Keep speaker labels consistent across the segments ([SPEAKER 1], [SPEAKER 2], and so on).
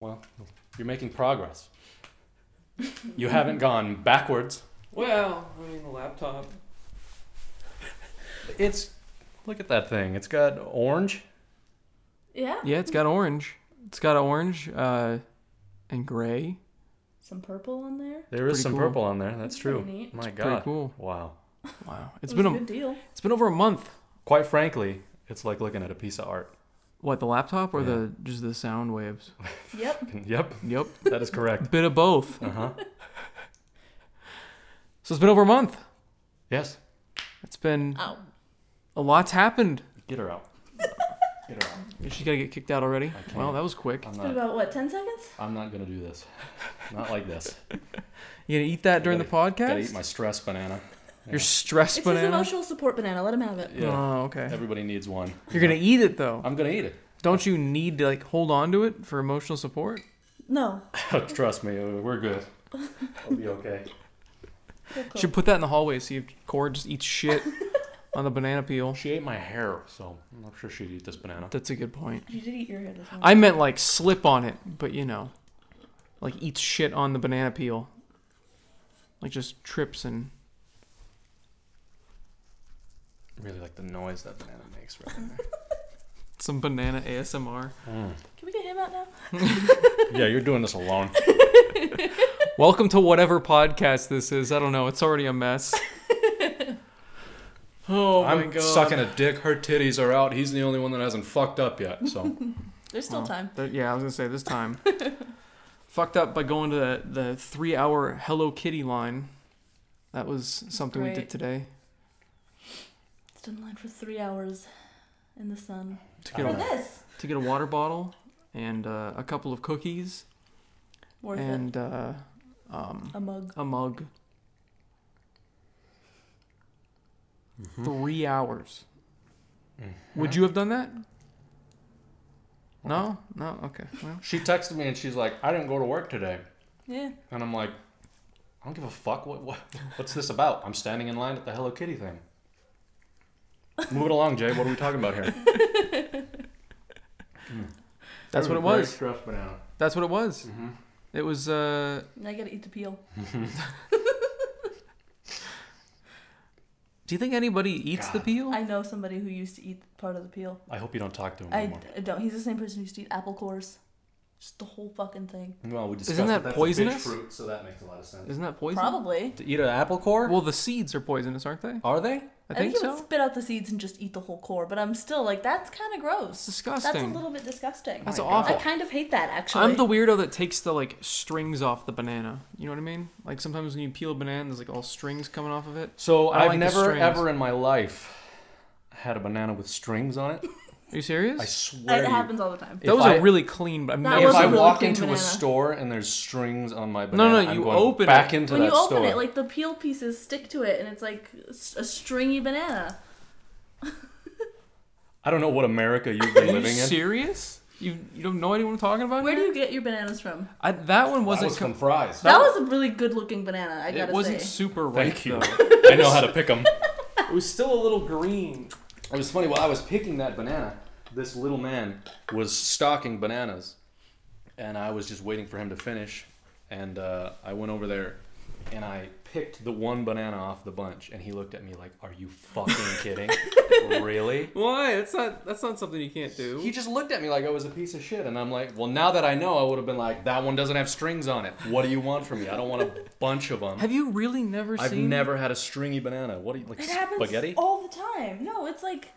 [SPEAKER 1] Well, you're making progress. You haven't gone backwards.
[SPEAKER 2] Well, I mean, the laptop.
[SPEAKER 1] It's look at that thing. It's got orange.
[SPEAKER 3] Yeah.
[SPEAKER 2] Yeah, it's got orange. It's got orange uh, and gray.
[SPEAKER 3] Some purple on there.
[SPEAKER 1] There is
[SPEAKER 2] Pretty
[SPEAKER 1] some
[SPEAKER 2] cool.
[SPEAKER 1] purple on there. That's true.
[SPEAKER 3] pretty neat.
[SPEAKER 1] My
[SPEAKER 2] Pretty
[SPEAKER 1] God.
[SPEAKER 2] cool.
[SPEAKER 1] Wow.
[SPEAKER 2] Wow, it's
[SPEAKER 3] It's
[SPEAKER 2] been
[SPEAKER 3] a
[SPEAKER 2] a,
[SPEAKER 3] good deal.
[SPEAKER 2] it's been over a month.
[SPEAKER 1] Quite frankly, it's like looking at a piece of art.
[SPEAKER 2] What the laptop or
[SPEAKER 1] Yeah.
[SPEAKER 2] the just the sound waves?
[SPEAKER 3] Yep.
[SPEAKER 1] Yep,
[SPEAKER 2] Yep,
[SPEAKER 1] that is correct.
[SPEAKER 2] bit of both.
[SPEAKER 1] Uh huh.
[SPEAKER 2] So it's been over a month.
[SPEAKER 1] Yes.
[SPEAKER 2] It's been
[SPEAKER 3] Oh.
[SPEAKER 2] a lot's happened.
[SPEAKER 1] Get her out. Get her out.
[SPEAKER 2] She's gotta get kicked out already.
[SPEAKER 1] can't. Uh,
[SPEAKER 2] Well, that was quick.
[SPEAKER 1] I'm
[SPEAKER 3] It's been
[SPEAKER 1] not.
[SPEAKER 3] about what, ten seconds?
[SPEAKER 1] I'm not gonna do this. Not like this.
[SPEAKER 2] You gonna eat that during the
[SPEAKER 1] Gotta
[SPEAKER 2] podcast?
[SPEAKER 1] eat my stress banana.
[SPEAKER 2] Your stress
[SPEAKER 3] It's his
[SPEAKER 2] banana.
[SPEAKER 3] emotional support banana. Let him have it.
[SPEAKER 1] Yeah.
[SPEAKER 2] Oh, okay.
[SPEAKER 1] Everybody needs one.
[SPEAKER 2] You're gonna eat it though.
[SPEAKER 1] I'm gonna eat it.
[SPEAKER 2] Don't you need to like hold on to it for emotional support?
[SPEAKER 3] No.
[SPEAKER 1] Oh, Trust me, we're good. I'll be okay.
[SPEAKER 3] Cool, cool.
[SPEAKER 2] Should put that in the hallway. See if Cord just eats shit on the banana peel.
[SPEAKER 1] She ate my hair, so I'm not sure she'd eat this banana.
[SPEAKER 2] That's a good point.
[SPEAKER 3] You did eat your hair this morning.
[SPEAKER 2] I meant like slip on it, but you know, like eats shit on the banana peel. Like just trips and
[SPEAKER 1] Really like the noise that banana makes right
[SPEAKER 2] some banana ASMR.
[SPEAKER 3] Can we get him out now?
[SPEAKER 1] there. Mm. yeah, you're doing this alone.
[SPEAKER 2] Welcome to whatever podcast this is. I don't know. It's already a mess. oh my
[SPEAKER 1] I'm
[SPEAKER 2] god.
[SPEAKER 1] sucking a dick. Her titties are out. He's the only one that hasn't fucked up yet. So
[SPEAKER 3] There's still
[SPEAKER 2] Wow.
[SPEAKER 3] time.
[SPEAKER 2] Th- yeah, I was gonna say this time. Fucked up by going to the, the three hour Hello Kitty line. That was something we
[SPEAKER 3] Great.
[SPEAKER 2] did today.
[SPEAKER 3] Stood in line for three hours in the sun.
[SPEAKER 2] To get
[SPEAKER 3] For
[SPEAKER 1] Yeah.
[SPEAKER 2] a,
[SPEAKER 3] this.
[SPEAKER 2] to get a water bottle and uh, a couple of cookies
[SPEAKER 3] Worth it.
[SPEAKER 2] and uh, um,
[SPEAKER 3] A mug.
[SPEAKER 2] a mug. Three hours. Would you have done that? No, no. Okay. Well,
[SPEAKER 1] she texted me and she's like, "I didn't go to work today,"
[SPEAKER 3] Yeah.
[SPEAKER 1] and I'm like, "I don't give a fuck. What, what What's this about? I'm standing in line at the Hello Kitty thing." Move it along, Jay. What are we talking about here?
[SPEAKER 2] that's what
[SPEAKER 1] Very
[SPEAKER 2] it was.
[SPEAKER 1] stressed banana.
[SPEAKER 2] That's what it was.
[SPEAKER 1] Mhm.
[SPEAKER 2] It was. Uh,
[SPEAKER 3] Now you gotta eat the peel.
[SPEAKER 2] do you think anybody eats the
[SPEAKER 1] God.
[SPEAKER 2] peel?
[SPEAKER 3] I know somebody who used to eat part of the peel.
[SPEAKER 1] I hope you don't talk to him
[SPEAKER 3] I,
[SPEAKER 1] anymore.
[SPEAKER 3] I don't. He's the same person who used to eat apple cores. Just the whole fucking thing.
[SPEAKER 1] Well, we discussed
[SPEAKER 2] Isn't that
[SPEAKER 1] that's a bitch
[SPEAKER 2] poisonous?
[SPEAKER 1] fruit, so that makes a lot of sense.
[SPEAKER 2] Isn't that poison?
[SPEAKER 3] Probably.
[SPEAKER 1] To eat an apple core?
[SPEAKER 2] Well, the seeds are poisonous, aren't they?
[SPEAKER 1] are they?
[SPEAKER 2] I think
[SPEAKER 3] he would
[SPEAKER 2] so.
[SPEAKER 3] spit out the seeds and just eat the whole core, but I'm still like, that's kind of
[SPEAKER 2] It's
[SPEAKER 3] gross.
[SPEAKER 2] disgusting.
[SPEAKER 3] That's a little Oh bit disgusting.
[SPEAKER 2] That's
[SPEAKER 1] My
[SPEAKER 2] awful.
[SPEAKER 3] I kind of hate that actually.
[SPEAKER 2] I'm the weirdo that takes the like strings off the banana. You know what I mean? Like sometimes when you peel a banana, there's like all strings coming off of it.
[SPEAKER 1] So
[SPEAKER 2] I
[SPEAKER 1] I've
[SPEAKER 2] like the
[SPEAKER 1] never
[SPEAKER 2] strings.
[SPEAKER 1] ever in my life had a banana with strings on it.
[SPEAKER 2] Are you serious?
[SPEAKER 1] I
[SPEAKER 3] It
[SPEAKER 1] swear. to you,
[SPEAKER 3] happens all the time.
[SPEAKER 1] if
[SPEAKER 2] that was a
[SPEAKER 1] I-
[SPEAKER 2] really clean. But I'm
[SPEAKER 3] That
[SPEAKER 2] never-
[SPEAKER 1] if
[SPEAKER 3] was a
[SPEAKER 1] I
[SPEAKER 3] really
[SPEAKER 1] walk
[SPEAKER 3] clean
[SPEAKER 1] into a
[SPEAKER 3] banana.
[SPEAKER 1] store and there's strings on my
[SPEAKER 2] No,
[SPEAKER 1] banana,
[SPEAKER 2] no,
[SPEAKER 1] I'm
[SPEAKER 2] you
[SPEAKER 1] going
[SPEAKER 2] open
[SPEAKER 1] back
[SPEAKER 2] it.
[SPEAKER 1] into
[SPEAKER 3] when
[SPEAKER 1] that
[SPEAKER 3] you open
[SPEAKER 1] store.
[SPEAKER 3] it, like the peel pieces stick to it, and it's like s- a stringy banana.
[SPEAKER 1] I don't know what America you've
[SPEAKER 2] Are
[SPEAKER 1] been
[SPEAKER 2] you
[SPEAKER 1] living in.
[SPEAKER 2] serious? You you don't know anyone I'm talking about?
[SPEAKER 3] Where do
[SPEAKER 2] here?
[SPEAKER 3] you get your bananas from?
[SPEAKER 2] I, that one wasn't.
[SPEAKER 1] was
[SPEAKER 2] com-
[SPEAKER 1] some fries.
[SPEAKER 3] That was a really good looking banana. I
[SPEAKER 2] it
[SPEAKER 3] gotta
[SPEAKER 2] wasn't
[SPEAKER 3] say.
[SPEAKER 2] super ripe
[SPEAKER 1] Thank you.
[SPEAKER 2] though.
[SPEAKER 1] I know how to pick them.
[SPEAKER 2] It was still a little green.
[SPEAKER 1] It was funny while I was picking that banana, this little man was stalking bananas, and I was just waiting for him to finish. And uh, I went over there, and I picked the one banana off the bunch, and he looked at me like, "Are you fucking kidding? really?"
[SPEAKER 2] Why? That's not. That's not something you can't do.
[SPEAKER 1] He just looked at me like I was a piece of shit, and I'm like, "Well, now that I know, I would have been like, that one doesn't have strings on it. What do you want from me? I don't want a bunch of them.
[SPEAKER 2] Have you really never
[SPEAKER 1] I've
[SPEAKER 2] seen?
[SPEAKER 1] never had a stringy banana. What do you like?
[SPEAKER 3] It happens
[SPEAKER 1] spaghetti?
[SPEAKER 3] all the time. No, it's like.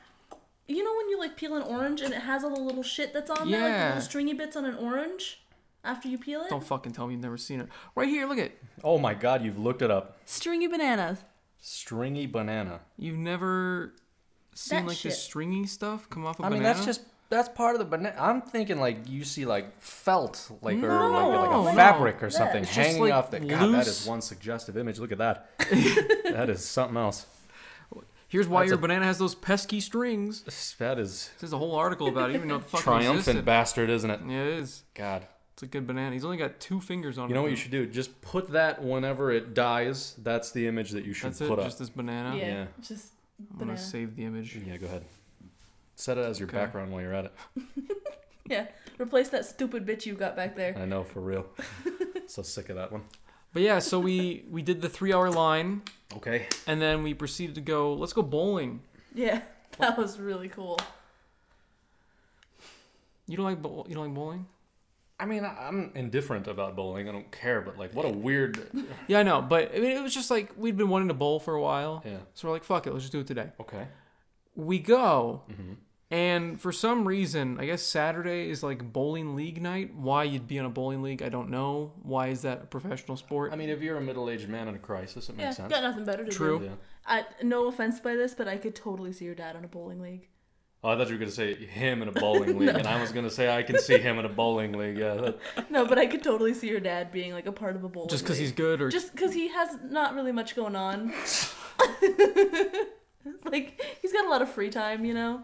[SPEAKER 3] You know when you like peel an orange and it has all the little shit that's on there, like the
[SPEAKER 2] Yeah.
[SPEAKER 3] little stringy bits on an orange, after you peel it.
[SPEAKER 2] Don't fucking tell me you've never seen it. Right here, look at.
[SPEAKER 1] Oh my god, you've looked it up.
[SPEAKER 3] Stringy bananas.
[SPEAKER 1] Stringy banana.
[SPEAKER 2] You've never seen
[SPEAKER 3] That
[SPEAKER 2] like
[SPEAKER 3] shit.
[SPEAKER 2] this stringy stuff come off a
[SPEAKER 1] I mean,
[SPEAKER 2] banana.
[SPEAKER 1] that's just that's part of the banana. I'm thinking like you see like felt, like or like, like a
[SPEAKER 2] No, no.
[SPEAKER 1] fabric or
[SPEAKER 3] That-
[SPEAKER 1] something
[SPEAKER 3] It's
[SPEAKER 2] just,
[SPEAKER 1] hanging
[SPEAKER 2] like,
[SPEAKER 1] off the. God, that
[SPEAKER 2] loose.
[SPEAKER 1] is one suggestive image. Look at that. that is something else.
[SPEAKER 2] Here's why
[SPEAKER 1] that's
[SPEAKER 2] your
[SPEAKER 1] a-
[SPEAKER 2] banana has those pesky strings.
[SPEAKER 1] That is
[SPEAKER 2] There's a whole article about it. You don't even know what the fuck
[SPEAKER 1] triumphant
[SPEAKER 2] existed.
[SPEAKER 1] bastard, isn't it?
[SPEAKER 2] Yeah, it is.
[SPEAKER 1] God.
[SPEAKER 2] It's a good banana. He's only got two fingers on it.
[SPEAKER 1] You know what
[SPEAKER 2] though.
[SPEAKER 1] you should do? Just put that whenever it dies. That's the image that you should
[SPEAKER 2] That's it.
[SPEAKER 1] put up.
[SPEAKER 2] Just this banana.
[SPEAKER 3] yeah,
[SPEAKER 1] yeah.
[SPEAKER 3] Just
[SPEAKER 2] I'm gonna
[SPEAKER 3] banana.
[SPEAKER 2] save the image.
[SPEAKER 1] Yeah, go ahead. Set it as your
[SPEAKER 2] Okay.
[SPEAKER 1] background while you're at it.
[SPEAKER 3] Yeah, replace that stupid bitch you got back there.
[SPEAKER 1] I know for real. so sick of that one.
[SPEAKER 2] But yeah, so we we did the three hour line,
[SPEAKER 1] Okay.
[SPEAKER 2] and then we proceeded to go. Let's go bowling.
[SPEAKER 3] Yeah, that was really cool.
[SPEAKER 2] You don't like bowl, you don't like bowling?
[SPEAKER 1] I mean, I- I'm indifferent about bowling. I don't care, but like, what a weird.
[SPEAKER 2] Yeah, I know. But I mean, it was just like we'd been wanting to bowl for a while,
[SPEAKER 1] Yeah.
[SPEAKER 2] so we're like, fuck it, let's just do it today.
[SPEAKER 1] Okay.
[SPEAKER 2] We go,
[SPEAKER 1] Mm-hmm.
[SPEAKER 2] and for some reason, I guess Saturday is like bowling league night. Why you'd be on a bowling league, I don't know. Why is that a professional sport?
[SPEAKER 1] I mean, if you're a middle-aged man in a crisis, it
[SPEAKER 3] yeah,
[SPEAKER 1] makes sense.
[SPEAKER 3] got nothing better to
[SPEAKER 2] True.
[SPEAKER 3] do.
[SPEAKER 1] Yeah.
[SPEAKER 3] I, no offense by this, but I could totally see your dad on a bowling league.
[SPEAKER 1] Oh, I thought you were gonna say him in a bowling league, and I was gonna say I can see him in a bowling league. Yeah. that-
[SPEAKER 3] No, but I could totally see your dad being like a part of a bowling.
[SPEAKER 2] just because
[SPEAKER 3] league.
[SPEAKER 2] he's good, or
[SPEAKER 3] just because he has not really much going on. like he's got a lot of free time, you know.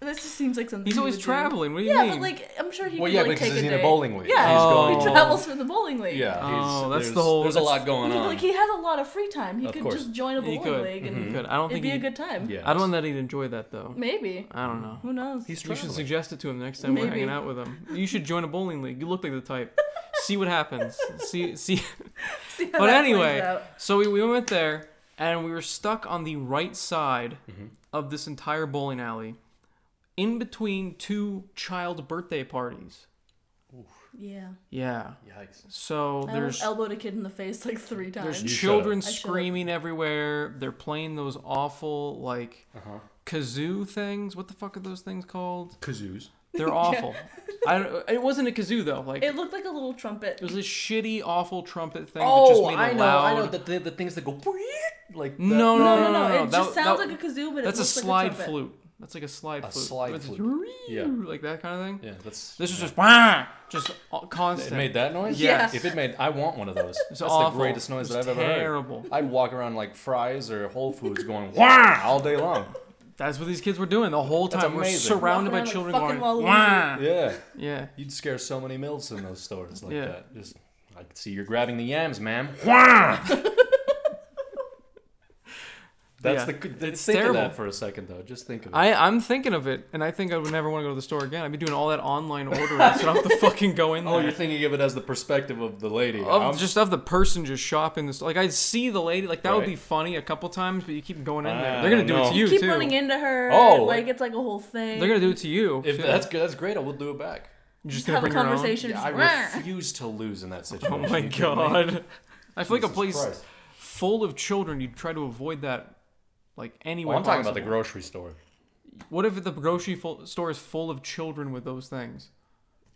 [SPEAKER 3] This just seems like something.
[SPEAKER 2] he's
[SPEAKER 3] he
[SPEAKER 2] always
[SPEAKER 3] would do.
[SPEAKER 2] traveling. What do you
[SPEAKER 3] Yeah,
[SPEAKER 2] mean?
[SPEAKER 3] but like I'm sure he.
[SPEAKER 1] well,
[SPEAKER 3] could,
[SPEAKER 1] yeah,
[SPEAKER 3] like,
[SPEAKER 1] because
[SPEAKER 3] take
[SPEAKER 1] he's
[SPEAKER 3] a
[SPEAKER 1] in a
[SPEAKER 3] day.
[SPEAKER 1] bowling league.
[SPEAKER 3] Yeah,
[SPEAKER 1] He's
[SPEAKER 2] Oh.
[SPEAKER 1] going
[SPEAKER 3] he
[SPEAKER 1] to-
[SPEAKER 3] travels for the bowling league.
[SPEAKER 1] Yeah. he's-
[SPEAKER 2] Oh, that's the
[SPEAKER 1] there's-
[SPEAKER 2] whole-
[SPEAKER 1] There's a
[SPEAKER 2] that's-
[SPEAKER 1] lot going
[SPEAKER 3] He,
[SPEAKER 1] on.
[SPEAKER 3] like he has a lot of free time. He
[SPEAKER 1] Of
[SPEAKER 3] could
[SPEAKER 1] course.
[SPEAKER 3] just join a
[SPEAKER 2] He
[SPEAKER 3] bowling
[SPEAKER 2] could. Mm-hmm.
[SPEAKER 3] league and
[SPEAKER 2] He could. I don't think
[SPEAKER 3] it'd be
[SPEAKER 2] he.
[SPEAKER 3] a good time.
[SPEAKER 1] yeah.
[SPEAKER 2] I don't know that he'd enjoy that though.
[SPEAKER 3] Maybe.
[SPEAKER 2] I don't know.
[SPEAKER 3] Who knows?
[SPEAKER 1] He's
[SPEAKER 2] You
[SPEAKER 1] traveling.
[SPEAKER 2] should suggest it to him next time we're
[SPEAKER 3] Maybe.
[SPEAKER 2] hanging out with him. You should join a bowling league. You look like the type. see what happens. See see.
[SPEAKER 3] See how
[SPEAKER 2] But
[SPEAKER 3] that plays
[SPEAKER 2] anyway,
[SPEAKER 3] out.
[SPEAKER 2] so we, we went there and we were stuck on the right side of this entire bowling alley, in between two child birthday parties.
[SPEAKER 3] Yeah.
[SPEAKER 2] Yeah.
[SPEAKER 1] Yikes.
[SPEAKER 2] So
[SPEAKER 3] I
[SPEAKER 2] there's
[SPEAKER 3] almost elbowed a kid in the face like three times.
[SPEAKER 2] there's
[SPEAKER 1] You shut
[SPEAKER 2] children
[SPEAKER 1] up.
[SPEAKER 3] I shut up.
[SPEAKER 2] screaming everywhere. They're playing those awful like
[SPEAKER 1] Uh-huh.
[SPEAKER 2] kazoo things. What the fuck are those things called?
[SPEAKER 1] Kazoos.
[SPEAKER 2] They're awful. I don't, it wasn't a kazoo though. Like
[SPEAKER 3] it looked like a little trumpet.
[SPEAKER 2] It was this shitty, awful trumpet thing
[SPEAKER 1] Oh,
[SPEAKER 2] that
[SPEAKER 3] Oh,
[SPEAKER 2] just made a loud.
[SPEAKER 1] The, the, the things that go like that.
[SPEAKER 2] No, no,
[SPEAKER 3] No,
[SPEAKER 2] no,
[SPEAKER 3] no, no. It
[SPEAKER 2] That-
[SPEAKER 3] just
[SPEAKER 2] that-
[SPEAKER 3] sounds like a kazoo, but
[SPEAKER 2] That's
[SPEAKER 3] it
[SPEAKER 2] a
[SPEAKER 3] looks
[SPEAKER 2] slide
[SPEAKER 3] like a trumpet.
[SPEAKER 2] flute. That's like a slide flute.
[SPEAKER 1] slide
[SPEAKER 2] It's just
[SPEAKER 1] flute. Yeah.
[SPEAKER 2] Like that kind of thing.
[SPEAKER 1] Yeah, that's.
[SPEAKER 2] This was just wah, just all-
[SPEAKER 1] It
[SPEAKER 2] constant.
[SPEAKER 1] made that noise.
[SPEAKER 2] Yes.
[SPEAKER 1] If it made, I want one of those.
[SPEAKER 2] It's
[SPEAKER 1] that's
[SPEAKER 2] awful.
[SPEAKER 1] the greatest noise
[SPEAKER 2] It
[SPEAKER 1] that
[SPEAKER 2] was
[SPEAKER 1] I've ever
[SPEAKER 2] terrible.
[SPEAKER 1] heard. I'd walk around like fries or Whole Foods going wah all day long.
[SPEAKER 2] That's what these kids were doing the whole
[SPEAKER 1] That's
[SPEAKER 2] time. We're
[SPEAKER 1] amazing.
[SPEAKER 2] surrounded by
[SPEAKER 3] Walking around
[SPEAKER 2] children
[SPEAKER 3] like
[SPEAKER 2] going
[SPEAKER 3] fucking
[SPEAKER 2] wah.
[SPEAKER 1] Yeah.
[SPEAKER 2] Yeah.
[SPEAKER 1] You'd scare so many milfs in those stores like
[SPEAKER 2] Yeah.
[SPEAKER 1] that. Just I could see you're grabbing the yams, ma'am. Wah! That's
[SPEAKER 2] Yeah.
[SPEAKER 1] the. That's
[SPEAKER 2] It's
[SPEAKER 1] think
[SPEAKER 2] terrible.
[SPEAKER 1] of that for a second though. Just think of it.
[SPEAKER 2] I, I'm thinking of it, and I think I would never want to go to the store again. I'd be doing all that online ordering, so I don't have to fucking go in there.
[SPEAKER 1] oh, you're thinking of it as the perspective of the lady.
[SPEAKER 2] of
[SPEAKER 1] I'm-
[SPEAKER 2] just of the person just shopping this like I see the lady like that would
[SPEAKER 1] Right.
[SPEAKER 2] be funny a couple times but you keep going in there
[SPEAKER 1] I
[SPEAKER 2] they're gonna
[SPEAKER 1] don't
[SPEAKER 2] do it
[SPEAKER 1] know.
[SPEAKER 2] to you
[SPEAKER 3] Keep
[SPEAKER 2] too
[SPEAKER 3] running into her.
[SPEAKER 1] Oh.
[SPEAKER 3] like it's like a whole thing.
[SPEAKER 2] they're gonna do it to you
[SPEAKER 1] if
[SPEAKER 2] Shit.
[SPEAKER 1] that's good, that's great. I will do it back.
[SPEAKER 2] You're just gonna
[SPEAKER 3] have a
[SPEAKER 2] bring your own?
[SPEAKER 3] conversation.
[SPEAKER 1] Yeah,
[SPEAKER 3] just,
[SPEAKER 1] I
[SPEAKER 3] "Rah."
[SPEAKER 1] refuse to lose in that situation.
[SPEAKER 2] oh my
[SPEAKER 1] You kidding me?
[SPEAKER 2] god I feel like a Oh
[SPEAKER 1] Jesus
[SPEAKER 2] place
[SPEAKER 1] Christ.
[SPEAKER 2] full of children you'd try to avoid that like anyway
[SPEAKER 1] Well, Oh, I'm talking about the grocery store.
[SPEAKER 2] what if the grocery full- store is full of children with those things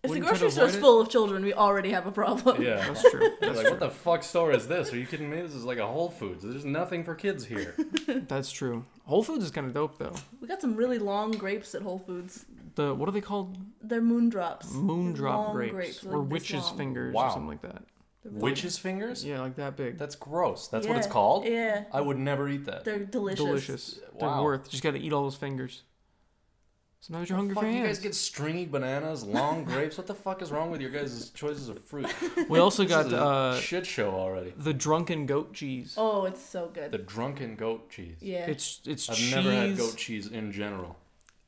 [SPEAKER 3] If the
[SPEAKER 2] Wouldn't you try to
[SPEAKER 3] grocery store's
[SPEAKER 2] avoid it?
[SPEAKER 3] full of children, we already have a problem.
[SPEAKER 1] Yeah.
[SPEAKER 2] that's true that's,
[SPEAKER 1] like, what the fuck store is this? Are you kidding me? This is like a Whole Foods. There's nothing for kids here.
[SPEAKER 2] that's true Whole Foods is kind of dope though
[SPEAKER 3] We got some really long grapes at Whole Foods.
[SPEAKER 2] the what are they called
[SPEAKER 3] They're moondrops.
[SPEAKER 2] moondrop
[SPEAKER 3] Long
[SPEAKER 2] grapes,
[SPEAKER 3] grapes,
[SPEAKER 2] or
[SPEAKER 3] like this
[SPEAKER 2] witch's
[SPEAKER 3] long.
[SPEAKER 2] fingers or
[SPEAKER 1] Wow.
[SPEAKER 2] something like that
[SPEAKER 1] Witches' fingers?
[SPEAKER 2] yeah like that big
[SPEAKER 1] That's gross. That's what it's
[SPEAKER 3] Yeah,
[SPEAKER 1] called.
[SPEAKER 3] Yeah.
[SPEAKER 1] I would never eat that.
[SPEAKER 3] They're delicious.
[SPEAKER 2] delicious. They're
[SPEAKER 1] Wow.
[SPEAKER 2] worth. Just gotta eat all those fingers. Sometimes you're hungry
[SPEAKER 1] Fuck,
[SPEAKER 2] for
[SPEAKER 1] you guys
[SPEAKER 2] hands.
[SPEAKER 1] get stringy bananas, long grapes. What the fuck is wrong with your guys' choices of fruit?
[SPEAKER 2] We also
[SPEAKER 1] This
[SPEAKER 2] got
[SPEAKER 1] is a
[SPEAKER 2] uh,
[SPEAKER 1] shit show already.
[SPEAKER 2] the drunken goat cheese.
[SPEAKER 3] Oh, it's so good.
[SPEAKER 1] The drunken goat cheese.
[SPEAKER 3] yeah.
[SPEAKER 2] It's it's
[SPEAKER 1] I've
[SPEAKER 2] cheese.
[SPEAKER 1] never had goat cheese in general.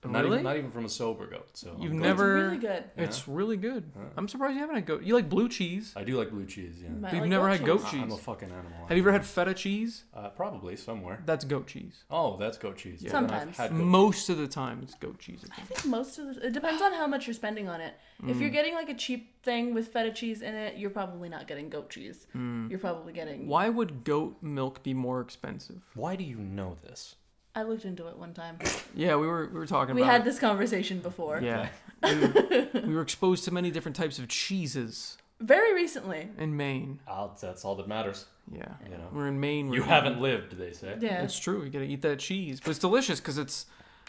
[SPEAKER 1] Not
[SPEAKER 2] Really?
[SPEAKER 1] even not even from a sober goat. So I'm
[SPEAKER 2] You've
[SPEAKER 1] going-
[SPEAKER 2] never-
[SPEAKER 3] It's really good.
[SPEAKER 2] It's really good. I'm surprised you haven't had goat. You like blue cheese?
[SPEAKER 1] I do like blue cheese. Yeah.
[SPEAKER 3] Might
[SPEAKER 2] You've
[SPEAKER 3] like
[SPEAKER 2] never had goat
[SPEAKER 3] cheese.
[SPEAKER 1] I- I'm a
[SPEAKER 2] cheese.
[SPEAKER 1] fucking animal.
[SPEAKER 2] Have you ever had feta cheese?
[SPEAKER 1] Uh, probably somewhere.
[SPEAKER 2] That's goat cheese.
[SPEAKER 1] Oh, that's goat cheese.
[SPEAKER 2] Yeah.
[SPEAKER 1] Then I've
[SPEAKER 3] Sometimes.
[SPEAKER 1] had goat
[SPEAKER 2] Most of the time, it's goat cheese. I
[SPEAKER 3] I
[SPEAKER 2] think.
[SPEAKER 3] think most of the. It depends on how much you're spending on it. If
[SPEAKER 2] Mm.
[SPEAKER 3] you're getting like a cheap thing with feta cheese in it, you're probably not getting goat cheese.
[SPEAKER 2] Mm.
[SPEAKER 3] You're probably getting.
[SPEAKER 2] Why would goat milk be more expensive?
[SPEAKER 1] Why do you know this?
[SPEAKER 3] I looked into it one time.
[SPEAKER 2] Yeah, we were we were talking
[SPEAKER 3] We
[SPEAKER 2] about.
[SPEAKER 3] had
[SPEAKER 2] it.
[SPEAKER 3] this conversation before.
[SPEAKER 2] Yeah. we, we were exposed to many different types of cheeses
[SPEAKER 3] Very recently.
[SPEAKER 2] in Maine.
[SPEAKER 1] I'll, that's all that matters.
[SPEAKER 2] Yeah.
[SPEAKER 1] You know.
[SPEAKER 2] We're in Maine.
[SPEAKER 1] You
[SPEAKER 2] we're-
[SPEAKER 1] haven't lived, they say.
[SPEAKER 3] Yeah.
[SPEAKER 2] It's true. You gotta eat that cheese, but it's delicious because it's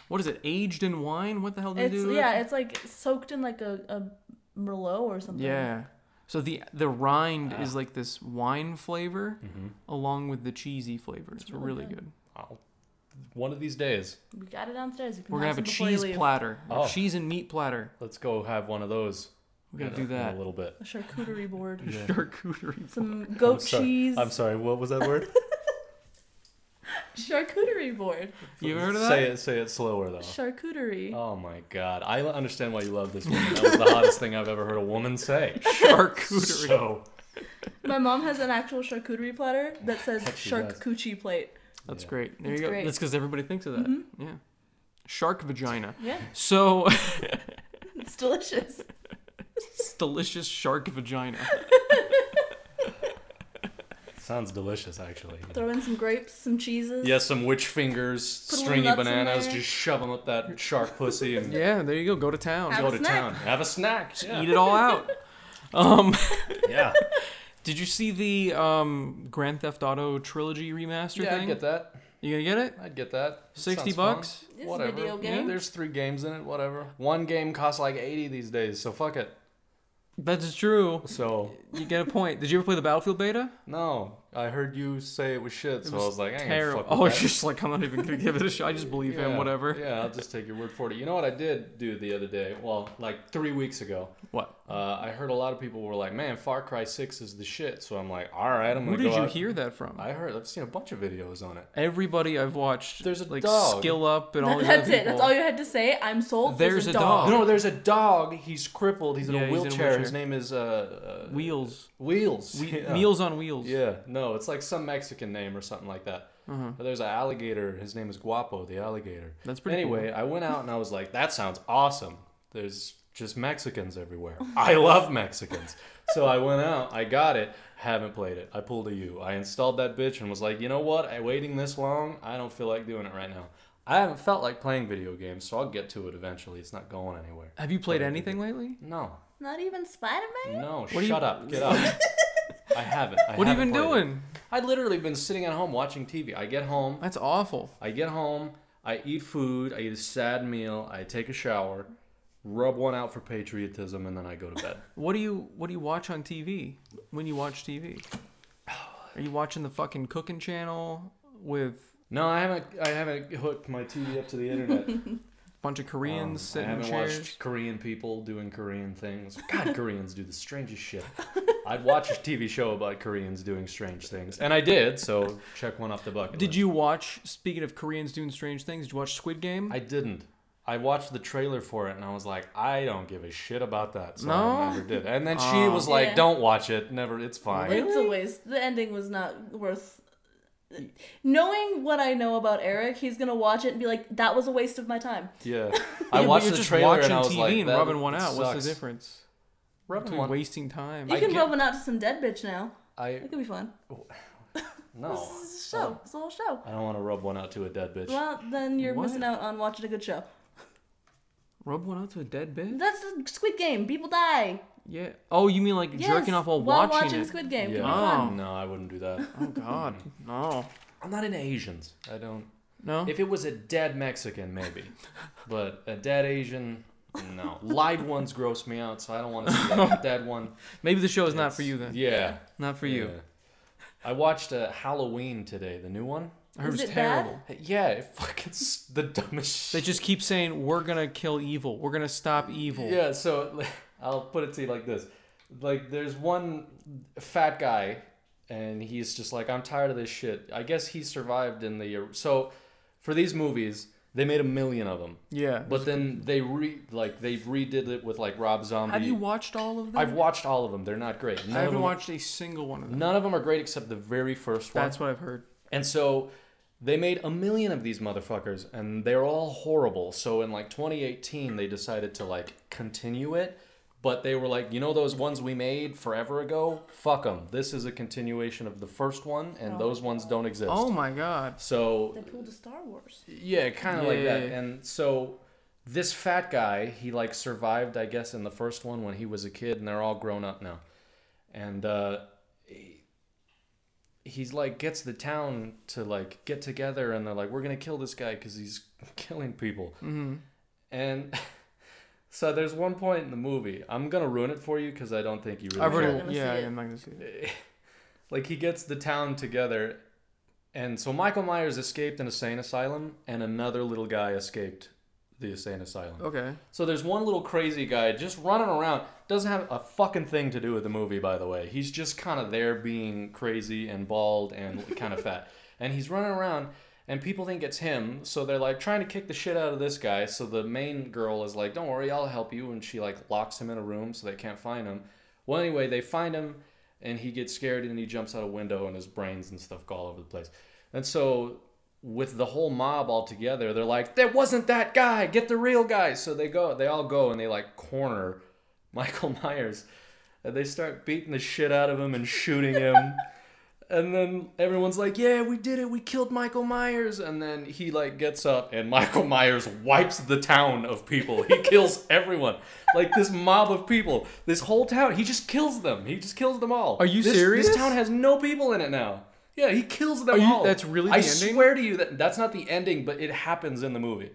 [SPEAKER 2] what is it? Aged in wine? What the hell do they
[SPEAKER 3] It's
[SPEAKER 2] do? to
[SPEAKER 3] yeah,
[SPEAKER 2] It?
[SPEAKER 3] it's like soaked in like a, a merlot or something.
[SPEAKER 2] Yeah. So the the rind is
[SPEAKER 1] Ah.
[SPEAKER 2] like this wine flavor,
[SPEAKER 1] Mm-hmm.
[SPEAKER 2] along with the cheesy flavor. It's, really,
[SPEAKER 3] really
[SPEAKER 2] good.
[SPEAKER 3] good.
[SPEAKER 1] I'll, one of these days,
[SPEAKER 3] we got it downstairs. You can
[SPEAKER 2] We're gonna have a
[SPEAKER 3] some before you
[SPEAKER 2] cheese
[SPEAKER 3] leave.
[SPEAKER 2] platter, a
[SPEAKER 1] Oh.
[SPEAKER 2] cheese and meat platter.
[SPEAKER 1] let's go have one of those.
[SPEAKER 2] We gotta
[SPEAKER 1] in
[SPEAKER 2] do
[SPEAKER 1] a- in
[SPEAKER 2] that.
[SPEAKER 1] a little bit.
[SPEAKER 3] A charcuterie board,
[SPEAKER 2] Charcuterie.
[SPEAKER 3] some
[SPEAKER 1] I'm
[SPEAKER 3] goat
[SPEAKER 1] sorry.
[SPEAKER 3] cheese.
[SPEAKER 1] I'm sorry. What was that word?
[SPEAKER 4] Charcuterie board.
[SPEAKER 2] You ever heard of that?
[SPEAKER 1] Say it, say it slower though.
[SPEAKER 4] Charcuterie.
[SPEAKER 1] Oh my god. I understand why you love this woman. That was the hottest thing I've ever heard a woman say.
[SPEAKER 2] Charcuterie.
[SPEAKER 1] So,
[SPEAKER 4] My mom has an actual charcuterie platter that says
[SPEAKER 1] Heck, she
[SPEAKER 4] shark
[SPEAKER 1] does.
[SPEAKER 4] coochie plate.
[SPEAKER 2] That's
[SPEAKER 1] Yeah.
[SPEAKER 2] great. There
[SPEAKER 4] That's
[SPEAKER 2] you go.
[SPEAKER 4] great.
[SPEAKER 2] That's because everybody thinks of that. Yeah. Shark vagina.
[SPEAKER 4] Yeah,
[SPEAKER 2] So,
[SPEAKER 4] it's delicious.
[SPEAKER 2] it's delicious shark vagina.
[SPEAKER 1] sounds delicious actually.
[SPEAKER 4] Throw in some grapes, some cheeses.
[SPEAKER 1] Yeah, some witch fingers,
[SPEAKER 4] Put a little
[SPEAKER 1] stringy
[SPEAKER 4] nuts in
[SPEAKER 1] bananas,
[SPEAKER 4] there.
[SPEAKER 1] just shove them up that shark pussy and
[SPEAKER 2] Yeah, there you go. Go to town.
[SPEAKER 4] Have
[SPEAKER 1] go
[SPEAKER 4] a
[SPEAKER 1] to
[SPEAKER 4] snack.
[SPEAKER 1] town. Have a snack. Yeah.
[SPEAKER 2] Eat it all out. Um,
[SPEAKER 1] Yeah.
[SPEAKER 2] did you see the um, Grand Theft Auto trilogy remaster
[SPEAKER 1] yeah,
[SPEAKER 2] thing?
[SPEAKER 1] I'd get that.
[SPEAKER 2] You gonna get it?
[SPEAKER 1] I'd get that. That
[SPEAKER 2] 60
[SPEAKER 1] sounds fun.
[SPEAKER 2] bucks?
[SPEAKER 4] It's a video
[SPEAKER 1] Yeah,
[SPEAKER 4] game.
[SPEAKER 1] there's three games in it, whatever. One game costs like 80 these days, so fuck it.
[SPEAKER 2] That is true.
[SPEAKER 1] So,
[SPEAKER 2] You get a point. Did you ever play the Battlefield beta?
[SPEAKER 1] no. I heard you say it was shit, so I was like, I ain't gonna
[SPEAKER 2] Terrible.
[SPEAKER 1] fuck with
[SPEAKER 2] Oh,
[SPEAKER 1] that.
[SPEAKER 2] just like I'm not even gonna give it a shot. I just believe him.
[SPEAKER 1] Yeah,
[SPEAKER 2] Whatever.
[SPEAKER 1] Yeah, I'll just take your word for it. You know what I did do the other day? Well, like three weeks ago.
[SPEAKER 2] What?
[SPEAKER 1] Uh, I heard a lot of people were like, "Man, Far Cry Six is the shit." So I'm like, "All right, I'm
[SPEAKER 2] Who
[SPEAKER 1] gonna
[SPEAKER 2] did
[SPEAKER 1] go
[SPEAKER 2] you
[SPEAKER 1] out."
[SPEAKER 2] hear that from?
[SPEAKER 1] I heard. I've seen a bunch of videos on it.
[SPEAKER 2] Everybody I've watched.
[SPEAKER 1] There's a
[SPEAKER 2] like
[SPEAKER 1] dog.
[SPEAKER 2] Skill Up and all these other
[SPEAKER 4] That's it. That's
[SPEAKER 2] people.
[SPEAKER 4] all you had to say. I'm sold.
[SPEAKER 2] There's
[SPEAKER 4] a
[SPEAKER 2] a dog.
[SPEAKER 4] dog.
[SPEAKER 1] No, there's a dog. He's crippled. He's in,
[SPEAKER 2] Oh, Yeah,
[SPEAKER 1] a,
[SPEAKER 2] he's in a
[SPEAKER 1] wheelchair. His
[SPEAKER 2] wheelchair.
[SPEAKER 1] name is uh, uh,
[SPEAKER 2] Wheels.
[SPEAKER 1] Wheels.
[SPEAKER 2] We-
[SPEAKER 1] yeah.
[SPEAKER 2] Meals on Wheels.
[SPEAKER 1] Yeah. No, it's like some Mexican name or something like that.
[SPEAKER 2] Uh-huh.
[SPEAKER 1] But there's an alligator. His name is Guapo, the alligator.
[SPEAKER 2] That's pretty
[SPEAKER 1] Anyway, I went out and I was like, that sounds awesome. There's just Mexicans everywhere. I love Mexicans. so I went out, I got it, haven't played it. I pulled a U. I installed that bitch and was like, you know what? I waiting this long, I don't feel like doing it right now. I haven't felt like playing video games, so I'll get to it eventually. It's not going anywhere.
[SPEAKER 2] Have you played anything lately?
[SPEAKER 1] No.
[SPEAKER 4] Not even Spider Man.
[SPEAKER 1] No,
[SPEAKER 2] are
[SPEAKER 1] shut
[SPEAKER 2] you-
[SPEAKER 1] up. Get up. I haven't. I
[SPEAKER 2] What have you
[SPEAKER 1] haven't
[SPEAKER 2] been
[SPEAKER 1] played it.
[SPEAKER 2] doing?
[SPEAKER 1] I've literally been sitting at home watching TV. I get home,
[SPEAKER 2] That's awful.
[SPEAKER 1] I get home, I eat food, I eat a sad meal, I take a shower, rub one out for patriotism, and then I go to bed.
[SPEAKER 2] What do you What do you watch on TV? When you watch TV, are you watching the fucking cooking channel with a
[SPEAKER 1] no, I haven't. I haven't hooked my TV up to the internet.
[SPEAKER 2] bunch of
[SPEAKER 1] Um,
[SPEAKER 2] Koreans
[SPEAKER 1] I
[SPEAKER 2] sitting in
[SPEAKER 1] haven't
[SPEAKER 2] chairs?
[SPEAKER 1] watched Korean people doing Korean things. God, Koreans do the strangest shit. I'd watch a TV show about Koreans doing strange things, and I did. So check one off the bucket.
[SPEAKER 2] Did
[SPEAKER 1] list.
[SPEAKER 2] you watch? Speaking of Koreans doing strange things, did you watch Squid Game?
[SPEAKER 1] I didn't. I watched the trailer for it and I was like, I don't give a shit about that. So
[SPEAKER 2] No? Oh.
[SPEAKER 1] I never did. And then she was like,
[SPEAKER 4] Yeah.
[SPEAKER 1] Don't watch it. Never. It's fine.
[SPEAKER 4] It's a waste. The ending was not worth. Knowing what I know about Eric, he's gonna watch it and be like, "That was a waste of my time."
[SPEAKER 1] Yeah.
[SPEAKER 2] Yeah,
[SPEAKER 1] I
[SPEAKER 2] but
[SPEAKER 1] watched
[SPEAKER 2] you're
[SPEAKER 1] the
[SPEAKER 2] just
[SPEAKER 1] trailer
[SPEAKER 2] watching
[SPEAKER 1] and I was
[SPEAKER 2] TV
[SPEAKER 1] like,
[SPEAKER 2] and
[SPEAKER 1] that
[SPEAKER 2] rubbing one out. What's
[SPEAKER 1] sucks.
[SPEAKER 2] the difference?
[SPEAKER 1] Rubbing
[SPEAKER 2] Between
[SPEAKER 1] one.
[SPEAKER 2] wasting time.
[SPEAKER 4] You
[SPEAKER 1] I
[SPEAKER 4] can
[SPEAKER 1] get-
[SPEAKER 4] rub one out to some dead bitch now.
[SPEAKER 1] I
[SPEAKER 4] It could be fun.
[SPEAKER 1] no.
[SPEAKER 4] This is a show. It's a whole show.
[SPEAKER 1] I don't want to rub one out to a dead bitch.
[SPEAKER 4] Well, then you're
[SPEAKER 2] What?
[SPEAKER 4] missing out on watching a good show.
[SPEAKER 2] Rub one out to a dead bitch.
[SPEAKER 4] That's the Squid Game. People die.
[SPEAKER 2] Yeah. Oh, you mean like
[SPEAKER 4] Yes,
[SPEAKER 2] jerking off while, watching, it?
[SPEAKER 4] Squid Game.
[SPEAKER 1] Yeah.
[SPEAKER 4] Could be
[SPEAKER 2] Oh.
[SPEAKER 4] fun.
[SPEAKER 1] No, I wouldn't do that.
[SPEAKER 2] oh God, no,
[SPEAKER 1] I'm not into Asians. I don't.
[SPEAKER 2] no.
[SPEAKER 1] If it was a dead Mexican, maybe, but a dead Asian, no. Live ones gross me out, so I don't want to see that dead one.
[SPEAKER 2] Maybe the show is not for you then.
[SPEAKER 1] Yeah.
[SPEAKER 2] Not for you.
[SPEAKER 1] Yeah. I watched uh, Halloween today, the new one.
[SPEAKER 2] I heard
[SPEAKER 4] Is
[SPEAKER 2] it's
[SPEAKER 4] it bad?
[SPEAKER 2] terrible.
[SPEAKER 1] Yeah, it fucking s- the dumbest
[SPEAKER 2] They
[SPEAKER 1] shit.
[SPEAKER 2] just keep saying we're gonna kill evil. We're gonna stop evil.
[SPEAKER 1] Yeah, so like, I'll put it to you like this. Like there's one fat guy and he's just like I'm tired of this shit. I guess he survived in the so for these movies, they made a million of them.
[SPEAKER 2] Yeah.
[SPEAKER 1] But then they re like they redid it with like Rob Zombie.
[SPEAKER 2] Have you watched all of them?
[SPEAKER 1] I've watched all of them. They're not great. None
[SPEAKER 2] I
[SPEAKER 1] of
[SPEAKER 2] haven't
[SPEAKER 1] them,
[SPEAKER 2] watched a single one of them.
[SPEAKER 1] None of them are great except the very first one.
[SPEAKER 2] That's what I've heard.
[SPEAKER 1] And so they made a million of these motherfuckers and they're all horrible. So in like 2018 they decided to like continue it, but they were like, you know those ones we made forever ago? Fuck them. This is a continuation of the first one and those ones don't exist.
[SPEAKER 2] Oh my God.
[SPEAKER 1] So
[SPEAKER 4] They pulled a Star Wars.
[SPEAKER 1] yeah, kind of like
[SPEAKER 2] Yeah.
[SPEAKER 1] that. And so this fat guy, he like survived, I guess, in the first one when he was a kid, and they're all grown up now. And uh, he- he's like gets the town to like get together, and they're like, "We're gonna kill this guy because he's killing people."
[SPEAKER 2] Mm-hmm.
[SPEAKER 1] And so there's one point in the movie. I'm gonna ruin it for you because I don't think you really.
[SPEAKER 2] I've
[SPEAKER 1] care
[SPEAKER 4] not
[SPEAKER 2] already.
[SPEAKER 4] gonna
[SPEAKER 2] Yeah,
[SPEAKER 4] see it.
[SPEAKER 2] I'm not gonna see it.
[SPEAKER 1] like he gets the town together and so michael myers escaped an insane asylum and another little guy escaped the insane asylum
[SPEAKER 2] Okay.
[SPEAKER 1] so there's one little crazy guy just running around doesn't have a fucking thing to do with the movie by the way he's just kind of there being crazy and bald and kind of fat and he's running around And people think it's him, so they're like trying to kick the shit out of this guy. So the main girl is like, "Don't worry, I'll help you." And she like locks him in a room so they can't find him. Well, anyway, they find him, and he gets scared and he jumps out a window and his brains and stuff go all over the place. And so with the whole mob all together, they're like, "There wasn't that guy. Get the real guy." So they go, they all go, and they like corner Michael Myers, and they start beating the shit out of him and shooting him. and then everyone's like, "Yeah, we did it. We killed Michael Myers." And then he like gets up, and Michael Myers wipes the town of people. He kills everyone, like this mob of people, this whole town. He just kills them. He just kills them all.
[SPEAKER 2] Are you
[SPEAKER 1] This-
[SPEAKER 2] serious?
[SPEAKER 1] This town has no people in it now. Yeah, he kills them
[SPEAKER 2] Are you-
[SPEAKER 1] all.
[SPEAKER 2] that's really
[SPEAKER 1] Oh, I
[SPEAKER 2] the ending?
[SPEAKER 1] swear to you that that's not the ending, but it happens in the movie.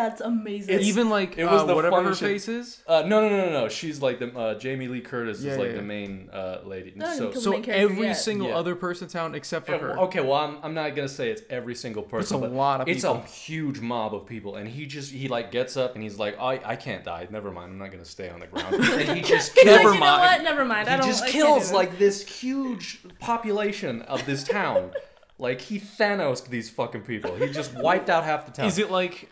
[SPEAKER 4] That's amazing.
[SPEAKER 1] It's-
[SPEAKER 2] Even like
[SPEAKER 1] It was
[SPEAKER 2] uh,
[SPEAKER 1] the
[SPEAKER 2] whatever her
[SPEAKER 1] funniest shit.
[SPEAKER 2] face is.
[SPEAKER 1] Uh, no, no, no, no, no. She's like the uh, Jamie Lee Curtis
[SPEAKER 2] Yeah,
[SPEAKER 1] is like
[SPEAKER 2] yeah,
[SPEAKER 1] the
[SPEAKER 2] yeah.
[SPEAKER 1] main uh, lady.
[SPEAKER 4] No,
[SPEAKER 1] so,
[SPEAKER 4] because-
[SPEAKER 2] So
[SPEAKER 4] main character
[SPEAKER 2] every
[SPEAKER 4] yet.
[SPEAKER 2] single
[SPEAKER 1] Yeah.
[SPEAKER 2] other person in town except for her.
[SPEAKER 1] okay, well, I'm, I'm not gonna say it's every single person.
[SPEAKER 2] a
[SPEAKER 1] but
[SPEAKER 2] lot of
[SPEAKER 1] It's a
[SPEAKER 2] people.
[SPEAKER 1] huge mob of people, and he just he like gets up and he's like, I I can't die. Never mind. I'm not gonna stay on the ground. and he just
[SPEAKER 4] He's
[SPEAKER 1] kills.
[SPEAKER 4] like,
[SPEAKER 2] Never
[SPEAKER 4] you know
[SPEAKER 2] mind.
[SPEAKER 4] what? Never mind. I
[SPEAKER 1] he
[SPEAKER 4] don't.
[SPEAKER 1] just
[SPEAKER 4] I can't do
[SPEAKER 1] kills
[SPEAKER 4] this."
[SPEAKER 1] like this huge population of this town. like he Thanos these fucking people. He just wiped out half the town.
[SPEAKER 2] Is it like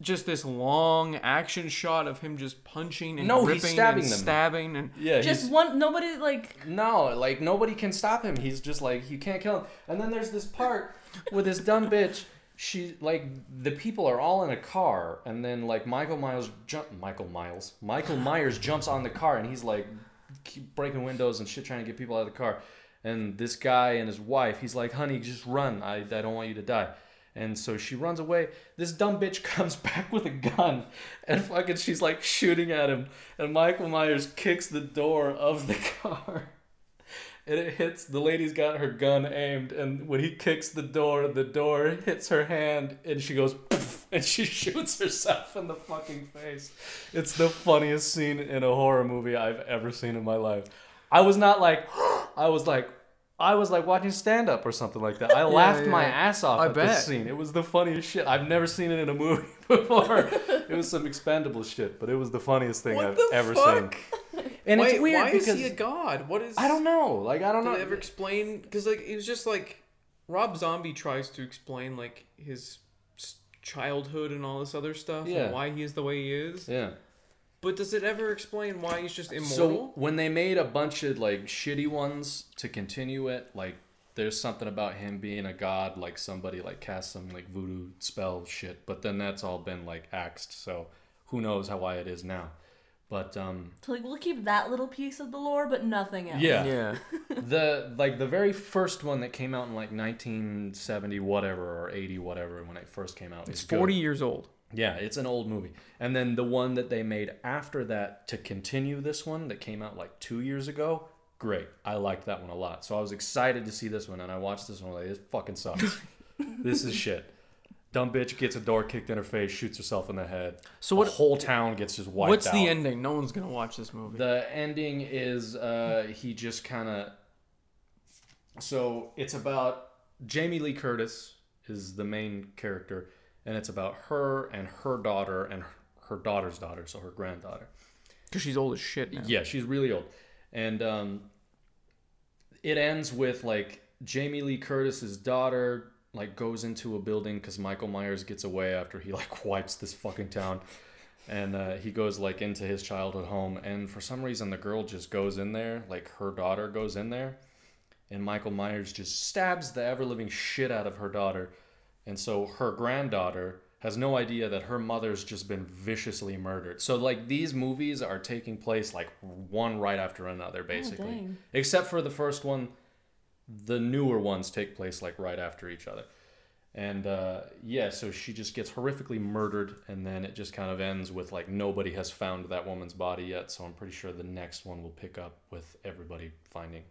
[SPEAKER 2] just this long action shot of him just punching and
[SPEAKER 1] No, he's
[SPEAKER 2] ripping
[SPEAKER 1] stabbing
[SPEAKER 2] and
[SPEAKER 1] them.
[SPEAKER 2] stabbing and
[SPEAKER 1] yeah, he's-
[SPEAKER 4] just one. Nobody like.
[SPEAKER 1] No, like nobody can stop him. He's just like you can't kill him. And then there's this part with this dumb bitch. She like the people are all in a car, and then like Michael Miles jump Michael Miles Michael Myers jumps on the car, and he's like keep breaking windows and shit, trying to get people out of the car. And this guy and his wife, he's like, "Honey, just run. I I don't want you to die." And so she runs away. This dumb bitch comes back with a gun and fucking she's like shooting at him. And Michael Myers kicks the door of the car. And it hits the lady's got her gun aimed, and when he kicks the door, the door hits her hand, and she goes "Poof," and she shoots herself in the fucking face. It's the funniest scene in a horror movie I've ever seen in my life. I was not like, I was like, I was like watching stand up or something like that. I laughed my
[SPEAKER 2] yeah.
[SPEAKER 1] ass off
[SPEAKER 2] I
[SPEAKER 1] at
[SPEAKER 2] bet.
[SPEAKER 1] this scene. It was the funniest shit. I've never seen it in a movie before. it was some expendable shit, but it was the funniest thing
[SPEAKER 2] What
[SPEAKER 1] I've
[SPEAKER 2] the
[SPEAKER 1] ever
[SPEAKER 2] fuck?
[SPEAKER 1] seen. And it's weird because
[SPEAKER 2] god? What is
[SPEAKER 1] I don't know. Like I don't
[SPEAKER 2] Did
[SPEAKER 1] know.
[SPEAKER 2] they ever explain? Because like it was just like Rob Zombie tries to explain like his s- childhood and all this other stuff
[SPEAKER 1] Yeah.
[SPEAKER 2] and why he is the way he is.
[SPEAKER 1] Yeah.
[SPEAKER 2] But does it ever explain why he's just
[SPEAKER 1] So
[SPEAKER 2] immortal?
[SPEAKER 1] when they made a bunch of like shitty ones to continue it, like there's something about him being a god, like somebody like cast some like voodoo spell shit. But then that's all been like axed, so who knows how why it is now. But um,
[SPEAKER 4] So, like we'll keep that little piece of the lore, but nothing else.
[SPEAKER 1] yeah, the like the very first one that came out in like 1970 whatever or 80 whatever when it first came out.
[SPEAKER 2] it's
[SPEAKER 1] is good.
[SPEAKER 2] forty years old.
[SPEAKER 1] Yeah, it's an old movie. And then the one that they made after that to continue this one that came out like two years ago, great. I liked that one a lot. So I was excited to see this one and I watched this one like this fucking sucks. this is shit. Dumb bitch gets a door kicked in her face, shoots herself in the head.
[SPEAKER 2] So
[SPEAKER 1] So what
[SPEAKER 2] what-
[SPEAKER 1] the whole town gets just wiped
[SPEAKER 2] What's
[SPEAKER 1] out.
[SPEAKER 2] the ending? No one's gonna watch this movie.
[SPEAKER 1] The ending is uh, he just kind of. So it's about Jamie Lee Curtis is the main character, and it's about her and her daughter and her daughter's daughter, so her granddaughter.
[SPEAKER 2] Because she's old as shit now.
[SPEAKER 1] Yeah, she's really old, and um, it ends with like Jamie Lee Curtis's daughter like goes into a building because Michael Myers gets away after he like wipes this fucking town, and uh, he goes like into his childhood home, and for some reason the girl just goes in there, like her daughter goes in there, and Michael Myers just stabs the ever living shit out of her daughter, and so her granddaughter has no idea that her mother's just been viciously murdered. So like these movies are taking place like one right after another basically.
[SPEAKER 4] dang.
[SPEAKER 1] Except for the first one, the newer ones take place like right after each other. And uh, yeah, so she just gets horrifically murdered, and then it just kind of ends with like nobody has found that woman's body yet. So I'm pretty sure the next one will pick up with everybody finding,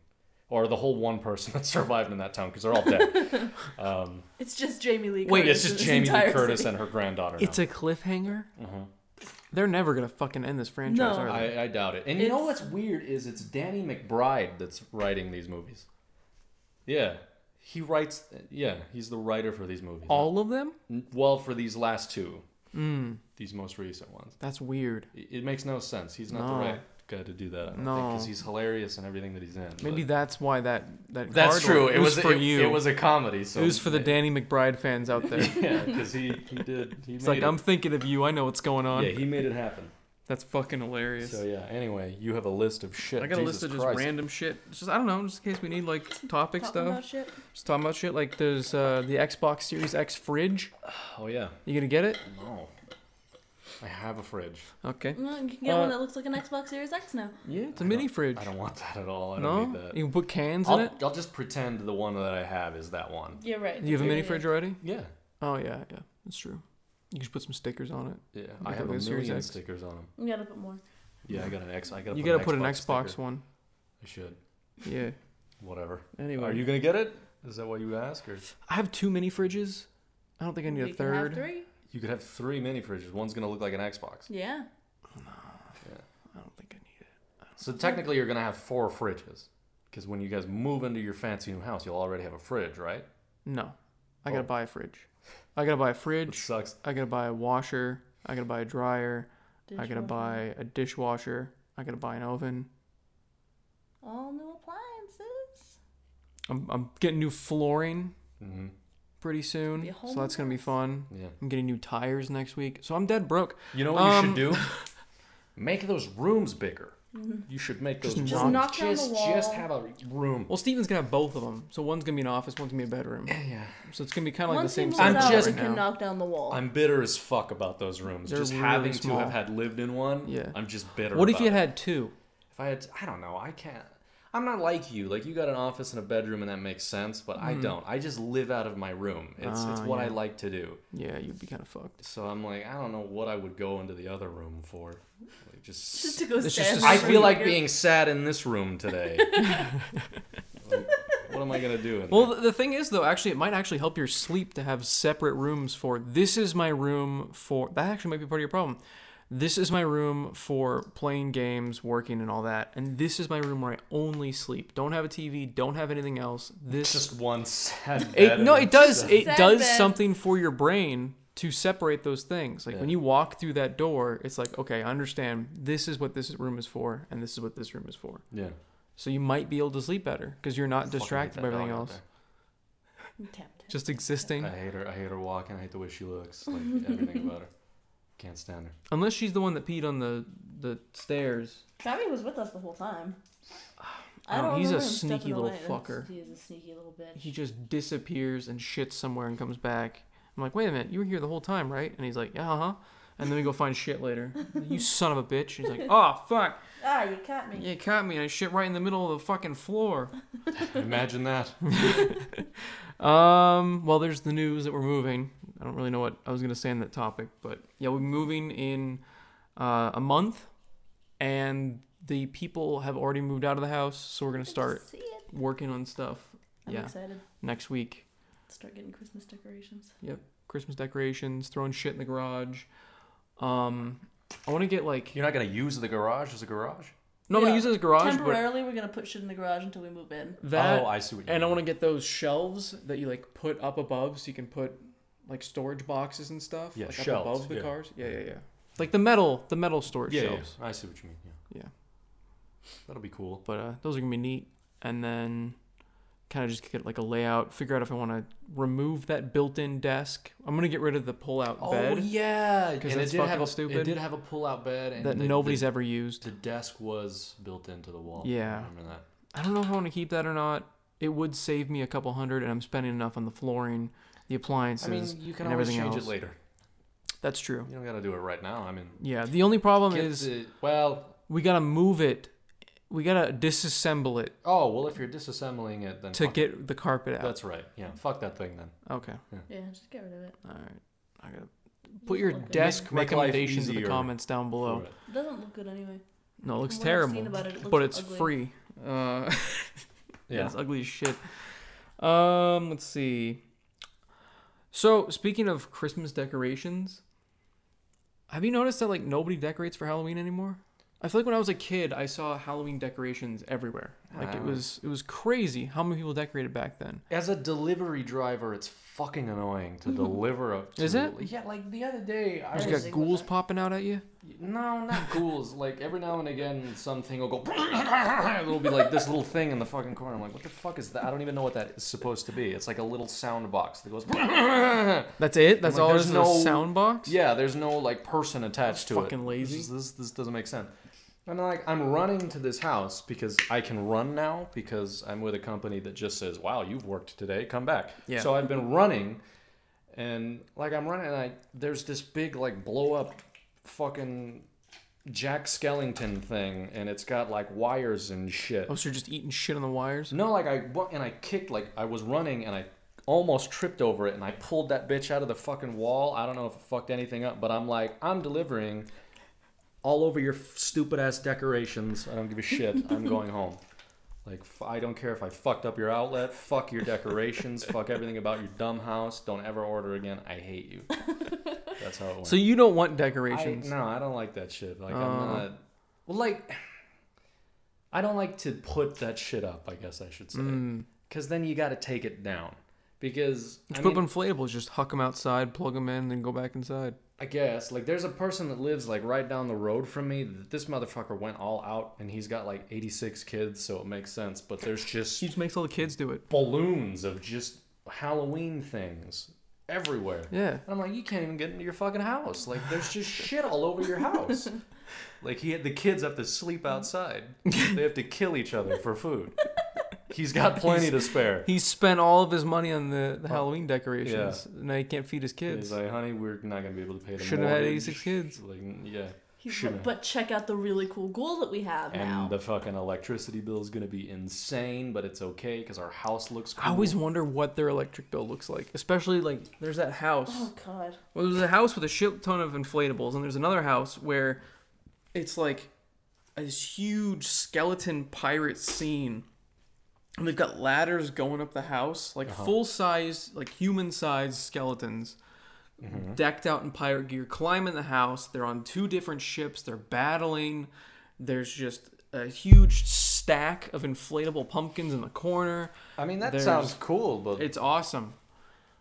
[SPEAKER 1] or the whole one person that survived in that town because they're all dead. um,
[SPEAKER 4] It's just Jamie Lee.
[SPEAKER 2] Wait,
[SPEAKER 4] Curtis
[SPEAKER 1] it's
[SPEAKER 4] in
[SPEAKER 1] just
[SPEAKER 4] this
[SPEAKER 1] Jamie Lee
[SPEAKER 4] entire
[SPEAKER 1] Curtis
[SPEAKER 4] city.
[SPEAKER 1] and her granddaughter.
[SPEAKER 2] It's
[SPEAKER 1] now.
[SPEAKER 2] a cliffhanger.
[SPEAKER 1] Mhm.
[SPEAKER 2] They're never gonna fucking end this franchise,
[SPEAKER 4] No.
[SPEAKER 2] are they?
[SPEAKER 1] I, I doubt it. And you know
[SPEAKER 4] It's-
[SPEAKER 1] what's weird is it's Danny McBride that's writing these movies. Yeah, he writes. Yeah, he's the writer for these movies.
[SPEAKER 2] All Hmm. of them?
[SPEAKER 1] well for these last two, these most recent ones.
[SPEAKER 2] That's weird.
[SPEAKER 1] It it makes no sense. He's not
[SPEAKER 2] No.
[SPEAKER 1] the right guy to do that. I don't
[SPEAKER 2] No.
[SPEAKER 1] because he's hilarious in everything that he's in. but-
[SPEAKER 2] Maybe that's why that that
[SPEAKER 1] that's
[SPEAKER 2] card
[SPEAKER 1] true.
[SPEAKER 2] went-
[SPEAKER 1] It was
[SPEAKER 2] for
[SPEAKER 1] it,
[SPEAKER 2] you.
[SPEAKER 1] It was a comedy. So
[SPEAKER 2] It was for the Danny McBride fans out there.
[SPEAKER 1] Yeah, because he he did. He
[SPEAKER 2] It's
[SPEAKER 1] made
[SPEAKER 2] like
[SPEAKER 1] it.
[SPEAKER 2] I'm thinking of you. I know what's going on.
[SPEAKER 1] Yeah, he made it happen.
[SPEAKER 2] That's fucking hilarious.
[SPEAKER 1] So yeah. Anyway, you have a list of shit.
[SPEAKER 2] I got a
[SPEAKER 1] Jesus
[SPEAKER 2] list of just
[SPEAKER 1] Christ.
[SPEAKER 2] random shit. It's just I don't know, just in case we need like topic
[SPEAKER 4] Talking
[SPEAKER 2] stuff.
[SPEAKER 4] about shit.
[SPEAKER 2] Just talking about shit. Like there's uh, the Xbox Series X fridge.
[SPEAKER 1] Oh yeah.
[SPEAKER 2] You gonna get it?
[SPEAKER 1] No. I have a fridge.
[SPEAKER 2] Okay.
[SPEAKER 4] Mm, You can get
[SPEAKER 2] Uh,
[SPEAKER 4] one that looks like an Xbox Series X now.
[SPEAKER 2] Yeah, it's a
[SPEAKER 1] I
[SPEAKER 2] mini
[SPEAKER 1] don't-
[SPEAKER 2] fridge.
[SPEAKER 1] I don't want that at all. I
[SPEAKER 2] no,
[SPEAKER 1] don't need that.
[SPEAKER 2] you can put cans in it.
[SPEAKER 1] I'll, I'll just pretend the one that I have is that one.
[SPEAKER 4] You're right.
[SPEAKER 2] You have a mini
[SPEAKER 4] Yeah.
[SPEAKER 2] fridge already?
[SPEAKER 1] Yeah.
[SPEAKER 2] Oh yeah, yeah, that's true. You can just put some stickers on it.
[SPEAKER 1] Yeah. I
[SPEAKER 2] Like
[SPEAKER 1] have
[SPEAKER 2] a
[SPEAKER 1] a
[SPEAKER 2] Series
[SPEAKER 1] million
[SPEAKER 2] X.
[SPEAKER 1] stickers on them.
[SPEAKER 4] You gotta put more.
[SPEAKER 1] Yeah, I got an X. I gotta
[SPEAKER 2] you
[SPEAKER 1] put
[SPEAKER 2] gotta put an Xbox
[SPEAKER 1] sticker.
[SPEAKER 2] one.
[SPEAKER 1] I should.
[SPEAKER 2] Yeah.
[SPEAKER 1] Whatever.
[SPEAKER 2] Anyway,
[SPEAKER 1] Are you gonna get it? Is that what you ask, or
[SPEAKER 2] I have two mini fridges. I don't think I need
[SPEAKER 4] We
[SPEAKER 2] a
[SPEAKER 4] can have
[SPEAKER 2] third.
[SPEAKER 4] three.
[SPEAKER 1] you could have three mini fridges? One's gonna look like an Xbox.
[SPEAKER 4] Yeah.
[SPEAKER 2] I don't think I need it.
[SPEAKER 1] So technically, you're gonna have four fridges, because when you guys move into your fancy new house, you'll already have a fridge, right?
[SPEAKER 2] No, I
[SPEAKER 1] Oh.
[SPEAKER 2] gotta buy a fridge. I gotta buy a
[SPEAKER 1] It
[SPEAKER 2] fridge.
[SPEAKER 1] sucks.
[SPEAKER 2] I gotta buy a washer. I gotta buy a dryer. I gotta
[SPEAKER 4] Dishwasher.
[SPEAKER 2] buy a dishwasher. I gotta buy an oven.
[SPEAKER 4] all new appliances.
[SPEAKER 2] I'm, I'm getting new flooring
[SPEAKER 1] hmm
[SPEAKER 2] pretty
[SPEAKER 4] Be
[SPEAKER 2] soon,
[SPEAKER 4] a whole
[SPEAKER 2] so
[SPEAKER 4] new
[SPEAKER 2] that's gonna be fun.
[SPEAKER 1] Yeah.
[SPEAKER 2] I'm getting new tires next week, so I'm dead broke.
[SPEAKER 1] You know what
[SPEAKER 2] Um,
[SPEAKER 1] you should do? Make those rooms bigger. You should make those
[SPEAKER 2] Just
[SPEAKER 1] rooms.
[SPEAKER 2] knock- Just
[SPEAKER 4] knock down the
[SPEAKER 1] just,
[SPEAKER 4] wall.
[SPEAKER 1] just have a room.
[SPEAKER 2] Well, Steven's gonna have both of them, so one's gonna be an office, one's gonna be a bedroom.
[SPEAKER 1] yeah.
[SPEAKER 2] So it's gonna be kind of like the
[SPEAKER 4] Once he
[SPEAKER 2] same
[SPEAKER 4] moves
[SPEAKER 1] I'm
[SPEAKER 2] setup
[SPEAKER 4] out,
[SPEAKER 1] just-
[SPEAKER 4] we
[SPEAKER 2] right
[SPEAKER 4] can
[SPEAKER 2] now.
[SPEAKER 4] knock down the wall.
[SPEAKER 1] I'm bitter as fuck about those rooms.
[SPEAKER 2] They're
[SPEAKER 1] just
[SPEAKER 2] really
[SPEAKER 1] having
[SPEAKER 2] small.
[SPEAKER 1] to have had lived in one.
[SPEAKER 2] Yeah.
[SPEAKER 1] I'm just bitter.
[SPEAKER 2] What if you
[SPEAKER 1] about
[SPEAKER 2] had
[SPEAKER 1] it.
[SPEAKER 2] had two?
[SPEAKER 1] If I had, I don't know. I can't. I'm not like you. Like you got an office and a bedroom, and that makes sense. But I don't. I just live out of my room. It's it's
[SPEAKER 2] Mm. Ah,
[SPEAKER 1] what I
[SPEAKER 2] yeah.
[SPEAKER 1] like to do.
[SPEAKER 2] Yeah, you'd be kind of fucked.
[SPEAKER 1] So I'm like, I don't know what I would go into the other room for. Like just,
[SPEAKER 4] just to go
[SPEAKER 2] It's
[SPEAKER 4] stand
[SPEAKER 2] just a
[SPEAKER 1] I
[SPEAKER 4] there.
[SPEAKER 1] feel like being sad in this room today. Like, what am I gonna do? In
[SPEAKER 2] Well, th- the thing is, though, actually, it might actually help your sleep to have separate rooms for this is my room for that. Actually, might be part of your problem. This is my room for playing games, working, and all that. And this is my room where I only sleep. Don't have a TV. Don't have anything else. This
[SPEAKER 1] there? just one sad. bed
[SPEAKER 2] it, no,
[SPEAKER 1] and
[SPEAKER 2] it does. It
[SPEAKER 4] Sad
[SPEAKER 2] does
[SPEAKER 4] bed.
[SPEAKER 2] something for your brain to separate those things. Like when
[SPEAKER 1] Yeah.
[SPEAKER 2] you walk through that door, it's like, okay, I understand. This is what this room is for, and this is what this room is for.
[SPEAKER 1] Yeah.
[SPEAKER 2] So you might be able to sleep better because you're not
[SPEAKER 1] Fucking hate
[SPEAKER 2] distracted
[SPEAKER 1] that
[SPEAKER 2] by everything
[SPEAKER 1] dog out
[SPEAKER 2] else.
[SPEAKER 1] there.
[SPEAKER 4] Tap, tap.
[SPEAKER 2] Just existing.
[SPEAKER 1] I hate her. I hate her walking. I hate the way she looks. Like everything about her. Can't stand her.
[SPEAKER 2] Unless she's the one that peed on the the stairs.
[SPEAKER 4] Travi was with us the whole time.
[SPEAKER 2] Oh, he's a
[SPEAKER 4] remember him
[SPEAKER 2] sneaky
[SPEAKER 4] stepping
[SPEAKER 2] little
[SPEAKER 4] away. That's-
[SPEAKER 2] fucker.
[SPEAKER 4] He is a sneaky little bitch.
[SPEAKER 2] He just disappears and shits somewhere and comes back. I'm like, wait a minute, you were here the whole time, right? And he's like, yeah, uh huh. And then we go find shit later. you son of a bitch. He's like, oh fuck,
[SPEAKER 4] Ah, you caught me.
[SPEAKER 2] you caught me. I shit right in the middle of the fucking floor.
[SPEAKER 1] Imagine that.
[SPEAKER 2] Um, well, there's the news that we're moving. I don't really know what I was gonna say on that topic, but yeah, we're moving in uh, a month, and the people have already moved out of the house, so we're gonna start
[SPEAKER 4] See it.
[SPEAKER 2] working on stuff.
[SPEAKER 4] I'm
[SPEAKER 2] yeah,
[SPEAKER 4] excited.
[SPEAKER 2] next week.
[SPEAKER 4] Start getting Christmas decorations.
[SPEAKER 2] Christmas decorations, throwing shit in the garage. Um, I want to get like
[SPEAKER 1] You're not gonna use the garage as a garage.
[SPEAKER 2] nobody
[SPEAKER 4] Yeah.
[SPEAKER 2] uses this garage, but
[SPEAKER 4] Temporarily, we're gonna put shit in the garage until we move in.
[SPEAKER 2] that
[SPEAKER 1] oh, I see what you
[SPEAKER 2] and I
[SPEAKER 1] mean.
[SPEAKER 2] want to get those shelves that you like put up above, so you can put like storage boxes and stuff.
[SPEAKER 1] Yeah,
[SPEAKER 2] like,
[SPEAKER 1] shelves,
[SPEAKER 2] up above the
[SPEAKER 1] yeah.
[SPEAKER 2] cars. Yeah, yeah, yeah. Like the metal, the metal storage
[SPEAKER 1] yeah, yeah,
[SPEAKER 2] shelves.
[SPEAKER 1] yeah. I see what you mean. Yeah.
[SPEAKER 2] Yeah.
[SPEAKER 1] That'll be cool.
[SPEAKER 2] But uh, those are gonna be neat, and then kind of just get like a layout. Figure out if I want to remove that built-in desk. I'm gonna get rid of the pull-out
[SPEAKER 1] Oh
[SPEAKER 2] bed
[SPEAKER 1] yeah, and
[SPEAKER 2] Because
[SPEAKER 1] it
[SPEAKER 2] that's
[SPEAKER 1] did have
[SPEAKER 2] fucking
[SPEAKER 1] a
[SPEAKER 2] stupid.
[SPEAKER 1] It did have a pull-out bed, and
[SPEAKER 2] that
[SPEAKER 1] the-
[SPEAKER 2] nobody's
[SPEAKER 1] the,
[SPEAKER 2] ever used.
[SPEAKER 1] The desk was built into the wall.
[SPEAKER 2] Yeah.
[SPEAKER 1] I remember that.
[SPEAKER 2] I don't know if I want to keep that or not. It would save me a couple hundred, and I'm spending enough on the flooring, the appliances.
[SPEAKER 1] I mean, you can
[SPEAKER 2] and
[SPEAKER 1] always
[SPEAKER 2] everything
[SPEAKER 1] change
[SPEAKER 2] else.
[SPEAKER 1] it later.
[SPEAKER 2] That's true.
[SPEAKER 1] You don't got to do it right now. I mean,
[SPEAKER 2] Yeah. The only problem
[SPEAKER 1] get
[SPEAKER 2] is
[SPEAKER 1] the- well,
[SPEAKER 2] we gotta move it. We gotta disassemble it
[SPEAKER 1] oh well, if you're disassembling it, then
[SPEAKER 2] to
[SPEAKER 1] fuck
[SPEAKER 2] get the carpet
[SPEAKER 1] it.
[SPEAKER 2] out.
[SPEAKER 1] That's right. Yeah, fuck that thing then.
[SPEAKER 2] Okay.
[SPEAKER 4] Yeah, just get rid of it.
[SPEAKER 2] All right. I gotta put your
[SPEAKER 4] Look at it.
[SPEAKER 2] desk
[SPEAKER 1] Make- make life
[SPEAKER 2] recommendations in the
[SPEAKER 1] easier
[SPEAKER 2] comments down below.
[SPEAKER 1] For it.
[SPEAKER 4] It doesn't look good anyway.
[SPEAKER 2] No, it looks
[SPEAKER 4] From what I've seen
[SPEAKER 2] terrible,
[SPEAKER 4] about it, it
[SPEAKER 2] but
[SPEAKER 4] looks
[SPEAKER 2] it's
[SPEAKER 4] ugly.
[SPEAKER 2] free. Uh,
[SPEAKER 1] Yeah.
[SPEAKER 2] It's ugly as shit. Um, let's see. So speaking of Christmas decorations, have you noticed that like nobody decorates for Halloween anymore? I feel like when I was a kid, I saw Halloween decorations everywhere. Like it
[SPEAKER 1] Ah.
[SPEAKER 2] was it was crazy how many people decorated back then.
[SPEAKER 1] As a delivery driver, it's fucking annoying to deliver a.
[SPEAKER 2] Is
[SPEAKER 1] to-
[SPEAKER 2] it?
[SPEAKER 1] Yeah, like the other day, I was,
[SPEAKER 2] You just got ghouls popping out at you.
[SPEAKER 1] No, not ghouls. like every now and again, something will go. It'll be like this little thing in the fucking corner. I'm like, what the fuck is that? I don't even know what that is supposed to be. It's like a little sound box that goes.
[SPEAKER 2] That's it. That's
[SPEAKER 1] like,
[SPEAKER 2] all.
[SPEAKER 1] there's
[SPEAKER 2] There's
[SPEAKER 1] no-
[SPEAKER 2] no sound box.
[SPEAKER 1] yeah, there's no like person attached to it.
[SPEAKER 2] Fucking lazy.
[SPEAKER 1] This, is- this this doesn't make sense. And like I'm running to this house because I can run now because I'm with a company that just says, "Wow, you've worked today. Come back."
[SPEAKER 2] Yeah.
[SPEAKER 1] So I've been running, and like I'm running, and I there's this big like blow up, fucking Jack Skellington thing, and it's got like wires and shit.
[SPEAKER 2] Oh, so you're just eating shit on the wires.
[SPEAKER 1] No, like I wa- and I kicked like I was running and I almost tripped over it and I pulled that bitch out of the fucking wall. I don't know if it fucked anything up, but I'm like I'm delivering all over your f- stupid ass decorations. I don't give a shit. I'm going home. Like f- I don't care if I fucked up your outlet. Fuck your decorations. fuck everything about your dumb house. Don't ever order again. I hate you. That's how it went.
[SPEAKER 2] So you don't want
[SPEAKER 1] I,
[SPEAKER 2] decorations.
[SPEAKER 1] no, I don't like that shit. Like
[SPEAKER 2] Oh.
[SPEAKER 1] I'm not. Well, like I don't like to put that shit up. I guess I should say
[SPEAKER 2] Mm.
[SPEAKER 1] because then you got to take it down. Because
[SPEAKER 2] Just
[SPEAKER 1] I,
[SPEAKER 2] put
[SPEAKER 1] mean,
[SPEAKER 2] up inflatables. Just huck them outside, plug them in, then go back inside.
[SPEAKER 1] I guess like there's a person that lives like right down the road from me. That this motherfucker went all out, and he's got like 86 kids, so it makes sense. But there's just
[SPEAKER 2] She just makes all the kids do it.
[SPEAKER 1] balloons of just Halloween things everywhere.
[SPEAKER 2] Yeah.
[SPEAKER 1] And I'm like, you can't even get into your fucking house. Like, there's just shit all over your house. Like, he had the kids have to sleep outside. They have to kill each other for food. He's got plenty to spare.
[SPEAKER 2] He spent all of his money on the, the Halloween decorations. Now he can't feed his
[SPEAKER 1] Oh, He's
[SPEAKER 2] kids.
[SPEAKER 1] like, honey, we're not gonna be able to pay the
[SPEAKER 2] Shouldn't have had
[SPEAKER 1] mortgage."
[SPEAKER 2] 86 kids.
[SPEAKER 1] Like, yeah.
[SPEAKER 4] He's
[SPEAKER 1] Shouldn't
[SPEAKER 4] like,
[SPEAKER 1] have.
[SPEAKER 4] but check out the really cool ghoul that we have
[SPEAKER 1] And
[SPEAKER 4] now.
[SPEAKER 1] the fucking electricity bill is gonna be insane, but it's okay because our house looks cool.
[SPEAKER 2] I always wonder what their electric bill looks like, especially like there's that house.
[SPEAKER 4] oh god.
[SPEAKER 2] Well, there's a house with a shit ton of inflatables, and there's another house where it's like this huge skeleton pirate scene. And they've got ladders going up the house, like full size, like human sized skeletons, decked out in pirate gear, climbing the house. They're on two different ships, they're battling. There's just a huge stack of inflatable pumpkins in the corner.
[SPEAKER 1] I mean, that
[SPEAKER 2] There's-
[SPEAKER 1] sounds cool, but
[SPEAKER 2] It's awesome.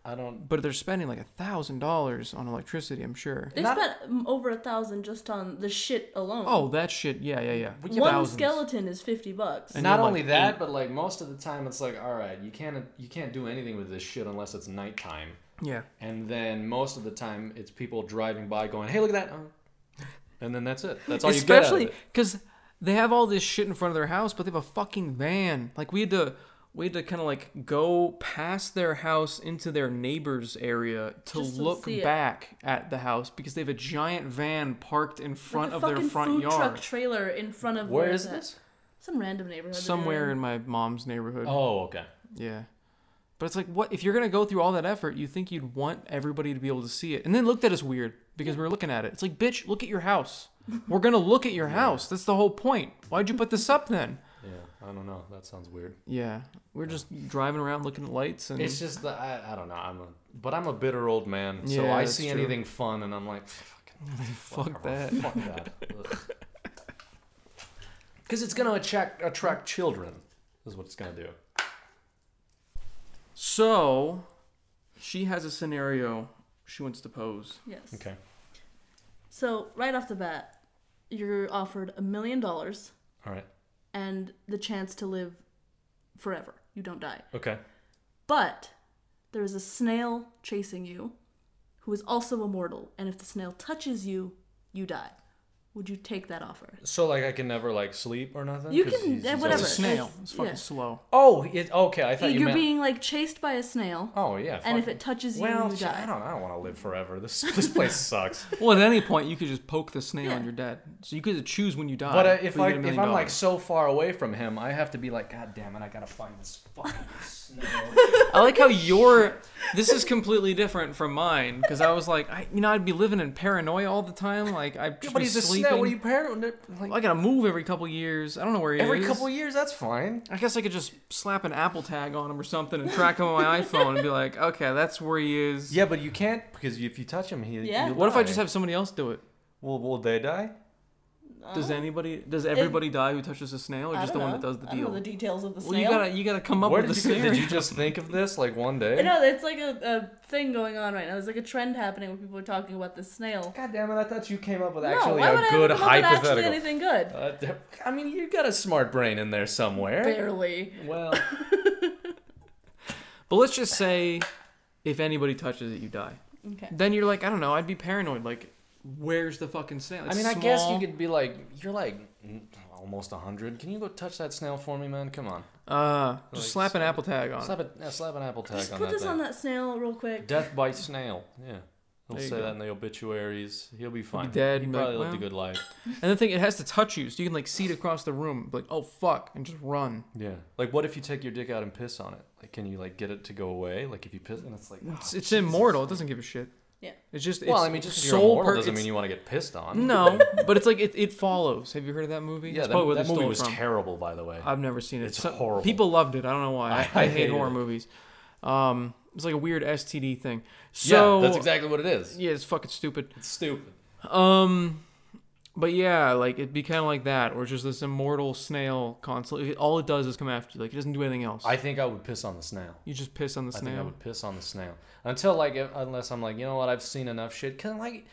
[SPEAKER 1] I don't.
[SPEAKER 2] But they're spending like a thousand dollars on electricity, I'm sure.
[SPEAKER 4] They
[SPEAKER 1] Not-
[SPEAKER 4] spent spent mm, over a thousand just on the shit alone.
[SPEAKER 2] Oh, that shit. Yeah, yeah, yeah.
[SPEAKER 1] One
[SPEAKER 4] One
[SPEAKER 2] Thousands.
[SPEAKER 4] skeleton is fifty bucks.
[SPEAKER 2] And
[SPEAKER 1] Not
[SPEAKER 2] you're like
[SPEAKER 1] only that,
[SPEAKER 2] eight.
[SPEAKER 1] but like most of the time, it's like, all right, you can't you can't do anything with this shit unless it's nighttime.
[SPEAKER 2] Yeah.
[SPEAKER 1] And then most of the time, it's people driving by going, "Hey, look at that!" Oh. And then that's it. That's all
[SPEAKER 2] Especially
[SPEAKER 1] you get out of it.
[SPEAKER 2] because they have all this shit in front of their house, but they have a fucking van. Like we had to, we had to kind of like go past their house into their neighbor's area to
[SPEAKER 4] Just to
[SPEAKER 2] look
[SPEAKER 4] see it.
[SPEAKER 2] back at the house because they have a giant van parked in front
[SPEAKER 4] like a
[SPEAKER 2] of their
[SPEAKER 4] fucking
[SPEAKER 2] front
[SPEAKER 4] food
[SPEAKER 2] yard,
[SPEAKER 4] truck trailer in front of
[SPEAKER 1] Where
[SPEAKER 4] where's
[SPEAKER 1] is
[SPEAKER 4] that?
[SPEAKER 1] this?
[SPEAKER 4] Some random neighborhood. that they're
[SPEAKER 2] somewhere
[SPEAKER 4] in.
[SPEAKER 2] in my mom's neighborhood.
[SPEAKER 1] Oh, okay.
[SPEAKER 2] Yeah. But it's like, what if you're gonna go through all that effort? You think you'd want everybody to be able to see it, and then looked at us weird because we were looking at it. It's like, bitch, look at your house. We're gonna look at your house. That's the whole point. Why'd you put this up then?
[SPEAKER 1] Yeah, I don't know. That sounds weird.
[SPEAKER 2] Yeah, we're just driving around looking at lights, and
[SPEAKER 1] It's just that I, I don't know. I'm a but I'm a bitter old man, so
[SPEAKER 2] Yeah,
[SPEAKER 1] I
[SPEAKER 2] that's
[SPEAKER 1] see
[SPEAKER 2] true.
[SPEAKER 1] anything fun and I'm like, fucking
[SPEAKER 2] fuck
[SPEAKER 1] whatever,
[SPEAKER 2] that.
[SPEAKER 1] fuck that. Because it's gonna attract attract children. Is what it's gonna do.
[SPEAKER 2] So, she has a scenario she wants to pose.
[SPEAKER 4] Yes.
[SPEAKER 1] Okay.
[SPEAKER 4] So right off the bat, you're offered a million dollars
[SPEAKER 1] All right.
[SPEAKER 4] and the chance to live forever. You don't die.
[SPEAKER 1] Okay.
[SPEAKER 4] But there is a snail chasing you who is also immortal, and if the snail touches you, you die. Would you take that offer?
[SPEAKER 1] So like I can never like sleep or nothing.
[SPEAKER 4] You
[SPEAKER 1] 'Cause
[SPEAKER 4] can-
[SPEAKER 1] he's-
[SPEAKER 4] eh,
[SPEAKER 1] he's
[SPEAKER 2] It's
[SPEAKER 4] whatever.
[SPEAKER 2] a
[SPEAKER 1] always-
[SPEAKER 2] snail.
[SPEAKER 4] It's-
[SPEAKER 2] It's fucking
[SPEAKER 4] yeah.
[SPEAKER 2] slow.
[SPEAKER 1] Oh, it, okay. I thought you
[SPEAKER 4] You're
[SPEAKER 1] meant.
[SPEAKER 4] being like chased by a snail,
[SPEAKER 1] Oh yeah. Fuck.
[SPEAKER 4] and if it touches you,
[SPEAKER 1] well,
[SPEAKER 4] you
[SPEAKER 1] shit, I
[SPEAKER 4] die.
[SPEAKER 1] don't. I don't want to live forever. This this place sucks.
[SPEAKER 2] Well, at any point, you could just poke the snail
[SPEAKER 4] Yeah.
[SPEAKER 2] and you're dead. So you could choose when you die.
[SPEAKER 1] But uh, if
[SPEAKER 2] you
[SPEAKER 1] I if
[SPEAKER 2] get a
[SPEAKER 1] I'm
[SPEAKER 2] million
[SPEAKER 1] like
[SPEAKER 2] dollars.
[SPEAKER 1] so far away from him, I have to be like, God damn it! I gotta find this fucking snail.
[SPEAKER 2] I like how your this is completely different from mine because I was like, I, you know, I'd be living in paranoia all the time. Like I just
[SPEAKER 1] but
[SPEAKER 2] be
[SPEAKER 1] he's a
[SPEAKER 2] sleeping.
[SPEAKER 1] snail. What are you paranoid? Like,
[SPEAKER 2] I gotta move every couple years. I don't know where he
[SPEAKER 1] every
[SPEAKER 2] is.
[SPEAKER 1] couple years, that's fine.
[SPEAKER 2] I guess I could just slap an Apple tag on him or something and track him on my iPhone and be like, okay, that's where he is.
[SPEAKER 1] Yeah, but you can't because if you touch him, he.
[SPEAKER 4] Yeah.
[SPEAKER 1] you'll
[SPEAKER 2] What if I
[SPEAKER 1] die.
[SPEAKER 2] just have somebody else do it?
[SPEAKER 1] Will Will they die?
[SPEAKER 2] Does anybody? Does everybody die who touches a snail, or
[SPEAKER 3] Oh. I
[SPEAKER 2] Oh, just the
[SPEAKER 3] don't
[SPEAKER 2] one
[SPEAKER 3] know.
[SPEAKER 2] that does the
[SPEAKER 3] I don't
[SPEAKER 2] deal?
[SPEAKER 3] know the details of the
[SPEAKER 2] well, you
[SPEAKER 3] snail.
[SPEAKER 2] gotta you gotta come up
[SPEAKER 1] Where
[SPEAKER 2] with
[SPEAKER 1] did
[SPEAKER 2] a
[SPEAKER 1] you,
[SPEAKER 2] scenario.
[SPEAKER 1] did you just think of this like one
[SPEAKER 4] I
[SPEAKER 1] day?
[SPEAKER 4] know it's like a, a thing going on right now. There's like a trend happening where people are talking about this snail.
[SPEAKER 1] God damn it! I thought you came up with
[SPEAKER 4] no,
[SPEAKER 1] actually
[SPEAKER 4] why
[SPEAKER 1] a
[SPEAKER 4] would
[SPEAKER 1] good
[SPEAKER 4] I ever come up with actually
[SPEAKER 1] hypothetical.
[SPEAKER 4] anything good?
[SPEAKER 1] Uh, d- I mean, you got a smart brain in there somewhere.
[SPEAKER 4] Barely.
[SPEAKER 1] Well,
[SPEAKER 2] But let's just say, if anybody touches it, you die.
[SPEAKER 4] Okay.
[SPEAKER 2] Then you're like, I don't know. I'd be paranoid. Like, where's the fucking snail?
[SPEAKER 1] I
[SPEAKER 2] It's
[SPEAKER 1] mean, I guess you
[SPEAKER 2] small.
[SPEAKER 1] could be like, you're like mm, almost hundred. Can you go touch that snail for me, man? Come on,
[SPEAKER 2] Uh, just
[SPEAKER 1] Like,
[SPEAKER 2] slap an
[SPEAKER 1] so-
[SPEAKER 2] apple tag on. it.
[SPEAKER 1] slap a yeah, slap an apple tag
[SPEAKER 4] Just
[SPEAKER 1] on
[SPEAKER 4] put
[SPEAKER 1] that
[SPEAKER 4] this
[SPEAKER 1] thing.
[SPEAKER 4] on that snail real quick.
[SPEAKER 1] Death by snail. Yeah, he'll
[SPEAKER 2] There you
[SPEAKER 1] say
[SPEAKER 2] go.
[SPEAKER 1] that in the obituaries. He'll be fine.
[SPEAKER 2] dead
[SPEAKER 1] He
[SPEAKER 2] and be like,
[SPEAKER 1] probably lived
[SPEAKER 2] "Well."
[SPEAKER 1] a good life.
[SPEAKER 2] And the thing, it has to touch you, so you can like see it across the room. Like, oh fuck, and just run.
[SPEAKER 1] Yeah. Like, what if you take your dick out and piss on it? Like, can you like get it to go away? Like, if you piss, and it's like, oh,
[SPEAKER 2] It's,
[SPEAKER 1] Jesus.
[SPEAKER 2] it's immortal. It doesn't give a shit.
[SPEAKER 4] Yeah.
[SPEAKER 2] It's just.
[SPEAKER 1] Well, I
[SPEAKER 2] it's
[SPEAKER 1] mean, just if you're
[SPEAKER 2] sole
[SPEAKER 1] immortal
[SPEAKER 2] pur-
[SPEAKER 1] doesn't
[SPEAKER 2] it's-
[SPEAKER 1] mean you want to get pissed on.
[SPEAKER 2] No, but it's like it, it follows. Have you heard of that movie?
[SPEAKER 1] Yeah,
[SPEAKER 2] It's
[SPEAKER 1] that,
[SPEAKER 2] probably where
[SPEAKER 1] that
[SPEAKER 2] they
[SPEAKER 1] movie
[SPEAKER 2] stole it
[SPEAKER 1] was
[SPEAKER 2] from. Uh,
[SPEAKER 1] terrible, by the way.
[SPEAKER 2] I've never seen it.
[SPEAKER 1] It's horrible.
[SPEAKER 2] People loved it. I don't know why. I,
[SPEAKER 1] I
[SPEAKER 2] I hate
[SPEAKER 1] hated
[SPEAKER 2] horror
[SPEAKER 1] it.
[SPEAKER 2] movies. Um, it's like a weird STD thing. So
[SPEAKER 1] yeah, that's exactly what it is.
[SPEAKER 2] yeah, it's fucking stupid.
[SPEAKER 1] It's stupid.
[SPEAKER 2] Um, but yeah, like it'd be kind of like that, or just this immortal snail constantly. All it does is come after you. Like it doesn't do anything else.
[SPEAKER 1] I think I would piss on the snail.
[SPEAKER 2] you just piss on the
[SPEAKER 1] I think I
[SPEAKER 2] snail.
[SPEAKER 1] would piss on the snail until like if- unless I'm like you know what I've seen enough shit. Cause like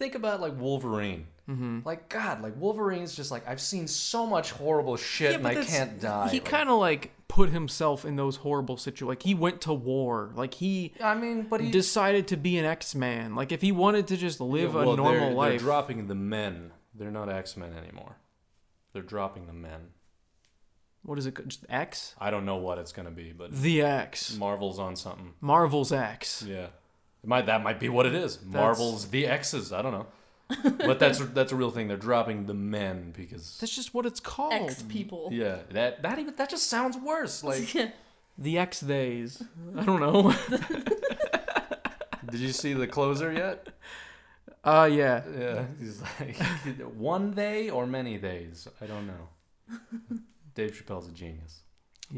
[SPEAKER 1] think about like Wolverine.
[SPEAKER 2] Mm-hmm.
[SPEAKER 1] Like God, like Wolverine's just like I've seen so much horrible shit and I
[SPEAKER 2] that's-
[SPEAKER 1] can't die.
[SPEAKER 2] He
[SPEAKER 1] Like,
[SPEAKER 2] kind of like put himself in those horrible situations. Like he went to war. Like he
[SPEAKER 1] I mean, but he
[SPEAKER 2] decided to be an X Man. Like if he wanted to just live
[SPEAKER 1] well,
[SPEAKER 2] a
[SPEAKER 1] they're-
[SPEAKER 2] normal
[SPEAKER 1] they're
[SPEAKER 2] life,
[SPEAKER 1] dropping the men. They're not X Men anymore. They're dropping the men.
[SPEAKER 2] what is it? ca- Just X?
[SPEAKER 1] I don't know what it's gonna be, but
[SPEAKER 2] The X.
[SPEAKER 1] Marvel's on something.
[SPEAKER 2] Marvel's X.
[SPEAKER 1] Yeah, it might that might be what it is. Marvel's the X's. I don't know, but that's that's a real thing. They're dropping the men because
[SPEAKER 2] That's just what it's called.
[SPEAKER 4] X people.
[SPEAKER 1] yeah, that that even that just sounds worse. Like,
[SPEAKER 2] The X Days. I don't know.
[SPEAKER 1] did you see the closer yet?
[SPEAKER 2] Uh yeah.
[SPEAKER 1] Yeah, he's like one they or many days. I don't know. Dave Chappelle's a genius.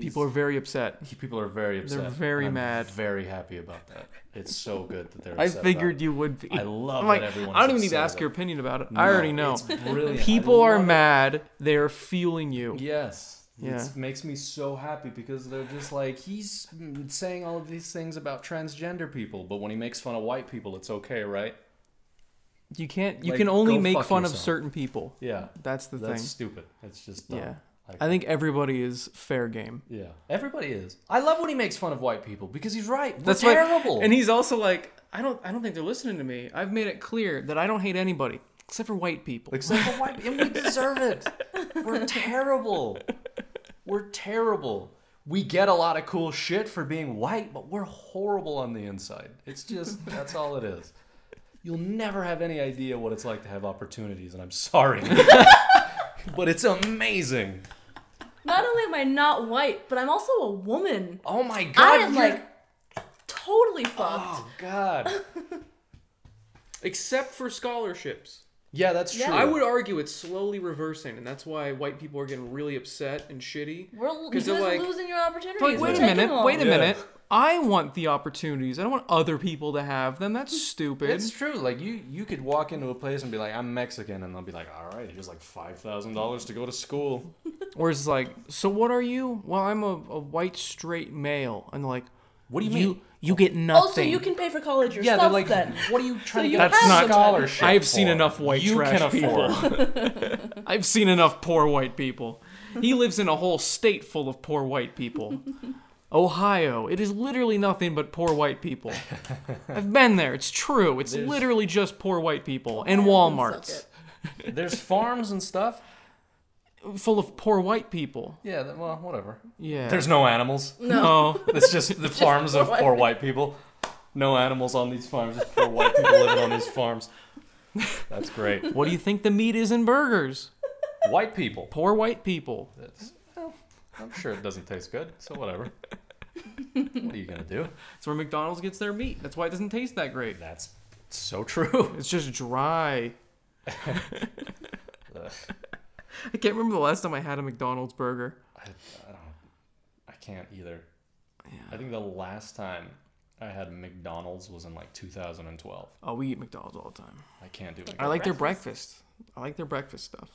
[SPEAKER 2] People are very upset.
[SPEAKER 1] People are very upset.
[SPEAKER 2] very
[SPEAKER 1] and I'm
[SPEAKER 2] mad.
[SPEAKER 1] Very happy about that. It's so good that they're.
[SPEAKER 2] I
[SPEAKER 1] upset
[SPEAKER 2] figured
[SPEAKER 1] about
[SPEAKER 2] you would be.
[SPEAKER 1] it. I love
[SPEAKER 2] I'm like,
[SPEAKER 1] that everyone.
[SPEAKER 2] I don't even need to ask your opinion about it. I already know.
[SPEAKER 1] It's brilliant.
[SPEAKER 2] People
[SPEAKER 1] I
[SPEAKER 2] are
[SPEAKER 1] love it.
[SPEAKER 2] mad. They're feeling you.
[SPEAKER 1] Yes.
[SPEAKER 2] Yeah.
[SPEAKER 1] It makes me so happy because they're just like he's mm, saying all of these things about transgender people, but when he makes fun of white people, it's okay, right?
[SPEAKER 2] You can't. You
[SPEAKER 1] Like,
[SPEAKER 2] can only
[SPEAKER 1] go
[SPEAKER 2] make
[SPEAKER 1] fuck
[SPEAKER 2] fun of
[SPEAKER 1] yourself.
[SPEAKER 2] certain people.
[SPEAKER 1] Yeah.
[SPEAKER 2] That's the
[SPEAKER 1] That's
[SPEAKER 2] thing.
[SPEAKER 1] stupid. It's just dumb.
[SPEAKER 2] Yeah.
[SPEAKER 1] Like,
[SPEAKER 2] I think everybody is fair game.
[SPEAKER 1] Yeah, everybody is. I love when he makes fun of white people because he's right. We're
[SPEAKER 2] That's why-
[SPEAKER 1] terrible.
[SPEAKER 2] and he's also like, I don't. I don't think they're listening to me. I've made it clear that I don't hate anybody except for white people.
[SPEAKER 1] except for white, and we deserve it. We're terrible. We're terrible. We get a lot of cool shit for being white, but we're horrible on the inside. It's just that's all it is. You'll never have any idea what it's like to have opportunities, and I'm sorry, but it's amazing.
[SPEAKER 4] Not only am I not white, but I'm also a woman.
[SPEAKER 1] Oh my god!
[SPEAKER 4] I am
[SPEAKER 1] you're-
[SPEAKER 4] like totally fucked.
[SPEAKER 1] oh god.
[SPEAKER 2] except for scholarships.
[SPEAKER 1] Yeah, that's true.
[SPEAKER 4] Yeah.
[SPEAKER 2] I would argue it's slowly reversing, and that's why white people are getting really upset and shitty.
[SPEAKER 4] We're you
[SPEAKER 2] Because
[SPEAKER 4] guys
[SPEAKER 2] they're
[SPEAKER 4] are
[SPEAKER 2] like-
[SPEAKER 4] losing your opportunities.
[SPEAKER 2] Like,
[SPEAKER 4] We're
[SPEAKER 2] wait a
[SPEAKER 4] taking
[SPEAKER 2] minute,
[SPEAKER 4] them.
[SPEAKER 2] wait a
[SPEAKER 1] Yeah.
[SPEAKER 2] minute. I want the opportunities. I don't want other people to have them. That's stupid.
[SPEAKER 1] It's true. Like you, you could walk into a place and be like, "I'm Mexican," and they'll be like, "All right, here's like five thousand dollars to go to school."
[SPEAKER 2] Or it's like, so what are you? Well, I'm a, a white straight male, and they're like,
[SPEAKER 1] What do you
[SPEAKER 2] you
[SPEAKER 1] mean?
[SPEAKER 2] you get nothing.
[SPEAKER 4] Also, you can pay for college
[SPEAKER 1] Yeah,
[SPEAKER 4] yourself
[SPEAKER 1] they're like,
[SPEAKER 4] then.
[SPEAKER 1] "What are you trying to
[SPEAKER 4] you
[SPEAKER 1] get
[SPEAKER 4] That's
[SPEAKER 1] a
[SPEAKER 4] have not-
[SPEAKER 1] scholarship?"
[SPEAKER 2] I've seen
[SPEAKER 1] for?
[SPEAKER 2] enough white
[SPEAKER 1] you
[SPEAKER 2] trash
[SPEAKER 1] can
[SPEAKER 2] people.
[SPEAKER 1] afford.
[SPEAKER 2] I've seen enough poor white people. He lives in a whole state full of poor white people. Ohio, it is literally nothing but poor white people. I've been there. It's true. It's
[SPEAKER 1] There's-
[SPEAKER 2] literally just poor white people and
[SPEAKER 4] Suck
[SPEAKER 2] Walmarts
[SPEAKER 4] it.
[SPEAKER 1] There's farms and stuff.
[SPEAKER 2] full of poor white people.
[SPEAKER 1] Yeah, that- well, whatever.
[SPEAKER 2] Yeah.
[SPEAKER 1] There's no animals.
[SPEAKER 2] no.
[SPEAKER 1] It's just the farms of
[SPEAKER 4] poor
[SPEAKER 1] poor
[SPEAKER 4] white
[SPEAKER 1] white people. No animals on these farms. Just poor white people living on these farms. That's great.
[SPEAKER 2] What do you think the meat is in burgers?
[SPEAKER 1] White people.
[SPEAKER 2] Poor white people.
[SPEAKER 1] That's, well, I'm sure it doesn't taste good, so whatever. What are you gonna do?
[SPEAKER 2] That's where McDonald's gets their meat. That's why it doesn't taste that great.
[SPEAKER 1] That's so true.
[SPEAKER 2] It's just dry. I can't remember the last time I had a McDonald's burger.
[SPEAKER 1] I, I don't. I can't either. I think the last time I had McDonald's was in like 2012.
[SPEAKER 2] Oh, we eat McDonald's all the time.
[SPEAKER 1] I can't do it.
[SPEAKER 2] I like their breakfast. I like their breakfast stuff.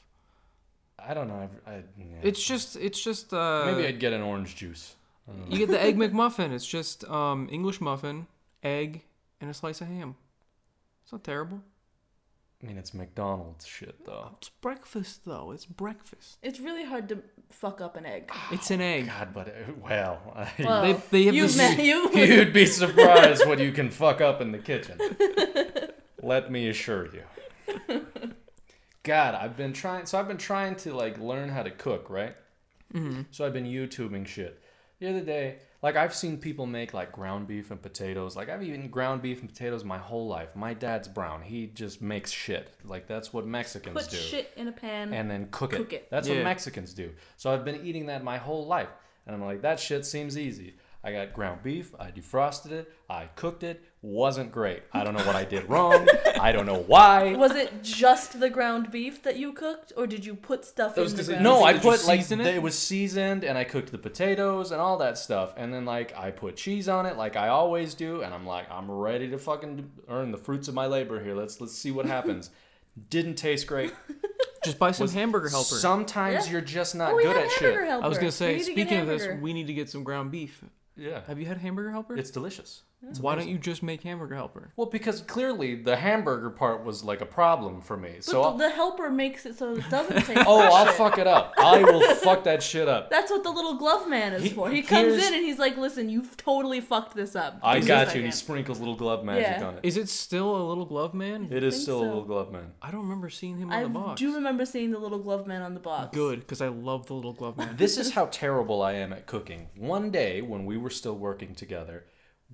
[SPEAKER 1] I don't know. I, I, yeah.
[SPEAKER 2] It's just it's just uh
[SPEAKER 1] Maybe I'd get an orange juice. I don't know.
[SPEAKER 2] you get the egg McMuffin. It's just um English muffin, egg, and a slice of ham. It's not terrible.
[SPEAKER 1] I mean, it's McDonald's shit though.
[SPEAKER 2] It's breakfast though. It's breakfast.
[SPEAKER 3] It's really hard to fuck up an egg.
[SPEAKER 2] It's an egg.
[SPEAKER 1] God, but it, well, I-
[SPEAKER 3] Well,
[SPEAKER 2] They- they have
[SPEAKER 3] you
[SPEAKER 2] this-
[SPEAKER 3] met you.
[SPEAKER 1] you'd be surprised what you can fuck up in the kitchen. Let me assure you. God, I've been trying. So I've been trying to like learn how to cook, right? Mm-hmm. So I've been YouTubing shit. The other day, like I've seen people make like ground beef and potatoes. Like I've eaten ground beef and potatoes my whole life. My dad's brown. He just makes shit. Like that's what Mexicans
[SPEAKER 3] Put
[SPEAKER 1] do
[SPEAKER 3] shit in a pan.
[SPEAKER 1] and then cook it.
[SPEAKER 3] Cook it.
[SPEAKER 1] That's
[SPEAKER 2] Yeah.
[SPEAKER 1] what Mexicans do. So I've been eating that my whole life, and I'm like, that shit seems easy. I got ground beef. I defrosted it. I cooked it. Wasn't great. I don't know what I did wrong. I don't know why.
[SPEAKER 3] was it just the ground beef that you cooked, or did you put stuff in the ground?
[SPEAKER 1] No, I
[SPEAKER 2] Did you
[SPEAKER 1] put like
[SPEAKER 2] season
[SPEAKER 1] it?
[SPEAKER 2] it?
[SPEAKER 1] it was seasoned, and I cooked the potatoes and all that stuff, and then like I put cheese on it, like I always do, and I'm like, I'm ready to fucking earn the fruits of my labor here. Let's let's see what happens. Didn't taste great.
[SPEAKER 2] Just buy some hamburger helper.
[SPEAKER 1] Sometimes
[SPEAKER 3] Yeah.
[SPEAKER 1] you're just not
[SPEAKER 3] Oh, we
[SPEAKER 1] good
[SPEAKER 3] had
[SPEAKER 1] at shit.
[SPEAKER 3] hamburger helper.
[SPEAKER 2] I was gonna say,
[SPEAKER 3] We need to get
[SPEAKER 2] speaking of this,
[SPEAKER 3] hamburger.
[SPEAKER 2] we need to get some ground beef.
[SPEAKER 1] Yeah,
[SPEAKER 2] Have you had hamburger helper?
[SPEAKER 1] it's delicious.
[SPEAKER 2] Why don't you just make hamburger helper?
[SPEAKER 1] Well, because clearly the hamburger part was like a problem for me.
[SPEAKER 3] But
[SPEAKER 1] So, I'll,
[SPEAKER 3] the, the helper makes it so it doesn't taste.
[SPEAKER 1] oh,
[SPEAKER 3] like
[SPEAKER 1] I'll
[SPEAKER 3] shit.
[SPEAKER 1] fuck it up. I will fuck that shit up.
[SPEAKER 3] That's what the little glove man is
[SPEAKER 1] He-
[SPEAKER 3] for. He comes
[SPEAKER 1] here's-
[SPEAKER 3] in and he's like, "Listen, you've totally fucked this up."
[SPEAKER 1] I
[SPEAKER 3] Give me a
[SPEAKER 1] got you. And he
[SPEAKER 3] second."
[SPEAKER 1] sprinkles little glove magic
[SPEAKER 3] Yeah.
[SPEAKER 1] on it.
[SPEAKER 2] Is it still a little glove man?
[SPEAKER 1] It is
[SPEAKER 3] think
[SPEAKER 1] still a
[SPEAKER 3] so.
[SPEAKER 1] little glove man.
[SPEAKER 2] I don't remember seeing him on the
[SPEAKER 3] I
[SPEAKER 2] box.
[SPEAKER 3] do remember seeing the little glove man on the box.
[SPEAKER 2] Good, because I love the little glove man.
[SPEAKER 1] This is how terrible I am at cooking. One day when we were still working together,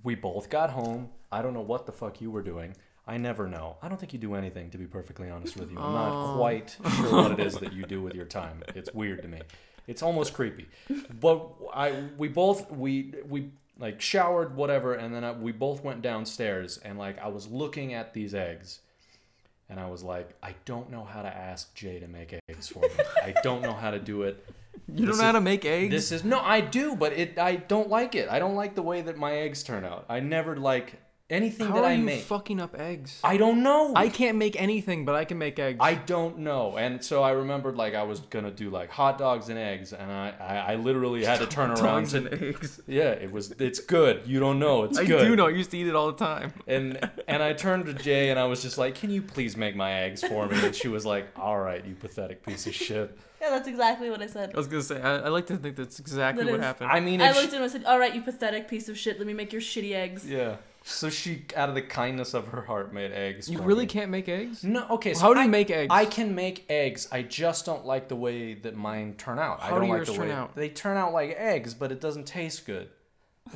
[SPEAKER 1] we both got home. I don't know what the fuck you were doing. I never know. I don't think you do anything, to be perfectly honest with you. I'm not quite sure what it is that you do with your time. It's weird to me. It's almost creepy. But I, we both, we, we like showered, whatever, and then I, we both went downstairs and like I was looking at these eggs and I was like, I don't know how to ask Jay to make eggs for me. I don't know how to do it.
[SPEAKER 2] You don't
[SPEAKER 1] This
[SPEAKER 2] know how to make eggs?
[SPEAKER 1] This is no, I do, but it I don't like it. I don't like the way that my eggs turn out. I never like anything
[SPEAKER 2] how
[SPEAKER 1] that
[SPEAKER 2] are
[SPEAKER 1] I
[SPEAKER 2] you
[SPEAKER 1] make.
[SPEAKER 2] fucking up eggs?
[SPEAKER 1] I don't know.
[SPEAKER 2] I can't make anything, but I can make eggs.
[SPEAKER 1] I don't know. And so I remembered like I was gonna do like hot dogs and eggs, and I I, I literally had to turn around.
[SPEAKER 2] Tongues and
[SPEAKER 1] To,
[SPEAKER 2] eggs.
[SPEAKER 1] yeah, it was it's good. You don't know. It's
[SPEAKER 2] I
[SPEAKER 1] good.
[SPEAKER 2] do know. I used to eat it all the time.
[SPEAKER 1] And and I turned to Jay and I was just like, "Can you please make my eggs for me?" And she was like, "All right, you pathetic piece of shit."
[SPEAKER 3] Yeah, that's exactly what I said.
[SPEAKER 2] I was gonna say. I, I like to think that's exactly
[SPEAKER 3] That
[SPEAKER 2] what
[SPEAKER 3] is-
[SPEAKER 2] happened.
[SPEAKER 1] I mean,
[SPEAKER 3] I
[SPEAKER 1] if she-
[SPEAKER 3] looked at him and said, "All right, you pathetic piece of shit. Let me make your shitty eggs."
[SPEAKER 1] yeah. So she, out of the kindness of her heart, made eggs.
[SPEAKER 2] you
[SPEAKER 1] for
[SPEAKER 2] really
[SPEAKER 1] me.
[SPEAKER 2] can't make eggs?
[SPEAKER 1] No, okay. So
[SPEAKER 2] How do you
[SPEAKER 1] I-
[SPEAKER 2] make eggs?
[SPEAKER 1] I can make eggs. I just don't like the way that mine turn out. I
[SPEAKER 2] How do
[SPEAKER 1] don't like
[SPEAKER 2] yours
[SPEAKER 1] the
[SPEAKER 2] turn
[SPEAKER 1] way
[SPEAKER 2] out?
[SPEAKER 1] they turn out like eggs, but it doesn't taste good.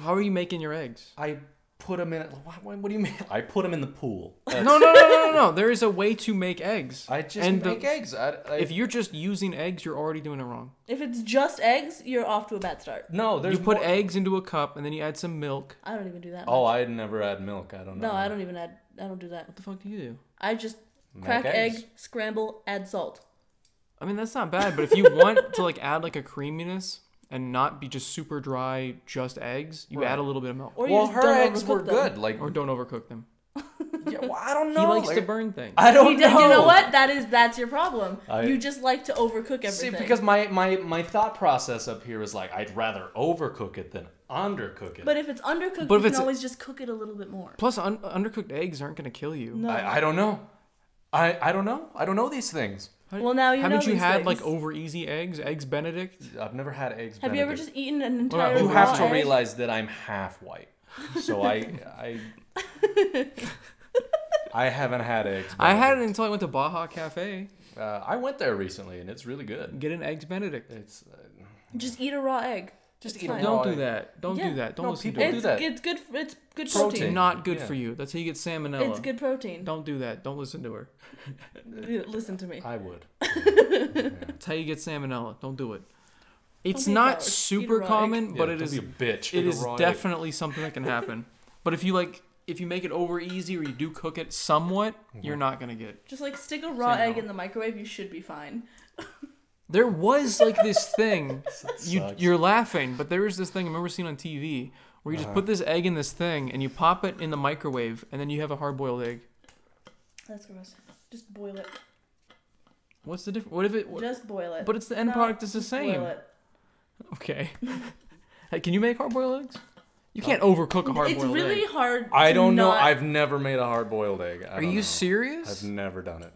[SPEAKER 2] How are you making your eggs?
[SPEAKER 1] I put them in. What, what do you mean? I put them in the pool.
[SPEAKER 2] No, no, no, no, no, no. There is a way to make eggs.
[SPEAKER 1] I just
[SPEAKER 2] And the-
[SPEAKER 1] make eggs. I, I,
[SPEAKER 2] If you're just using eggs, you're already doing it wrong.
[SPEAKER 3] If it's just eggs, you're off to a bad start.
[SPEAKER 1] no, there's
[SPEAKER 2] you put
[SPEAKER 1] more-
[SPEAKER 2] eggs into a cup and then you add some milk.
[SPEAKER 3] I don't even do that.
[SPEAKER 1] Oh, I never add milk. I don't know.
[SPEAKER 3] no, I don't even add. I don't do that.
[SPEAKER 2] What the fuck do you do?
[SPEAKER 3] I just crack egg,
[SPEAKER 1] eggs.
[SPEAKER 3] scramble, add salt.
[SPEAKER 2] I mean, that's not bad, but if you want to like add like a creaminess and not be just super dry, just eggs, you
[SPEAKER 1] Right.
[SPEAKER 2] add a little bit of milk
[SPEAKER 3] Or you
[SPEAKER 1] Well,
[SPEAKER 3] just
[SPEAKER 1] her
[SPEAKER 3] don't
[SPEAKER 1] eggs
[SPEAKER 3] overcook
[SPEAKER 1] were
[SPEAKER 3] them.
[SPEAKER 1] good. Like,
[SPEAKER 2] or don't overcook them.
[SPEAKER 1] yeah, well, I don't
[SPEAKER 2] he
[SPEAKER 1] know.
[SPEAKER 2] likes
[SPEAKER 1] like,
[SPEAKER 2] to burn things.
[SPEAKER 1] I don't
[SPEAKER 3] He did,
[SPEAKER 1] know.
[SPEAKER 3] you know what? That is that's your problem.
[SPEAKER 1] Oh, I-
[SPEAKER 3] you just like to overcook everything.
[SPEAKER 1] See, because my, my, my thought process up here is like, I'd rather overcook it than undercook it.
[SPEAKER 3] but if it's undercooked,
[SPEAKER 2] But if
[SPEAKER 3] you
[SPEAKER 2] it's-
[SPEAKER 3] can always just cook it a little bit more.
[SPEAKER 2] Plus, un- undercooked eggs aren't going to kill you.
[SPEAKER 3] No.
[SPEAKER 1] I, I don't know. I, I don't know. I don't know these things.
[SPEAKER 2] How-
[SPEAKER 3] Well, now you
[SPEAKER 2] haven't
[SPEAKER 3] know
[SPEAKER 2] you
[SPEAKER 3] these
[SPEAKER 2] had like
[SPEAKER 3] things.
[SPEAKER 2] over easy eggs, eggs Benedict?
[SPEAKER 1] I've never had eggs.
[SPEAKER 3] Have you ever
[SPEAKER 1] Benedict.
[SPEAKER 3] just eaten an
[SPEAKER 2] Well,
[SPEAKER 3] entire
[SPEAKER 1] You
[SPEAKER 2] you
[SPEAKER 3] raw
[SPEAKER 1] have to
[SPEAKER 3] egg?
[SPEAKER 1] realize that I'm half white, so I I I haven't had eggs.
[SPEAKER 2] I had it
[SPEAKER 1] Benedict.
[SPEAKER 2] until I went to Baja Cafe.
[SPEAKER 1] Uh, I went there recently, and it's really good.
[SPEAKER 2] Get an eggs Benedict.
[SPEAKER 1] It's uh,
[SPEAKER 3] Just eat a raw egg.
[SPEAKER 1] just
[SPEAKER 3] It's
[SPEAKER 1] eat a
[SPEAKER 3] fine.
[SPEAKER 1] raw
[SPEAKER 2] Don't do
[SPEAKER 1] egg.
[SPEAKER 2] that. Don't
[SPEAKER 3] Yeah.
[SPEAKER 2] do that. Don't
[SPEAKER 1] No,
[SPEAKER 2] listen
[SPEAKER 1] people
[SPEAKER 2] to
[SPEAKER 1] do
[SPEAKER 2] it.
[SPEAKER 3] it's,
[SPEAKER 1] that.
[SPEAKER 3] It's good. It's good
[SPEAKER 1] Protein.
[SPEAKER 3] protein.
[SPEAKER 2] Not good
[SPEAKER 1] Yeah.
[SPEAKER 2] for you. That's how you get salmonella.
[SPEAKER 3] It's good protein.
[SPEAKER 2] Don't do that. Don't listen to her.
[SPEAKER 3] Yeah, Listen to me.
[SPEAKER 1] I would.
[SPEAKER 2] That's how you get salmonella. Don't do it. It's
[SPEAKER 3] be a
[SPEAKER 2] not
[SPEAKER 3] coward. Eat a
[SPEAKER 2] super
[SPEAKER 3] raw egg.
[SPEAKER 2] common, but
[SPEAKER 1] Yeah,
[SPEAKER 2] it
[SPEAKER 1] don't be
[SPEAKER 2] is
[SPEAKER 1] a bitch.
[SPEAKER 2] it
[SPEAKER 1] Eat a
[SPEAKER 2] is
[SPEAKER 1] raw egg.
[SPEAKER 2] definitely something that can happen. but if you like if you make it over easy or you do cook it somewhat,
[SPEAKER 1] Mm-hmm.
[SPEAKER 2] you're not gonna get.
[SPEAKER 3] Just like stick a raw
[SPEAKER 2] Say no.
[SPEAKER 3] egg in the microwave, you should be fine.
[SPEAKER 2] There was like this thing. you
[SPEAKER 1] sucks.
[SPEAKER 2] you're laughing, but there was this thing I remember seeing on TV where
[SPEAKER 1] Uh-huh.
[SPEAKER 2] you just put this egg in this thing and you pop it in the microwave and then you have a hard boiled egg.
[SPEAKER 3] That's gross. Just boil it.
[SPEAKER 2] What's the difference? What if it? what-
[SPEAKER 3] Just boil it.
[SPEAKER 2] but it's the end
[SPEAKER 3] No,
[SPEAKER 2] product is the same.
[SPEAKER 3] Boil it.
[SPEAKER 2] Okay. hey, can you make hard boiled eggs? You can't overcook a hard
[SPEAKER 3] It's
[SPEAKER 2] boiled
[SPEAKER 3] really
[SPEAKER 2] egg.
[SPEAKER 3] hard.
[SPEAKER 1] I
[SPEAKER 3] to
[SPEAKER 1] don't know.
[SPEAKER 3] not-
[SPEAKER 1] I've never made a hard boiled egg. I
[SPEAKER 2] Are
[SPEAKER 1] don't
[SPEAKER 2] you
[SPEAKER 1] know.
[SPEAKER 2] serious?
[SPEAKER 1] I've never done it.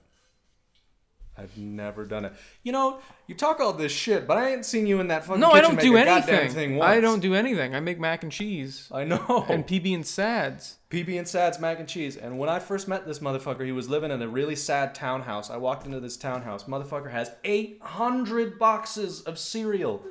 [SPEAKER 1] I've never done it. You know, you talk all this shit, but I ain't seen you in that fucking
[SPEAKER 2] No, I
[SPEAKER 1] kitchen
[SPEAKER 2] don't
[SPEAKER 1] make
[SPEAKER 2] do
[SPEAKER 1] a goddamn
[SPEAKER 2] anything.
[SPEAKER 1] Thing once. Oh.
[SPEAKER 2] I don't do anything. I make mac and cheese
[SPEAKER 1] I know.
[SPEAKER 2] and PB and sads.
[SPEAKER 1] PB and Sad's mac and cheese. And when I first met this motherfucker, he was living in a really sad townhouse. I walked into this townhouse. Motherfucker has 800 boxes of cereal.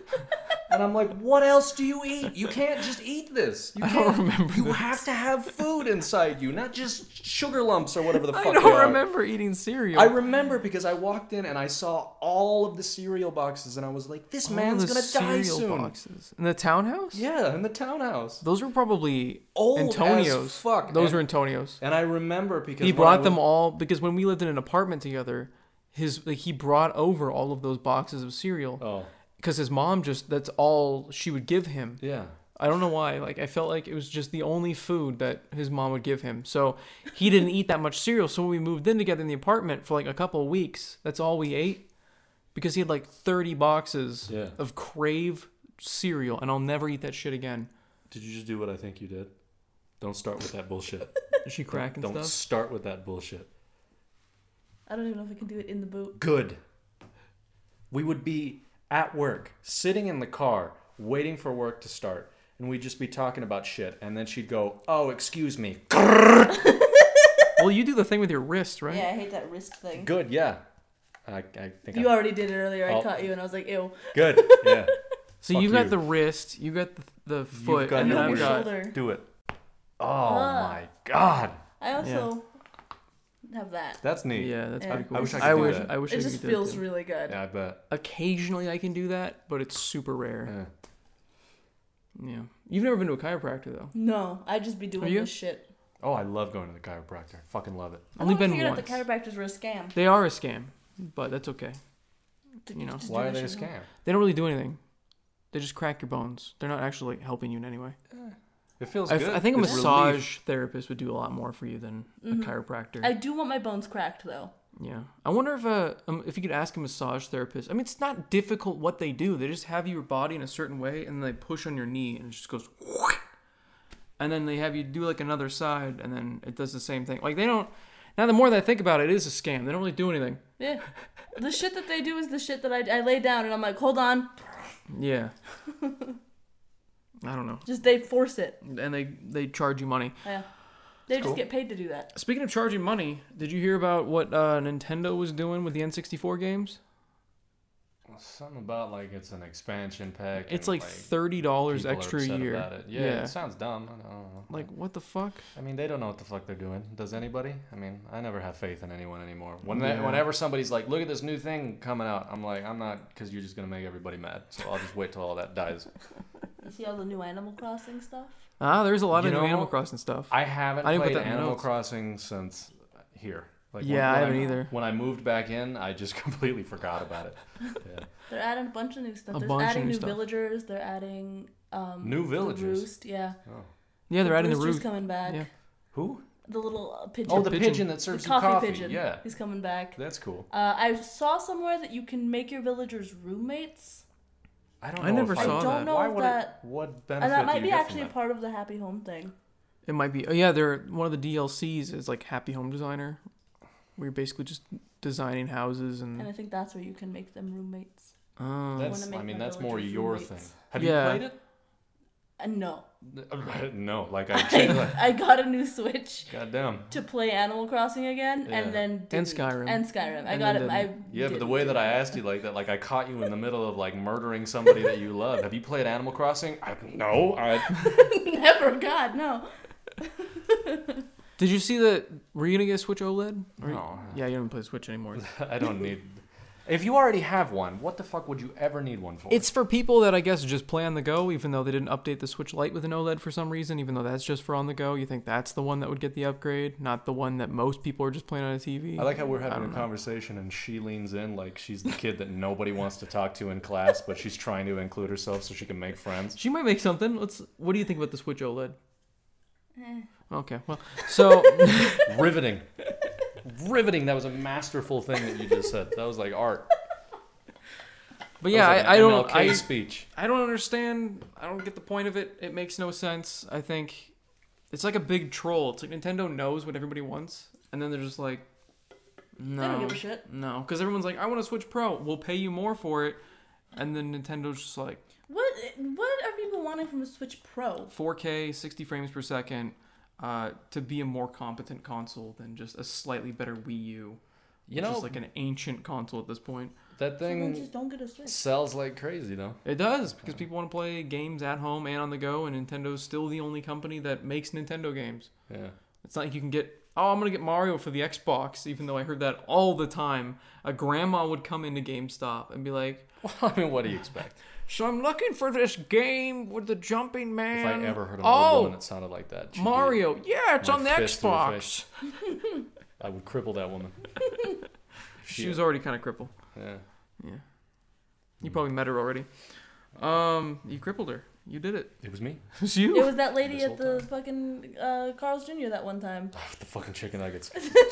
[SPEAKER 1] and I'm like, what else do you eat? You can't just eat this. You
[SPEAKER 2] I
[SPEAKER 1] can't.
[SPEAKER 2] don't remember
[SPEAKER 1] You
[SPEAKER 2] this.
[SPEAKER 1] have to have food inside you, not just sugar lumps or whatever the fuck
[SPEAKER 2] I
[SPEAKER 1] they
[SPEAKER 2] don't
[SPEAKER 1] are.
[SPEAKER 2] remember eating cereal.
[SPEAKER 1] I remember because I walked in and I saw all of the cereal boxes and I was like, this
[SPEAKER 2] All
[SPEAKER 1] man's
[SPEAKER 2] the
[SPEAKER 1] gonna die
[SPEAKER 2] cereal
[SPEAKER 1] soon.
[SPEAKER 2] Boxes. In the townhouse?
[SPEAKER 1] Yeah, in the townhouse.
[SPEAKER 2] Those were probably
[SPEAKER 1] Old as
[SPEAKER 2] Antonio's.
[SPEAKER 1] fuck,
[SPEAKER 2] Those
[SPEAKER 1] and-
[SPEAKER 2] were Antonio's.
[SPEAKER 1] And I remember because
[SPEAKER 2] He
[SPEAKER 1] when I
[SPEAKER 2] brought them all because when we lived in an apartment together, his like, he brought over all of those boxes of cereal
[SPEAKER 1] was- Oh,
[SPEAKER 2] because his mom just that's all she would give him.
[SPEAKER 1] yeah.
[SPEAKER 2] I don't know why. Like I felt like it was just the only food that his mom would give him. So he didn't eat that much cereal. So when we moved in together in the apartment for like a couple of weeks, that's all we ate because he had like 30 boxes
[SPEAKER 1] Yeah.
[SPEAKER 2] of Crave cereal and I'll never eat that shit again.
[SPEAKER 1] Did you just do what I think you did? Don't start with that bullshit.
[SPEAKER 2] Is she cracking
[SPEAKER 1] Don't
[SPEAKER 2] stuff?
[SPEAKER 1] start with that bullshit.
[SPEAKER 3] I don't even know if I can do it in the boot.
[SPEAKER 1] Good. We would be at work, sitting in the car, waiting for work to start, and we'd just be talking about shit. And then she'd go, "Oh, excuse me."
[SPEAKER 2] well, you do the thing with your wrist, right?
[SPEAKER 3] Yeah, I hate that wrist thing.
[SPEAKER 1] Good, yeah. I, I think
[SPEAKER 3] You
[SPEAKER 1] I,
[SPEAKER 3] already did it earlier.
[SPEAKER 1] Oh.
[SPEAKER 3] I caught you and I was like, ew.
[SPEAKER 1] good. Yeah,
[SPEAKER 2] So
[SPEAKER 1] Fuck
[SPEAKER 2] you've got
[SPEAKER 1] you.
[SPEAKER 2] the wrist, you got the, the foot,
[SPEAKER 1] got
[SPEAKER 2] and then
[SPEAKER 1] your
[SPEAKER 2] I've
[SPEAKER 1] wrist.
[SPEAKER 2] got.
[SPEAKER 3] Shoulder.
[SPEAKER 1] do it. Oh
[SPEAKER 3] Ah.
[SPEAKER 1] my god,
[SPEAKER 3] I also have that.
[SPEAKER 1] that's neat.
[SPEAKER 2] Yeah, that's
[SPEAKER 3] Yeah.
[SPEAKER 2] pretty cool.
[SPEAKER 1] I wish I could
[SPEAKER 2] I
[SPEAKER 1] do
[SPEAKER 2] wish,
[SPEAKER 1] that.
[SPEAKER 2] I wish I
[SPEAKER 3] It
[SPEAKER 2] could
[SPEAKER 3] just
[SPEAKER 2] do that
[SPEAKER 3] feels
[SPEAKER 2] too.
[SPEAKER 3] really good.
[SPEAKER 1] I bet.
[SPEAKER 2] Occasionally I can do that, but it's super rare.
[SPEAKER 1] Yeah.
[SPEAKER 2] Yeah. You've never been to a chiropractor though.
[SPEAKER 3] No, I'd just be
[SPEAKER 2] Are
[SPEAKER 3] doing
[SPEAKER 2] you?
[SPEAKER 3] this shit.
[SPEAKER 1] Oh, I love going to the chiropractor. Fucking love it.
[SPEAKER 2] Only
[SPEAKER 3] I always
[SPEAKER 2] been
[SPEAKER 3] figured
[SPEAKER 2] once.
[SPEAKER 3] out the chiropractors were a scam.
[SPEAKER 2] They are a scam, but that's okay. You know,
[SPEAKER 3] Just do
[SPEAKER 1] Why are
[SPEAKER 3] that
[SPEAKER 1] they a
[SPEAKER 3] shit.
[SPEAKER 1] scam?
[SPEAKER 2] they don't really do anything. They just crack your bones. They're not actually helping you in any way.
[SPEAKER 1] It feels
[SPEAKER 2] I,
[SPEAKER 1] good.
[SPEAKER 2] I think a
[SPEAKER 1] It's relief.
[SPEAKER 2] massage therapist would do a lot more for you than a chiropractor.
[SPEAKER 3] Mm-hmm. I do want my bones cracked though.
[SPEAKER 2] yeah. I wonder if uh, um, if you could ask a massage therapist. I mean, it's not difficult what they do. They just have your body in a certain way, and they push on your knee, and it just goes. And then they have you do like another side, and then it does the same thing. Like they don't. Now, the more that I think about it, it is a scam. They don't really do anything.
[SPEAKER 3] Yeah. the shit that they do is the shit that I, I lay down and I'm like, hold on.
[SPEAKER 2] Yeah. I don't know.
[SPEAKER 3] Just they force it.
[SPEAKER 2] and they they charge you money.
[SPEAKER 3] Yeah. They just
[SPEAKER 1] cool.
[SPEAKER 3] get paid to do that.
[SPEAKER 2] Speaking of charging money, did you hear about what uh, Nintendo was doing with the N64 games?
[SPEAKER 1] Something about like it's an expansion pack.
[SPEAKER 2] It's
[SPEAKER 1] and,
[SPEAKER 2] like thirty dollars
[SPEAKER 1] people are
[SPEAKER 2] extra a
[SPEAKER 1] upset
[SPEAKER 2] year.
[SPEAKER 1] about it. Yeah, it sounds dumb. I don't know.
[SPEAKER 2] Like what the fuck?
[SPEAKER 1] I mean, they don't know what the fuck they're doing. Does anybody? I mean, I never have faith in anyone anymore. When they-
[SPEAKER 2] Yeah.
[SPEAKER 1] whenever somebody's like, "Look at this new thing coming out," I'm like, "I'm not," because you're just gonna make everybody mad. So I'll just wait till all that dies.
[SPEAKER 3] You see all the new Animal Crossing stuff?
[SPEAKER 2] Ah, there's a lot
[SPEAKER 1] You
[SPEAKER 2] of new
[SPEAKER 1] know,
[SPEAKER 2] Animal Crossing stuff.
[SPEAKER 1] I haven't
[SPEAKER 2] I didn't put
[SPEAKER 1] played
[SPEAKER 2] that in the
[SPEAKER 1] Animal
[SPEAKER 2] notes.
[SPEAKER 1] Crossing since here. Like
[SPEAKER 2] Yeah, I
[SPEAKER 1] I-
[SPEAKER 2] haven't either.
[SPEAKER 1] When I moved back in, I just completely forgot about it. Yeah.
[SPEAKER 3] They're adding a bunch of new stuff.
[SPEAKER 2] A
[SPEAKER 3] They're
[SPEAKER 2] bunch of
[SPEAKER 3] adding
[SPEAKER 2] new
[SPEAKER 3] new
[SPEAKER 2] stuff.
[SPEAKER 3] villagers. They're adding um,
[SPEAKER 1] New
[SPEAKER 3] the
[SPEAKER 1] villagers?
[SPEAKER 3] roost. Yeah.
[SPEAKER 1] Oh.
[SPEAKER 2] yeah, they're adding the
[SPEAKER 3] rooster's
[SPEAKER 2] roof.
[SPEAKER 3] coming back.
[SPEAKER 2] Yeah.
[SPEAKER 1] Who?
[SPEAKER 3] The little uh, pigeon.
[SPEAKER 1] Oh, the
[SPEAKER 2] pigeon.
[SPEAKER 1] pigeon, that
[SPEAKER 3] The
[SPEAKER 1] serves you
[SPEAKER 3] coffee,
[SPEAKER 1] coffee.
[SPEAKER 3] pigeon.
[SPEAKER 1] Yeah,
[SPEAKER 3] He's coming back.
[SPEAKER 1] that's cool.
[SPEAKER 3] Uh, I saw somewhere that you can make your villagers roommates.
[SPEAKER 1] I don't.
[SPEAKER 2] I
[SPEAKER 1] know
[SPEAKER 2] never
[SPEAKER 1] if
[SPEAKER 2] I saw
[SPEAKER 3] don't that. know
[SPEAKER 1] Why
[SPEAKER 3] if
[SPEAKER 1] would
[SPEAKER 3] that-
[SPEAKER 1] It, what benefit?
[SPEAKER 3] And
[SPEAKER 1] do
[SPEAKER 3] that
[SPEAKER 1] you
[SPEAKER 3] might be
[SPEAKER 1] get from
[SPEAKER 3] actually a
[SPEAKER 1] that?
[SPEAKER 3] part of the happy home thing.
[SPEAKER 2] It might be. Oh yeah, they're one of the DLCs is like Happy Home Designer. We're basically just designing houses
[SPEAKER 3] And
[SPEAKER 1] Hmm.
[SPEAKER 2] and.
[SPEAKER 3] I think that's where you can make them roommates.
[SPEAKER 2] Oh.
[SPEAKER 1] That's,
[SPEAKER 3] wanna
[SPEAKER 1] I
[SPEAKER 3] make
[SPEAKER 1] mean,
[SPEAKER 3] my
[SPEAKER 1] that's more
[SPEAKER 3] villagers
[SPEAKER 1] your
[SPEAKER 3] roommates.
[SPEAKER 1] thing. Have
[SPEAKER 2] Yeah.
[SPEAKER 1] you
[SPEAKER 3] And no.
[SPEAKER 1] played it? no, like I changed.
[SPEAKER 3] I, I got a new Switch
[SPEAKER 1] Goddamn.
[SPEAKER 3] to play Animal Crossing again,
[SPEAKER 1] Yeah.
[SPEAKER 3] and then didn't.
[SPEAKER 2] Skyrim.
[SPEAKER 3] And Skyrim. I
[SPEAKER 2] And
[SPEAKER 3] got
[SPEAKER 2] then
[SPEAKER 3] it. I
[SPEAKER 1] Yeah, but the
[SPEAKER 3] didn't
[SPEAKER 1] way
[SPEAKER 3] do
[SPEAKER 1] that I asked you like that, like I caught you in the middle of like murdering somebody that you love. Have you played Animal Crossing? I, no, I.
[SPEAKER 3] never, God, no.
[SPEAKER 2] Did you see that? Were you gonna get a Switch OLED? Or-
[SPEAKER 1] No.
[SPEAKER 2] Yeah, you don't play Switch anymore.
[SPEAKER 1] I don't need. If you already have one, what the fuck would you ever need one for?
[SPEAKER 2] It's for people that I guess just play on the go, even though they didn't update the Switch Lite with an OLED for some reason, even though that's just for on the go. You think that's the one that would get the upgrade, not the one that most people are just playing on a TV.
[SPEAKER 1] I like how we're having
[SPEAKER 2] don't
[SPEAKER 1] a
[SPEAKER 2] know.
[SPEAKER 1] conversation and she leans in like she's the kid that nobody wants to talk to in class, but she's trying to include herself so she can make friends.
[SPEAKER 2] She might make something. Let's. What do you think about the Switch OLED? Okay, well, so
[SPEAKER 1] Riveting. riveting. That was a masterful thing that you just said. That was like art.
[SPEAKER 2] But
[SPEAKER 1] That
[SPEAKER 2] yeah,
[SPEAKER 1] was like
[SPEAKER 2] I, I
[SPEAKER 1] an
[SPEAKER 2] don't.
[SPEAKER 1] MLK
[SPEAKER 2] I,
[SPEAKER 1] speech.
[SPEAKER 2] I don't understand. I don't get the point of it. It makes no sense. I think it's like a big troll. It's like Nintendo knows what everybody wants, and then they're just like, no,
[SPEAKER 3] don't give a shit.
[SPEAKER 2] No, because everyone's like, I want to Switch Pro. We'll pay you more for it, and then Nintendo's just like
[SPEAKER 3] What what are people wanting from a Switch Pro?
[SPEAKER 2] 4K, 60 frames per second, uh, to be a more competent console than just a slightly better Wii U,
[SPEAKER 1] You
[SPEAKER 2] which
[SPEAKER 1] know
[SPEAKER 2] is like an ancient console at this point.
[SPEAKER 1] that
[SPEAKER 3] Someone
[SPEAKER 1] thing
[SPEAKER 3] just don't get a Switch.
[SPEAKER 1] sells like crazy, though.
[SPEAKER 2] It does
[SPEAKER 3] Uh-huh.
[SPEAKER 2] because people want to play games at home and on the go, and Nintendo's still the only company that makes Nintendo games.
[SPEAKER 1] Yeah.
[SPEAKER 2] It's not like you can get, oh, I'm going to get Mario for the Xbox, even though I heard that all the time. A grandma would come into GameStop and be like,
[SPEAKER 1] Well, I mean, what do you expect?
[SPEAKER 2] So I'm looking for this game with the jumping man.
[SPEAKER 1] If I ever heard an old
[SPEAKER 2] Oh,
[SPEAKER 1] woman that sounded like that, she'd be-
[SPEAKER 2] Mario. Yeah, it's
[SPEAKER 1] my
[SPEAKER 2] on the
[SPEAKER 1] fist to her
[SPEAKER 2] Xbox.
[SPEAKER 1] face. I would cripple that woman.
[SPEAKER 2] She was already kind of crippled.
[SPEAKER 1] Yeah.
[SPEAKER 2] You probably met her already. Um, You crippled her. You did it.
[SPEAKER 1] It was me.
[SPEAKER 2] It was you.
[SPEAKER 3] It was that lady
[SPEAKER 1] This
[SPEAKER 3] at
[SPEAKER 1] whole
[SPEAKER 3] the
[SPEAKER 1] time.
[SPEAKER 3] fucking uh, Carl's Jr. that one time.
[SPEAKER 1] Ah, the fucking chicken nuggets.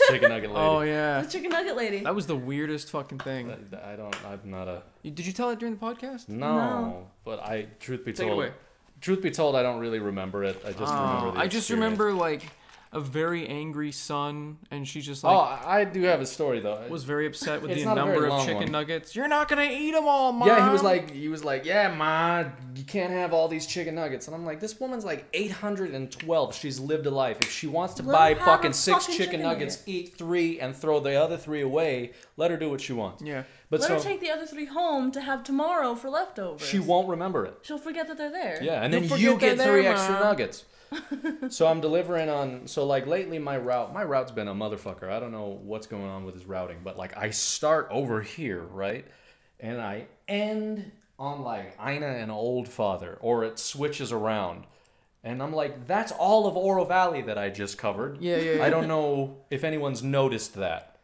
[SPEAKER 1] chicken nugget lady.
[SPEAKER 2] oh,
[SPEAKER 3] The
[SPEAKER 2] yeah.
[SPEAKER 3] chicken nugget lady.
[SPEAKER 2] That was the weirdest fucking thing.
[SPEAKER 1] That- that- I don't. I'm not a.
[SPEAKER 2] You- Did you tell that during the podcast?
[SPEAKER 1] No,
[SPEAKER 3] No.
[SPEAKER 1] but I. Truth be
[SPEAKER 2] Take it
[SPEAKER 1] told,
[SPEAKER 2] away.
[SPEAKER 1] truth be told, I don't really remember it. I just remember.
[SPEAKER 2] Oh,
[SPEAKER 1] The
[SPEAKER 2] I just
[SPEAKER 1] experience.
[SPEAKER 2] remember like a very angry son, and she just
[SPEAKER 1] Oh,
[SPEAKER 2] like
[SPEAKER 1] I I do have a story though.
[SPEAKER 2] was very upset with
[SPEAKER 1] Oh, It's
[SPEAKER 2] the
[SPEAKER 1] not a very
[SPEAKER 2] number of
[SPEAKER 1] long
[SPEAKER 2] chicken
[SPEAKER 1] one.
[SPEAKER 2] nuggets. You're not gonna eat them all, mom.
[SPEAKER 1] yeah, he was like, he was like, yeah, ma, you can't have all these chicken nuggets, and I'm like, this woman's like 812. She's lived a life. If she wants to
[SPEAKER 3] Let
[SPEAKER 1] buy
[SPEAKER 3] her have
[SPEAKER 1] fucking
[SPEAKER 3] a
[SPEAKER 1] six
[SPEAKER 3] fucking
[SPEAKER 1] chicken,
[SPEAKER 3] chicken
[SPEAKER 1] nuggets, eat three and throw the other three away. Let her do what she wants.
[SPEAKER 2] yeah.
[SPEAKER 1] But
[SPEAKER 3] Let her
[SPEAKER 1] so
[SPEAKER 3] take the other three home to have tomorrow for leftovers.
[SPEAKER 1] she won't remember it.
[SPEAKER 3] She'll forget that they're there.
[SPEAKER 1] Yeah, and
[SPEAKER 2] You
[SPEAKER 1] then
[SPEAKER 2] forget
[SPEAKER 1] you get
[SPEAKER 2] they're
[SPEAKER 1] three
[SPEAKER 2] there,
[SPEAKER 1] extra
[SPEAKER 2] Mom.
[SPEAKER 1] nuggets. so I'm delivering on. So like lately, my route, my route's been a motherfucker. I don't know what's going on with his routing, but like I start over here, right, and I end on like Ina and Old Father, or it switches around, and I'm like, that's all of Oro Valley that I just covered.
[SPEAKER 2] Yeah, yeah, yeah.
[SPEAKER 1] I don't know if anyone's noticed that,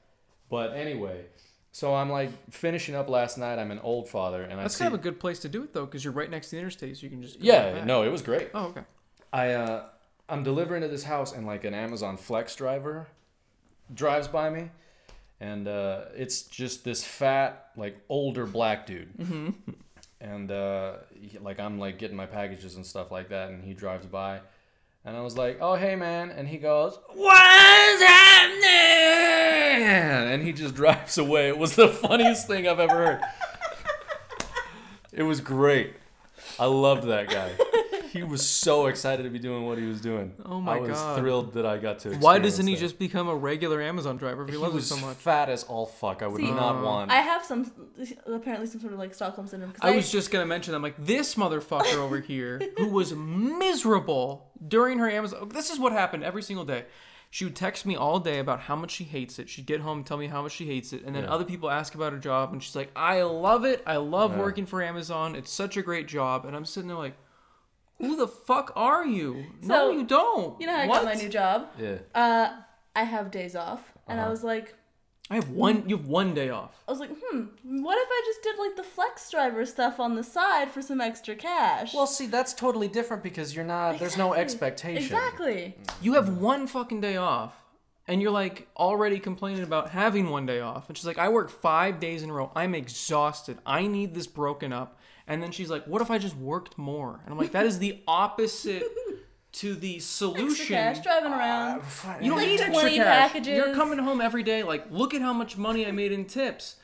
[SPEAKER 1] but anyway. So I'm like finishing up last night. I'm an old father, and
[SPEAKER 2] That's
[SPEAKER 1] I see.
[SPEAKER 2] kind of a good place to do it though, because you're right next to the interstate, so you can just go right
[SPEAKER 1] yeah,
[SPEAKER 2] back.
[SPEAKER 1] no, it was great.
[SPEAKER 2] Oh, okay.
[SPEAKER 1] I uh, I'm delivering to this house, and like an Amazon Flex driver drives by me, and uh, it's just this fat, like older black dude.
[SPEAKER 2] Mm-hmm.
[SPEAKER 1] And uh, he- like I'm like getting my packages and stuff like that, and he drives by, and I was like, "Oh hey man," and he goes, "What's happening?" And he just drives away. It was the funniest thing I've ever heard. It was great. I loved that guy. He was so excited to be doing what he was doing.
[SPEAKER 2] Oh my
[SPEAKER 1] I was
[SPEAKER 2] God.
[SPEAKER 1] thrilled that I got to.
[SPEAKER 2] Why
[SPEAKER 1] experience
[SPEAKER 2] doesn't he
[SPEAKER 1] that.
[SPEAKER 2] just become a regular Amazon driver if he,
[SPEAKER 1] He
[SPEAKER 2] loves
[SPEAKER 1] was
[SPEAKER 2] it so much?
[SPEAKER 1] fat as all fuck. I would
[SPEAKER 3] See,
[SPEAKER 1] not
[SPEAKER 2] Oh.
[SPEAKER 1] want.
[SPEAKER 3] I have some apparently some sort of like Stockholm syndrome. 'cause
[SPEAKER 2] I was just gonna mention. I'm like this motherfucker over here who was miserable during her Amazon. This is what happened every single day. She would text me all day about how much she hates it. She'd get home, tell me how much she hates it, and then
[SPEAKER 1] Yeah.
[SPEAKER 2] other people ask about her job, and she's like, "I love it. I love
[SPEAKER 1] Yeah.
[SPEAKER 2] working for Amazon. It's such a great job." And I'm sitting there like, "Who the fuck are you? no,
[SPEAKER 3] So,
[SPEAKER 2] you don't.
[SPEAKER 3] you know how I
[SPEAKER 2] what?
[SPEAKER 3] got my new job.
[SPEAKER 1] yeah. Uh-huh.
[SPEAKER 3] Uh, I have days off, and I was like,
[SPEAKER 2] I have one. You have one day off.
[SPEAKER 3] I was like, hmm, what if I just did like the flex driver stuff on the side for some extra cash?
[SPEAKER 1] Well, see, that's totally different because you're not. There's no expectation. Mm.
[SPEAKER 3] exactly.
[SPEAKER 2] You have one fucking day off, and you're like already complaining about having one day off. And she's like, I work five days in a row. I'm exhausted. I need this broken up. And then she's like, What if I just worked more? And I'm like, That is the opposite to the
[SPEAKER 3] Extra
[SPEAKER 2] solution.
[SPEAKER 3] cash driving around.
[SPEAKER 2] You don't
[SPEAKER 3] Like
[SPEAKER 2] need extra
[SPEAKER 3] 20
[SPEAKER 2] cash.
[SPEAKER 3] packages.
[SPEAKER 2] You're coming home every day. Like, look at how much money I made in tips.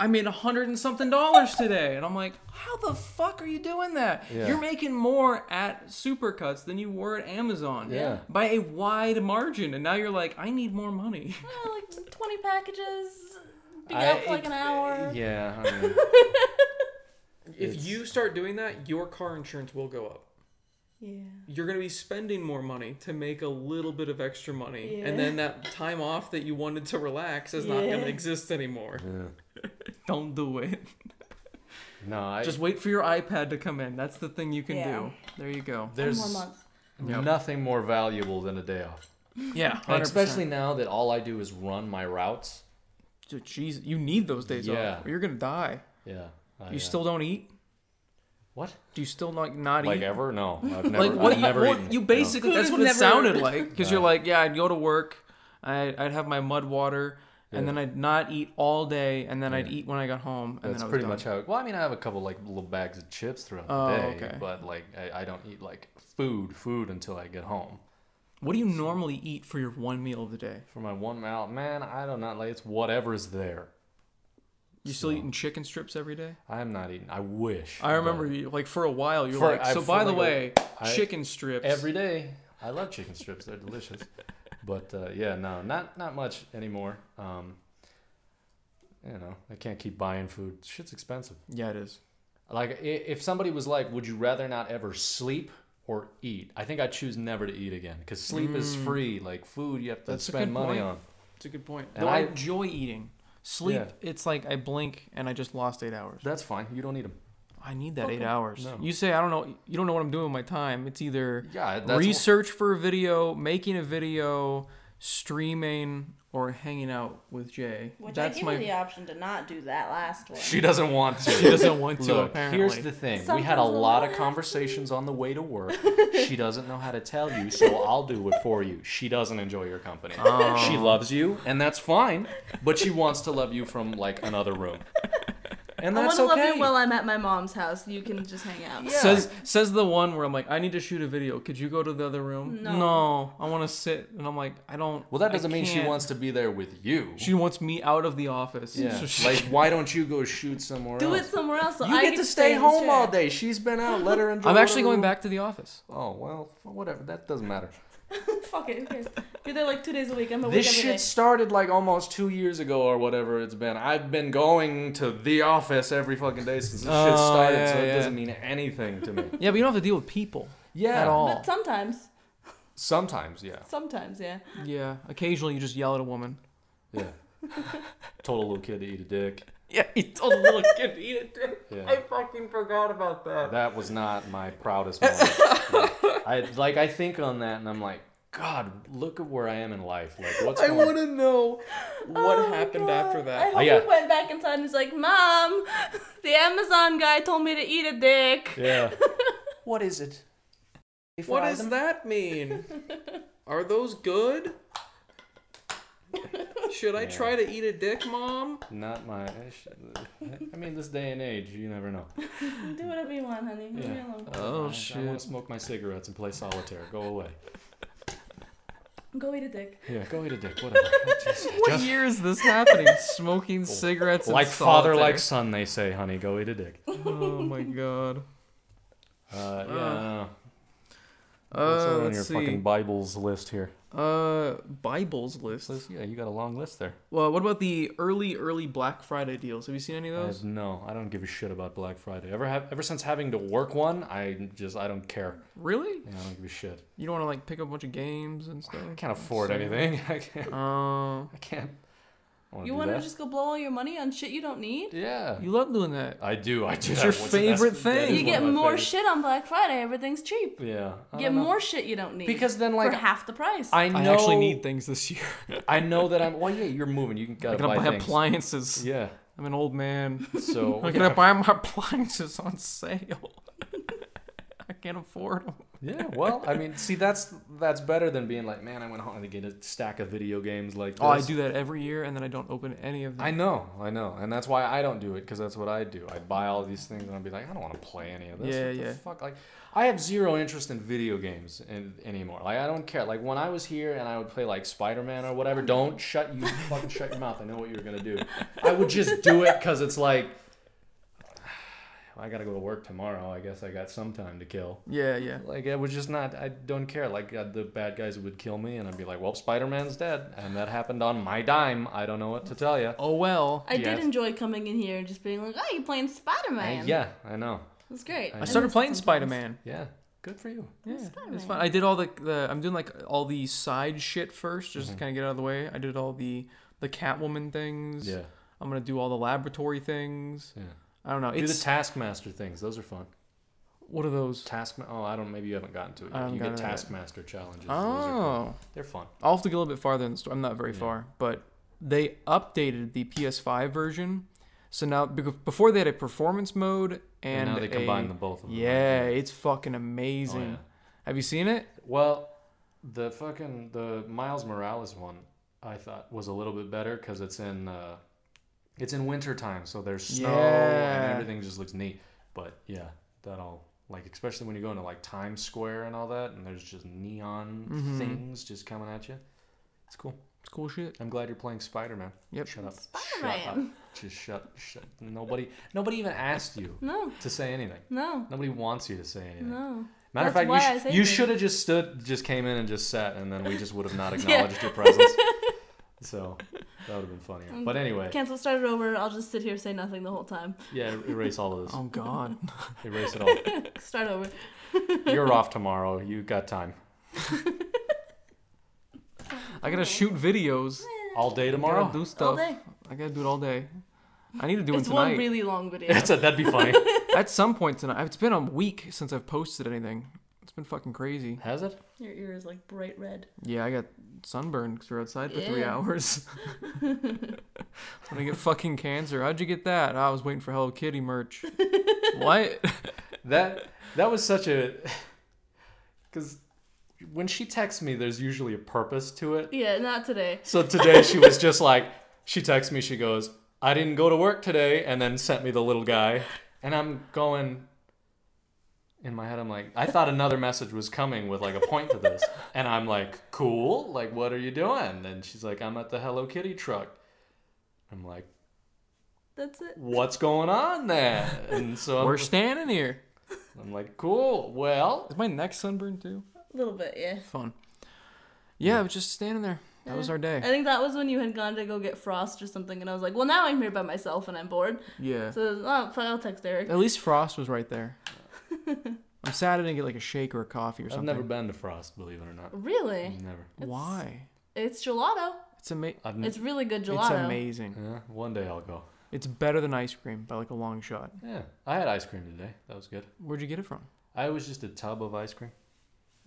[SPEAKER 2] I made a hundred and something dollars today, and I'm like, how the fuck are you doing that?
[SPEAKER 1] Yeah.
[SPEAKER 2] You're making more at Supercuts than you were at Amazon,
[SPEAKER 1] Yeah.
[SPEAKER 2] by a wide margin. And now you're like, I need more money.
[SPEAKER 3] Yeah, like 20 packages, be out for like an hour.
[SPEAKER 1] Yeah. I mean,
[SPEAKER 2] if you start doing that, your car insurance will go up.
[SPEAKER 3] Yeah.
[SPEAKER 2] You're gonna be spending more money to make a little bit of extra money,
[SPEAKER 3] Yeah.
[SPEAKER 2] and then that time off that you wanted to relax is not
[SPEAKER 3] Yeah.
[SPEAKER 2] gonna exist anymore.
[SPEAKER 1] yeah.
[SPEAKER 2] Don't do it.
[SPEAKER 1] No, I
[SPEAKER 2] Just wait for your iPad to come in. That's the thing you can
[SPEAKER 3] Yeah.
[SPEAKER 2] do. There you go.
[SPEAKER 1] there's
[SPEAKER 3] One more month.
[SPEAKER 2] Yep.
[SPEAKER 1] nothing more valuable than a day off,
[SPEAKER 2] Yeah,
[SPEAKER 1] And especially now that all I do is run my routes.
[SPEAKER 2] Dude, jeez, you need those days
[SPEAKER 1] Yeah.
[SPEAKER 2] off. Or you're gonna die.
[SPEAKER 1] Yeah. I,
[SPEAKER 2] You
[SPEAKER 1] uh,
[SPEAKER 2] still don't eat?
[SPEAKER 1] what?
[SPEAKER 2] Do you still not not
[SPEAKER 1] Like
[SPEAKER 2] eat?
[SPEAKER 1] ever? No, I've never.
[SPEAKER 2] like what?
[SPEAKER 1] I've never
[SPEAKER 2] what-
[SPEAKER 1] eaten,
[SPEAKER 2] you
[SPEAKER 1] no.
[SPEAKER 2] basically
[SPEAKER 3] Food
[SPEAKER 2] that's
[SPEAKER 3] is
[SPEAKER 2] what it
[SPEAKER 3] never-
[SPEAKER 2] sounded like because you're like, yeah, I'd go to work, I, I'd have my mud water, and then I'd not eat all day, and then I'd eat when I got home. And
[SPEAKER 1] That's
[SPEAKER 2] then I was
[SPEAKER 1] pretty
[SPEAKER 2] done.
[SPEAKER 1] much how. It, well, I mean, I have a couple like little bags of chips throughout
[SPEAKER 2] Oh,
[SPEAKER 1] the day,
[SPEAKER 2] okay.
[SPEAKER 1] but like I, I don't eat like food, food until I get home.
[SPEAKER 2] What do you normally eat for your one meal of the day?
[SPEAKER 1] For my one meal, man, I don't not like it's whatever's there.
[SPEAKER 2] You still eating chicken strips every day?
[SPEAKER 1] I'm not eating. I wish.
[SPEAKER 2] I remember
[SPEAKER 1] but
[SPEAKER 2] you like for a while you
[SPEAKER 1] For-
[SPEAKER 2] were like.
[SPEAKER 1] I-
[SPEAKER 2] So
[SPEAKER 1] for
[SPEAKER 2] by the
[SPEAKER 1] like a-
[SPEAKER 2] way,
[SPEAKER 1] I-
[SPEAKER 2] chicken strips.
[SPEAKER 1] every day. I love chicken strips. They're delicious. But uh, yeah, no, not not much anymore. Um, you know, I can't keep buying food. Shit's expensive.
[SPEAKER 2] yeah, it is.
[SPEAKER 1] Like i- if somebody was like, "Would you rather not ever sleep or eat?" I think I choose never to eat again because sleep is free. Like food, you have to
[SPEAKER 2] Mm. That's a
[SPEAKER 1] spend
[SPEAKER 2] good
[SPEAKER 1] money
[SPEAKER 2] point.
[SPEAKER 1] on.
[SPEAKER 2] It's a good point.
[SPEAKER 1] And
[SPEAKER 2] Though I,
[SPEAKER 1] I-
[SPEAKER 2] enjoy eating. Sleep,
[SPEAKER 1] Yeah.
[SPEAKER 2] it's like I blink and I just lost eight hours.
[SPEAKER 1] That's fine. You don't need them.
[SPEAKER 2] I need that eight
[SPEAKER 4] Okay.
[SPEAKER 2] hours.
[SPEAKER 1] No.
[SPEAKER 2] You say I don't know. You don't know what I'm doing with my time. It's either
[SPEAKER 1] Yeah, that's
[SPEAKER 2] research for a video, making a video, streaming, or hanging out with Jay.
[SPEAKER 3] Which
[SPEAKER 2] That's
[SPEAKER 3] I gave
[SPEAKER 2] my.
[SPEAKER 3] her the option to not do that last one.
[SPEAKER 1] She doesn't want to.
[SPEAKER 2] She doesn't want to.
[SPEAKER 1] Look,
[SPEAKER 2] apparently,
[SPEAKER 1] here's the thing. we had
[SPEAKER 3] Sometimes I
[SPEAKER 1] a lot of
[SPEAKER 3] want
[SPEAKER 1] conversations on the way to work. she doesn't know how to tell you, so I'll do it for you. She doesn't enjoy your company.
[SPEAKER 2] Oh.
[SPEAKER 1] She loves you, and that's fine, but she wants to love you from like another room. And
[SPEAKER 4] I
[SPEAKER 1] that's
[SPEAKER 4] want to
[SPEAKER 1] okay.
[SPEAKER 4] love you while I'm at my mom's house. You can just hang out.
[SPEAKER 1] Yeah.
[SPEAKER 2] says says the one where I'm like, I need to shoot a video. Could you go to the other room? No, I want to sit, and I'm like, I don't.
[SPEAKER 1] well, that
[SPEAKER 2] I
[SPEAKER 1] doesn't mean she
[SPEAKER 2] can't."
[SPEAKER 1] wants to be there with you.
[SPEAKER 2] She wants me out of the office.
[SPEAKER 1] yeah.
[SPEAKER 2] So she-
[SPEAKER 1] like, why don't you go shoot somewhere
[SPEAKER 4] Do it
[SPEAKER 1] else?
[SPEAKER 4] somewhere else. So
[SPEAKER 1] you
[SPEAKER 4] I
[SPEAKER 1] get
[SPEAKER 4] can
[SPEAKER 1] to stay
[SPEAKER 4] in the
[SPEAKER 1] home
[SPEAKER 4] chair.
[SPEAKER 1] all day. She's been out. Let her enjoy.
[SPEAKER 2] I'm actually
[SPEAKER 1] whatever-
[SPEAKER 2] going back to the office.
[SPEAKER 1] Oh well, whatever. That doesn't matter.
[SPEAKER 4] Fuck it. Who cares?
[SPEAKER 3] You're there like two days a week. I'm awake
[SPEAKER 1] This
[SPEAKER 3] every
[SPEAKER 1] shit
[SPEAKER 3] day.
[SPEAKER 1] started like almost two years ago or whatever it's been. I've been going to the office every fucking day since this
[SPEAKER 2] Oh,
[SPEAKER 1] shit started,
[SPEAKER 2] yeah,
[SPEAKER 1] so it
[SPEAKER 2] yeah.
[SPEAKER 1] doesn't mean anything to me.
[SPEAKER 2] Yeah, but you don't have to deal with people
[SPEAKER 1] Yeah.
[SPEAKER 2] at all.
[SPEAKER 3] But sometimes,
[SPEAKER 1] Sometimes, yeah.
[SPEAKER 3] sometimes, yeah.
[SPEAKER 2] Yeah, occasionally you just yell at a woman.
[SPEAKER 1] Yeah. Told a little kid to eat a dick.
[SPEAKER 2] Yeah, he told a little kid to eat a dick.
[SPEAKER 1] Yeah.
[SPEAKER 2] fucking forgot about
[SPEAKER 1] That was not my proudest moment. I like I think on that and I'm like, God, look at where I am in life. Like what's
[SPEAKER 2] I
[SPEAKER 1] going
[SPEAKER 2] want to know what
[SPEAKER 3] Oh my
[SPEAKER 2] happened
[SPEAKER 3] God.
[SPEAKER 2] after
[SPEAKER 3] I
[SPEAKER 2] that.
[SPEAKER 3] hope
[SPEAKER 1] Oh, yeah.
[SPEAKER 3] he went back inside and was like, Mom, the Amazon guy told me to eat a dick.
[SPEAKER 1] Yeah. what is it?
[SPEAKER 2] What does that mean? Are those good? Should I
[SPEAKER 1] Yeah.
[SPEAKER 2] try to eat a dick, mom?
[SPEAKER 1] Not my I sh- I mean this day and age, you never know.
[SPEAKER 3] Do whatever you want, honey. Leave me
[SPEAKER 1] Yeah.
[SPEAKER 3] alone.
[SPEAKER 2] Oh,
[SPEAKER 1] I, I
[SPEAKER 2] shit.
[SPEAKER 1] want to smoke my cigarettes and play solitaire. Go away.
[SPEAKER 3] Go eat a dick.
[SPEAKER 1] Yeah, go eat a dick. Whatever. Just-
[SPEAKER 2] What
[SPEAKER 1] just-
[SPEAKER 2] year is this happening? Smoking cigarettes and
[SPEAKER 1] like father,
[SPEAKER 2] solitaire.
[SPEAKER 1] like son, they say, honey. Go eat a dick. Uh,
[SPEAKER 2] Oh my god.
[SPEAKER 1] yeah.
[SPEAKER 2] Uh,
[SPEAKER 1] What's
[SPEAKER 2] Uh,
[SPEAKER 1] over on
[SPEAKER 2] let's
[SPEAKER 1] your
[SPEAKER 2] see.
[SPEAKER 1] fucking Bibles list here?
[SPEAKER 2] Uh, Bibles list.
[SPEAKER 1] So, yeah, you got a long list there.
[SPEAKER 2] Well, what about the early, early Black Friday deals? Have you seen any of
[SPEAKER 1] I
[SPEAKER 2] those?
[SPEAKER 1] have, no, I don't give a shit about Black Friday. Ever have ever since having to work one, I just I don't care.
[SPEAKER 2] Really?
[SPEAKER 1] Yeah, I don't give a shit.
[SPEAKER 2] You don't want to like pick up a bunch of games and stuff.
[SPEAKER 1] I can't afford
[SPEAKER 2] Same.
[SPEAKER 1] anything. I can't.
[SPEAKER 2] Uh,
[SPEAKER 1] I can't. I wanna
[SPEAKER 3] You
[SPEAKER 1] do
[SPEAKER 3] want to
[SPEAKER 1] that.
[SPEAKER 3] just go blow all your money on shit you don't need?
[SPEAKER 1] Yeah.
[SPEAKER 2] you love doing that.
[SPEAKER 1] I do. I do.
[SPEAKER 2] It's
[SPEAKER 1] that.
[SPEAKER 2] your
[SPEAKER 1] What's- that's-
[SPEAKER 2] favorite
[SPEAKER 1] that is
[SPEAKER 2] thing.
[SPEAKER 3] You
[SPEAKER 1] one
[SPEAKER 3] get
[SPEAKER 1] of my
[SPEAKER 3] more
[SPEAKER 1] favorite-
[SPEAKER 3] shit on Black Friday. Everything's cheap.
[SPEAKER 1] Yeah. I
[SPEAKER 3] Get
[SPEAKER 1] don't know.
[SPEAKER 3] more shit you don't need.
[SPEAKER 1] because then like
[SPEAKER 3] for half the price.
[SPEAKER 1] I know
[SPEAKER 2] I actually need things this year.
[SPEAKER 1] I know that I'm. Well, yeah, you're moving. You can
[SPEAKER 2] I'm
[SPEAKER 1] gotta
[SPEAKER 2] gonna
[SPEAKER 1] buy,
[SPEAKER 2] buy
[SPEAKER 1] things.
[SPEAKER 2] appliances.
[SPEAKER 1] Yeah.
[SPEAKER 2] I'm an old man.
[SPEAKER 1] So
[SPEAKER 2] I'm gonna buy my appliances on sale. I can't afford them.
[SPEAKER 1] yeah. Well, I mean, see, that's that's better than being like, man, I went home to get a stack of video games. Like,
[SPEAKER 2] Oh, I
[SPEAKER 1] this."
[SPEAKER 2] do that every year, and then I don't open any of them.
[SPEAKER 1] I know, I know, and that's why I don't do it because that's what I do. I buy all these things and I'll be like, I don't want to play any of this.
[SPEAKER 2] Yeah,
[SPEAKER 1] what the
[SPEAKER 2] yeah.
[SPEAKER 1] fuck, like, I have zero interest in video games in, anymore. Like, I don't care. Like when I was here and I would play like Spider Man or whatever. Don't shut you fucking shut your mouth. I know what you're gonna do. I would just do it because it's like. I gotta go to work tomorrow. I guess I got some time to kill.
[SPEAKER 2] yeah, yeah.
[SPEAKER 1] Like I was just not. I don't care. Like uh, the bad guys would kill me, and I'd be like, "Well, Spider Man's dead," and that happened on my dime. I don't know what to tell you.
[SPEAKER 2] Oh well.
[SPEAKER 3] I
[SPEAKER 1] Yes.
[SPEAKER 3] did enjoy coming in here and just being like, oh, you playing Spider Man.
[SPEAKER 1] yeah, I know.
[SPEAKER 3] It was great.
[SPEAKER 1] I
[SPEAKER 2] I
[SPEAKER 1] And
[SPEAKER 2] started
[SPEAKER 3] missed
[SPEAKER 2] playing
[SPEAKER 3] it sometimes.
[SPEAKER 2] Spider Man.
[SPEAKER 1] Yeah, good for you.
[SPEAKER 2] Yeah, it's
[SPEAKER 3] Spider-Man.
[SPEAKER 2] fun. I did all the, the I'm doing like all the side shit first, just
[SPEAKER 1] Mm-hmm.
[SPEAKER 2] to kind of get out of the way. I did all the the Catwoman things.
[SPEAKER 1] Yeah,
[SPEAKER 2] I'm gonna do all the laboratory things.
[SPEAKER 1] yeah.
[SPEAKER 2] I don't know.
[SPEAKER 1] Do the
[SPEAKER 2] It's
[SPEAKER 1] Taskmaster things; those are fun.
[SPEAKER 2] what are those?
[SPEAKER 1] Taskma Oh, I don't. Maybe you haven't gotten to it. Yet.
[SPEAKER 2] I haven't
[SPEAKER 1] You get
[SPEAKER 2] gotten to that.
[SPEAKER 1] Taskmaster challenges. Those are fun.
[SPEAKER 2] Oh,
[SPEAKER 1] they're fun.
[SPEAKER 2] I'll have to go a little bit farther in the story. I'm not very far, but they updated the PS5 version. So now, becau- before they had a performance mode and,
[SPEAKER 1] And, now they
[SPEAKER 2] a-
[SPEAKER 1] combine the both of them. Oh,
[SPEAKER 2] Yeah, it's fucking amazing.
[SPEAKER 1] yeah.
[SPEAKER 2] Have you seen it?
[SPEAKER 1] Well, the fucking the Miles Morales one. I thought was a little bit better because it's in uh, it's in winter time, so there's snow
[SPEAKER 2] Yeah.
[SPEAKER 1] and everything just looks neat. But yeah, that all like especially when you go into like Times Square and all that, and there's just neon
[SPEAKER 2] Mhm.
[SPEAKER 1] things just coming at you. It's cool.
[SPEAKER 2] It's cool shit.
[SPEAKER 1] I'm glad you're playing Spider Man.
[SPEAKER 2] Yep.
[SPEAKER 1] Shut up. Shut up.
[SPEAKER 3] Spider-Man.
[SPEAKER 1] Just shut. Shut. Nobody. Nobody even asked you
[SPEAKER 3] No,
[SPEAKER 1] to say anything.
[SPEAKER 3] no,
[SPEAKER 1] Nobody wants you to say anything.
[SPEAKER 3] no.
[SPEAKER 1] Matter
[SPEAKER 3] That's
[SPEAKER 1] of
[SPEAKER 3] why I
[SPEAKER 1] fact, you,
[SPEAKER 3] say
[SPEAKER 1] sh- you
[SPEAKER 3] things.
[SPEAKER 1] should have just stood, just came in and just sat, and then we just would have not acknowledged your presence. So that would have been funnier.
[SPEAKER 3] Um,
[SPEAKER 1] But anyway,
[SPEAKER 3] Cancel, start it over. I'll just sit here say nothing the whole time.
[SPEAKER 1] yeah, er- erase all of this.
[SPEAKER 2] Oh god.
[SPEAKER 1] Erase it all.
[SPEAKER 3] Start over.
[SPEAKER 1] You're off tomorrow. You got time.
[SPEAKER 2] I gotta shoot videos.
[SPEAKER 1] All day
[SPEAKER 2] I
[SPEAKER 1] tomorrow.
[SPEAKER 2] gotta do stuff.
[SPEAKER 3] day.
[SPEAKER 2] I gotta do it all day. I need to do
[SPEAKER 3] It's
[SPEAKER 2] it tonight.
[SPEAKER 3] one really long video.
[SPEAKER 1] That's a, that'd be funny.
[SPEAKER 2] At some point tonight. It's been a week since I've posted anything. It's been fucking crazy.
[SPEAKER 1] Has it?
[SPEAKER 3] Your ear is like bright red.
[SPEAKER 2] Yeah, I got sunburned because we were outside for three
[SPEAKER 3] Ew.
[SPEAKER 2] hours. I'm gonna get fucking cancer. How'd you get that? I was waiting for Hello Kitty merch. what?
[SPEAKER 1] That that was such a because when she texts me, there's usually a purpose to it.
[SPEAKER 3] Yeah, not today.
[SPEAKER 1] So today she was just like, she texts me, she goes, I didn't go to work today, and then sent me the little guy. And I'm going, in my head, I'm like, I thought another message was coming with like a point to this. And I'm like, cool, like, what are you doing? And she's like, I'm at the Hello Kitty truck. I'm like,
[SPEAKER 3] That's it.
[SPEAKER 1] what's going on there? And so I'm,
[SPEAKER 2] We're standing here.
[SPEAKER 1] I'm like, cool, well,
[SPEAKER 2] Is my neck sunburned too?
[SPEAKER 3] A little bit, yeah.
[SPEAKER 2] Fun. Yeah, I was just standing there. That was our
[SPEAKER 3] I
[SPEAKER 2] day.
[SPEAKER 3] think that was when you had gone to go get frost or something, and I was like, well, now I'm here by myself and I'm bored.
[SPEAKER 2] Yeah.
[SPEAKER 3] So, oh, fuck, I'll text Eric.
[SPEAKER 2] At least Frost was right there. I'm sad I didn't get like a shake or a coffee or
[SPEAKER 1] I've
[SPEAKER 2] something.
[SPEAKER 1] never been to Frost, believe it or not.
[SPEAKER 2] Mm.
[SPEAKER 3] Really?
[SPEAKER 1] Never.
[SPEAKER 2] Why?
[SPEAKER 3] It's gelato.
[SPEAKER 2] It's amazing.
[SPEAKER 1] I've
[SPEAKER 3] It's really good
[SPEAKER 2] Mm. It's
[SPEAKER 3] gelato.
[SPEAKER 2] amazing.
[SPEAKER 1] yeah, one day I'll go.
[SPEAKER 2] It's better than ice cream by like a long shot.
[SPEAKER 1] Yeah, I had ice cream today. That was good.
[SPEAKER 2] Where'd you get it from?
[SPEAKER 1] I was just a tub of ice cream.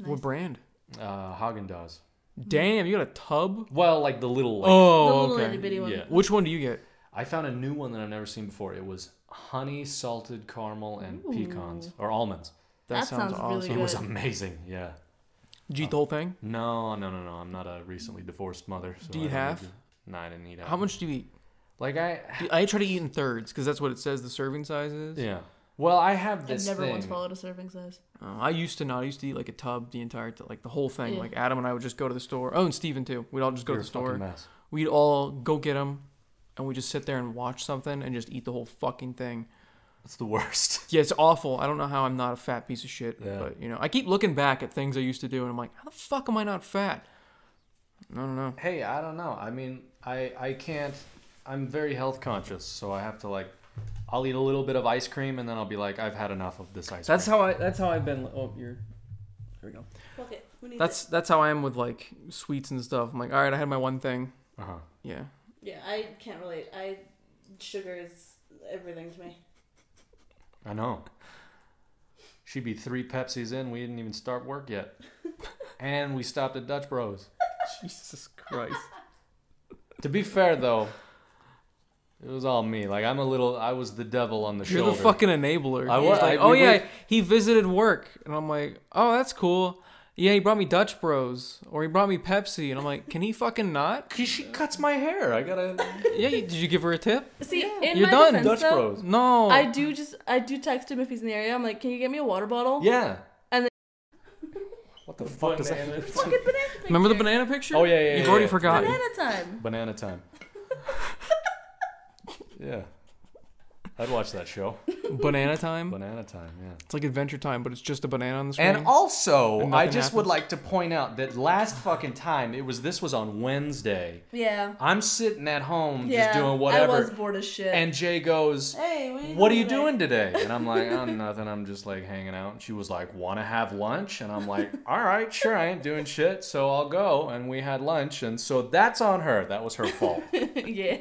[SPEAKER 2] What brand?
[SPEAKER 1] Uh, Haagen Dazs.
[SPEAKER 2] Damn, you got a tub?
[SPEAKER 1] Well, like the little. Like,
[SPEAKER 3] Mm. The
[SPEAKER 2] Oh,
[SPEAKER 3] little itty
[SPEAKER 2] okay.
[SPEAKER 3] bitty one.
[SPEAKER 1] Yeah.
[SPEAKER 2] Which one do you get?
[SPEAKER 1] I found a new one that I've never seen before. It was honey salted caramel and pecans or almonds.
[SPEAKER 2] That,
[SPEAKER 3] That
[SPEAKER 2] sounds,
[SPEAKER 3] sounds
[SPEAKER 2] awesome.
[SPEAKER 3] really
[SPEAKER 1] It was
[SPEAKER 3] Good.
[SPEAKER 1] amazing. Yeah.
[SPEAKER 2] Did you eat the whole thing?
[SPEAKER 1] No, no, no, no. I'm not a recently divorced mother. So
[SPEAKER 2] Do you
[SPEAKER 1] I don't
[SPEAKER 2] have?
[SPEAKER 1] really- No, I didn't eat.
[SPEAKER 2] How
[SPEAKER 1] half.
[SPEAKER 2] much do you eat?
[SPEAKER 1] Like I.
[SPEAKER 2] Do- I try to eat in thirds because that's what it says the serving size is.
[SPEAKER 1] Yeah. Well, I have
[SPEAKER 3] I've
[SPEAKER 1] this
[SPEAKER 3] never
[SPEAKER 1] thing.
[SPEAKER 3] once followed a serving size.
[SPEAKER 2] Uh, I used to not. I used to eat like a tub the entire, t- like the whole thing.
[SPEAKER 3] Yeah.
[SPEAKER 2] Like Adam and I would just go to the store. Oh, and Steven too. We'd all just go
[SPEAKER 1] You're
[SPEAKER 2] to
[SPEAKER 1] a
[SPEAKER 2] the
[SPEAKER 1] fucking
[SPEAKER 2] store.
[SPEAKER 1] mess.
[SPEAKER 2] We'd all go get them, and we just sit there and watch something and just eat the whole fucking thing.
[SPEAKER 1] It's the worst.
[SPEAKER 2] Yeah, it's awful. I don't know how I'm not a fat piece of shit.
[SPEAKER 1] Yeah.
[SPEAKER 2] But you know, I keep looking back at things I used to do, and I'm like, how the fuck am I not fat? I don't know.
[SPEAKER 1] hey i don't know i mean i i can't i'm very health conscious so i have to like i'll eat a little bit of ice cream and then i'll be like i've had enough of this ice
[SPEAKER 2] That's
[SPEAKER 1] cream
[SPEAKER 2] how I. That's how I've been. Oh, you're. There we go.
[SPEAKER 3] Fuck it. We need
[SPEAKER 2] That's that's how I am with like sweets and stuff. I'm like, all right, I had my one thing.
[SPEAKER 1] uh-huh.
[SPEAKER 2] Yeah.
[SPEAKER 3] Yeah, I can't relate. I sugar is everything to me.
[SPEAKER 1] i know she'd be three pepsis in we didn't even start work yet and we stopped at dutch bros
[SPEAKER 2] Jesus Christ.
[SPEAKER 1] to be fair though it was all me like i'm a little i was the devil on the
[SPEAKER 2] You're
[SPEAKER 1] shoulder
[SPEAKER 2] the fucking enabler.
[SPEAKER 1] I
[SPEAKER 2] You're
[SPEAKER 1] wa-
[SPEAKER 2] just like,
[SPEAKER 1] I-
[SPEAKER 2] oh
[SPEAKER 1] we
[SPEAKER 2] yeah,
[SPEAKER 1] were-
[SPEAKER 2] he visited work, and I'm like, oh that's cool. Yeah, he brought me Dutch Bros, or he brought me Pepsi, and I'm like, can he fucking not?
[SPEAKER 1] 'Cause she cuts my hair i gotta
[SPEAKER 2] Yeah, you, did you give her a tip?
[SPEAKER 3] See, in
[SPEAKER 2] You're
[SPEAKER 3] my
[SPEAKER 2] done,
[SPEAKER 3] defense,
[SPEAKER 1] dutch
[SPEAKER 3] though,
[SPEAKER 1] bros
[SPEAKER 2] No.
[SPEAKER 3] I do just I do text him if he's in the area. I'm like, can you get me a water bottle?
[SPEAKER 1] yeah
[SPEAKER 3] And then-
[SPEAKER 1] what the fuck does that
[SPEAKER 3] Fucking banana. Picture.
[SPEAKER 2] Remember the banana picture?
[SPEAKER 1] Oh, yeah, yeah,
[SPEAKER 2] You've
[SPEAKER 1] yeah,
[SPEAKER 2] already
[SPEAKER 1] yeah.
[SPEAKER 2] forgotten.
[SPEAKER 3] Banana time.
[SPEAKER 1] Banana Time. yeah. I'd watch that show.
[SPEAKER 2] banana time.
[SPEAKER 1] Banana Time, yeah.
[SPEAKER 2] It's like Adventure Time, but it's just a banana on the screen.
[SPEAKER 1] And also,
[SPEAKER 2] And
[SPEAKER 1] I
[SPEAKER 2] nothing
[SPEAKER 1] just would
[SPEAKER 2] happens.
[SPEAKER 1] like to point out that last fucking time, it was this was on Wednesday.
[SPEAKER 3] Yeah.
[SPEAKER 1] I'm sitting at home
[SPEAKER 3] Yeah.
[SPEAKER 1] just doing
[SPEAKER 3] I was
[SPEAKER 1] whatever
[SPEAKER 3] bored as shit.
[SPEAKER 1] and Jay goes,
[SPEAKER 3] hey, what are you,
[SPEAKER 1] "What are you
[SPEAKER 3] today?
[SPEAKER 1] doing today?" And I'm like, "I'm nothing. I'm just like hanging out." And she was like, "Want to have lunch?" And I'm like, "All right, sure. I ain't doing shit, so I'll go." And we had lunch, and so that's on her. That was her fault.
[SPEAKER 3] yeah.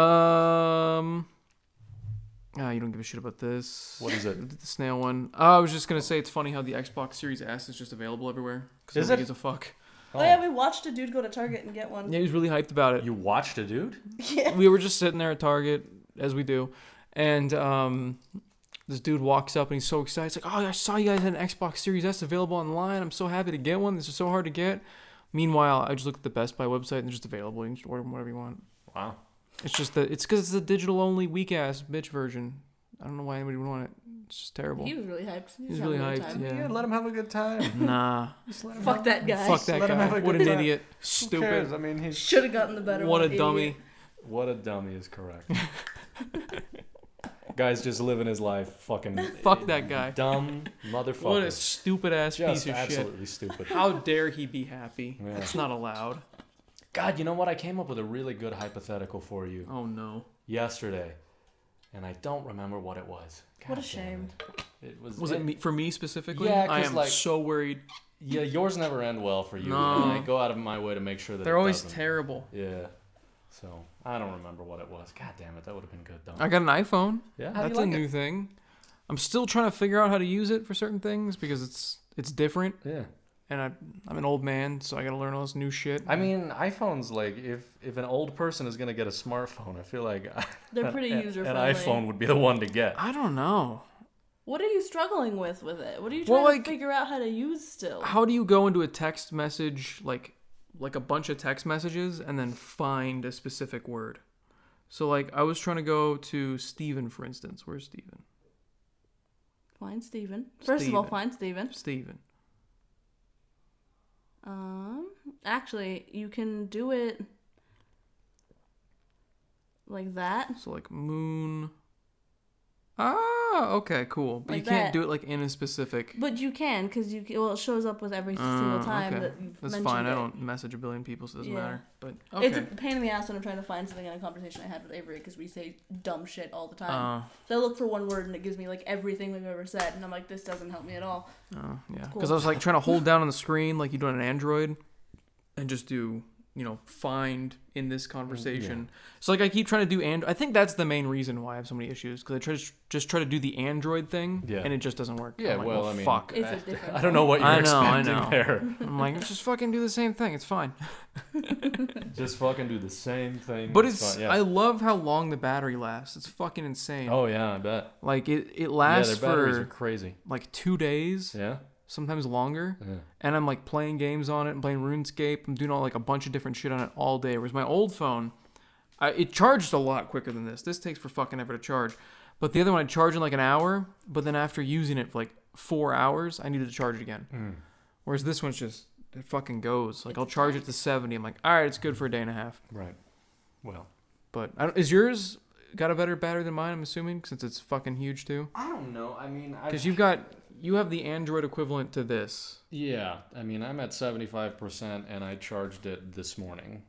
[SPEAKER 2] Um. Ah, you don't give a shit about this.
[SPEAKER 1] What is it?
[SPEAKER 2] The snail one. Oh, I was just gonna say it's funny how the Xbox Series S is just available everywhere. 'cause
[SPEAKER 1] Is
[SPEAKER 2] nobody
[SPEAKER 1] it?
[SPEAKER 2] gives a fuck.
[SPEAKER 3] Oh yeah, we watched a dude go to Target and get one.
[SPEAKER 2] Yeah, he was really hyped about it.
[SPEAKER 1] You watched a dude?
[SPEAKER 2] We were just sitting there at Target, as we do, and um, this dude walks up and he's so excited. He's like, "Oh, I saw you guys had an Xbox Series S available online. I'm so happy to get one. This is so hard to get." Meanwhile, I just looked at the Best Buy website and they're just available. You can just order them whatever you want.
[SPEAKER 1] Wow.
[SPEAKER 2] It's just that it's because it's a digital only weak ass bitch version. I don't know why anybody would want it. It's just terrible.
[SPEAKER 3] He was really hyped. He was
[SPEAKER 2] He's
[SPEAKER 3] having
[SPEAKER 2] really
[SPEAKER 3] a good
[SPEAKER 2] hyped.
[SPEAKER 3] time.
[SPEAKER 2] Yeah.
[SPEAKER 5] Yeah, let him have a good time.
[SPEAKER 2] Nah.
[SPEAKER 5] Just let him
[SPEAKER 3] Fuck that guy.
[SPEAKER 2] Fuck that
[SPEAKER 5] Let him have
[SPEAKER 2] guy.
[SPEAKER 5] a
[SPEAKER 2] What
[SPEAKER 5] good
[SPEAKER 2] an
[SPEAKER 5] time.
[SPEAKER 2] idiot.
[SPEAKER 5] Who cares?
[SPEAKER 2] Stupid.
[SPEAKER 5] I mean, he's
[SPEAKER 3] Should have gotten the better
[SPEAKER 2] What
[SPEAKER 3] one.
[SPEAKER 2] a
[SPEAKER 3] idiot.
[SPEAKER 2] dummy.
[SPEAKER 1] What a dummy is correct. Guy's just living his life fucking.
[SPEAKER 2] Fuck that guy.
[SPEAKER 1] Dumb motherfucker.
[SPEAKER 2] What a stupid ass
[SPEAKER 1] just
[SPEAKER 2] piece of shit.
[SPEAKER 1] absolutely stupid.
[SPEAKER 2] How dare he be happy?
[SPEAKER 1] Yeah.
[SPEAKER 2] That's not allowed.
[SPEAKER 1] God, you know what? I came up with a really good hypothetical for you
[SPEAKER 2] Oh no.
[SPEAKER 1] yesterday, and I don't remember what it was.
[SPEAKER 3] What a
[SPEAKER 1] God damn It, It was.
[SPEAKER 2] Was it me, for me specifically?
[SPEAKER 1] Yeah,
[SPEAKER 2] I
[SPEAKER 1] 'cause,
[SPEAKER 2] am
[SPEAKER 1] like-
[SPEAKER 2] so worried.
[SPEAKER 1] Yeah, yours never end well for you.
[SPEAKER 2] No.
[SPEAKER 1] And I go out of my way to make sure that
[SPEAKER 2] They're
[SPEAKER 1] it
[SPEAKER 2] always
[SPEAKER 1] doesn't.
[SPEAKER 2] terrible.
[SPEAKER 1] Yeah. So I don't remember what it was. God damn it, that would have been good though.
[SPEAKER 2] I got an iPhone.
[SPEAKER 1] yeah.
[SPEAKER 2] That's a new thing. I'm still trying to figure out how to use it for certain things because it's it's different,
[SPEAKER 1] Yeah.
[SPEAKER 2] and I I'm an old man, so I got to learn all this new shit.
[SPEAKER 1] I mean, iPhones like if if an old person is gonna get a smartphone, I feel like
[SPEAKER 3] They're pretty
[SPEAKER 1] an- an-
[SPEAKER 3] user
[SPEAKER 1] An iPhone
[SPEAKER 3] friendly.
[SPEAKER 1] would be the one to get.
[SPEAKER 2] I don't know.
[SPEAKER 3] What are you struggling with with it? What are you
[SPEAKER 2] Well,
[SPEAKER 3] trying
[SPEAKER 2] like-
[SPEAKER 3] to figure out how to use still?
[SPEAKER 2] How do you go into a text message like like a bunch of text messages and then find a specific word? So like I was trying to go to Steven, for instance. Where's Steven?
[SPEAKER 3] Find Steven. First of all,
[SPEAKER 2] Steven.
[SPEAKER 3] find Steven.
[SPEAKER 2] Steven.
[SPEAKER 3] Um, actually, you can do it like that.
[SPEAKER 2] So like moon. Ah, okay, cool. But
[SPEAKER 3] Like
[SPEAKER 2] you can't
[SPEAKER 3] that.
[SPEAKER 2] do it like in a specific.
[SPEAKER 3] But you can, because you can, well, it shows up with every single
[SPEAKER 2] Uh,
[SPEAKER 3] time
[SPEAKER 2] okay.
[SPEAKER 3] that you've
[SPEAKER 2] That's
[SPEAKER 3] mentioned
[SPEAKER 2] fine.
[SPEAKER 3] it.
[SPEAKER 2] I don't message a billion people, so it doesn't
[SPEAKER 3] Yeah.
[SPEAKER 2] matter. But okay.
[SPEAKER 3] It's a pain in the ass when I'm trying to find something in a conversation I had with Avery because we say dumb shit all the
[SPEAKER 2] Uh,
[SPEAKER 3] time. so I look for one word and it gives me like everything we've ever said, and I'm like, this doesn't help me at all.
[SPEAKER 2] uh, yeah. Because
[SPEAKER 3] Cool.
[SPEAKER 2] I was like trying to hold down on the screen like you do on an Android, and just do you know find in this conversation. So like I keep trying to do and I think that's the main reason why I have so many issues because I try to just try to do the Android thing
[SPEAKER 1] Yeah.
[SPEAKER 2] and it just doesn't work.
[SPEAKER 1] Yeah,
[SPEAKER 2] I'm like,
[SPEAKER 1] well, I mean-
[SPEAKER 2] fuck.
[SPEAKER 3] It's a different.
[SPEAKER 1] I don't know what you're
[SPEAKER 2] I know, I
[SPEAKER 1] expecting
[SPEAKER 2] know.
[SPEAKER 1] there.
[SPEAKER 2] I'm like just fucking do the same thing. It's fine.
[SPEAKER 1] Just fucking do the same thing.
[SPEAKER 2] But
[SPEAKER 1] as
[SPEAKER 2] it's
[SPEAKER 1] fun- yeah.
[SPEAKER 2] I love how long the battery lasts. It's fucking insane.
[SPEAKER 1] Oh yeah, I bet.
[SPEAKER 2] Like it it
[SPEAKER 1] Yeah,
[SPEAKER 2] lasts
[SPEAKER 1] their batteries
[SPEAKER 2] for
[SPEAKER 1] are crazy.
[SPEAKER 2] like two days,
[SPEAKER 1] Yeah.
[SPEAKER 2] sometimes longer.
[SPEAKER 1] Yeah.
[SPEAKER 2] And I'm like playing games on it. I'm playing RuneScape. I'm doing all like a bunch of different shit on it all day. Whereas my old phone, I, it charged a lot quicker than this. This takes for fucking ever to charge. But the other one I charge in like an hour. But then after using it for like four hours, I needed to charge it again.
[SPEAKER 1] Mm,
[SPEAKER 2] Whereas this one's just it fucking goes. Like I'll charge it to seventy. I'm like, all right, it's good for a day and a half.
[SPEAKER 1] Right. Well.
[SPEAKER 2] But I don't, is yours got a better battery than mine? I'm assuming since it's fucking huge too.
[SPEAKER 1] I don't know. I mean, I
[SPEAKER 2] Because you've got you have the Android equivalent to this.
[SPEAKER 1] Yeah, I mean, I'm at 75% and I charged it this morning.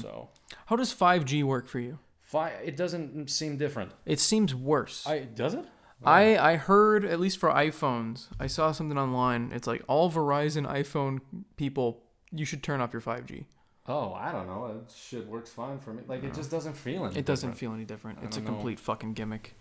[SPEAKER 1] So,
[SPEAKER 2] How does 5G work for you?
[SPEAKER 1] fi- it doesn't seem different.
[SPEAKER 2] It seems worse.
[SPEAKER 1] I does it?
[SPEAKER 2] I, I heard at least for iPhones, I saw something online. It's like all Verizon iPhone people, you should turn off your 5G.
[SPEAKER 1] Oh, I don't know. That shit works fine for me. Like it just doesn't feel anything.
[SPEAKER 2] It doesn't feel any different.
[SPEAKER 1] I
[SPEAKER 2] It's a
[SPEAKER 1] don't know.
[SPEAKER 2] complete fucking gimmick.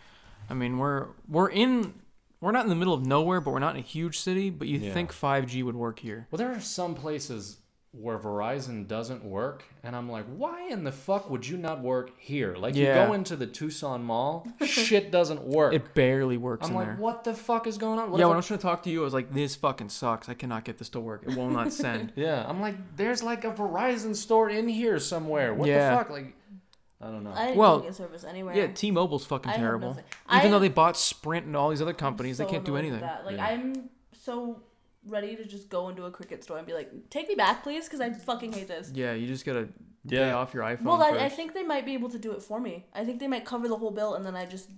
[SPEAKER 2] I mean, we're we're in we're not in the middle of nowhere, but we're not in a huge city. But you
[SPEAKER 1] Yeah.
[SPEAKER 2] think 5G would work here?
[SPEAKER 1] Well, there are some places where Verizon doesn't work, and I'm like, why in the fuck would you not work here? Like
[SPEAKER 2] Yeah.
[SPEAKER 1] you go into the Tucson Mall, shit doesn't work.
[SPEAKER 2] It barely works
[SPEAKER 1] I'm
[SPEAKER 2] in
[SPEAKER 1] like,
[SPEAKER 2] there.
[SPEAKER 1] what the fuck is going on? What
[SPEAKER 2] Yeah,
[SPEAKER 1] if
[SPEAKER 2] when
[SPEAKER 1] I-
[SPEAKER 2] I was trying to talk to you, I was like, this fucking sucks. I cannot get this to work. It will not send.
[SPEAKER 1] yeah. I'm like, there's like a Verizon store in here somewhere. What
[SPEAKER 2] Yeah.
[SPEAKER 1] the fuck? Like, I don't know.
[SPEAKER 3] I didn't
[SPEAKER 2] Well,
[SPEAKER 3] get service anywhere.
[SPEAKER 2] Yeah, T-Mobile's fucking
[SPEAKER 3] I have
[SPEAKER 2] terrible.
[SPEAKER 3] nothing.
[SPEAKER 2] Even
[SPEAKER 3] I-
[SPEAKER 2] though they bought Sprint and all these other companies,
[SPEAKER 3] so
[SPEAKER 2] they can't do
[SPEAKER 3] annoyed
[SPEAKER 2] anything.
[SPEAKER 3] with that. Like
[SPEAKER 1] Yeah.
[SPEAKER 3] I'm so ready to just go into a cricket store and be like, take me back, please, because I fucking hate this.
[SPEAKER 2] Yeah, you just gotta pay
[SPEAKER 1] Yeah.
[SPEAKER 2] off your iPhone
[SPEAKER 3] Well,
[SPEAKER 2] first.
[SPEAKER 3] I, I think they might be able to do it for me. I think they might cover the whole bill, and then I just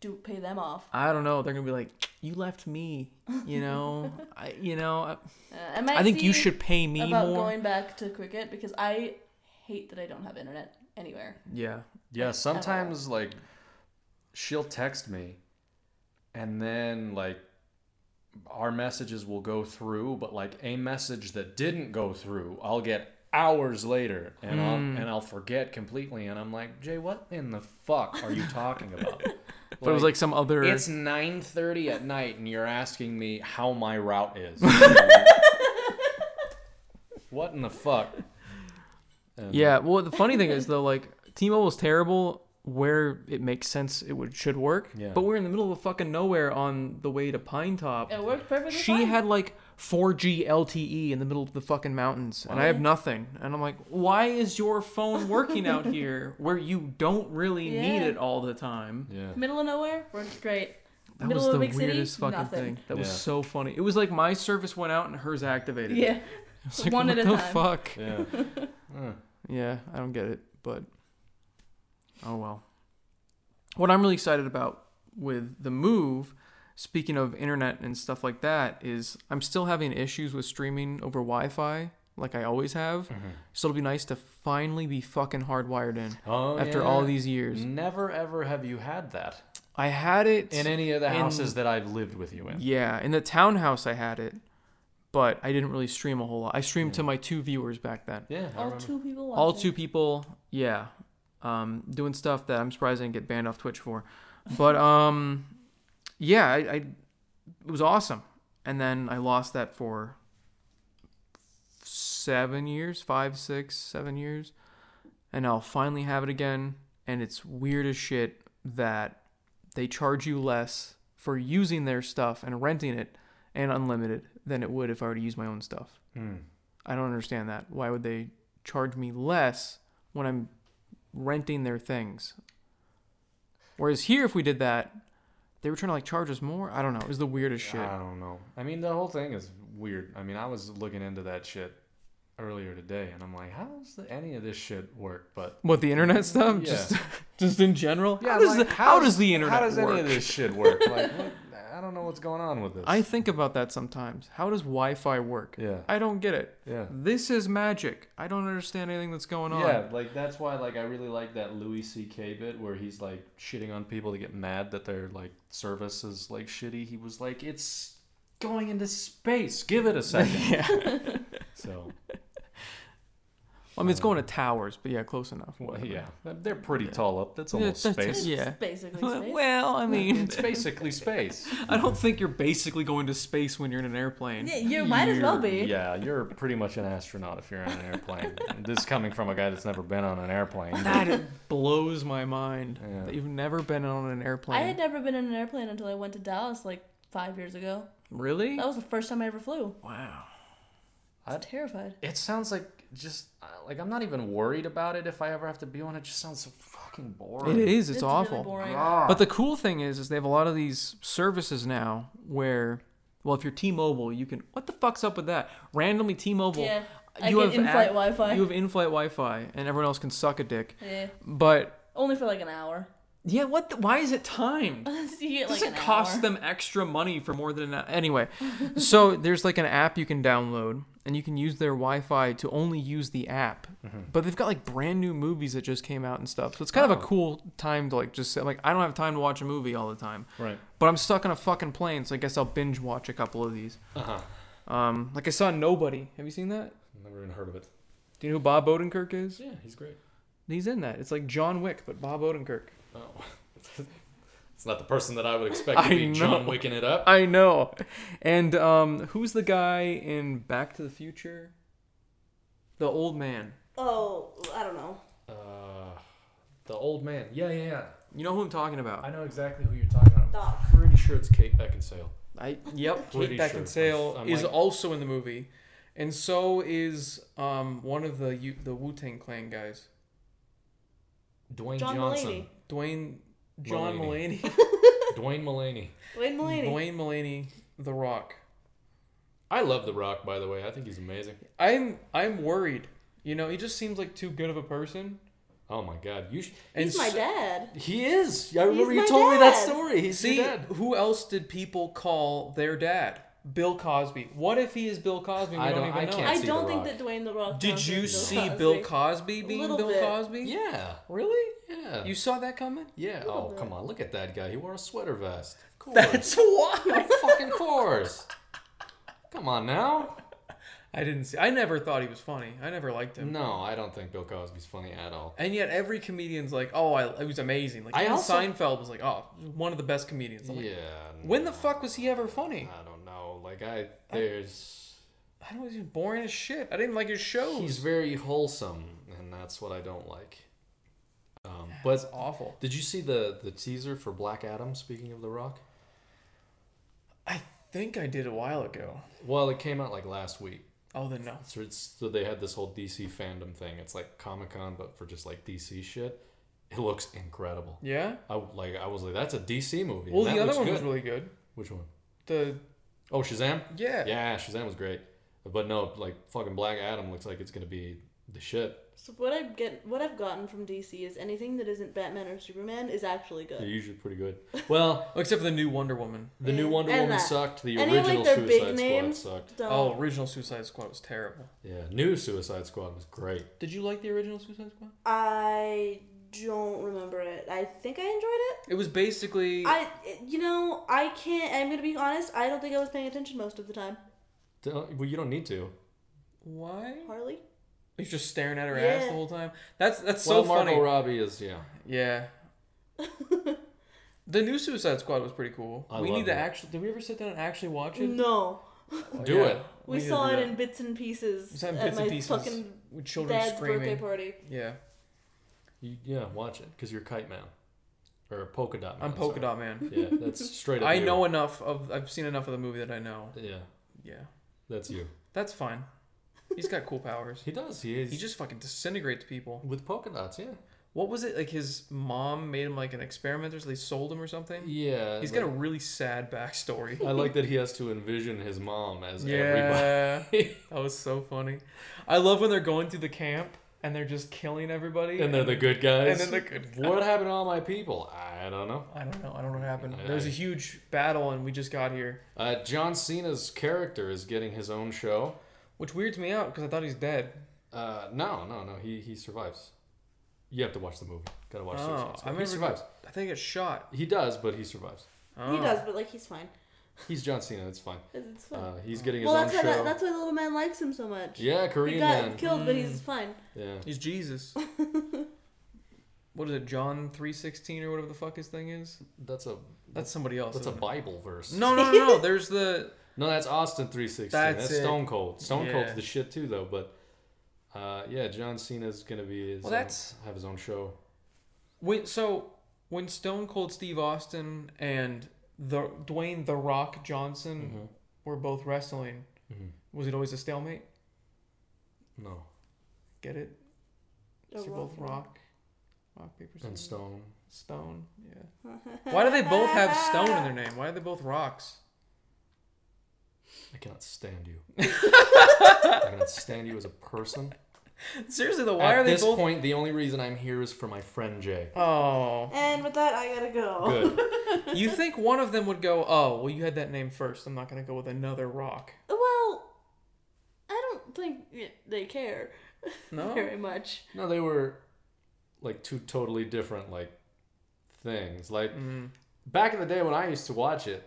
[SPEAKER 3] do pay them off.
[SPEAKER 2] I don't know. They're gonna be like, you left me. You know, I you know. I,
[SPEAKER 3] Uh, I might.
[SPEAKER 2] I think you
[SPEAKER 3] see
[SPEAKER 2] should pay me
[SPEAKER 3] about
[SPEAKER 2] more.
[SPEAKER 3] going back to cricket because I hate that I don't have internet anywhere.
[SPEAKER 2] Yeah.
[SPEAKER 1] Yeah, sometimes like she'll text me and then like our messages will go through, but like a message that didn't go through, I'll get hours later and
[SPEAKER 2] Hmm.
[SPEAKER 1] I'll and I'll forget completely and I'm like, "Jay, what in the fuck are you talking about?"
[SPEAKER 2] But it was like some other.
[SPEAKER 1] it's 9:30 at night and you're asking me how my route is. what in the fuck? And-
[SPEAKER 2] Yeah. Well, the funny thing is though, like T-Mobile's terrible. where it makes sense it would should work.
[SPEAKER 1] Yeah.
[SPEAKER 2] But we're in the middle of fucking nowhere on the way to Pine Top.
[SPEAKER 3] It worked perfectly
[SPEAKER 2] She
[SPEAKER 3] fine.
[SPEAKER 2] had like 4G LTE E in the middle of the fucking mountains, and I have nothing. And I'm like, why is your phone working out here where you don't really need
[SPEAKER 3] Yeah.
[SPEAKER 2] it all the time?
[SPEAKER 1] Yeah.
[SPEAKER 3] Middle of nowhere worked great.
[SPEAKER 2] That
[SPEAKER 3] middle
[SPEAKER 2] was
[SPEAKER 3] of
[SPEAKER 2] the
[SPEAKER 3] a big city,
[SPEAKER 2] weirdest fucking
[SPEAKER 3] nothing.
[SPEAKER 2] thing. That was
[SPEAKER 1] Yeah.
[SPEAKER 2] so funny. It was like my service went out and hers activated. it.
[SPEAKER 3] Yeah.
[SPEAKER 2] I was like,
[SPEAKER 3] one
[SPEAKER 2] what
[SPEAKER 3] at a
[SPEAKER 2] the
[SPEAKER 3] time.
[SPEAKER 2] fuck?
[SPEAKER 1] Yeah. Huh.
[SPEAKER 2] Yeah, I don't get it, but oh well. What I'm really excited about with the move, speaking of internet and stuff like that, is I'm still having issues with streaming over Wi-Fi, like I always have.
[SPEAKER 1] Mm-hmm.
[SPEAKER 2] So it'll be nice to finally be fucking hardwired in
[SPEAKER 1] Oh,
[SPEAKER 2] after all
[SPEAKER 1] yeah.
[SPEAKER 2] these years.
[SPEAKER 1] Never ever have you had that
[SPEAKER 2] I had it
[SPEAKER 1] in any of the
[SPEAKER 2] In-
[SPEAKER 1] houses that I've lived with you in.
[SPEAKER 2] Yeah, in the townhouse I had it, but I didn't really stream a whole lot. I
[SPEAKER 1] Mm.
[SPEAKER 2] streamed to my two viewers back then.
[SPEAKER 1] Yeah. I
[SPEAKER 3] All
[SPEAKER 1] remember.
[SPEAKER 3] two people
[SPEAKER 2] all
[SPEAKER 3] watching.
[SPEAKER 2] two people yeah um doing stuff that i'm surprised i didn't get banned off twitch for but um yeah I, I it was awesome and then i lost that for seven years five six seven years and i'll finally have it again and it's weird as shit that they charge you less for using their stuff and renting it and unlimited than it would if i were to use my own stuff
[SPEAKER 1] Mm.
[SPEAKER 2] I don't understand that. Why would they charge me less when I'm renting their things? Whereas here, if we did that, they were trying to like charge us more. I don't know. It was the weirdest shit.
[SPEAKER 1] I don't know. I mean, the whole thing is weird. I mean, I was looking into that shit earlier today, and I'm like, how does the, any of this shit work? But
[SPEAKER 2] What the internet stuff?
[SPEAKER 1] Yeah.
[SPEAKER 2] Just, just in general. how does
[SPEAKER 1] like,
[SPEAKER 2] the, how does the internet
[SPEAKER 1] How does
[SPEAKER 2] work?
[SPEAKER 1] any of this shit work? Like, what, I don't know what's going on with this.
[SPEAKER 2] I think about that sometimes. How does Wi-Fi work?
[SPEAKER 1] Yeah.
[SPEAKER 2] I don't get it.
[SPEAKER 1] yeah.
[SPEAKER 2] This is magic. I don't understand anything that's going on.
[SPEAKER 1] Yeah, like that's why like I really like that Louis C.K. bit where he's like shitting on people to get mad that their like service is like shitty. He was like, "It's going into space. Give it a second.
[SPEAKER 2] yeah.
[SPEAKER 1] so
[SPEAKER 2] I mean, it's going to towers, but yeah, close enough.
[SPEAKER 1] well,
[SPEAKER 2] Whatever.
[SPEAKER 1] yeah, they're pretty tall up. That's
[SPEAKER 2] Yeah,
[SPEAKER 1] almost
[SPEAKER 2] that's-
[SPEAKER 1] space.
[SPEAKER 2] Yeah.
[SPEAKER 3] Basically space.
[SPEAKER 2] Well, I mean,
[SPEAKER 1] It's basically space.
[SPEAKER 2] I don't think you're basically going to space when you're in an airplane.
[SPEAKER 3] Yeah, you might as well be.
[SPEAKER 1] Yeah, you're pretty much an astronaut if you're on an airplane. this is coming from a guy that's never been on an airplane.
[SPEAKER 2] That blows my mind
[SPEAKER 1] Yeah.
[SPEAKER 2] that you've never been on an airplane.
[SPEAKER 3] I had never been in an airplane until I went to Dallas like five years ago.
[SPEAKER 2] Really?
[SPEAKER 3] That was the first time I ever flew.
[SPEAKER 2] Wow.
[SPEAKER 3] I was
[SPEAKER 1] I-
[SPEAKER 3] terrified.
[SPEAKER 1] It sounds like just uh, like I'm not even worried about it if I ever have to be on. It just sounds so fucking
[SPEAKER 2] It
[SPEAKER 1] boring.
[SPEAKER 2] is. It's,
[SPEAKER 3] It's really
[SPEAKER 2] awful.
[SPEAKER 3] boring.
[SPEAKER 1] Ah.
[SPEAKER 2] But the cool thing is, is they have a lot of these services now where, well, if you're T-Mobile, you can. What the fuck's up with that? Randomly, T-Mobile.
[SPEAKER 3] Yeah, I get in-flight
[SPEAKER 2] ac-
[SPEAKER 3] Wi-Fi.
[SPEAKER 2] You have in-flight Wi-Fi, and everyone else can suck a dick.
[SPEAKER 3] Yeah.
[SPEAKER 2] But
[SPEAKER 3] Only for like an hour.
[SPEAKER 2] yeah, what? The, why is it timed?
[SPEAKER 3] you get
[SPEAKER 2] It
[SPEAKER 3] like
[SPEAKER 2] doesn't
[SPEAKER 3] an
[SPEAKER 2] cost
[SPEAKER 3] hour.
[SPEAKER 2] them extra money for more than an anyway. so there's like an app you can download, and you can use their Wi-Fi to only use the app. But they've got like brand new movies that just came out and stuff. So it's kind of a
[SPEAKER 1] Oh.
[SPEAKER 2] cool time to like just sit, like I don't have time to watch a movie all the time,
[SPEAKER 1] Right.
[SPEAKER 2] but I'm stuck on a fucking plane, so I guess I'll binge watch a couple of these.
[SPEAKER 1] Uh-huh.
[SPEAKER 2] Um, like I saw Nobody. Have you seen that?
[SPEAKER 1] Never even heard of it.
[SPEAKER 2] Do you know who Bob Odenkirk is?
[SPEAKER 1] Yeah, he's great.
[SPEAKER 2] He's in that. It's like John Wick, but Bob Odenkirk.
[SPEAKER 1] Oh. it's not the person that I would expect
[SPEAKER 2] I
[SPEAKER 1] to be John
[SPEAKER 2] know.
[SPEAKER 1] Wicking it up.
[SPEAKER 2] I know. And um, who's the guy in Back to the Future? The old man.
[SPEAKER 3] Oh, I don't know.
[SPEAKER 1] Uh, the old man. Yeah, yeah, yeah.
[SPEAKER 2] You know who I'm talking about?
[SPEAKER 1] I know exactly who you're talking about.
[SPEAKER 3] Doc.
[SPEAKER 1] I'm pretty sure it's Kate Beckinsale.
[SPEAKER 2] I yep.
[SPEAKER 1] Pretty
[SPEAKER 2] Kate
[SPEAKER 1] sure.
[SPEAKER 2] Beckinsale
[SPEAKER 1] I'm
[SPEAKER 2] is
[SPEAKER 1] like-
[SPEAKER 2] also in the movie, and so is um one of the U- the Wu Tang Clan guys,
[SPEAKER 1] Dwayne
[SPEAKER 3] John
[SPEAKER 1] Johnson.
[SPEAKER 2] Dwayne John Mulaney,
[SPEAKER 1] Dwayne Mulaney.
[SPEAKER 3] Wayne Mulaney.
[SPEAKER 2] Dwayne Mulaney, The Rock.
[SPEAKER 1] I love The Rock, by the way. I think he's amazing.
[SPEAKER 2] I'm I'm worried. You know, he just seems like too good of a person.
[SPEAKER 1] Oh my God, you. Sh-
[SPEAKER 2] And
[SPEAKER 3] He's my
[SPEAKER 2] so-
[SPEAKER 3] dad.
[SPEAKER 1] he is. I remember
[SPEAKER 3] my
[SPEAKER 1] you told me that
[SPEAKER 3] dad.
[SPEAKER 1] story. He's
[SPEAKER 2] See,
[SPEAKER 1] your dad.
[SPEAKER 2] who else did people call their dad? Bill Cosby. What if he is Bill Cosby? And we
[SPEAKER 1] I
[SPEAKER 2] don't,
[SPEAKER 1] don't- I
[SPEAKER 2] even know.
[SPEAKER 1] can't
[SPEAKER 3] I
[SPEAKER 1] see
[SPEAKER 3] don't
[SPEAKER 1] The
[SPEAKER 3] think
[SPEAKER 1] Rock.
[SPEAKER 3] that Dwayne the Rock.
[SPEAKER 2] Did
[SPEAKER 3] Johnson
[SPEAKER 2] you
[SPEAKER 3] is
[SPEAKER 2] see
[SPEAKER 3] Cosby.
[SPEAKER 2] Bill Cosby being
[SPEAKER 3] Little
[SPEAKER 2] Bill
[SPEAKER 3] bit.
[SPEAKER 2] Cosby?
[SPEAKER 1] Yeah.
[SPEAKER 2] Really?
[SPEAKER 1] Yeah.
[SPEAKER 2] You saw that coming?
[SPEAKER 1] yeah. Oh, come on. Look at that guy. He wore a sweater vest. Of course.
[SPEAKER 2] That's why.
[SPEAKER 1] Of fucking course. Come on now.
[SPEAKER 2] I didn't see. I never thought he was funny. I never liked him.
[SPEAKER 1] No, I don't think Bill Cosby's funny at all.
[SPEAKER 2] And yet every comedian's like, "Oh, I, it was amazing." Like
[SPEAKER 1] I
[SPEAKER 2] even
[SPEAKER 1] also-
[SPEAKER 2] Seinfeld was like, "Oh, one of the best comedians." I'm like,
[SPEAKER 1] Yeah.
[SPEAKER 2] when the
[SPEAKER 1] no,
[SPEAKER 2] fuck was he ever funny?
[SPEAKER 1] I don't know. Like I, there's.
[SPEAKER 2] I don't know. He was boring as shit. I didn't like his shows.
[SPEAKER 1] He's very wholesome, and that's what I don't like. Um, but
[SPEAKER 2] It's awful.
[SPEAKER 1] did you see the the teaser for Black Adam? Speaking of The Rock,
[SPEAKER 2] I think I did a while ago.
[SPEAKER 1] well, it came out like last week.
[SPEAKER 2] Oh, then no.
[SPEAKER 1] So, it's, so they had this whole DC fandom thing. It's like Comic Con, but for just like DC shit. It looks incredible.
[SPEAKER 2] Yeah.
[SPEAKER 1] I like. I was like, that's a DC movie.
[SPEAKER 2] Well,
[SPEAKER 1] and
[SPEAKER 2] the
[SPEAKER 1] that looks
[SPEAKER 2] other one
[SPEAKER 1] good.
[SPEAKER 2] was really good.
[SPEAKER 1] Which one?
[SPEAKER 2] The
[SPEAKER 1] Oh, Shazam.
[SPEAKER 2] yeah.
[SPEAKER 1] Yeah, Shazam was great. But no, like fucking Black Adam looks like it's gonna be the shit.
[SPEAKER 3] So what I get, what I've gotten from DC is anything that isn't Batman or Superman is actually
[SPEAKER 1] They're
[SPEAKER 3] good.
[SPEAKER 1] usually pretty good. Well,
[SPEAKER 2] Except for the new Wonder Woman.
[SPEAKER 1] the new
[SPEAKER 3] And-
[SPEAKER 1] Wonder
[SPEAKER 3] and
[SPEAKER 1] Woman
[SPEAKER 3] that.
[SPEAKER 1] sucked. The
[SPEAKER 3] Any of,
[SPEAKER 1] original
[SPEAKER 3] like, their big
[SPEAKER 1] Suicide
[SPEAKER 3] names
[SPEAKER 1] Squad sucked.
[SPEAKER 3] Don't.
[SPEAKER 2] Oh, original Suicide Squad was terrible.
[SPEAKER 1] Yeah, new Suicide Squad was great.
[SPEAKER 2] Did you like the original Suicide Squad?
[SPEAKER 3] I don't remember it. I think I enjoyed it.
[SPEAKER 2] It was basically
[SPEAKER 3] I, you know, I can't. I'm gonna be honest. I don't think I was paying attention most of the time.
[SPEAKER 1] Don't- Well, you don't need to.
[SPEAKER 2] why
[SPEAKER 3] Harley.
[SPEAKER 2] he's just staring at her ass the
[SPEAKER 3] Yeah.
[SPEAKER 2] whole time. That's that's
[SPEAKER 1] well,
[SPEAKER 2] so
[SPEAKER 1] Margot
[SPEAKER 2] funny.
[SPEAKER 1] Robbie is yeah.
[SPEAKER 2] Yeah. the new Suicide Squad was pretty cool.
[SPEAKER 1] I
[SPEAKER 2] we
[SPEAKER 1] love
[SPEAKER 2] need to
[SPEAKER 1] it.
[SPEAKER 2] actually. Did we ever sit down and actually watch it?
[SPEAKER 3] No,
[SPEAKER 1] Do
[SPEAKER 2] Oh, Yeah.
[SPEAKER 1] it.
[SPEAKER 3] we,
[SPEAKER 2] need to
[SPEAKER 3] saw
[SPEAKER 2] do
[SPEAKER 3] it
[SPEAKER 2] that.
[SPEAKER 3] in bits and pieces
[SPEAKER 2] We saw it in
[SPEAKER 3] at
[SPEAKER 2] bits
[SPEAKER 3] my
[SPEAKER 2] and pieces
[SPEAKER 3] fucking
[SPEAKER 2] with children
[SPEAKER 3] dad's birthday
[SPEAKER 2] screaming.
[SPEAKER 3] party.
[SPEAKER 2] Yeah,
[SPEAKER 1] You, yeah, watch it because you're Kite Man, or Polka Dot Man.
[SPEAKER 2] I'm polka
[SPEAKER 1] sorry.
[SPEAKER 2] dot man.
[SPEAKER 1] Yeah, that's straight up.
[SPEAKER 2] I
[SPEAKER 1] you.
[SPEAKER 2] know enough of. I've seen enough of the movie that I know.
[SPEAKER 1] Yeah,
[SPEAKER 2] Yeah,
[SPEAKER 1] that's you.
[SPEAKER 2] that's fine. He's got cool powers.
[SPEAKER 1] He does. He is.
[SPEAKER 2] He just fucking disintegrates people.
[SPEAKER 1] with polka dots. Yeah.
[SPEAKER 2] What was it like? His mom made him like an experimenter, so they sold him or something.
[SPEAKER 1] Yeah.
[SPEAKER 2] He's
[SPEAKER 1] like,
[SPEAKER 2] got a really sad backstory.
[SPEAKER 1] I like that he has to envision his mom as everybody.
[SPEAKER 2] Yeah, that was so funny. I love when they're going through the camp and they're just killing everybody.
[SPEAKER 1] And they're the good guys.
[SPEAKER 2] And then the good
[SPEAKER 1] What happened to all my people? I don't know.
[SPEAKER 2] I don't know. I don't know what happened.
[SPEAKER 1] I-
[SPEAKER 2] There was a
[SPEAKER 1] I-
[SPEAKER 2] huge battle, and we just got here,
[SPEAKER 1] Uh, John Cena's character is getting his own show.
[SPEAKER 2] which weirds me out because I thought he's dead.
[SPEAKER 1] Uh, no, no, no. He he survives. You have to watch the movie. Gotta watch.
[SPEAKER 2] Oh,
[SPEAKER 1] Suicide Squad.
[SPEAKER 2] I
[SPEAKER 1] he
[SPEAKER 2] remember-
[SPEAKER 1] survives.
[SPEAKER 2] I think he got shot.
[SPEAKER 1] He does, but he survives.
[SPEAKER 2] Oh.
[SPEAKER 3] He does, but like he's fine.
[SPEAKER 1] He's John Cena. It's fine.
[SPEAKER 3] It's fine.
[SPEAKER 1] Uh, he's getting his
[SPEAKER 3] well,
[SPEAKER 1] own
[SPEAKER 3] that's why
[SPEAKER 1] show.
[SPEAKER 3] that, that's why the little man likes him so much.
[SPEAKER 1] Yeah,
[SPEAKER 3] he
[SPEAKER 1] Korean
[SPEAKER 3] got
[SPEAKER 1] man.
[SPEAKER 3] killed, but
[SPEAKER 2] Mm.
[SPEAKER 3] he's fine.
[SPEAKER 1] Yeah.
[SPEAKER 2] He's Jesus. what is it, John three sixteen or whatever the fuck his thing is?
[SPEAKER 1] That's a
[SPEAKER 2] That's somebody else.
[SPEAKER 1] that's a
[SPEAKER 2] isn't it?
[SPEAKER 1] Bible verse.
[SPEAKER 2] No, no, no, no. There's the
[SPEAKER 1] No, that's Austin 316.
[SPEAKER 2] That's
[SPEAKER 1] That's,
[SPEAKER 2] it.
[SPEAKER 1] Stone Cold. Stone
[SPEAKER 2] Yeah.
[SPEAKER 1] Cold's the shit too, though. But uh, yeah, John Cena's gonna be his
[SPEAKER 2] Well,
[SPEAKER 1] own-
[SPEAKER 2] that's-
[SPEAKER 1] have his own show.
[SPEAKER 2] when. So when Stone Cold Steve Austin and the Dwayne the Rock Johnson
[SPEAKER 1] Mm-hmm.
[SPEAKER 2] were both wrestling,
[SPEAKER 1] Mhm.
[SPEAKER 2] was it always a stalemate?
[SPEAKER 1] No,
[SPEAKER 2] Get it?
[SPEAKER 3] A
[SPEAKER 2] So they're both
[SPEAKER 3] rock.
[SPEAKER 2] rock, rock paper
[SPEAKER 1] and
[SPEAKER 2] scissors.
[SPEAKER 1] Stone.
[SPEAKER 2] Stone, yeah. Why do they both have stone in their name? Why are they both rocks?
[SPEAKER 1] I cannot stand you. I cannot stand you as a person.
[SPEAKER 2] Seriously though, why
[SPEAKER 1] At
[SPEAKER 2] are they
[SPEAKER 1] this
[SPEAKER 2] both?
[SPEAKER 1] point, the only reason I'm here is for my friend Jay.
[SPEAKER 2] Oh,
[SPEAKER 3] And with that, I gotta go.
[SPEAKER 1] Good.
[SPEAKER 2] you think one of them would go? Oh, well, you had that name first. I'm not gonna go with another rock.
[SPEAKER 3] Well, I don't think they care
[SPEAKER 2] No.
[SPEAKER 3] very much.
[SPEAKER 1] no, they were like two totally different like things. Like
[SPEAKER 2] Mm.
[SPEAKER 1] back in the day when I used to watch it,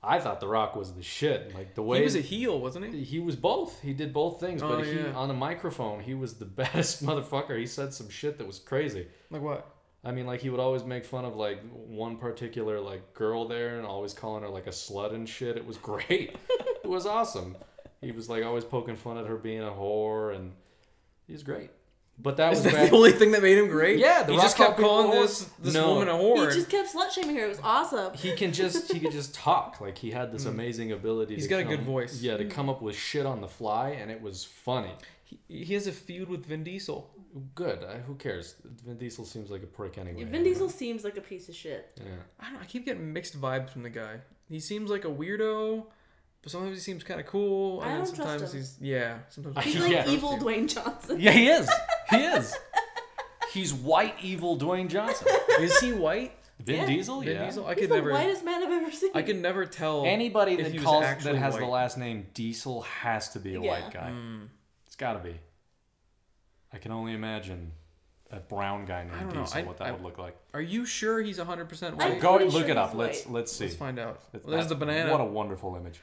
[SPEAKER 1] I thought The Rock was the shit. Like the way
[SPEAKER 2] He was a heel, wasn't he?
[SPEAKER 1] he was both. He did both things,
[SPEAKER 2] Oh,
[SPEAKER 1] but he
[SPEAKER 2] yeah.
[SPEAKER 1] on the microphone, he was the baddest motherfucker. He said some shit that was crazy.
[SPEAKER 2] Like what?
[SPEAKER 1] I mean, like he would always make fun of like one particular like girl there, and always calling her like a slut and shit. It was great. it was awesome. He was like always poking fun at her being a whore, and he was great. But that
[SPEAKER 2] Is
[SPEAKER 1] was
[SPEAKER 2] that
[SPEAKER 1] back.
[SPEAKER 2] the only thing that made him great?
[SPEAKER 1] Yeah, The
[SPEAKER 2] he
[SPEAKER 1] Rock
[SPEAKER 2] just kept
[SPEAKER 1] called
[SPEAKER 2] calling
[SPEAKER 1] people
[SPEAKER 2] this
[SPEAKER 1] whores.
[SPEAKER 2] this
[SPEAKER 1] No.
[SPEAKER 2] woman a
[SPEAKER 3] He
[SPEAKER 2] whore.
[SPEAKER 3] just kept slut shaming her. It was awesome.
[SPEAKER 1] he can just he could just talk. Like he had this amazing ability.
[SPEAKER 2] He's
[SPEAKER 1] to
[SPEAKER 2] got a
[SPEAKER 1] come-
[SPEAKER 2] good voice.
[SPEAKER 1] Yeah, to come up with shit on the fly, and it was funny.
[SPEAKER 2] He, he has a feud with Vin Diesel.
[SPEAKER 1] Good. I, who cares? Vin Diesel seems like a prick anyway.
[SPEAKER 3] Vin Diesel seems like a piece of shit.
[SPEAKER 1] Yeah.
[SPEAKER 2] I don't. I keep getting mixed vibes from the guy. He seems like a weirdo, but sometimes he seems kind of cool, and
[SPEAKER 3] I
[SPEAKER 2] then
[SPEAKER 3] don't trust
[SPEAKER 2] sometimes
[SPEAKER 3] him.
[SPEAKER 2] he's yeah. Sometimes
[SPEAKER 1] I-
[SPEAKER 3] He's
[SPEAKER 1] Yeah.
[SPEAKER 3] like
[SPEAKER 1] Yeah.
[SPEAKER 3] evil Dwayne Johnson.
[SPEAKER 1] Yeah, he is. He is. He's white evil Dwayne Johnson.
[SPEAKER 2] Is he white?
[SPEAKER 1] Vin
[SPEAKER 3] Yeah.
[SPEAKER 1] Diesel,
[SPEAKER 2] Vin
[SPEAKER 1] yeah.
[SPEAKER 2] Diesel? I
[SPEAKER 3] He's
[SPEAKER 2] could
[SPEAKER 3] the
[SPEAKER 2] never.
[SPEAKER 3] whitest man I've ever seen.
[SPEAKER 2] I could never tell
[SPEAKER 1] Anybody
[SPEAKER 2] if
[SPEAKER 1] that
[SPEAKER 2] he was
[SPEAKER 1] calls that
[SPEAKER 2] actually
[SPEAKER 1] has the
[SPEAKER 2] white. Hmm.
[SPEAKER 1] last name Diesel has to be a
[SPEAKER 3] Yeah.
[SPEAKER 1] white guy. It's got to be. I can only imagine a brown guy
[SPEAKER 2] I
[SPEAKER 1] named
[SPEAKER 2] don't know.
[SPEAKER 1] Diesel
[SPEAKER 2] I-
[SPEAKER 1] what that
[SPEAKER 2] I-
[SPEAKER 1] would look like.
[SPEAKER 2] Are you sure he's hundred percent
[SPEAKER 3] I'm
[SPEAKER 2] white?
[SPEAKER 1] Go
[SPEAKER 3] pretty
[SPEAKER 1] and look
[SPEAKER 3] sure
[SPEAKER 1] it up.
[SPEAKER 3] he's
[SPEAKER 1] Let's
[SPEAKER 3] white.
[SPEAKER 1] let's see.
[SPEAKER 2] Let's find out.
[SPEAKER 1] It's
[SPEAKER 2] Well, there's
[SPEAKER 1] not-
[SPEAKER 2] the banana.
[SPEAKER 1] What a wonderful image.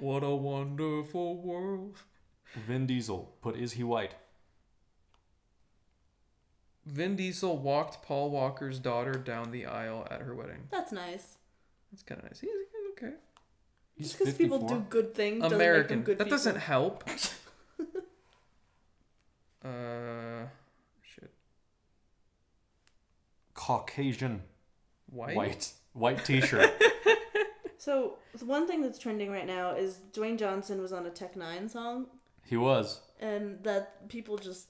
[SPEAKER 2] What a wonderful world.
[SPEAKER 1] Vin Diesel, but is he white?
[SPEAKER 2] Vin Diesel walked Paul Walker's daughter down the aisle at her wedding.
[SPEAKER 3] That's nice.
[SPEAKER 2] That's kind of nice. He's, he's okay.
[SPEAKER 1] He's
[SPEAKER 3] Just because people
[SPEAKER 1] 54.
[SPEAKER 3] do good things doesn't make them
[SPEAKER 2] American.
[SPEAKER 3] good
[SPEAKER 2] That
[SPEAKER 3] people.
[SPEAKER 2] doesn't help. uh, shit.
[SPEAKER 1] Caucasian
[SPEAKER 2] White.
[SPEAKER 1] white white T-shirt.
[SPEAKER 3] So the one thing that's trending right now is Dwayne Johnson was on a Tech Nine song,
[SPEAKER 1] he was.
[SPEAKER 3] and that people just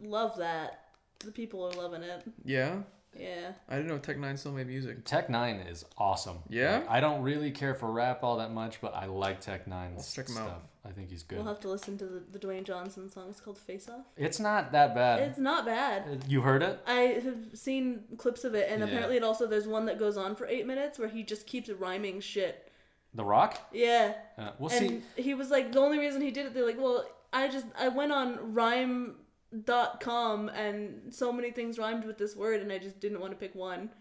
[SPEAKER 3] love that. The people are loving it.
[SPEAKER 2] Yeah.
[SPEAKER 3] Yeah.
[SPEAKER 2] I didn't know Tech Nine still made music.
[SPEAKER 1] Tech Nine is awesome.
[SPEAKER 2] Yeah?
[SPEAKER 1] Like, I don't really care for rap all that much, but I like Tech 9
[SPEAKER 2] Let's check 'em
[SPEAKER 1] stuff.
[SPEAKER 2] out.
[SPEAKER 1] I think he's good.
[SPEAKER 3] We'll have to listen to the, the Dwayne Johnson song. It's called Face Off.
[SPEAKER 1] It's not that bad.
[SPEAKER 3] It's not bad.
[SPEAKER 1] You heard it?
[SPEAKER 3] I have seen clips of it, and
[SPEAKER 1] Yeah.
[SPEAKER 3] apparently it also there's one that goes on for eight minutes where he just keeps rhyming shit.
[SPEAKER 1] The Rock?
[SPEAKER 3] Yeah,
[SPEAKER 1] Uh, we'll see.
[SPEAKER 3] and he was like the only reason he did it. They're like, well, I just I went on rhyme dot com and so many things rhymed with this word, and I just didn't want to pick one.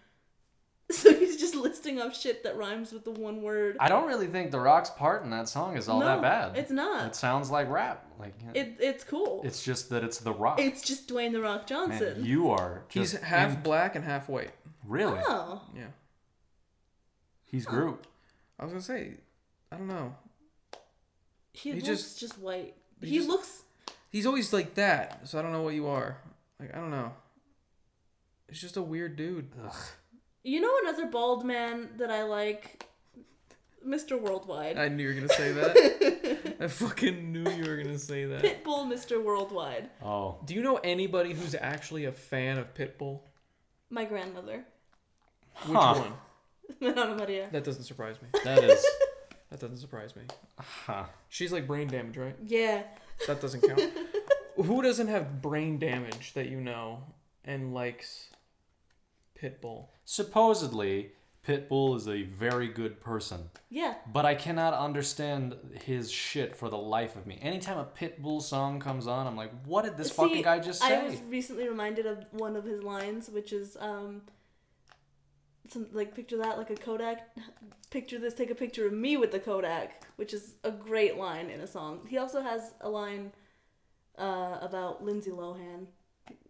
[SPEAKER 3] So he's just listing off shit that rhymes with the one word.
[SPEAKER 1] I don't really think The Rock's part in that song is all that
[SPEAKER 3] No,
[SPEAKER 1] bad.
[SPEAKER 3] It's not.
[SPEAKER 1] It sounds like rap. Like
[SPEAKER 3] it it's cool. It's,
[SPEAKER 1] it's just that it's The Rock.
[SPEAKER 3] just Dwayne the Rock Johnson.
[SPEAKER 1] Man, you are
[SPEAKER 2] He's
[SPEAKER 1] just
[SPEAKER 2] half
[SPEAKER 1] in-
[SPEAKER 2] black and half white.
[SPEAKER 1] really.
[SPEAKER 3] oh.
[SPEAKER 2] Yeah.
[SPEAKER 1] He's Groot.
[SPEAKER 2] I was gonna say, I don't know.
[SPEAKER 3] He,
[SPEAKER 2] He
[SPEAKER 3] looks
[SPEAKER 2] just-
[SPEAKER 3] just, white.
[SPEAKER 2] he
[SPEAKER 3] He,
[SPEAKER 2] just-
[SPEAKER 3] looks
[SPEAKER 2] He's always like that, so I don't know what you are. Like I don't know. It's just a weird dude.
[SPEAKER 1] Ugh.
[SPEAKER 3] You know another bald man that I like? Mr. Worldwide.
[SPEAKER 2] I knew you were gonna say that. I fucking knew you were gonna say that.
[SPEAKER 3] Pitbull Mr. Worldwide.
[SPEAKER 1] Oh,
[SPEAKER 2] Do you know anybody who's actually a fan of Pitbull?
[SPEAKER 3] My grandmother.
[SPEAKER 2] Which
[SPEAKER 1] Huh.
[SPEAKER 2] one?
[SPEAKER 3] Ana Maria.
[SPEAKER 2] That doesn't surprise me.
[SPEAKER 1] that is.
[SPEAKER 2] That doesn't surprise me.
[SPEAKER 1] huh.
[SPEAKER 2] She's like brain damage, right?
[SPEAKER 3] Yeah.
[SPEAKER 2] That doesn't count. Who doesn't have brain damage that you know and likes Pitbull?
[SPEAKER 1] Supposedly, Pitbull is a very good person.
[SPEAKER 3] Yeah.
[SPEAKER 1] But I cannot understand his shit for the life of me. Anytime a Pitbull song comes on, I'm like, what did this
[SPEAKER 3] See,
[SPEAKER 1] fucking guy just say?
[SPEAKER 3] I was recently reminded of one of his lines, which is um some like picture that like a Kodak. Picture this, take a picture of me with the Kodak, which is a great line in a song. He also has a line uh, about Lindsay Lohan.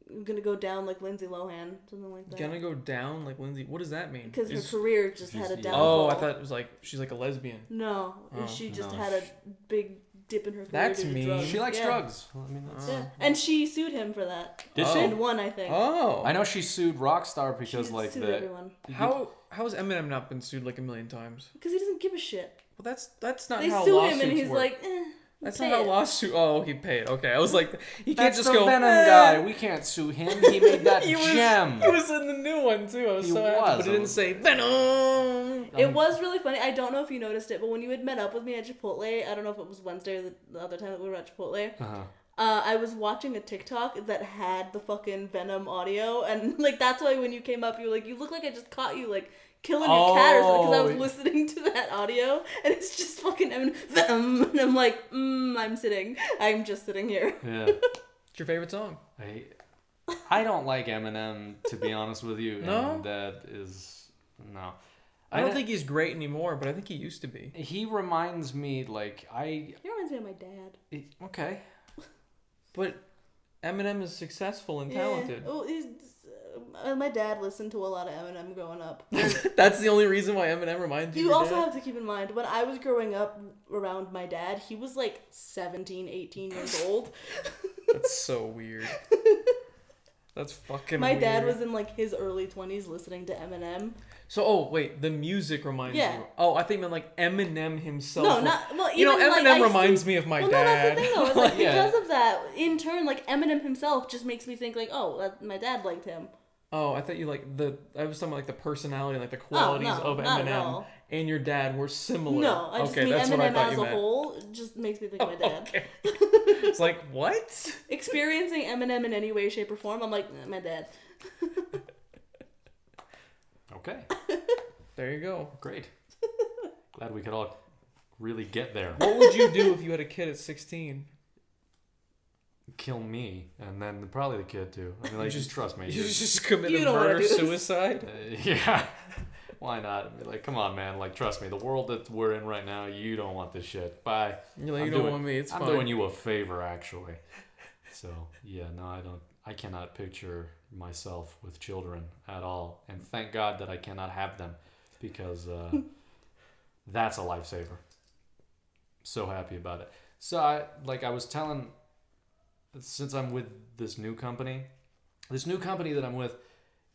[SPEAKER 3] I'm gonna go down like Lindsay Lohan, something like that.
[SPEAKER 2] Gonna go down like Lindsay. What does that mean?
[SPEAKER 3] because her
[SPEAKER 2] Is-
[SPEAKER 3] career just
[SPEAKER 1] she's-
[SPEAKER 3] had a
[SPEAKER 1] yeah.
[SPEAKER 3] downfall.
[SPEAKER 2] Oh, I thought it was like she's like a lesbian.
[SPEAKER 3] no,
[SPEAKER 2] Oh,
[SPEAKER 3] she just
[SPEAKER 1] no,
[SPEAKER 3] had a
[SPEAKER 1] sh-
[SPEAKER 3] big dip in her career.
[SPEAKER 2] That's
[SPEAKER 3] due to
[SPEAKER 2] mean.
[SPEAKER 3] drugs.
[SPEAKER 1] she likes
[SPEAKER 3] Yeah.
[SPEAKER 1] drugs. Well, I mean, that's...
[SPEAKER 3] Yeah. and she sued him for that.
[SPEAKER 1] Did
[SPEAKER 2] Oh.
[SPEAKER 3] And
[SPEAKER 1] she?
[SPEAKER 3] won, I think.
[SPEAKER 2] Oh,
[SPEAKER 1] I know she sued Rockstar because,
[SPEAKER 3] She
[SPEAKER 1] like,
[SPEAKER 3] sued
[SPEAKER 1] the.
[SPEAKER 3] everyone
[SPEAKER 2] How how has Eminem not been sued like a million times?
[SPEAKER 3] because he doesn't give a shit.
[SPEAKER 2] Well, that's that's not
[SPEAKER 3] They
[SPEAKER 2] how
[SPEAKER 3] sue
[SPEAKER 2] lawsuits
[SPEAKER 3] him, and he's
[SPEAKER 2] work.
[SPEAKER 3] like, eh,
[SPEAKER 2] that's
[SPEAKER 3] pay
[SPEAKER 2] not how
[SPEAKER 3] it.
[SPEAKER 2] lawsuit. Oh, he paid. Okay, I was like, he can't
[SPEAKER 1] That's
[SPEAKER 2] just
[SPEAKER 1] the
[SPEAKER 2] go.
[SPEAKER 1] Venom
[SPEAKER 2] "Eh."
[SPEAKER 1] guy. We can't sue him. He made that
[SPEAKER 2] He was,
[SPEAKER 1] gem.
[SPEAKER 2] He was in the new one too. I was
[SPEAKER 1] He
[SPEAKER 2] so happy,
[SPEAKER 1] was.
[SPEAKER 2] but it didn't say Venom.
[SPEAKER 3] It was really funny. I don't know if you noticed it, but when you had met up with me at Chipotle, I don't know if it was Wednesday or the, the other time that we were at Chipotle.
[SPEAKER 1] Uh-huh.
[SPEAKER 3] Uh, I was watching a TikTok that had the fucking Venom audio, and like that's why when you came up, you were like, "You look like I just caught you like killing your cat," or something, because I was
[SPEAKER 1] Oh.
[SPEAKER 3] listening to that audio, and it's just fucking Eminem, Venom, and I'm like, mm, "I'm sitting. I'm just sitting here."
[SPEAKER 1] Yeah.
[SPEAKER 2] It's your favorite song.
[SPEAKER 1] I, I don't like Eminem, to be honest with you.
[SPEAKER 2] No?
[SPEAKER 1] And that is. No.
[SPEAKER 2] I don't think he's great anymore, but I think he used to be.
[SPEAKER 1] He reminds me, like, I.
[SPEAKER 3] He reminds me of my dad.
[SPEAKER 1] it- okay.
[SPEAKER 2] But Eminem is successful and talented.
[SPEAKER 3] Yeah. Oh, he's, uh, my dad listened to a lot of Eminem growing up.
[SPEAKER 2] That's the only reason why Eminem reminds you.
[SPEAKER 3] You
[SPEAKER 2] of your
[SPEAKER 3] also
[SPEAKER 2] dad.
[SPEAKER 3] have to keep in mind when I was growing up around my dad, he was like 17, 18 years old.
[SPEAKER 2] That's so weird. That's fucking.
[SPEAKER 3] my dad
[SPEAKER 2] weird.
[SPEAKER 3] was in like his early 20s listening to Eminem.
[SPEAKER 2] So, oh wait, the music reminds
[SPEAKER 3] Yeah.
[SPEAKER 2] you. Oh, I think meant like Eminem himself.
[SPEAKER 3] no,
[SPEAKER 2] would-
[SPEAKER 3] not well, even
[SPEAKER 2] You know,
[SPEAKER 3] like,
[SPEAKER 2] Eminem
[SPEAKER 3] I
[SPEAKER 2] reminds
[SPEAKER 3] see-
[SPEAKER 2] me of my
[SPEAKER 3] well,
[SPEAKER 2] dad.
[SPEAKER 3] no, that's the thing though. It's like
[SPEAKER 1] Yeah.
[SPEAKER 3] because of that, in turn, like Eminem himself just makes me think like, oh, that, my dad liked him.
[SPEAKER 2] Oh, I thought you like the. I was talking about like the personality, like the qualities
[SPEAKER 3] Oh, no,
[SPEAKER 2] of
[SPEAKER 3] not at
[SPEAKER 2] Eminem
[SPEAKER 3] all.
[SPEAKER 2] and your dad were similar.
[SPEAKER 3] No, I just
[SPEAKER 2] okay,
[SPEAKER 3] mean
[SPEAKER 2] that's what I
[SPEAKER 3] Eminem
[SPEAKER 2] thought
[SPEAKER 3] as
[SPEAKER 2] you
[SPEAKER 3] a
[SPEAKER 2] meant.
[SPEAKER 3] whole just makes me think of my dad.
[SPEAKER 2] Okay. it's like what?
[SPEAKER 3] Experiencing Eminem in any way, shape, or form, I'm like, "Nah, my dad.
[SPEAKER 1] Okay.
[SPEAKER 2] There you go.
[SPEAKER 1] Great. Glad we could all really get there.
[SPEAKER 2] What would you do if you had a kid at sixteen?
[SPEAKER 1] Kill me, and then probably the kid too. I mean, like, just trust me.
[SPEAKER 2] You
[SPEAKER 1] dude.
[SPEAKER 2] just commit
[SPEAKER 3] You
[SPEAKER 2] a
[SPEAKER 3] don't wanna
[SPEAKER 2] murder
[SPEAKER 3] do this.
[SPEAKER 2] suicide.
[SPEAKER 1] Uh, yeah. Why not? I mean, like, come on, man. Like, trust me. The world that we're in right now, you don't want this shit. Bye.
[SPEAKER 2] You're like,
[SPEAKER 1] I'm
[SPEAKER 2] you don't
[SPEAKER 1] doing-
[SPEAKER 2] want me. It's
[SPEAKER 1] I'm
[SPEAKER 2] fine.
[SPEAKER 1] doing you a favor, actually. So, yeah, no, I don't. I cannot picture myself with children at all, and thank God that I cannot have them, because uh, that's a lifesaver. So happy about it. So I like I was telling, since I'm with this new company, this new company that I'm with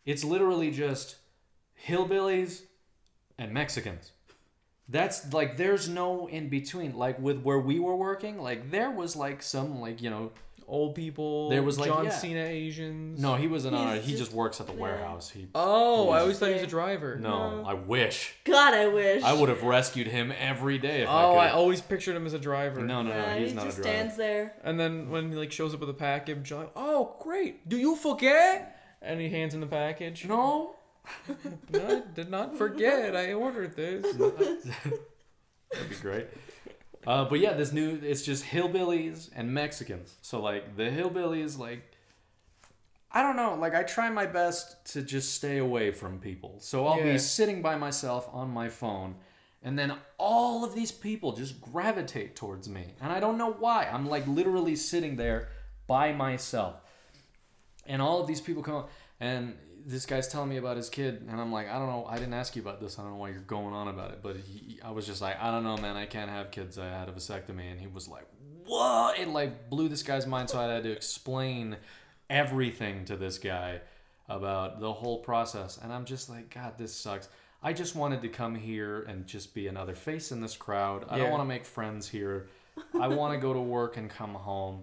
[SPEAKER 1] It's literally just hillbillies and Mexicans. That's like there's no in between. Like with where we were working, like there was like some like you know
[SPEAKER 2] Old people.
[SPEAKER 1] There was, like,
[SPEAKER 2] John
[SPEAKER 1] yeah.
[SPEAKER 2] Cena Asians.
[SPEAKER 1] no he wasn't on
[SPEAKER 3] He's
[SPEAKER 1] it. He just
[SPEAKER 3] just
[SPEAKER 1] works at the
[SPEAKER 3] there.
[SPEAKER 1] warehouse. He
[SPEAKER 2] Oh, I
[SPEAKER 1] He's
[SPEAKER 2] always thought he was a
[SPEAKER 3] there.
[SPEAKER 2] driver.
[SPEAKER 1] no,
[SPEAKER 3] No.
[SPEAKER 1] I wish
[SPEAKER 3] God, I wish.
[SPEAKER 1] I would have rescued him every day if
[SPEAKER 2] Oh, I
[SPEAKER 1] I
[SPEAKER 2] always pictured him as a driver.
[SPEAKER 1] could. No, no,
[SPEAKER 3] Nah,
[SPEAKER 1] no, he's
[SPEAKER 3] he
[SPEAKER 1] not a
[SPEAKER 3] just
[SPEAKER 1] driver.
[SPEAKER 3] stands there.
[SPEAKER 2] And then when he like shows up with a package, I'm like, oh great, do you forget? And he hands him the package.
[SPEAKER 1] No,
[SPEAKER 2] no I did not forget. I ordered this.
[SPEAKER 1] That'd be great. Uh, but yeah, this new it's just hillbillies and Mexicans. So like the hillbillies, like I don't know, like I try my best to just stay away from people. So I'll
[SPEAKER 2] Yeah.
[SPEAKER 1] be sitting by myself on my phone, and then all of these people just gravitate towards me, and I don't know why. I'm like literally sitting there by myself, and all of these people come up, and this guy's telling me about his kid and i'm like i don't know i didn't ask you about this i don't know why you're going on about it but he, i was just like i don't know man i can't have kids i had a vasectomy and he was like what it like blew this guy's mind so i had to explain everything to this guy about the whole process and i'm just like god this sucks i just wanted to come here and just be another face in this crowd i
[SPEAKER 2] Yeah.
[SPEAKER 1] don't want to make friends here i want to go to work and come home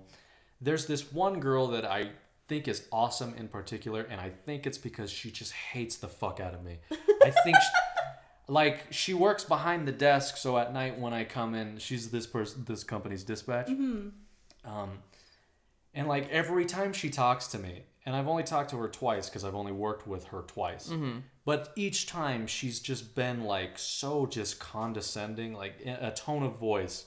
[SPEAKER 1] there's this one girl that I think is awesome in particular, and I think it's because she just hates the fuck out of me. I think, she, like, she works behind the desk, so at night when I come in, she's this person, this company's dispatch. Um, and like every time she talks to me, and I've only talked to her twice because I've only worked with her twice. But each time she's just been like so just condescending, like in a tone of voice.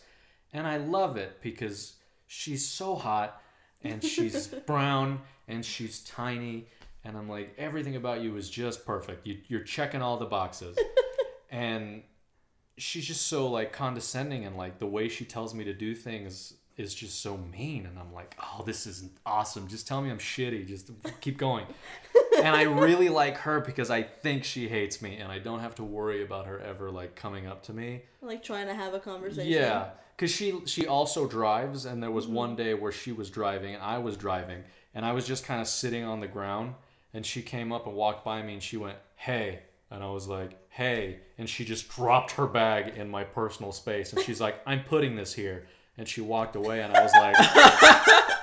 [SPEAKER 1] And I love it because she's so hot and she's brown and she's tiny. And I'm like, everything about you is just perfect. You, you're checking all the boxes. and she's just so like condescending and like the way she tells me to do things is just so mean and i'm like oh this is awesome just tell me i'm shitty just keep going and i really like her because i think she hates me and i don't have to worry about her ever like coming up to me
[SPEAKER 3] Like trying to have a conversation.
[SPEAKER 1] yeah, because she she also drives, and there was one day where she was driving and I was driving, and I was just kind of sitting on the ground, and she came up and walked by me, and she went, "Hey," and I was like, "Hey," and she just dropped her bag in my personal space, and she's like, "I'm putting this here," and she walked away, and I was like,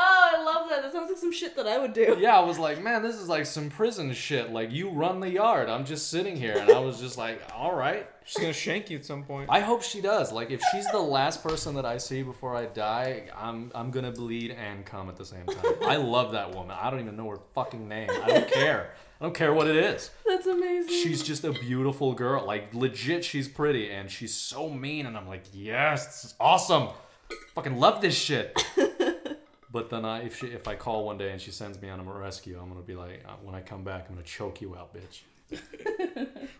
[SPEAKER 3] Oh, I love that. That sounds like some shit that I would do.
[SPEAKER 1] "Yeah," I was like, "Man, this is like some prison shit. Like you run the yard, I'm just sitting here," and I was just like, "All right."
[SPEAKER 2] She's gonna shank you at some point.
[SPEAKER 1] I hope she does. Like, if she's the last person that I see before I die, I'm I'm gonna bleed and come at the same time. I love that woman. I don't even know her fucking name. I don't care. I don't care what it is.
[SPEAKER 3] That's amazing.
[SPEAKER 1] She's just a beautiful girl. Like, legit, she's pretty and she's so mean. And I'm like, yes, this is awesome. Fucking love this shit. But then I, if she, if I call one day and she sends me on a rescue, I'm gonna be like, uh, when I come back, I'm gonna choke you out, bitch.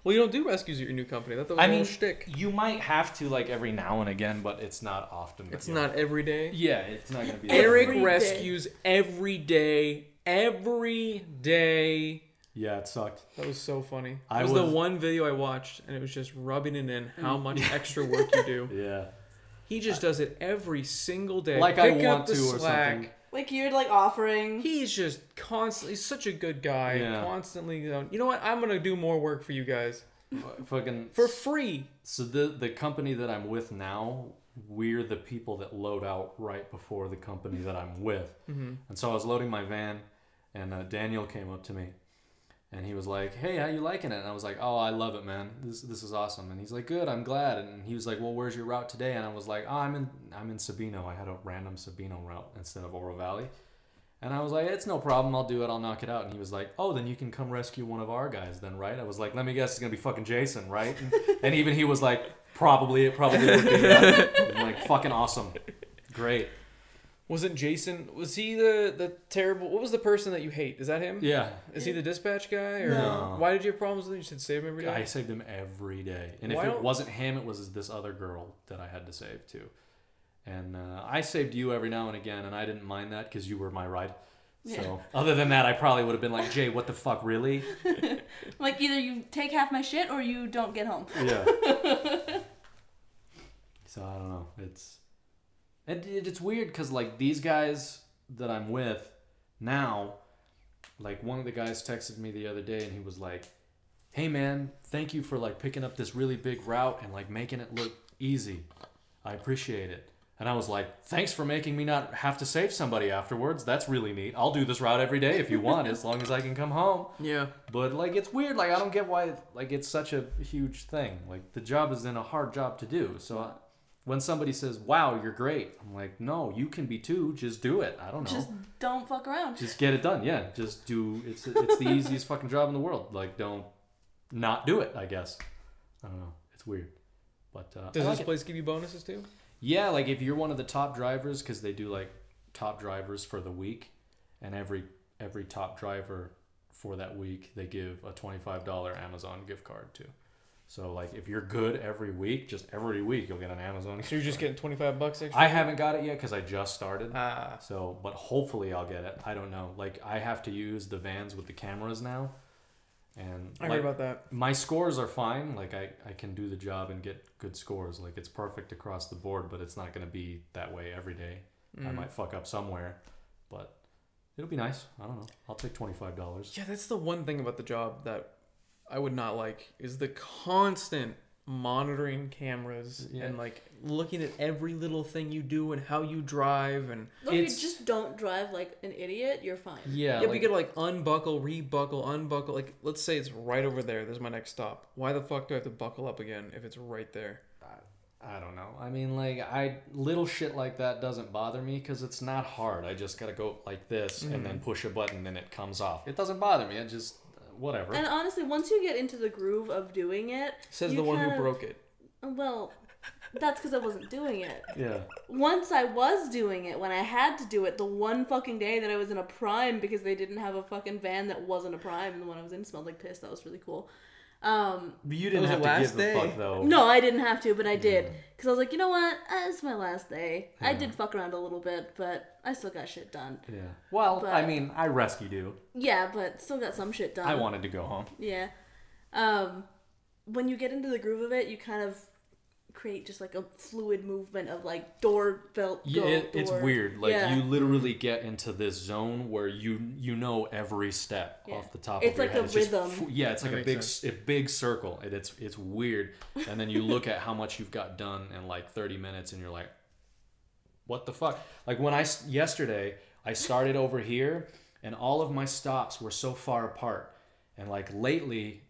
[SPEAKER 2] Well, you don't do rescues at your new company. That, that was
[SPEAKER 1] I
[SPEAKER 2] a
[SPEAKER 1] mean-
[SPEAKER 2] little shtick.
[SPEAKER 1] You might have to like every now and again, but it's not often.
[SPEAKER 2] It's not every day.
[SPEAKER 1] Yeah, it's not gonna be.
[SPEAKER 2] Eric
[SPEAKER 3] Every day.
[SPEAKER 2] rescues every day, every day.
[SPEAKER 1] Yeah, it sucked.
[SPEAKER 2] That was so funny. That
[SPEAKER 1] I
[SPEAKER 2] was, the
[SPEAKER 1] was-
[SPEAKER 2] one video I watched, and it was just rubbing it in how
[SPEAKER 3] Mm.
[SPEAKER 2] much extra work you do.
[SPEAKER 1] Yeah,
[SPEAKER 2] He just does it every single day.
[SPEAKER 1] like I
[SPEAKER 2] Pick up
[SPEAKER 1] want
[SPEAKER 2] the
[SPEAKER 1] to or
[SPEAKER 2] slack.
[SPEAKER 1] something.
[SPEAKER 3] like you're like offering.
[SPEAKER 2] He's just constantly he's such a good guy.
[SPEAKER 1] Yeah.
[SPEAKER 2] Constantly, you know, you know what? I'm gonna do more work for you guys
[SPEAKER 1] F- Fucking.
[SPEAKER 2] for free.
[SPEAKER 1] so the the company that I'm with now, we're the people that load out right before the company that I'm with. Mm-hmm. And so I was loading my van, and uh, Daniel came up to me, and he was like, "Hey, how you liking it?" And I was like, "Oh, I love it, man. This this is awesome." And he's like, "Good, I'm glad." And he was like, "Well, where's your route today?" And I was like, "Oh, I'm in I'm in Sabino. I had a random Sabino route instead of Oro Valley." And I was like, "It's no problem. I'll do it. I'll knock it out." And he was like, "Oh, then you can come rescue one of our guys, then, right?" I was like, "Let me guess, it's gonna be fucking Jason, right?" And, and even he was like, "Probably. It probably would be." I'm like, "Fucking awesome, great."
[SPEAKER 2] Wasn't Jason? Was he the the terrible? What was the person that you hate? Is that him?
[SPEAKER 1] Yeah,
[SPEAKER 2] Is he the dispatch guy? Or
[SPEAKER 1] No.
[SPEAKER 2] Why did you have problems with him? You said save him every day.
[SPEAKER 1] I saved him every day. And
[SPEAKER 2] Why
[SPEAKER 1] if it
[SPEAKER 2] don't-
[SPEAKER 1] wasn't him, it was this other girl that I had to save too. And uh, I saved you every now and again, and I didn't mind that because you were my ride. So other than that, I probably would have been like, Jay, what the fuck, really?
[SPEAKER 4] Like either you take half my shit or you don't get home.
[SPEAKER 1] Yeah. so I don't know. It's it, it- it's weird because like these guys that I'm with now, like one of the guys texted me the other day and he was like hey man thank you for like picking up this really big route and like making it look easy i appreciate it and i was like thanks for making me not have to save somebody afterwards that's really neat i'll do this route every day if you want as long as i can come home
[SPEAKER 2] Yeah.
[SPEAKER 1] but like it's weird like i don't get why like it's such a huge thing like the job is then a hard job to do so I, when somebody says wow you're great i'm like no you can be too just do it i don't know
[SPEAKER 3] Just don't fuck around.
[SPEAKER 1] just get it done. Yeah, just do. It's it's the easiest fucking job in the world. Like, don't not do it. I guess. I don't know. It's weird, but uh, I
[SPEAKER 2] Does
[SPEAKER 1] like
[SPEAKER 2] this
[SPEAKER 1] it.
[SPEAKER 2] place give you bonuses too?
[SPEAKER 1] yeah, like if you're one of the top drivers, because they do like top drivers for the week, and every every top driver for that week they give a twenty five dollar Amazon gift card to. So like if you're good every week, just every week you'll get an Amazon.
[SPEAKER 2] So you're just getting 25 bucks extra?
[SPEAKER 1] I haven't got it yet because I just started.
[SPEAKER 2] Ah.
[SPEAKER 1] So, but hopefully I'll get it. I don't know. Like I have to use the vans with the cameras now, and
[SPEAKER 2] I
[SPEAKER 1] like,
[SPEAKER 2] heard about that.
[SPEAKER 1] my scores are fine. Like I, I can do the job and get good scores. Like it's perfect across the board, but it's not going to be that way every day. I
[SPEAKER 2] Mm.
[SPEAKER 1] might fuck up somewhere, but it'll be nice. I don't know. I'll take twenty five dollars.
[SPEAKER 2] Yeah, that's the one thing about the job that I would not like is the constant monitoring cameras
[SPEAKER 1] Yeah.
[SPEAKER 2] and like looking at every little thing you do and how you drive and
[SPEAKER 3] Look, you
[SPEAKER 1] It's-
[SPEAKER 3] just don't drive like an idiot. You're fine.
[SPEAKER 1] Yeah,
[SPEAKER 2] yeah,
[SPEAKER 1] like,
[SPEAKER 2] we could like unbuckle, rebuckle, unbuckle. Like, let's say it's right over there. There's my next stop. Why the fuck do I have to buckle up again if it's right there?
[SPEAKER 1] I don't know. I mean, like I little shit like that doesn't bother me because it's not hard. I just gotta go like this
[SPEAKER 2] Mm.
[SPEAKER 1] and then push a button, then it comes off. It doesn't bother me. I just whatever.
[SPEAKER 3] And honestly, once you get into the groove of doing it,
[SPEAKER 2] Says
[SPEAKER 3] you
[SPEAKER 2] the one who
[SPEAKER 3] kind of-
[SPEAKER 2] broke it.
[SPEAKER 3] Well, that's because I wasn't doing it.
[SPEAKER 1] yeah.
[SPEAKER 3] Once I was doing it, when I had to do it, the one fucking day that I was in a prime because they didn't have a fucking van that wasn't a prime, and the one I was in smelled like piss. That was really cool. Um,
[SPEAKER 1] But you didn't
[SPEAKER 2] was
[SPEAKER 1] have
[SPEAKER 2] the
[SPEAKER 1] to
[SPEAKER 2] last
[SPEAKER 1] give
[SPEAKER 2] day.
[SPEAKER 1] a fuck though.
[SPEAKER 3] no, I didn't have to, but I did because I was like, you know what? Uh, It's my last day. I did fuck around a little bit, but I still got shit done.
[SPEAKER 1] Yeah. Well,
[SPEAKER 3] But- Uh-huh.
[SPEAKER 1] I mean, I rescued you.
[SPEAKER 3] Yeah, but still got some shit done.
[SPEAKER 1] I wanted to go home.
[SPEAKER 3] Yeah. Um, when you get into the groove of it, you kind of create just like a fluid movement of like door belt.
[SPEAKER 1] Yeah,
[SPEAKER 3] go,
[SPEAKER 1] it, it's
[SPEAKER 3] door.
[SPEAKER 1] weird. Like
[SPEAKER 3] Yeah.
[SPEAKER 1] you literally get into this zone where you you know every step
[SPEAKER 3] Yeah.
[SPEAKER 1] off the top.
[SPEAKER 3] It's
[SPEAKER 1] of your
[SPEAKER 3] like
[SPEAKER 1] head.
[SPEAKER 3] a
[SPEAKER 1] just
[SPEAKER 3] rhythm.
[SPEAKER 1] fu- yeah, it's like
[SPEAKER 2] That
[SPEAKER 1] a
[SPEAKER 2] makes
[SPEAKER 1] big s- a big circle. It, it's it's weird. And then you look at how much you've got done in like 30 minutes, and you're like, what the fuck? Like when I s- yesterday I started over here, and all of my stops were so far apart. And like lately,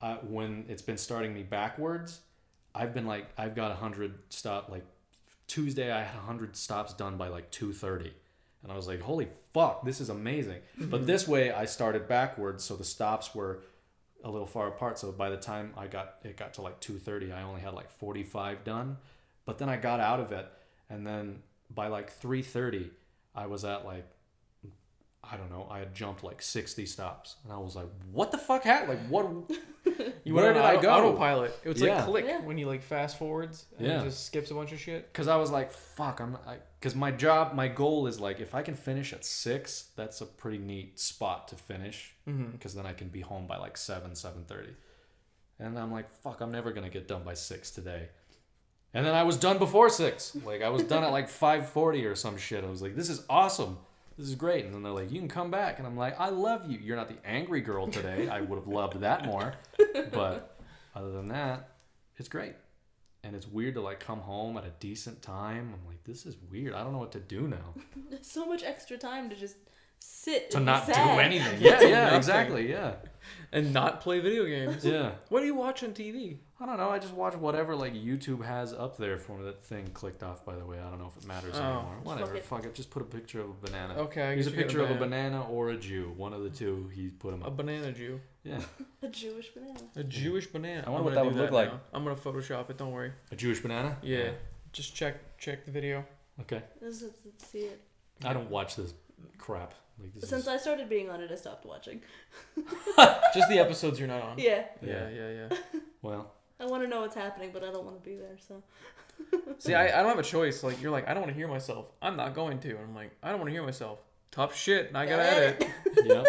[SPEAKER 1] uh, when it's been starting me backwards, I've been like I've got a hundred stop like Tuesday I had a hundred stops done by like two thirty, and I was like, holy fuck, this is amazing. but this way I started backwards, so the stops were a little far apart. So by the time I got it got to like two thirty, I only had like forty five done. But then I got out of it, and then by like three thirty, I was at like I don't know. I had jumped like sixty stops, and I was like, "What the fuck happened? Like, what?
[SPEAKER 2] You
[SPEAKER 1] where did
[SPEAKER 2] went on
[SPEAKER 1] I
[SPEAKER 2] auto-
[SPEAKER 1] go?"
[SPEAKER 2] Autopilot. It was
[SPEAKER 1] Yeah.
[SPEAKER 2] like click
[SPEAKER 3] Yeah.
[SPEAKER 2] when you like fast forwards and
[SPEAKER 1] Yeah.
[SPEAKER 2] it just skips a bunch of shit.
[SPEAKER 1] because I was like, fuck, I'm, because my job, my goal is like, if I can finish at six, that's a pretty neat spot to finish, because then I can be home by like seven, seven thirty, and I'm like, fuck, I'm never gonna get done by six today, and then I was done before six, like I was done at like five forty or some shit. I was like, this is awesome, this is great, and then they're like, you can come back, and I'm like, I love you. You're not the angry girl today. I would have loved that more, but other than that, it's great and it's weird to like come home at a decent time. I'm like, this is weird. I don't know what to do now.
[SPEAKER 3] So much extra time to just sit
[SPEAKER 1] To
[SPEAKER 3] and be
[SPEAKER 1] not do
[SPEAKER 3] sad.
[SPEAKER 1] anything. Yeah, yeah,
[SPEAKER 2] nothing.
[SPEAKER 1] exactly. Yeah,
[SPEAKER 2] And not play video games.
[SPEAKER 1] yeah.
[SPEAKER 2] What do you watch on TV?
[SPEAKER 1] I don't know. I just watch whatever like YouTube has up there for that thing clicked off. By the way, I don't know if it matters
[SPEAKER 2] Oh,
[SPEAKER 1] anymore. Whatever.
[SPEAKER 3] fuck
[SPEAKER 1] Fuck it.
[SPEAKER 3] it.
[SPEAKER 1] Just put a picture of a banana.
[SPEAKER 2] Okay, I
[SPEAKER 1] He's a
[SPEAKER 2] guess we got
[SPEAKER 1] picture of a
[SPEAKER 2] ban-
[SPEAKER 1] banana or a Jew. One of the two. He put him
[SPEAKER 2] A
[SPEAKER 1] up.
[SPEAKER 2] banana Jew.
[SPEAKER 1] Yeah,
[SPEAKER 3] A Jewish banana.
[SPEAKER 2] A Jewish banana.
[SPEAKER 1] I wonder
[SPEAKER 2] I'm
[SPEAKER 1] what
[SPEAKER 2] gonna
[SPEAKER 1] that
[SPEAKER 2] do
[SPEAKER 1] would look like.
[SPEAKER 2] now. I'm gonna Photoshop it. Don't worry.
[SPEAKER 1] a Jewish banana.
[SPEAKER 2] Yeah. Just check check the video.
[SPEAKER 1] Okay.
[SPEAKER 3] This is- let's see it.
[SPEAKER 1] I don't watch this crap. Like this
[SPEAKER 3] Since
[SPEAKER 1] is.
[SPEAKER 3] I started being on it, I stopped watching.
[SPEAKER 2] Just the episodes you're not
[SPEAKER 1] Um,
[SPEAKER 2] on.
[SPEAKER 3] Yeah,
[SPEAKER 2] Yeah, yeah, yeah.
[SPEAKER 1] Well,
[SPEAKER 3] I want to know what's happening, but I don't want to be there. So
[SPEAKER 2] See, I, I don't have a choice. Like you're like, I don't want to hear myself. I'm not going to. And I'm like, I don't want to hear myself. Tough shit. And I gotta edit.
[SPEAKER 1] yeah.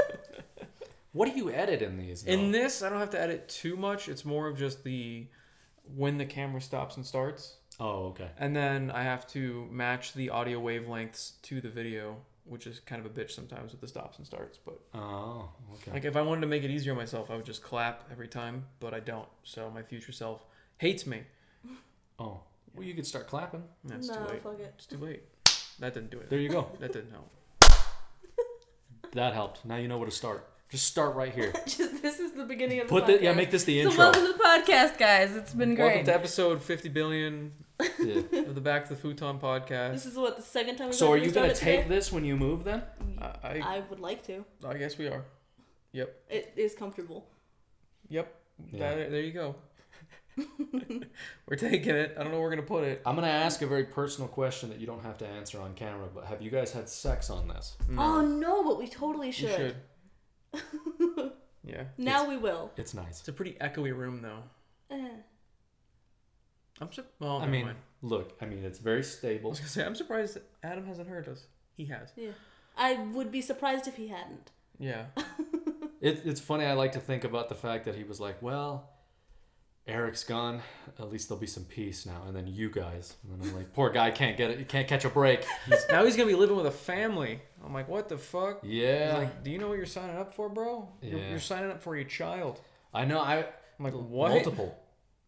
[SPEAKER 1] What do you edit in these? though?
[SPEAKER 2] In this, I don't have to edit too much. It's more of just the when the camera stops and starts,
[SPEAKER 1] oh, okay.
[SPEAKER 2] and then I have to match the audio wavelengths to the video. which is kind of a bitch sometimes with the stops and starts. But
[SPEAKER 1] Oh, okay.
[SPEAKER 2] like if I wanted to make it easier on myself, I would just clap every time, but I don't. So my future self hates me.
[SPEAKER 1] oh, well, you could start clapping.
[SPEAKER 2] That's
[SPEAKER 3] no,
[SPEAKER 2] too late.
[SPEAKER 3] fuck it.
[SPEAKER 2] It's too late. That didn't do
[SPEAKER 1] There
[SPEAKER 2] it.
[SPEAKER 1] you go.
[SPEAKER 2] That didn't help.
[SPEAKER 1] that helped. Now you know where to start. Just start right here.
[SPEAKER 3] Just, this is the beginning of
[SPEAKER 1] Put
[SPEAKER 3] the
[SPEAKER 1] the
[SPEAKER 3] podcast.
[SPEAKER 1] yeah. Make this the
[SPEAKER 4] So
[SPEAKER 1] intro.
[SPEAKER 4] welcome to the podcast, guys. It's been great.
[SPEAKER 2] Welcome to episode 50 billion
[SPEAKER 1] Yeah.
[SPEAKER 2] of the Back to the Futon podcast.
[SPEAKER 3] This is what the second time. we've
[SPEAKER 1] So are
[SPEAKER 3] ever
[SPEAKER 1] you gonna
[SPEAKER 3] started
[SPEAKER 1] take this when you move then?
[SPEAKER 3] today?
[SPEAKER 2] I, I,
[SPEAKER 3] I would like to.
[SPEAKER 2] I guess we are.
[SPEAKER 3] It is comfortable.
[SPEAKER 2] Yep.
[SPEAKER 1] Yeah.
[SPEAKER 2] That- there you go. we're taking it. I don't know where we're going to put it.
[SPEAKER 1] I'm gonna ask a very personal question that you don't have to answer on camera. But have you guys had sex on this?
[SPEAKER 3] Oh no, but we totally
[SPEAKER 2] you
[SPEAKER 3] should.
[SPEAKER 2] should. yeah.
[SPEAKER 3] Now we will.
[SPEAKER 1] It's nice.
[SPEAKER 2] It's a pretty echoey room, though.
[SPEAKER 3] Eh.
[SPEAKER 2] I'm sur- well,
[SPEAKER 1] I
[SPEAKER 2] never
[SPEAKER 1] mean,
[SPEAKER 2] mind.
[SPEAKER 1] look. I mean, it's very
[SPEAKER 2] I
[SPEAKER 1] stable.
[SPEAKER 2] was gonna say I'm surprised Adam hasn't heard us. He has.
[SPEAKER 3] Yeah. I would be surprised if he hadn't.
[SPEAKER 2] Yeah.
[SPEAKER 1] It, it's funny. I like to think about the fact that he was like, "Well, Eric's gone. At least there'll be some peace now." And then you guys. And then I'm like, "Poor guy can't get it. He can't catch a break." He's-
[SPEAKER 2] now he's gonna be living with a family. I'm like, what the fuck? He's
[SPEAKER 1] yeah.
[SPEAKER 2] like, do you know what you're signing up for, bro? You're,
[SPEAKER 1] Yeah.
[SPEAKER 2] you're signing up for your child.
[SPEAKER 1] I know. I
[SPEAKER 2] I'm like, what?
[SPEAKER 1] multiple.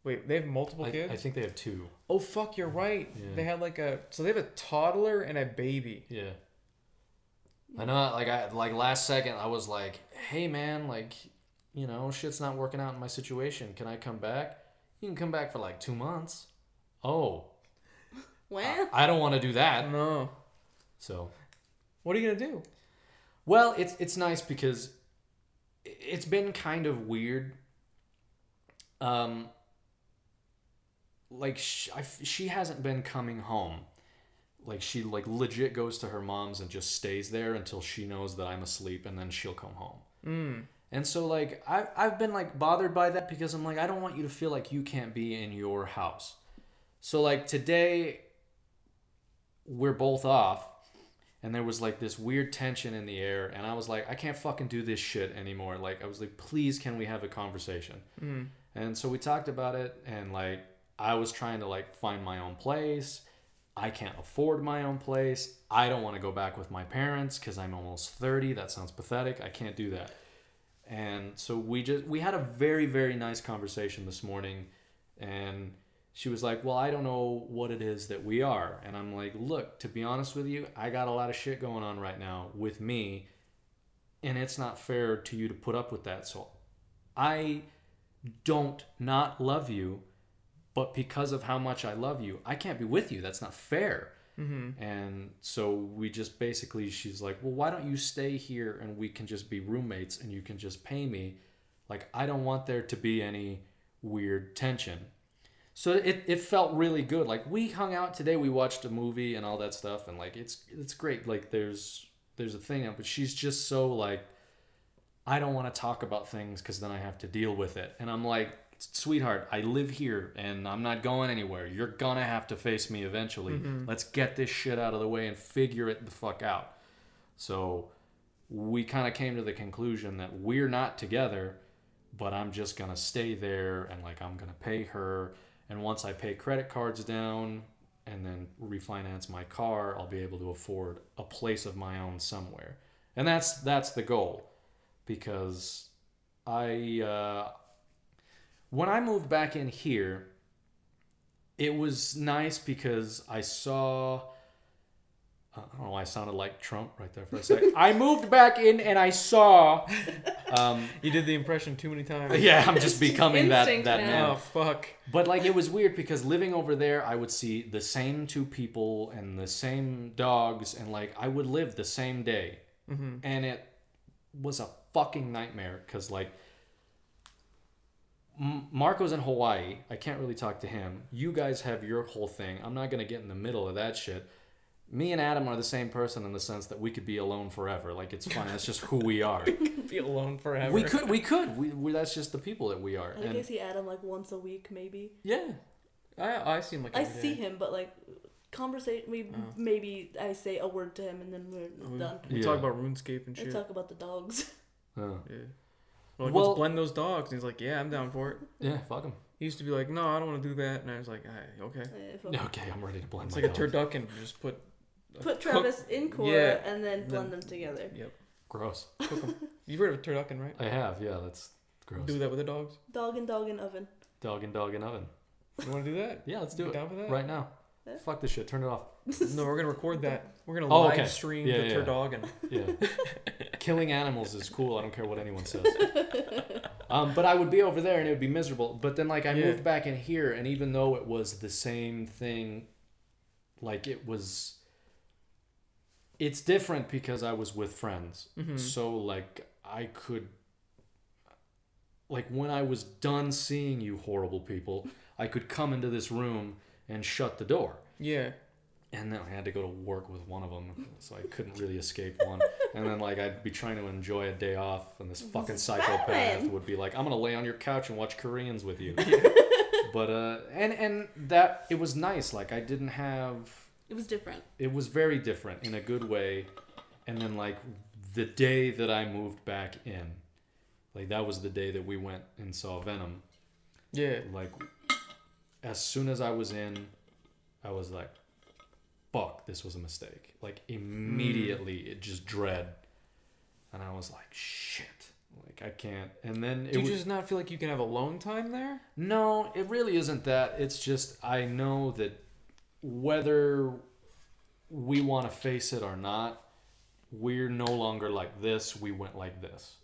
[SPEAKER 2] Wait, they have multiple
[SPEAKER 1] I,
[SPEAKER 2] kids?
[SPEAKER 1] I think they have two.
[SPEAKER 2] oh fuck, you're right.
[SPEAKER 1] Yeah.
[SPEAKER 2] They had like a so they have a toddler and a baby.
[SPEAKER 1] Yeah. I know. Like I like last second, I was like, "Hey, man, like, you know, shit's not working out in my situation. Can I come back? You can come back for like two months. Oh,
[SPEAKER 3] Well,
[SPEAKER 1] I don't want to do
[SPEAKER 2] I
[SPEAKER 1] that.
[SPEAKER 2] don't know.
[SPEAKER 1] So,
[SPEAKER 2] What are you gonna do?
[SPEAKER 1] well, it's it's nice because i- it's been kind of weird. Um, like sh I f she hasn't been coming home. Like she like legit goes to her mom's and just stays there until she knows that I'm asleep, and then she'll come home.
[SPEAKER 2] Mm.
[SPEAKER 1] And so like I I've been like bothered by that because I'm like I don't want you to feel like you can't be in your house. So like today we're both off and there was like this weird tension in the air and I was like I can't fucking do this shit anymore. Like I was like please can we have a conversation?
[SPEAKER 2] Mm.
[SPEAKER 1] And so we talked about it and like I was trying to like find my own place. I can't afford my own place. I don't want to go back with my parents cuz I'm almost 30. That sounds pathetic. I can't do that and so we just we had a very very nice conversation this morning and she was like well i don't know what it is that we are and i'm like look to be honest with you i got a lot of shit going on right now with me and it's not fair to you to put up with that so i don't not love you but because of how much i love you i can't be with you that's not fair
[SPEAKER 2] Mm-hmm.
[SPEAKER 1] and so we just basically, she's like, well, why don't you stay here and we can just be roommates and you can just pay me? Like, I don't want there to be any weird tension. So it, it felt really good. Like we hung out today, we watched a movie and all that stuff, and like it's it's great. Like there's there's a thing, but she's just so like, I don't want to talk about things because then I have to deal with it. And I'm like, sweetheart, I live here and I'm not going anywhere. You're gonna have to face me eventually. Let's get this shit out of the way and figure it the fuck out. So we kind of came to the conclusion that we're not together, but I'm just gonna stay there and like I'm gonna pay her. And once I pay credit cards down and then refinance my car, I'll be able to afford a place of my own somewhere. And that's that's the goal, because I uh, when I moved back in here, it was nice because I saw. I don't know. why I sounded like Trump right there for a second. I moved back in and I saw. Um,
[SPEAKER 2] You did the impression too many times.
[SPEAKER 1] yeah, I'm just becoming that that
[SPEAKER 4] instinct now.
[SPEAKER 1] man.
[SPEAKER 2] Oh fuck.
[SPEAKER 1] But like it was weird because living over there, I would see the same two people and the same dogs, and like I would live the same day,
[SPEAKER 2] Mhm.
[SPEAKER 1] and it was a fucking nightmare because like M- Marco's in Hawaii, I can't really talk to him. You guys have your whole thing. I'm not gonna get in the middle of that shit. Me and Adam are the same person in the sense that we could be alone forever. Like it's fine. That's just who we are.
[SPEAKER 2] Be alone forever.
[SPEAKER 1] we could, we could. We, we that's just the people that we are.
[SPEAKER 3] I think I
[SPEAKER 1] Ah, And
[SPEAKER 3] see Adam like once a week, maybe.
[SPEAKER 1] yeah,
[SPEAKER 2] I I seem like
[SPEAKER 3] I
[SPEAKER 2] every
[SPEAKER 3] see
[SPEAKER 2] day.
[SPEAKER 3] him, but like conversation. We
[SPEAKER 2] Oh.
[SPEAKER 3] maybe I say a word to him, and then we're
[SPEAKER 2] We,
[SPEAKER 3] done.
[SPEAKER 2] Oh, we
[SPEAKER 1] Yeah.
[SPEAKER 2] talk about RuneScape and
[SPEAKER 3] We
[SPEAKER 2] shit.
[SPEAKER 3] talk about the dogs.
[SPEAKER 1] Uh,
[SPEAKER 2] Yeah. Well, like,
[SPEAKER 1] Well-
[SPEAKER 2] let's blend those dogs. And he's like, yeah, I'm down for it.
[SPEAKER 1] yeah. Fuck him.
[SPEAKER 2] He used to be like, no, I don't want to do that. And I was like, All right, okay.
[SPEAKER 3] Eh, if I'm-
[SPEAKER 1] Okay, I'm ready to blend
[SPEAKER 2] It's
[SPEAKER 1] my
[SPEAKER 2] like a
[SPEAKER 1] dogs.
[SPEAKER 2] turducken. You just put
[SPEAKER 3] Put Travis in Cora
[SPEAKER 2] yeah,
[SPEAKER 3] and then
[SPEAKER 2] then-
[SPEAKER 3] blend them together.
[SPEAKER 2] Yep.
[SPEAKER 1] Gross.
[SPEAKER 2] Cook 'em. You've heard of turducken, right?
[SPEAKER 1] I have. Yeah, that's gross.
[SPEAKER 2] Do that with the dogs.
[SPEAKER 3] Dog and dog and oven.
[SPEAKER 1] Dog and dog and oven.
[SPEAKER 2] You want to do that?
[SPEAKER 1] Yeah, let's
[SPEAKER 2] You
[SPEAKER 1] do it
[SPEAKER 2] Down for that?
[SPEAKER 1] right now.
[SPEAKER 3] Yeah.
[SPEAKER 1] Fuck this shit. Turn it off.
[SPEAKER 2] No, we're gonna record that. We're gonna
[SPEAKER 1] Oh,
[SPEAKER 2] live
[SPEAKER 1] okay.
[SPEAKER 2] stream
[SPEAKER 1] Yeah,
[SPEAKER 2] the
[SPEAKER 1] yeah, yeah.
[SPEAKER 2] turducken.
[SPEAKER 1] Yeah. Killing animals is cool. I don't care what anyone says. um, but I would be over there and it would be miserable. But then, like, I
[SPEAKER 2] Yeah.
[SPEAKER 1] moved back in here, and even though it was the same thing, like, it was. It's different because I was with friends. So, like, I could. Like, when I was done seeing you horrible people, I could come into this room and shut the door
[SPEAKER 2] Yeah.
[SPEAKER 1] and then I had to go to work with one of them, so I couldn't really escape one. And then like I'd be trying to enjoy a day off, and this fucking psychopath
[SPEAKER 3] Batman.
[SPEAKER 1] would be like, "I'm gonna lay on your couch and watch Koreans with you." but uh, and and that it was nice. Like I didn't have.
[SPEAKER 3] It was different.
[SPEAKER 1] It was very different in a good way. And then like the day that I moved back in, like that was the day that we went and saw Venom
[SPEAKER 2] Yeah.
[SPEAKER 1] like as soon as I was in, I was like, fuck, this was a mistake. Like immediately it just dread. And I was like, shit. Like I can't and then it
[SPEAKER 2] Do you
[SPEAKER 1] was
[SPEAKER 2] just not feel like you can have alone time there?
[SPEAKER 1] No, it really isn't that. It's just I know that whether we want to face it or not, we're no longer like this. We went like this.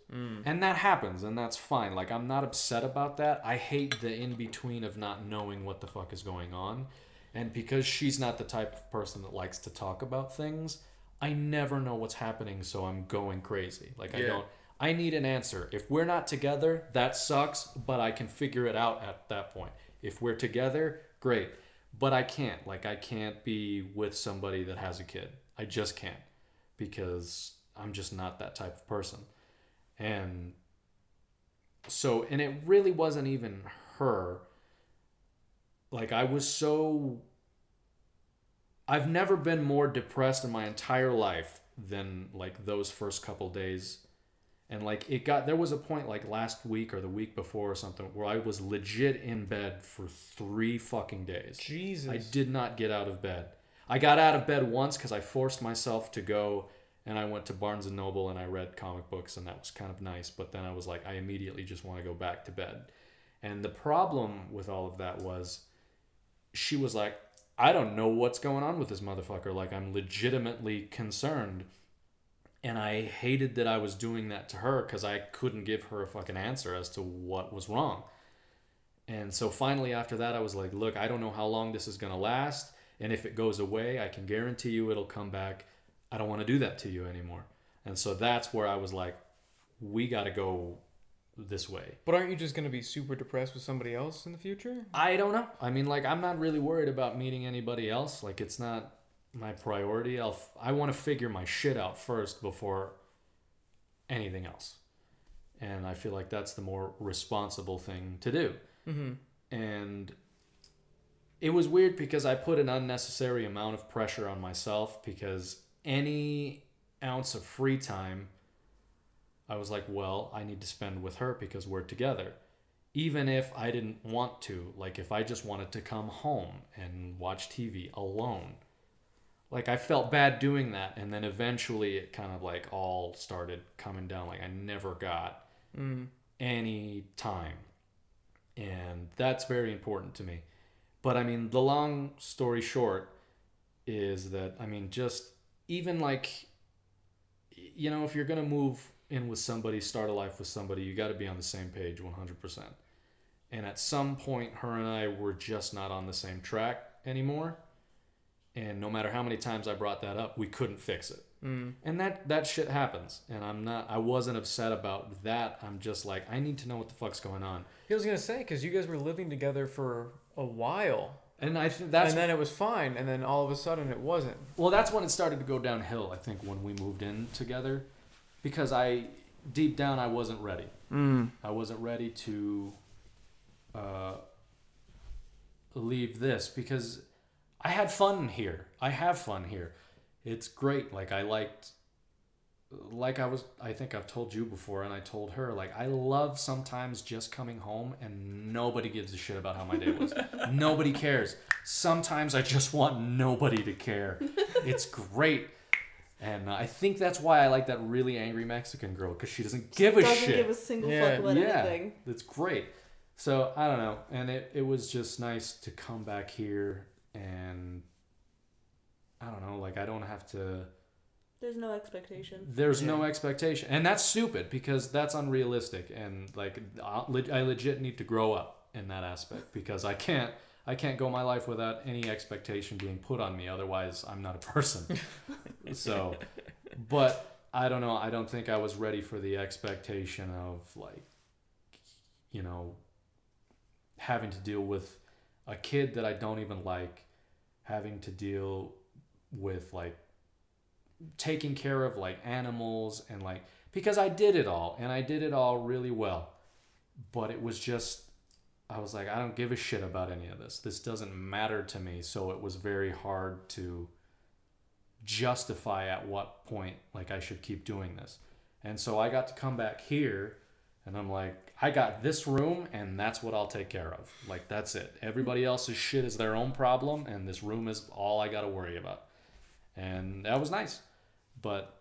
[SPEAKER 1] And that happens, and that's fine. Like, I'm not upset about that. I hate the in between of not knowing what the fuck is going on. And because she's not the type of person that likes to talk about things, I never know what's happening, so I'm going crazy. Like, I
[SPEAKER 2] Yeah.
[SPEAKER 1] don't. I need an answer. If we're not together, that sucks, but I can figure it out at that point. If we're together, great. But I can't. Like, I can't be with somebody that has a kid. I just can't because I'm just not that type of person. And so, and it really wasn't even her. Like, I was so. I've never been more depressed in my entire life than like those first couple days. And like, it got. There was a point like last week or the week before or something where I was legit in bed for three fucking days.
[SPEAKER 2] Jesus.
[SPEAKER 1] I did not get out of bed. I got out of bed once because I forced myself to go and I went to Barnes and Noble and I read comic books and that was kind of nice. But then I was like, I immediately just want to go back to bed. And the problem with all of that was she was like, I don't know what's going on with this motherfucker. Like, I'm legitimately concerned. And I hated that I was doing that to her because I couldn't give her a fucking answer as to what was wrong. And so finally, after that, I was like, look, I don't know how long this is going to last. And if it goes away, I can guarantee you it'll come back. I don't want to do that to you anymore. And so that's where I was like, we got to go this way.
[SPEAKER 2] But aren't you just gonna be super depressed with somebody else in the future?
[SPEAKER 1] I don't know. I mean, like, I'm not really worried about meeting anybody else. Like, it's not my priority. I'll, f- I want to figure my shit out first before anything else. And I feel like that's the more responsible thing to do. Mm-hmm. And it was weird because I put an unnecessary amount of pressure on myself because any ounce of free time, I was like, well, I need to spend with her because we're together even if I didn't want to, like if I just wanted to come home and watch TV alone, like I felt bad doing that. And then eventually it kind of like all started coming down. Like I never got any time. And that's very important to me. But I mean, the long story short is that, I mean, just even like, y- you know, if you're going to move in with somebody, start a life with somebody, you got to be on the same page 100% and at some point her and i were just not on the same track anymore and no matter how many times i brought that up we couldn't fix it mm. and that that shit happens and i'm not i wasn't upset about that i'm just like i need to know what the fuck's going on
[SPEAKER 2] I was gonna say because you guys were living together for a while,
[SPEAKER 1] and i think that's
[SPEAKER 2] and then it was fine, and then all of a sudden it wasn't.
[SPEAKER 1] well that's when it started to go downhill i think when we moved in together because i deep down i wasn't ready i wasn't ready to uh, leave this because i had fun here i have fun here it's great like i liked like i was i think i've told you before and i told her like i love sometimes just coming home and nobody gives a shit about how my day was nobody cares Sometimes I just want nobody to care. it's great. And I think that's why I like that really angry Mexican girl because she doesn't give a
[SPEAKER 3] Doesn't
[SPEAKER 1] shit.
[SPEAKER 3] give a single
[SPEAKER 2] Yeah.
[SPEAKER 3] fuck about
[SPEAKER 1] yeah,
[SPEAKER 3] anything.
[SPEAKER 1] that's great. So I don't know, and it, it was just nice to come back here and I don't know, like I don't have to.
[SPEAKER 3] There's no expectation.
[SPEAKER 1] There's no expectation, and that's stupid because that's unrealistic, and like I leg- I legit need to grow up in that aspect because I can't I can't go my life without any expectation being put on me. Otherwise, I'm not a person. so, but I don't know. I don't think I was ready for the expectation of like, you know, having to deal with a kid that I don't even like, having to deal with like taking care of like animals and like because I did it all and I did it all really well. But it was just I was like I don't give a shit about any of this. This doesn't matter to me, so it was very hard to justify at what point like I should keep doing this. And so I got to come back here and I'm like I got this room and that's what I'll take care of. Like that's it. Everybody else's shit is their own problem and this room is all I got to worry about. And that was nice. But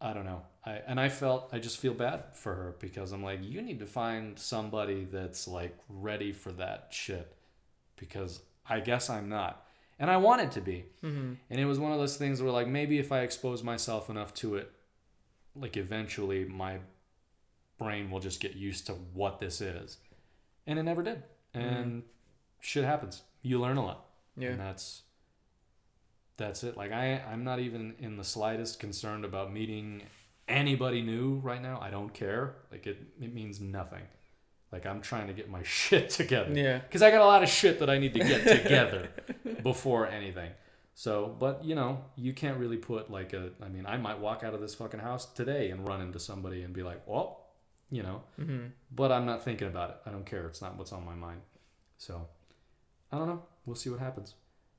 [SPEAKER 1] I don't know. I and I felt I just feel bad for her because I'm like you need to find somebody that's like ready for that shit because I guess I'm not. And I wanted to be.
[SPEAKER 2] Mm-hmm.
[SPEAKER 1] And it was one of those things where, like, maybe if I expose myself enough to it, like, eventually my brain will just get used to what this is. And it never did. And shit happens. You learn a lot.
[SPEAKER 2] Yeah.
[SPEAKER 1] And that's that's it. Like I I'm not even in the slightest concerned about meeting anybody new right now. I don't care. Like it it means nothing. Like I'm trying to get my shit together.
[SPEAKER 2] Yeah.
[SPEAKER 1] Cuz I got a lot of shit that I need to get together before anything. So, but you know, you can't really put like a I mean, I might walk out of this fucking house today and run into somebody and be like, "Well, you know,
[SPEAKER 2] Mm-hmm.
[SPEAKER 1] but I'm not thinking about it. I don't care. It's not what's on my mind. So, I don't know. We'll see what happens.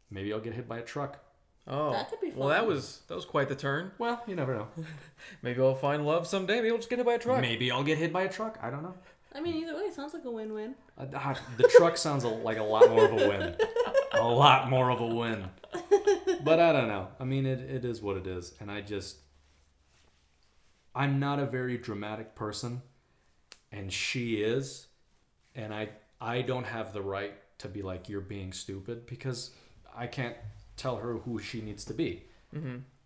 [SPEAKER 1] Maybe I'll get hit by a truck.
[SPEAKER 2] Oh,
[SPEAKER 3] That could be
[SPEAKER 2] well, that
[SPEAKER 3] fun.
[SPEAKER 2] was that was quite the turn.
[SPEAKER 1] Well, you never know.
[SPEAKER 2] Maybe I'll find love someday. Maybe I'll just get hit by a truck.
[SPEAKER 1] Maybe I'll get hit by a truck. I don't know.
[SPEAKER 3] I mean, either way, it sounds like a win-win.
[SPEAKER 1] Uh, ah, the truck sounds a, like a lot more of a win. A lot more of a win. But I don't know. I mean, it, it is what it is. And I just. I'm not a very dramatic person. And she is. And I, I don't have the right to be like, you're being stupid because I can't tell her who she needs to be.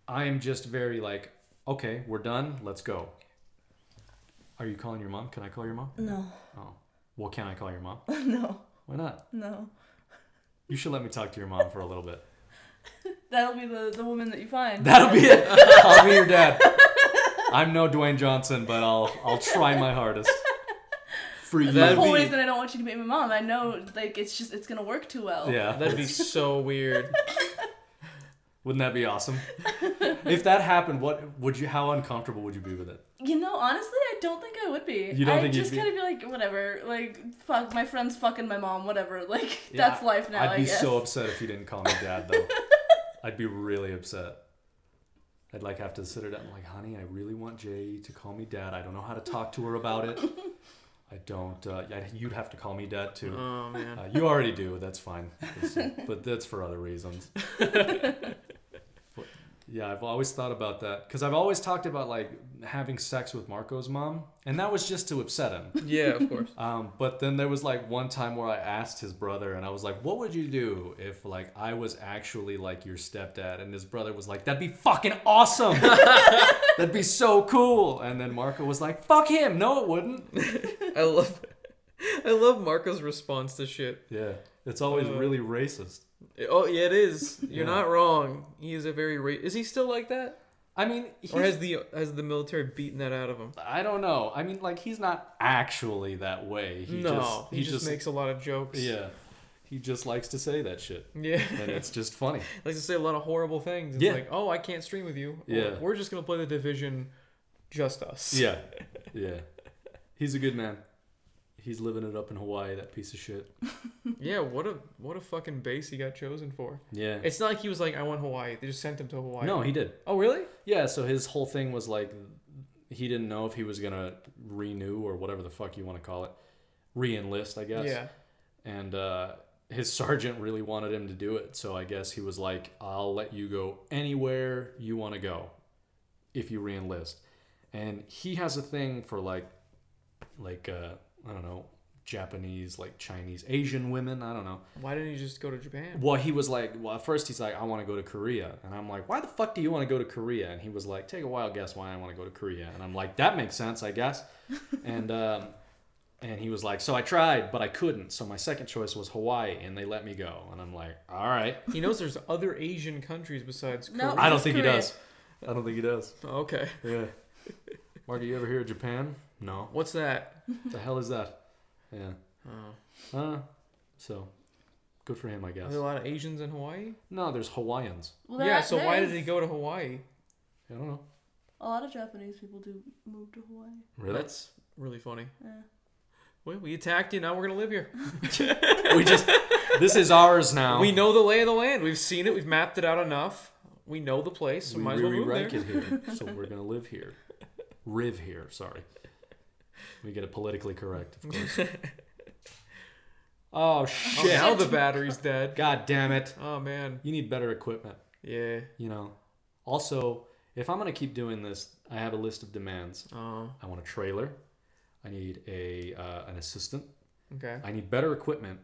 [SPEAKER 1] I am just very like, okay, we're done. Let's go. Are you calling your mom? Can I call your mom?
[SPEAKER 3] No,
[SPEAKER 1] Oh. Well, can I call your mom?
[SPEAKER 3] no,
[SPEAKER 1] Why not?
[SPEAKER 3] no.
[SPEAKER 1] You should let me talk to your mom for a little bit.
[SPEAKER 3] That'll be the the woman that you find.
[SPEAKER 1] That'll be it. I'll be your dad. I'm no Dwayne Johnson, but I'll I'll try my hardest. For you.
[SPEAKER 2] That'd
[SPEAKER 3] the whole
[SPEAKER 2] be-
[SPEAKER 3] reason I don't want you to meet my mom. I know, like, it's just it's gonna work too well.
[SPEAKER 1] yeah.
[SPEAKER 2] That'd be so weird.
[SPEAKER 1] Wouldn't that be awesome? if that happened, what would you how uncomfortable would you be with it?
[SPEAKER 3] You know, honestly, I don't think I would be.
[SPEAKER 1] You don't
[SPEAKER 3] I'd
[SPEAKER 1] think you'd
[SPEAKER 3] just
[SPEAKER 1] be-
[SPEAKER 3] kind of be like, whatever, like, fuck, my friend's fucking my mom, whatever. Like,
[SPEAKER 1] Yeah,
[SPEAKER 3] that's life now.
[SPEAKER 1] I'd
[SPEAKER 3] I
[SPEAKER 1] be
[SPEAKER 3] guess.
[SPEAKER 1] so upset if you didn't call me dad though. I'd be really upset. I'd like have to sit her down and like, honey, I really want Jay to call me dad. I don't know how to talk to her about it. I don't. Uh, yeah, you'd have to call me dad too.
[SPEAKER 2] oh man.
[SPEAKER 1] Uh, you already do. That's fine. That's- but that's for other reasons. But, yeah, I've always thought about that because I've always talked about like having sex with Marco's mom, and that was just to upset him.
[SPEAKER 2] Yeah, of course.
[SPEAKER 1] Um, but then there was like one time where I asked his brother, and I was like, "What would you do if like I was actually like your stepdad?" And his brother was like, "That'd be fucking awesome. That'd be so cool." And then Marco was like, "Fuck him. No, it wouldn't."
[SPEAKER 2] I love, I love Marco's response to shit.
[SPEAKER 1] Yeah, it's always
[SPEAKER 2] Uh,
[SPEAKER 1] really racist.
[SPEAKER 2] Oh yeah, it is. You're
[SPEAKER 1] Yeah.
[SPEAKER 2] not wrong. He is a very. Ra- is he still like that,
[SPEAKER 1] I mean,
[SPEAKER 2] or
[SPEAKER 1] he's-
[SPEAKER 2] has the has the military beaten that out of him?
[SPEAKER 1] I don't know. I mean, like he's not actually that way. He
[SPEAKER 2] no,
[SPEAKER 1] just,
[SPEAKER 2] he, just, makes a lot of jokes.
[SPEAKER 1] yeah. He just likes to say that shit,
[SPEAKER 2] yeah.
[SPEAKER 1] and it's just funny.
[SPEAKER 2] likes to say a lot of horrible things. It's
[SPEAKER 1] Yeah.
[SPEAKER 2] like, oh, I can't stream with you. Or,
[SPEAKER 1] Yeah.
[SPEAKER 2] we're just gonna play the division, just us.
[SPEAKER 1] Yeah, yeah. He's a good man. He's living it up in Hawaii. That piece of shit.
[SPEAKER 2] yeah. What a what a fucking base he got chosen for.
[SPEAKER 1] Yeah.
[SPEAKER 2] It's not like he was like, I want Hawaii. They just sent him to Hawaii.
[SPEAKER 1] No, he did.
[SPEAKER 2] Oh really?
[SPEAKER 1] Yeah. So his whole thing was like, he didn't know if he was gonna renew or whatever the fuck you want to call it, re-enlist, I guess.
[SPEAKER 2] Yeah.
[SPEAKER 1] and uh, his sergeant really wanted him to do it. So I guess he was like, I'll let you go anywhere you want to go if you reenlist. And he has a thing for like, like, uh, I don't know, Japanese, like Chinese, Asian women. I don't know.
[SPEAKER 2] Why didn't he just go to Japan?
[SPEAKER 1] Well, he was like, well, at first he's like, I want to go to Korea. And I'm like, why the fuck do you want to go to Korea? And he was like, take a wild guess why I want to go to Korea. And I'm like, that makes sense, I guess. and, um, and he was like, so I tried, but I couldn't. So my second choice was Hawaii, and they let me go. And I'm like, all right.
[SPEAKER 2] He knows there's other Asian countries besides
[SPEAKER 4] No.
[SPEAKER 2] Korea. Oh,
[SPEAKER 1] I don't think
[SPEAKER 4] Korea.
[SPEAKER 1] he does. I don't think he does.
[SPEAKER 2] Okay.
[SPEAKER 1] Yeah. Mark, you ever hear of Japan? No.
[SPEAKER 2] What's that?
[SPEAKER 1] What the hell is that? Yeah.
[SPEAKER 2] Oh.
[SPEAKER 1] Uh, so, good for him, I
[SPEAKER 2] Are
[SPEAKER 1] guess.
[SPEAKER 2] there a lot of Asians in Hawaii?
[SPEAKER 1] No, there's Hawaiians.
[SPEAKER 4] Well,
[SPEAKER 2] yeah,
[SPEAKER 4] that-
[SPEAKER 2] so
[SPEAKER 4] there
[SPEAKER 2] why
[SPEAKER 4] is-
[SPEAKER 2] did he go to Hawaii?
[SPEAKER 1] I don't know.
[SPEAKER 4] A lot of Japanese people do move to Hawaii.
[SPEAKER 1] Really?
[SPEAKER 2] That's really funny.
[SPEAKER 4] Yeah.
[SPEAKER 2] Well, we attacked you, now we're gonna live here.
[SPEAKER 1] we just this is ours now.
[SPEAKER 2] We know the lay of the land. We've seen it, we've mapped it out enough. We know the place, so
[SPEAKER 1] we
[SPEAKER 2] might as well move there.
[SPEAKER 1] rewrite it here, so we're gonna live here, riv here. Sorry, we get it politically correct, of course. oh
[SPEAKER 2] Oh,
[SPEAKER 1] shit!
[SPEAKER 2] now the battery's dead.
[SPEAKER 1] God damn it!
[SPEAKER 2] Oh man.
[SPEAKER 1] You need better equipment.
[SPEAKER 2] Yeah.
[SPEAKER 1] You know. Also, if I'm gonna keep doing this, I have a list of demands.
[SPEAKER 2] Oh.
[SPEAKER 1] I want a trailer. I need a uh, an assistant.
[SPEAKER 2] Okay.
[SPEAKER 1] I need better equipment.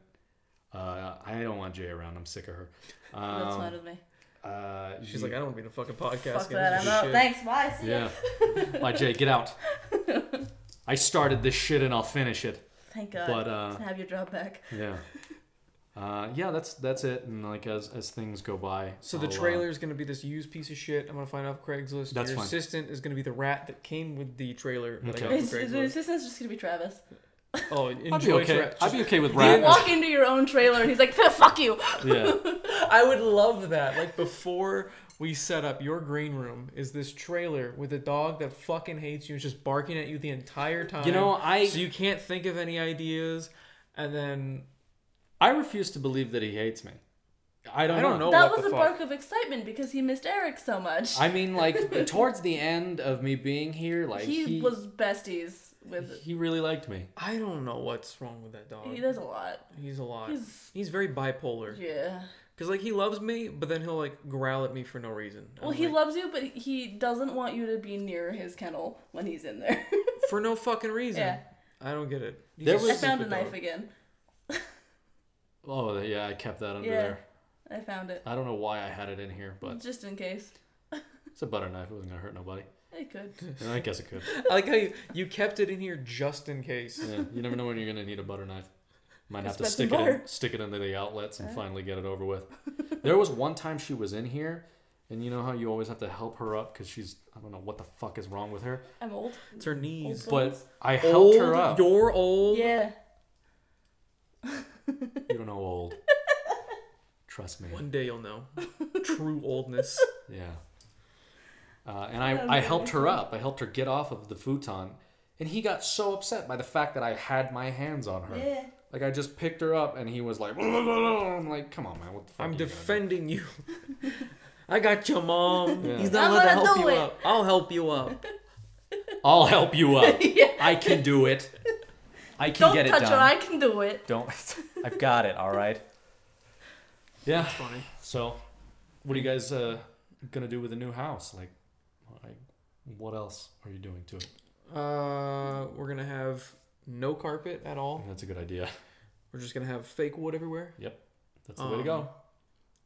[SPEAKER 1] Uh, I don't want Jay around. I'm sick of her. Um,
[SPEAKER 4] That's fine with me.
[SPEAKER 1] Uh,
[SPEAKER 2] She's
[SPEAKER 1] you-
[SPEAKER 2] like, I don't want to be in a fucking podcast.
[SPEAKER 4] Fuck
[SPEAKER 2] again.
[SPEAKER 4] that.
[SPEAKER 2] This is
[SPEAKER 4] I'm out.
[SPEAKER 2] shit."
[SPEAKER 4] Thanks. Bye. See ya.
[SPEAKER 1] Yeah. My Jay, get out. I started this shit and I'll finish it.
[SPEAKER 4] Thank God.
[SPEAKER 1] But uh
[SPEAKER 4] have your job back.
[SPEAKER 1] yeah. Uh yeah, that's that's it. And like as as things go by.
[SPEAKER 2] So the
[SPEAKER 1] I'll, uh,
[SPEAKER 2] trailer is going to be this used piece of shit. I'm going to find off Craigslist.
[SPEAKER 1] That's
[SPEAKER 2] Your
[SPEAKER 1] fine.
[SPEAKER 2] assistant is going to be the rat that came with the trailer that I
[SPEAKER 1] Okay.
[SPEAKER 2] got
[SPEAKER 4] It's,
[SPEAKER 2] from
[SPEAKER 4] it's, it's
[SPEAKER 2] Craigslist.
[SPEAKER 4] this is just gonna be Travis.
[SPEAKER 2] Oh,
[SPEAKER 1] I'd be
[SPEAKER 2] enjoy
[SPEAKER 1] okay.
[SPEAKER 2] Tra-
[SPEAKER 1] I'd be okay with
[SPEAKER 4] You
[SPEAKER 1] rat.
[SPEAKER 4] walk into your own trailer and he's like, "Fuck you."
[SPEAKER 1] yeah.
[SPEAKER 2] I would love that. Like before we set up your green room is this trailer with a dog that fucking hates you and is just barking at you the entire time.
[SPEAKER 1] You know, I
[SPEAKER 2] so you can't think of any ideas, and then
[SPEAKER 1] I refuse to believe that he hates me. I don't
[SPEAKER 2] I don't know.
[SPEAKER 4] that
[SPEAKER 2] what
[SPEAKER 4] was
[SPEAKER 2] the
[SPEAKER 4] a
[SPEAKER 2] fuck.
[SPEAKER 4] bark of excitement because he missed Eric so much.
[SPEAKER 1] I mean like towards the end of me being here, like
[SPEAKER 4] he,
[SPEAKER 1] he,
[SPEAKER 4] was besties with.
[SPEAKER 1] he really liked me.
[SPEAKER 2] I don't know what's wrong with that dog.
[SPEAKER 4] He does a lot.
[SPEAKER 2] He's a lot.
[SPEAKER 4] He's-
[SPEAKER 2] He's very bipolar.
[SPEAKER 4] Yeah.
[SPEAKER 2] Cause like he loves me, but then he'll like growl at me for no reason.
[SPEAKER 4] Well,
[SPEAKER 2] I'm
[SPEAKER 4] he
[SPEAKER 2] like,
[SPEAKER 4] loves you, but he doesn't want you to be near his kennel when he's in there.
[SPEAKER 2] for no fucking reason.
[SPEAKER 4] Yeah.
[SPEAKER 2] I don't get it. He's
[SPEAKER 1] There
[SPEAKER 2] a
[SPEAKER 1] was-
[SPEAKER 4] I found a
[SPEAKER 2] stupid
[SPEAKER 4] knife
[SPEAKER 2] dog.
[SPEAKER 4] again.
[SPEAKER 1] Oh yeah, I kept that under
[SPEAKER 4] Yeah.
[SPEAKER 1] there.
[SPEAKER 4] I found it
[SPEAKER 1] I don't know why I had it in here, but
[SPEAKER 4] just in case.
[SPEAKER 1] it's a butter knife. It wasn't gonna hurt nobody.
[SPEAKER 4] It could.
[SPEAKER 1] And I guess it could.
[SPEAKER 2] I like how you, you kept it in here just in case.
[SPEAKER 1] Yeah, you never know when you're gonna need a butter knife. Might have to
[SPEAKER 4] Expensive
[SPEAKER 1] stick it, in,
[SPEAKER 4] butter.
[SPEAKER 1] stick it into the outlets and finally get it over with. There was one time she was in here, and you know how you always have to help her up because she's I don't know what the fuck is wrong with her,
[SPEAKER 4] I'm old.
[SPEAKER 2] It's her knees.
[SPEAKER 1] but
[SPEAKER 4] Old.
[SPEAKER 1] I helped her
[SPEAKER 2] Old,
[SPEAKER 1] up.
[SPEAKER 2] You're old.
[SPEAKER 4] Yeah.
[SPEAKER 1] You don't know old. Trust me.
[SPEAKER 2] One day you'll know true oldness.
[SPEAKER 1] Yeah. Uh, and I, I helped her up. I helped her get off of the futon, and he got so upset by the fact that I had my hands on her.
[SPEAKER 4] Yeah.
[SPEAKER 1] Like I just picked her up, and he was like, I'm like, come on, man, what the fuck?
[SPEAKER 2] I'm
[SPEAKER 1] are you gonna do?"
[SPEAKER 2] defending you. I got your mom.
[SPEAKER 1] Yeah.
[SPEAKER 2] He's not
[SPEAKER 4] I'm
[SPEAKER 2] allowed to
[SPEAKER 4] gonna
[SPEAKER 2] help
[SPEAKER 4] do
[SPEAKER 2] you
[SPEAKER 4] it.
[SPEAKER 2] up. I'll help you up.
[SPEAKER 1] I'll help you up.
[SPEAKER 4] Yeah.
[SPEAKER 1] I can do it. I can
[SPEAKER 4] Don't
[SPEAKER 1] get it
[SPEAKER 4] touch
[SPEAKER 1] done.
[SPEAKER 4] her. I can do it.
[SPEAKER 1] Don't. I've got it. All right. Yeah.
[SPEAKER 2] Funny.
[SPEAKER 1] So, what are you guys uh, gonna do with the new house? Like, like, what else are you doing to it?
[SPEAKER 2] Uh, we're gonna have no carpet at all.
[SPEAKER 1] That's a good idea.
[SPEAKER 2] We're just gonna have fake wood everywhere.
[SPEAKER 1] That's the way to
[SPEAKER 2] Um,
[SPEAKER 1] go.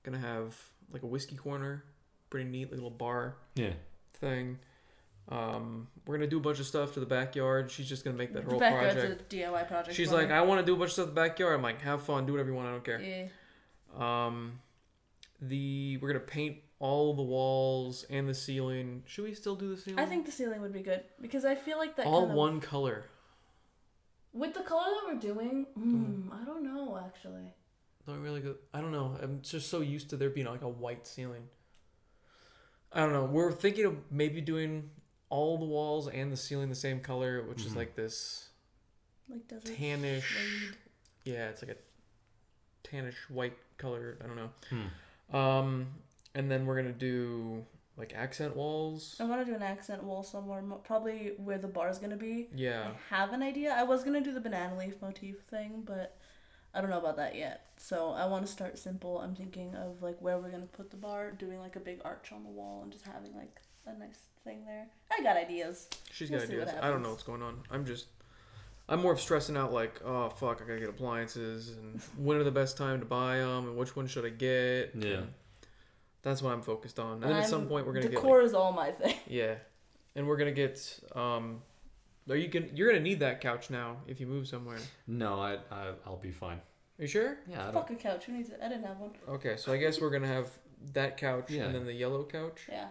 [SPEAKER 2] Gonna have like a whiskey corner, pretty neat little bar
[SPEAKER 1] Yeah.
[SPEAKER 2] thing. Um, we're gonna do a bunch of stuff to the backyard. She's just gonna make that
[SPEAKER 4] the
[SPEAKER 2] whole
[SPEAKER 4] backyard's
[SPEAKER 2] project.
[SPEAKER 4] a DIY project.
[SPEAKER 2] She's
[SPEAKER 4] for
[SPEAKER 2] like,
[SPEAKER 4] me.
[SPEAKER 2] I want to do a bunch of stuff in the backyard. I'm like, have fun, do whatever you want. I don't care.
[SPEAKER 4] Yeah.
[SPEAKER 2] Um, the we're gonna paint all the walls and the ceiling. Should we still do the ceiling?
[SPEAKER 4] I think the ceiling would be good because I feel like that
[SPEAKER 2] all
[SPEAKER 4] kind of
[SPEAKER 2] one color.
[SPEAKER 4] with the color that we're doing. Mm, I don't know actually.
[SPEAKER 2] Don't really go. I don't know. I'm just so used to there being like a white ceiling. I don't know. We're thinking of maybe doing all the walls and the ceiling the same color, which is like this
[SPEAKER 4] Like does it?
[SPEAKER 2] tannish.
[SPEAKER 4] shade.
[SPEAKER 2] Yeah, it's like a tannish white color. I don't know. Um, and then we're gonna do like accent walls.
[SPEAKER 4] I
[SPEAKER 3] Oh,
[SPEAKER 4] want to do an accent wall somewhere, mo- probably where the bar's gonna be.
[SPEAKER 2] Yeah.
[SPEAKER 4] I have an idea. I was gonna do the banana leaf motif thing, but
[SPEAKER 3] I don't know about that yet. So I want to start simple. I'm thinking of like where we're gonna put the bar, doing like a big arch on the wall, and just having like a nice thing there. I got ideas.
[SPEAKER 2] She's
[SPEAKER 3] We'll
[SPEAKER 2] got
[SPEAKER 3] see what
[SPEAKER 2] ideas. I don't know
[SPEAKER 3] happens.
[SPEAKER 2] what's going on. I'm just, I'm more of stressing out like, oh fuck, I gotta get appliances, and when are the best time to buy them, and which one should I get?
[SPEAKER 1] Yeah.
[SPEAKER 2] and that's what I'm focused on. And then at some
[SPEAKER 3] I'm-
[SPEAKER 2] point we're gonna get,
[SPEAKER 3] decor is all my thing.
[SPEAKER 2] like- yeah, and we're gonna get, um, are you gonna, you're gonna need that couch now if you move somewhere. Are
[SPEAKER 1] No, I, I I'll be fine.
[SPEAKER 2] you sure?
[SPEAKER 1] Yeah, I don't.
[SPEAKER 3] Fuck a couch. Who needs it? I didn't have one.
[SPEAKER 2] Okay, so I guess we're gonna have that couch
[SPEAKER 1] Yeah.
[SPEAKER 2] and then the yellow couch.
[SPEAKER 3] Yeah,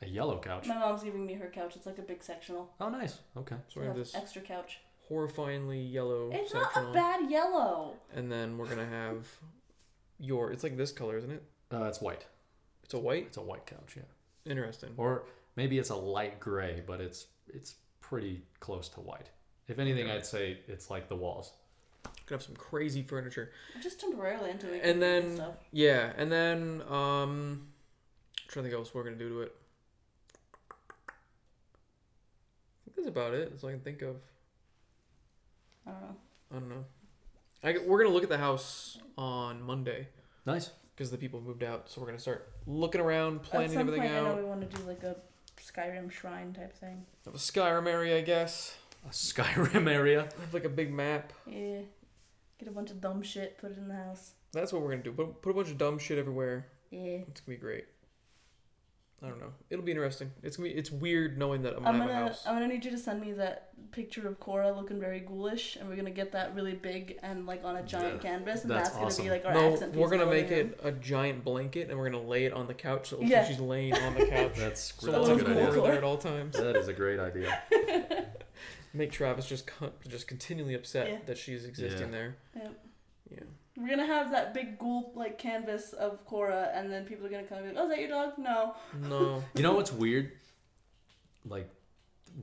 [SPEAKER 1] A yellow couch.
[SPEAKER 3] my mom's giving me her couch. It's like a big sectional.
[SPEAKER 1] Oh, nice. Okay.
[SPEAKER 2] So we're gonna have
[SPEAKER 3] Have
[SPEAKER 2] this
[SPEAKER 3] extra couch.
[SPEAKER 2] horrifyingly yellow
[SPEAKER 3] It's not
[SPEAKER 2] sectional,
[SPEAKER 3] a bad yellow.
[SPEAKER 2] and then we're gonna have your. It's like this color, isn't it?
[SPEAKER 1] Uh, it's white.
[SPEAKER 2] It's a white.
[SPEAKER 1] It's a white couch. Yeah.
[SPEAKER 2] Interesting.
[SPEAKER 1] Or maybe it's a light gray, but it's it's pretty close to white. If anything,
[SPEAKER 2] Okay.
[SPEAKER 1] I'd say it's like the walls.
[SPEAKER 2] Could have some crazy furniture.
[SPEAKER 3] Just temporarily into it.
[SPEAKER 2] And then-
[SPEAKER 3] stuff.
[SPEAKER 2] Yeah, and then um trying to think else we're gonna do to it. I think that's about it. That's all I can think of.
[SPEAKER 3] I don't know.
[SPEAKER 2] I don't know. I, we're gonna look at the house on Monday
[SPEAKER 1] Nice.
[SPEAKER 2] because the people moved out, so we're gonna start looking around,
[SPEAKER 3] At
[SPEAKER 2] planning
[SPEAKER 3] some
[SPEAKER 2] everything
[SPEAKER 3] point, I know
[SPEAKER 2] out.
[SPEAKER 3] we want to do like a Skyrim shrine type thing.
[SPEAKER 2] Have a Skyrim area, I guess.
[SPEAKER 1] A Skyrim area.
[SPEAKER 2] Have like a big map.
[SPEAKER 3] Yeah. Get a bunch of dumb shit, put it in the house.
[SPEAKER 2] That's what we're gonna do. Put, put a bunch of dumb shit everywhere.
[SPEAKER 3] Yeah.
[SPEAKER 2] It's gonna be great. I don't know. It'll be interesting. It's gonna be. It's weird knowing that I'm gonna,
[SPEAKER 3] I'm
[SPEAKER 2] have a
[SPEAKER 3] gonna
[SPEAKER 2] house.
[SPEAKER 3] I'm gonna need you to send me that picture of Cora looking very ghoulish, and we're gonna get that really big and like on a giant
[SPEAKER 1] Yeah,
[SPEAKER 3] canvas, and
[SPEAKER 1] that's
[SPEAKER 3] that's,
[SPEAKER 1] awesome.
[SPEAKER 3] gonna be like our
[SPEAKER 2] no,
[SPEAKER 3] accent piece.
[SPEAKER 2] we're
[SPEAKER 3] in
[SPEAKER 2] gonna
[SPEAKER 3] the
[SPEAKER 2] make
[SPEAKER 3] living room.
[SPEAKER 2] it a giant blanket, and we're gonna lay it on the couch. So it looks
[SPEAKER 3] Yeah.
[SPEAKER 2] like she's laying on the couch.
[SPEAKER 1] That's
[SPEAKER 2] so
[SPEAKER 1] that's
[SPEAKER 2] we'll
[SPEAKER 1] a
[SPEAKER 2] have
[SPEAKER 1] good
[SPEAKER 2] Cora
[SPEAKER 1] idea.
[SPEAKER 2] there at all times.
[SPEAKER 1] That is a great idea.
[SPEAKER 2] Make Travis just con- just continually upset
[SPEAKER 3] Yeah.
[SPEAKER 2] that she's existing
[SPEAKER 1] Yeah.
[SPEAKER 2] there.
[SPEAKER 3] Yep.
[SPEAKER 2] Yeah.
[SPEAKER 3] We're gonna have that big ghoul like canvas of Cora, and then people are gonna come and be like, "Oh, is that your dog?" No.
[SPEAKER 2] No.
[SPEAKER 1] You know what's weird? Like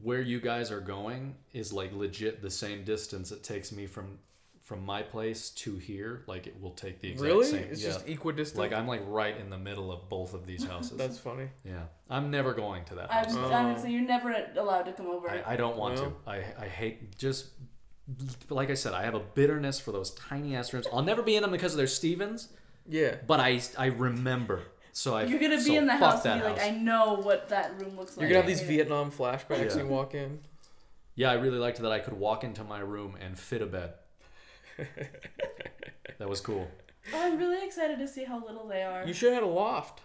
[SPEAKER 1] where you guys are going is like legit the same distance it takes me from from my place to here. Like it will take the exact
[SPEAKER 2] really?
[SPEAKER 1] same.
[SPEAKER 2] It's
[SPEAKER 1] yeah.
[SPEAKER 2] just equidistant.
[SPEAKER 1] like I'm like right in the middle of both of these houses.
[SPEAKER 2] That's funny.
[SPEAKER 1] yeah. I'm never going to that
[SPEAKER 3] I'm,
[SPEAKER 1] house.
[SPEAKER 3] I'm so you're never allowed to come over.
[SPEAKER 1] I, I don't want
[SPEAKER 2] Well.
[SPEAKER 1] to. I, I hate just like I said, I have a bitterness for those tiny ass rooms. I'll never be in them because they're Stevens,
[SPEAKER 2] Yeah.
[SPEAKER 1] but I I remember. So I
[SPEAKER 3] You're gonna be
[SPEAKER 1] so
[SPEAKER 3] in the
[SPEAKER 1] fuck
[SPEAKER 3] house and
[SPEAKER 1] that
[SPEAKER 3] be like,
[SPEAKER 1] house.
[SPEAKER 3] I know what that room looks
[SPEAKER 2] You're
[SPEAKER 3] like.
[SPEAKER 2] gonna have these
[SPEAKER 3] I hate it."
[SPEAKER 2] Vietnam flashbacks
[SPEAKER 1] Yeah.
[SPEAKER 2] when you walk in.
[SPEAKER 1] Yeah, I really liked that I could walk into my room and fit a bed. that was cool.
[SPEAKER 3] Oh, I'm really excited to see how little they are.
[SPEAKER 2] You should have had a loft.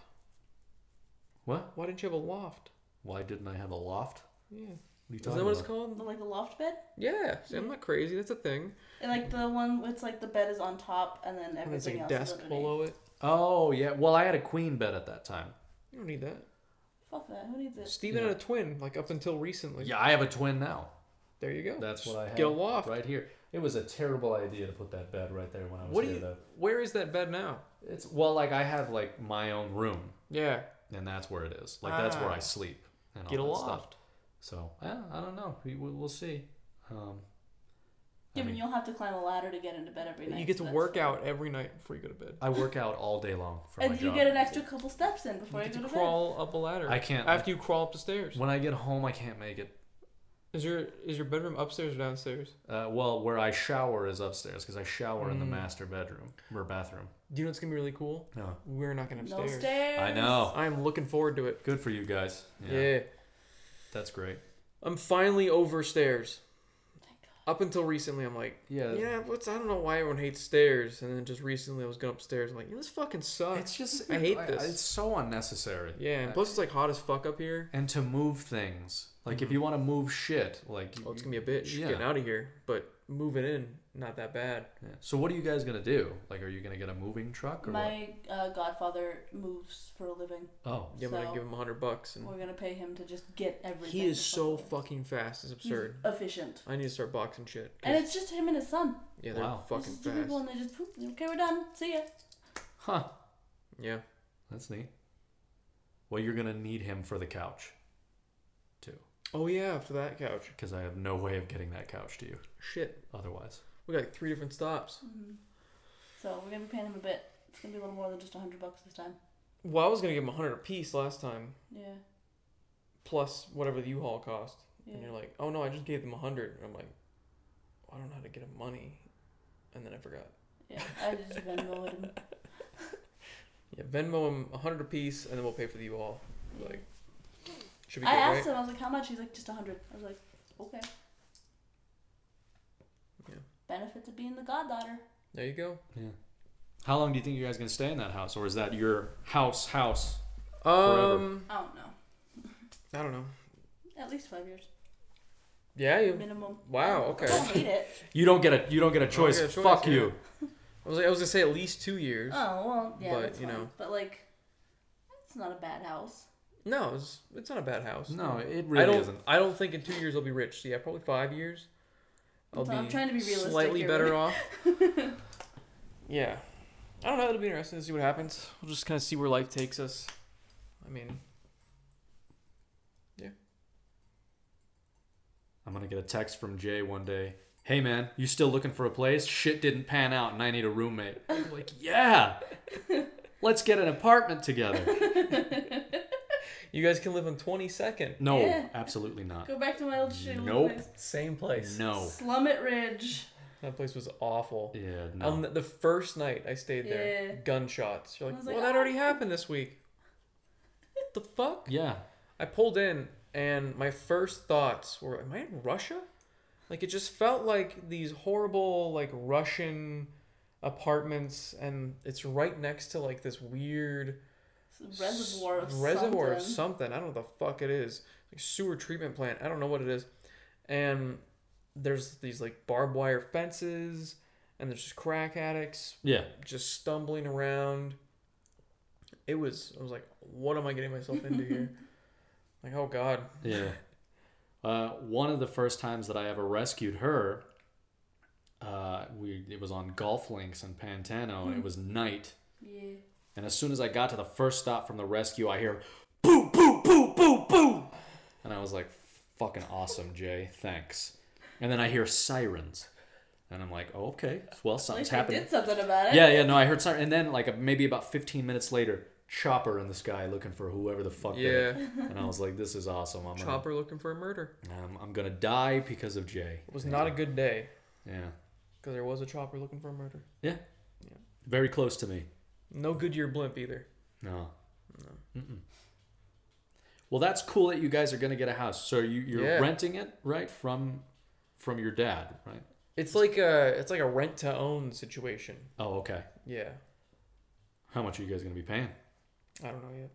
[SPEAKER 1] What?
[SPEAKER 2] Why didn't you have a loft?
[SPEAKER 1] Why didn't I have a loft?
[SPEAKER 2] Yeah.
[SPEAKER 1] What are you
[SPEAKER 2] Isn't
[SPEAKER 1] talking
[SPEAKER 2] that what it's
[SPEAKER 1] about?
[SPEAKER 2] called?
[SPEAKER 3] like a loft bed,
[SPEAKER 2] Yeah. See, I'm not crazy. That's a thing.
[SPEAKER 3] and like the one it's like the bed is on top and
[SPEAKER 2] And
[SPEAKER 3] then
[SPEAKER 2] there's
[SPEAKER 3] everything
[SPEAKER 2] like a
[SPEAKER 3] else
[SPEAKER 2] desk
[SPEAKER 3] is underneath.
[SPEAKER 2] below it.
[SPEAKER 1] Oh yeah. Well, I had a queen bed at that time.
[SPEAKER 2] You don't need that.
[SPEAKER 3] Fuck that. Who needs it?
[SPEAKER 2] Steven
[SPEAKER 1] Yeah.
[SPEAKER 2] had a twin, like up until recently.
[SPEAKER 1] Yeah, I have a twin now.
[SPEAKER 2] There you go.
[SPEAKER 1] That's what I had.
[SPEAKER 2] Get a loft.
[SPEAKER 1] right here. It was a terrible idea to put that bed right there when I was
[SPEAKER 2] What do
[SPEAKER 1] here.
[SPEAKER 2] you?
[SPEAKER 1] though.
[SPEAKER 2] Where is that bed now?
[SPEAKER 1] It's well, like I have like my own room,
[SPEAKER 2] Yeah.
[SPEAKER 1] and that's where it is. Like that's where
[SPEAKER 2] Ah.
[SPEAKER 1] I sleep. And
[SPEAKER 2] Get a
[SPEAKER 1] all that stuff.
[SPEAKER 2] loft.
[SPEAKER 1] So yeah, I don't know. We, we'll, we'll see. Um, I
[SPEAKER 3] Yeah, but
[SPEAKER 1] mean-
[SPEAKER 3] you'll have to climb a ladder to get into bed every night.
[SPEAKER 2] You get to
[SPEAKER 3] so that's
[SPEAKER 2] work
[SPEAKER 3] fine.
[SPEAKER 2] out every night before you go to bed.
[SPEAKER 1] I work out all day long for my
[SPEAKER 3] and you
[SPEAKER 1] job.
[SPEAKER 3] get an extra couple steps in before
[SPEAKER 2] You
[SPEAKER 3] you,
[SPEAKER 2] get
[SPEAKER 3] go
[SPEAKER 2] to
[SPEAKER 3] to
[SPEAKER 2] crawl up a ladder.
[SPEAKER 1] I can't.
[SPEAKER 2] After you crawl up the stairs.
[SPEAKER 1] when I get home, I can't make it.
[SPEAKER 2] Is your is your bedroom upstairs or downstairs?
[SPEAKER 1] Uh, well, where I shower is upstairs because I shower in the
[SPEAKER 2] Mm.
[SPEAKER 1] master bedroom or bathroom.
[SPEAKER 2] Do you know what's gonna be really cool?
[SPEAKER 1] No,
[SPEAKER 2] We're not gonna
[SPEAKER 3] bed.
[SPEAKER 2] have
[SPEAKER 3] No
[SPEAKER 2] stairs.
[SPEAKER 3] stairs.
[SPEAKER 1] I know.
[SPEAKER 2] I'm looking forward to it.
[SPEAKER 1] Good for you guys.
[SPEAKER 2] Yeah.
[SPEAKER 1] Yeah, that's great.
[SPEAKER 2] I'm finally over stairs.
[SPEAKER 3] Thank God.
[SPEAKER 2] Up until recently, I'm like,
[SPEAKER 1] Yeah,
[SPEAKER 2] yeah, what's I don't know why everyone hates stairs. And then just recently, I was going upstairs. I'm like, yeah, this fucking sucks.
[SPEAKER 1] it's just
[SPEAKER 2] I hate this.
[SPEAKER 1] It's so unnecessary.
[SPEAKER 2] Yeah, and
[SPEAKER 1] I-
[SPEAKER 2] plus it's like hot as fuck up here.
[SPEAKER 1] and to move things, like if you want to move shit, like
[SPEAKER 2] Oh, Mm-hmm. it's gonna be a bitch
[SPEAKER 1] Yeah.
[SPEAKER 2] getting out of here, but moving in, not that bad.
[SPEAKER 1] Yeah. So what are you guys gonna do? Like, are you gonna get a moving truck or
[SPEAKER 3] My uh, godfather moves for a living.
[SPEAKER 1] what? Oh,
[SPEAKER 2] Yeah, I'm gonna
[SPEAKER 3] So-
[SPEAKER 2] give him a hundred bucks, and
[SPEAKER 3] We're gonna pay him to just get everything.
[SPEAKER 2] he is
[SPEAKER 3] to
[SPEAKER 2] so
[SPEAKER 3] fucking-
[SPEAKER 2] fucking fast. It's absurd.
[SPEAKER 3] He's efficient.
[SPEAKER 2] I need to start boxing shit. 'cause-
[SPEAKER 3] And it's just him and his son.
[SPEAKER 2] yeah, they're
[SPEAKER 1] Wow.
[SPEAKER 2] fucking
[SPEAKER 3] just two people,
[SPEAKER 2] fast.
[SPEAKER 3] and they just poop. Okay, we're done. See ya.
[SPEAKER 1] huh?
[SPEAKER 2] Yeah,
[SPEAKER 1] That's neat. Well, you're gonna need him for the couch, too,
[SPEAKER 2] Oh yeah, for that couch.
[SPEAKER 1] because I have no way of getting that couch to you
[SPEAKER 2] Shit,
[SPEAKER 1] otherwise.
[SPEAKER 2] we got like three different stops.
[SPEAKER 3] Mm-hmm. So we're gonna be paying him a bit. It's gonna be a little more than just a hundred bucks this time.
[SPEAKER 2] Well, I was gonna give him a hundred apiece last time,
[SPEAKER 3] Yeah.
[SPEAKER 2] plus whatever the U-Haul cost. And
[SPEAKER 3] Yeah.
[SPEAKER 2] you're like, oh no, I just gave them a hundred. And I'm like, I don't know how to get him money, and then I forgot.
[SPEAKER 5] Yeah, I just Venmo him.
[SPEAKER 2] Yeah, Venmo him a hundred apiece, and then we'll pay for you all. Like, should be
[SPEAKER 3] I
[SPEAKER 2] good,
[SPEAKER 3] asked
[SPEAKER 2] right?
[SPEAKER 3] him, I was like, how much? He's like, just a 100. I was like, okay.
[SPEAKER 2] Yeah.
[SPEAKER 3] Benefits of being the goddaughter.
[SPEAKER 2] There you go.
[SPEAKER 1] Yeah. How long do you think you guys gonna stay in that house, or is that your house house? Forever.
[SPEAKER 2] Um,
[SPEAKER 3] I don't know.
[SPEAKER 2] I don't know.
[SPEAKER 3] At least five years.
[SPEAKER 2] Yeah, you.
[SPEAKER 3] Minimum.
[SPEAKER 2] Wow.
[SPEAKER 3] I
[SPEAKER 2] Okay.
[SPEAKER 3] don't hate it.
[SPEAKER 1] You don't get a you don't get a choice.
[SPEAKER 2] get a choice,
[SPEAKER 1] Fuck
[SPEAKER 2] yeah.
[SPEAKER 1] you.
[SPEAKER 2] I was like, I was gonna say at least two years.
[SPEAKER 3] Oh, well, yeah,
[SPEAKER 2] But,
[SPEAKER 3] that's
[SPEAKER 2] you
[SPEAKER 3] fine.
[SPEAKER 2] know.
[SPEAKER 3] But, like, it's not a bad house.
[SPEAKER 2] No, it's it's not a bad house.
[SPEAKER 1] No, it
[SPEAKER 2] I
[SPEAKER 1] really
[SPEAKER 2] don't.
[SPEAKER 1] isn't.
[SPEAKER 2] I don't think in two years I'll be rich. So yeah, probably five years. I'll
[SPEAKER 3] So I'm trying to be realistic
[SPEAKER 2] Slightly
[SPEAKER 3] here,
[SPEAKER 2] better
[SPEAKER 3] really.
[SPEAKER 2] off. yeah, I don't know. It'll be interesting to see what happens. We'll just kind of see where life takes us. I mean,
[SPEAKER 1] I'm gonna get a text from Jay one day. Hey man, you still looking for a place? Shit didn't pan out, and I need a roommate. I'm like, yeah. Let's get an apartment together.
[SPEAKER 2] you guys can live on Twenty Second,
[SPEAKER 1] No,
[SPEAKER 3] Yeah.
[SPEAKER 1] absolutely not.
[SPEAKER 3] Go back to my old shitty little
[SPEAKER 1] Nope.
[SPEAKER 3] place.
[SPEAKER 2] same place.
[SPEAKER 1] No.
[SPEAKER 3] Slummit Ridge.
[SPEAKER 2] That place was awful.
[SPEAKER 1] Yeah, no.
[SPEAKER 2] On the, the first night I stayed there,
[SPEAKER 3] Yeah.
[SPEAKER 2] gunshots. You're
[SPEAKER 3] I
[SPEAKER 2] like,
[SPEAKER 3] was
[SPEAKER 2] well,
[SPEAKER 3] like,
[SPEAKER 2] that
[SPEAKER 3] "Oh."
[SPEAKER 2] already happened this week. the fuck?
[SPEAKER 1] yeah.
[SPEAKER 2] I pulled in, and my first thoughts were, "Am I in Russia?" Like it just felt like these horrible, like Russian apartments, and it's right next to like this weird
[SPEAKER 3] It's a reservoir of
[SPEAKER 2] reservoir of
[SPEAKER 3] something.
[SPEAKER 2] something. I don't know what the fuck it is. Like sewer treatment plant. I don't know what it is. And there's these like barbed wire fences, and there's just crack addicts
[SPEAKER 1] Yeah.
[SPEAKER 2] just stumbling around. It was. I was like, "What am I getting myself into here?" like, oh god.
[SPEAKER 1] Yeah. Uh, one of the first times that I ever rescued her, uh, we it was on golf links in Pantano, and it was night.
[SPEAKER 3] Yeah.
[SPEAKER 1] And as soon as I got to the first stop from the rescue, I hear boo, boo, boo, boo, boo, and I was like, "Fucking awesome, Jay, thanks." And then I hear sirens, and I'm like, oh, "Okay, well,
[SPEAKER 3] At
[SPEAKER 1] something's
[SPEAKER 3] least I
[SPEAKER 1] happening."
[SPEAKER 3] did something about it.
[SPEAKER 1] Yeah, yeah, no, I heard sirens, and then like maybe about 15 minutes later, chopper in the sky looking for whoever the fuck. they-
[SPEAKER 2] Yeah.
[SPEAKER 1] And I was like, "This is awesome." I'm gonna
[SPEAKER 2] Chopper looking for a murder.
[SPEAKER 1] um, I'm gonna die because of Jay.
[SPEAKER 2] It was not a good day
[SPEAKER 1] Yeah.
[SPEAKER 2] because there was a chopper looking for a murder.
[SPEAKER 1] Yeah. Very close to me.
[SPEAKER 2] No Goodyear blimp either.
[SPEAKER 1] No. No. Mm-mm. Well, that's cool that you guys are gonna get a house. So you, you're
[SPEAKER 2] Yeah.
[SPEAKER 1] renting it, right, from from your dad, right?
[SPEAKER 2] It's like a it's like a rent to own situation.
[SPEAKER 1] Oh, okay.
[SPEAKER 2] Yeah.
[SPEAKER 1] How much are you guys gonna be paying?
[SPEAKER 2] I don't know yet.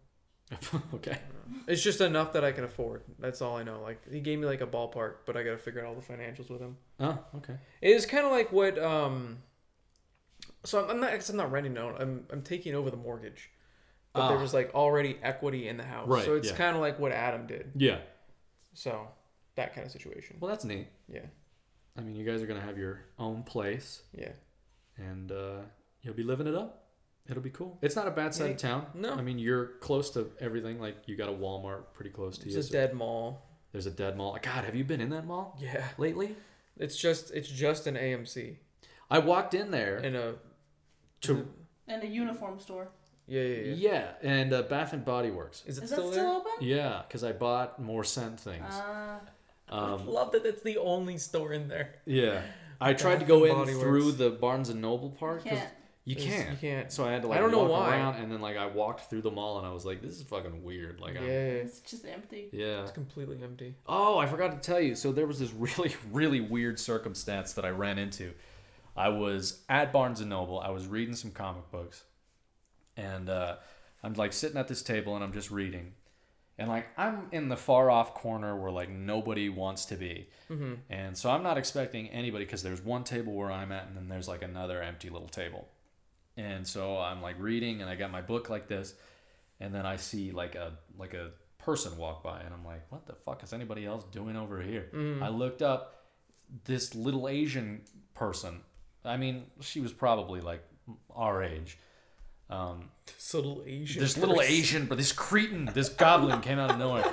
[SPEAKER 1] okay.
[SPEAKER 2] It's just enough that I can afford. That's all I know. Like he gave me like a ballpark, but I got to figure out all the financials with him.
[SPEAKER 1] Oh, okay.
[SPEAKER 2] It is kind of like what um. So I'm, I'm not 'cause I'm not renting out. I'm I'm taking over the mortgage, but there
[SPEAKER 1] Ah.
[SPEAKER 2] was like already equity in the house.
[SPEAKER 1] Right,
[SPEAKER 2] So it's
[SPEAKER 1] yeah.
[SPEAKER 2] kind of like what Adam did.
[SPEAKER 1] Yeah.
[SPEAKER 2] So that kind of situation.
[SPEAKER 1] Well, that's neat.
[SPEAKER 2] Yeah.
[SPEAKER 1] I mean, you guys are gonna have your own place,
[SPEAKER 2] Yeah.
[SPEAKER 1] and uh, you'll be living it up. It'll be cool. It's not a bad side of town.
[SPEAKER 2] No.
[SPEAKER 1] I mean, you're close to everything. Like, you got a Walmart pretty close to
[SPEAKER 2] It's
[SPEAKER 1] you.
[SPEAKER 2] a
[SPEAKER 1] so-
[SPEAKER 2] dead mall.
[SPEAKER 1] There's a dead mall. God, have you been in that mall
[SPEAKER 2] Yeah.
[SPEAKER 1] lately?
[SPEAKER 2] It's just it's just an AMC
[SPEAKER 1] I walked in there
[SPEAKER 2] and a
[SPEAKER 1] to
[SPEAKER 3] And a uniform store.
[SPEAKER 2] yeah yeah yeah.
[SPEAKER 1] yeah, and uh, Bath and Body Works.
[SPEAKER 2] Is it
[SPEAKER 3] Is
[SPEAKER 2] still
[SPEAKER 3] that
[SPEAKER 2] there?
[SPEAKER 3] still open?
[SPEAKER 1] Yeah, because I bought more scent things.
[SPEAKER 3] Uh,
[SPEAKER 1] Um,
[SPEAKER 2] Love that that's the only store in there.
[SPEAKER 1] yeah, I tried to
[SPEAKER 2] Bath
[SPEAKER 1] go
[SPEAKER 2] and
[SPEAKER 1] in
[SPEAKER 2] Body
[SPEAKER 1] through
[SPEAKER 2] Works.
[SPEAKER 1] the Barnes and Noble part
[SPEAKER 3] You
[SPEAKER 1] because
[SPEAKER 3] can't.
[SPEAKER 1] you
[SPEAKER 2] It's-
[SPEAKER 1] can't.
[SPEAKER 2] you can't.
[SPEAKER 1] So I had to like
[SPEAKER 2] I don't know
[SPEAKER 1] walk
[SPEAKER 2] why.
[SPEAKER 1] around, and then like I walked through the mall, and I was like, "This is fucking weird." Like,
[SPEAKER 2] Yeah,
[SPEAKER 1] I'm,
[SPEAKER 3] it's just empty.
[SPEAKER 1] yeah.
[SPEAKER 2] it's completely empty.
[SPEAKER 1] Oh, I forgot to tell you. So there was this really, really weird circumstance that I ran into. I was at Barnes and Noble. I was reading some comic books, and uh, I'm like sitting at this table and I'm just reading, and like I'm in the far off corner where like nobody wants to be, and so I'm not expecting anybody because there's one table where I'm at, and then there's like another empty little table, and so I'm like reading, and I got my book like this, and then I see like a like a person walk by, and I'm like, what the fuck is anybody else doing over here? I looked up, this little Asian person. I mean, she was probably like our age. Um,
[SPEAKER 2] This little Asian.
[SPEAKER 1] this little
[SPEAKER 2] person.
[SPEAKER 1] Asian, but this cretin, this goblin came out of nowhere.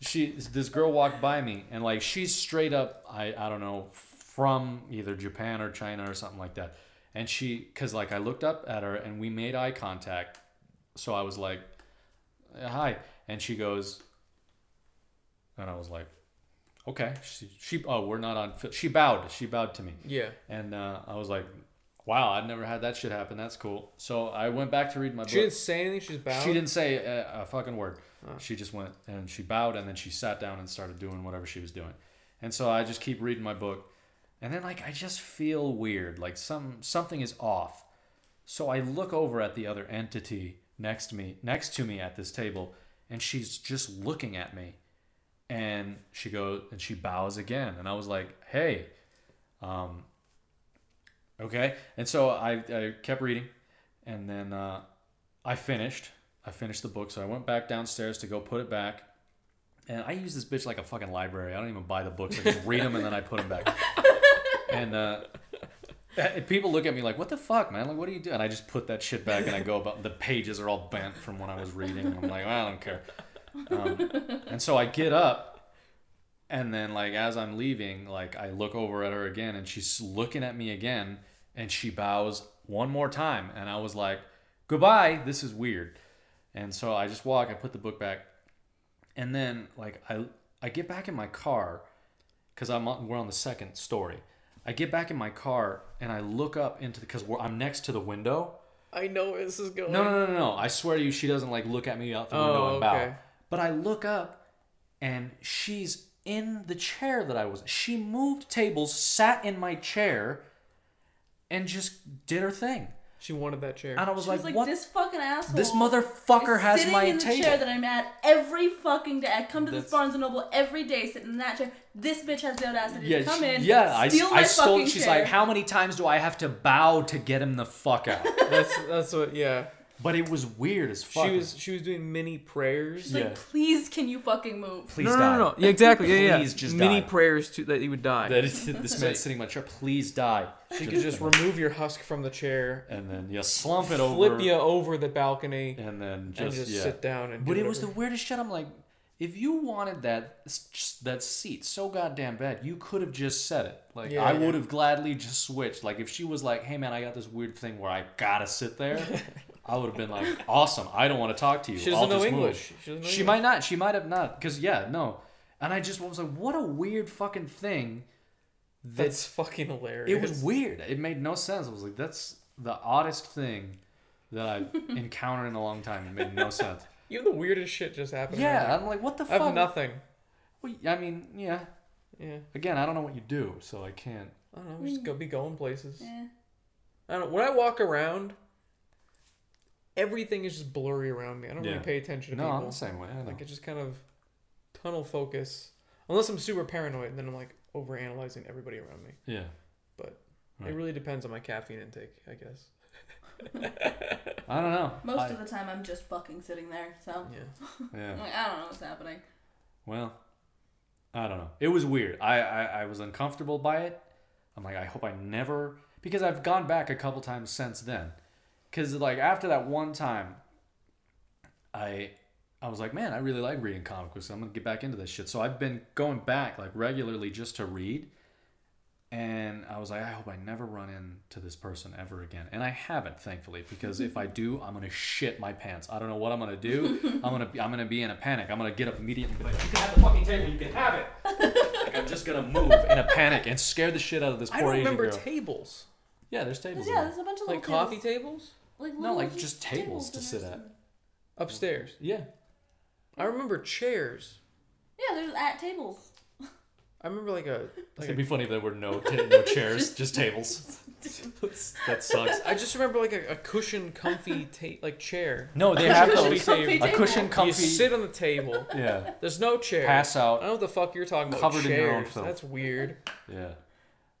[SPEAKER 1] She, this girl walked by me, and like she's straight up, I, I don't know, from either Japan or China or something like that. And she, cause like I looked up at her and we made eye contact, so I was like, uh, "Hi," and she goes, and I was like, "Okay." She, she, oh, we're not on. fil- She bowed. She bowed to me.
[SPEAKER 2] Yeah.
[SPEAKER 1] And uh, I was like, Wow, I've never had that shit happen. That's cool. So I went back to read my book.
[SPEAKER 2] She didn't say anything. She just bowed.
[SPEAKER 1] She didn't say a, a fucking word. She just went and she bowed and then she sat down and started doing whatever she was doing. And so I just keep reading my book. And then like I just feel weird, like some something is off. So I look over at the other entity next to me, next to me at this table, and she's just looking at me. And she goes and she bows again. And I was like, "Hey, um, okay." And so I, I kept reading, and then uh, I finished. I finished the book, so I went back downstairs to go put it back. And I use this bitch like a fucking library. I don't even buy the books. I just read them and then I put them back. And uh, and people look at me like, "What the fuck, man? Like, what are you doing?" And I just put that shit back and I go about. The pages are all bent from when I was reading. And I'm like, I don't care. Um, and so I get up, and then like as I'm leaving, like I look over at her again, and she's looking at me again, and she bows one more time, and I was like, "Goodbye. This is weird." And so I just walk. I put the book back, and then like I I get back in my car because I'm on, we're on the second story. I get back in my car and I look up into the because I'm next to the window.
[SPEAKER 2] I know where this is going.
[SPEAKER 1] No, no, no, no, no. I swear to you, she doesn't like look at me out the window
[SPEAKER 2] Oh,
[SPEAKER 1] and bow.
[SPEAKER 2] okay.
[SPEAKER 1] But I look up and she's in the chair that I was. She moved tables, sat in my chair, and just did her thing.
[SPEAKER 2] She wanted that chair.
[SPEAKER 1] And I was
[SPEAKER 3] She
[SPEAKER 1] like,
[SPEAKER 3] was like,
[SPEAKER 1] "What?
[SPEAKER 3] this fucking asshole.
[SPEAKER 1] This motherfucker
[SPEAKER 3] is
[SPEAKER 1] has
[SPEAKER 3] sitting
[SPEAKER 1] my
[SPEAKER 3] in the
[SPEAKER 1] table."
[SPEAKER 3] chair that I'm at every fucking day. I come to this
[SPEAKER 1] That's-
[SPEAKER 3] Barnes and Noble every day, sitting in that chair. This bitch has the audacity
[SPEAKER 1] yeah,
[SPEAKER 3] to come
[SPEAKER 1] she-
[SPEAKER 3] in,
[SPEAKER 1] yeah. I,
[SPEAKER 3] steal
[SPEAKER 1] I
[SPEAKER 3] my
[SPEAKER 1] stole.
[SPEAKER 3] fucking
[SPEAKER 1] She's
[SPEAKER 3] chair.
[SPEAKER 1] like, "How many times do I have to bow to get him the fuck out?"
[SPEAKER 2] that's that's what. Yeah.
[SPEAKER 1] but it was weird as fuck.
[SPEAKER 2] She was she was doing mini prayers.
[SPEAKER 3] She's like,
[SPEAKER 1] Yeah.
[SPEAKER 3] please, can you fucking move?
[SPEAKER 1] Please
[SPEAKER 2] no, no,
[SPEAKER 1] die.
[SPEAKER 2] no, no, Yeah, exactly. Yeah, yeah.
[SPEAKER 1] Please just
[SPEAKER 2] mini
[SPEAKER 1] die.
[SPEAKER 2] prayers to that he would die.
[SPEAKER 1] That is, this man sitting in my chair. Please die.
[SPEAKER 2] you could just remove your husk from the chair,
[SPEAKER 1] and then you slump it
[SPEAKER 2] flip
[SPEAKER 1] over,
[SPEAKER 2] you over the balcony,
[SPEAKER 1] and then just,
[SPEAKER 2] and just
[SPEAKER 1] yeah.
[SPEAKER 2] sit down and.
[SPEAKER 1] But
[SPEAKER 2] do
[SPEAKER 1] it was the
[SPEAKER 2] whatever.
[SPEAKER 1] weirdest shit. I'm like, if you wanted that s- that seat so goddamn bad, you could have just said it. Like
[SPEAKER 2] Yeah,
[SPEAKER 1] I
[SPEAKER 2] yeah.
[SPEAKER 1] would have gladly just switched. Like if she was like, "Hey man, I got this weird thing where I gotta sit there," I would have been like, "Awesome, I don't want to talk to you."
[SPEAKER 2] She
[SPEAKER 1] I'll
[SPEAKER 2] doesn't know
[SPEAKER 1] just move."
[SPEAKER 2] English. She doesn't know
[SPEAKER 1] She
[SPEAKER 2] English.
[SPEAKER 1] might not. She might have not. Cause yeah, no. And I just was like, "What a weird fucking thing."
[SPEAKER 2] That's fucking hilarious.
[SPEAKER 1] It was weird. It made no sense. I was like, that's the oddest thing that I've encountered in a long time. It made no sense.
[SPEAKER 2] You have the weirdest shit just happened.
[SPEAKER 1] yeah, I'm like, what the
[SPEAKER 2] I have
[SPEAKER 1] fuck?
[SPEAKER 2] nothing.
[SPEAKER 1] Well, I mean, yeah.
[SPEAKER 2] Yeah.
[SPEAKER 1] Again, I don't know what you do, so I can't.
[SPEAKER 2] I don't know. we Just go be going places.
[SPEAKER 3] Yeah.
[SPEAKER 2] I don't. When I walk around, everything is just blurry around me. I don't
[SPEAKER 1] Yeah.
[SPEAKER 2] really pay attention to
[SPEAKER 1] No, I'm
[SPEAKER 2] people.
[SPEAKER 1] the same way. I don't know.
[SPEAKER 2] Like it's just kind of tunnel focus. Unless I'm super paranoid, and then I'm like overanalyzing everybody around me.
[SPEAKER 1] Yeah.
[SPEAKER 2] But
[SPEAKER 1] Right.
[SPEAKER 2] it really depends on my caffeine intake, I guess.
[SPEAKER 1] I don't know.
[SPEAKER 3] Most
[SPEAKER 1] I-
[SPEAKER 3] of the time, I'm just fucking sitting there. So
[SPEAKER 2] Yeah.
[SPEAKER 3] I'm
[SPEAKER 1] Yeah.
[SPEAKER 3] like, I don't know what's happening.
[SPEAKER 1] Well, I don't know. It was weird. I, I I was uncomfortable by it. I'm like, I hope I never because I've gone back a couple times since then. Cause like after that one time, I I was like, man, I really like reading comic books. I'm gonna get back into this shit. So I've been going back like regularly just to read. And I was like, I hope I never run into this person ever again. And I haven't, thankfully, because if I do, I'm gonna shit my pants. I don't know what I'm gonna do. I'm gonna be, I'm gonna be in a panic. I'm gonna get up immediately. and be Like, you can have the fucking table. You can have it. like I'm just gonna move in a panic and scare the shit out of this
[SPEAKER 2] I
[SPEAKER 1] poor
[SPEAKER 2] don't
[SPEAKER 1] Asian
[SPEAKER 2] remember
[SPEAKER 1] girl.
[SPEAKER 2] tables.
[SPEAKER 1] yeah, there's tables. in
[SPEAKER 3] Yeah,
[SPEAKER 1] there.
[SPEAKER 3] there's a bunch of
[SPEAKER 2] Like
[SPEAKER 3] little
[SPEAKER 2] coffee
[SPEAKER 3] tables.
[SPEAKER 2] tables?
[SPEAKER 3] Like
[SPEAKER 1] No, like
[SPEAKER 3] little
[SPEAKER 1] just tables to
[SPEAKER 3] in
[SPEAKER 1] sit
[SPEAKER 3] there.
[SPEAKER 1] at.
[SPEAKER 2] Upstairs.
[SPEAKER 1] Yeah.
[SPEAKER 2] I remember chairs.
[SPEAKER 3] Yeah, there's at tables.
[SPEAKER 2] I remember like a like
[SPEAKER 1] It'd
[SPEAKER 2] a,
[SPEAKER 1] be funny if there were no ta- no chairs, just, tables. that sucks.
[SPEAKER 2] I just remember like a, a cushion comfy ta- like chair.
[SPEAKER 1] No, they have
[SPEAKER 2] have
[SPEAKER 1] those.
[SPEAKER 3] Cushion
[SPEAKER 2] those.
[SPEAKER 3] comfy
[SPEAKER 1] A
[SPEAKER 3] table.
[SPEAKER 1] cushion
[SPEAKER 2] You
[SPEAKER 1] comfy.
[SPEAKER 2] sit on the table.
[SPEAKER 1] yeah.
[SPEAKER 2] There's no chair.
[SPEAKER 1] Pass
[SPEAKER 2] I don't
[SPEAKER 1] out.
[SPEAKER 2] know what the fuck you're talking about.
[SPEAKER 1] Covered in your own
[SPEAKER 2] Chairs.
[SPEAKER 1] filth.
[SPEAKER 2] That's weird.
[SPEAKER 1] Yeah.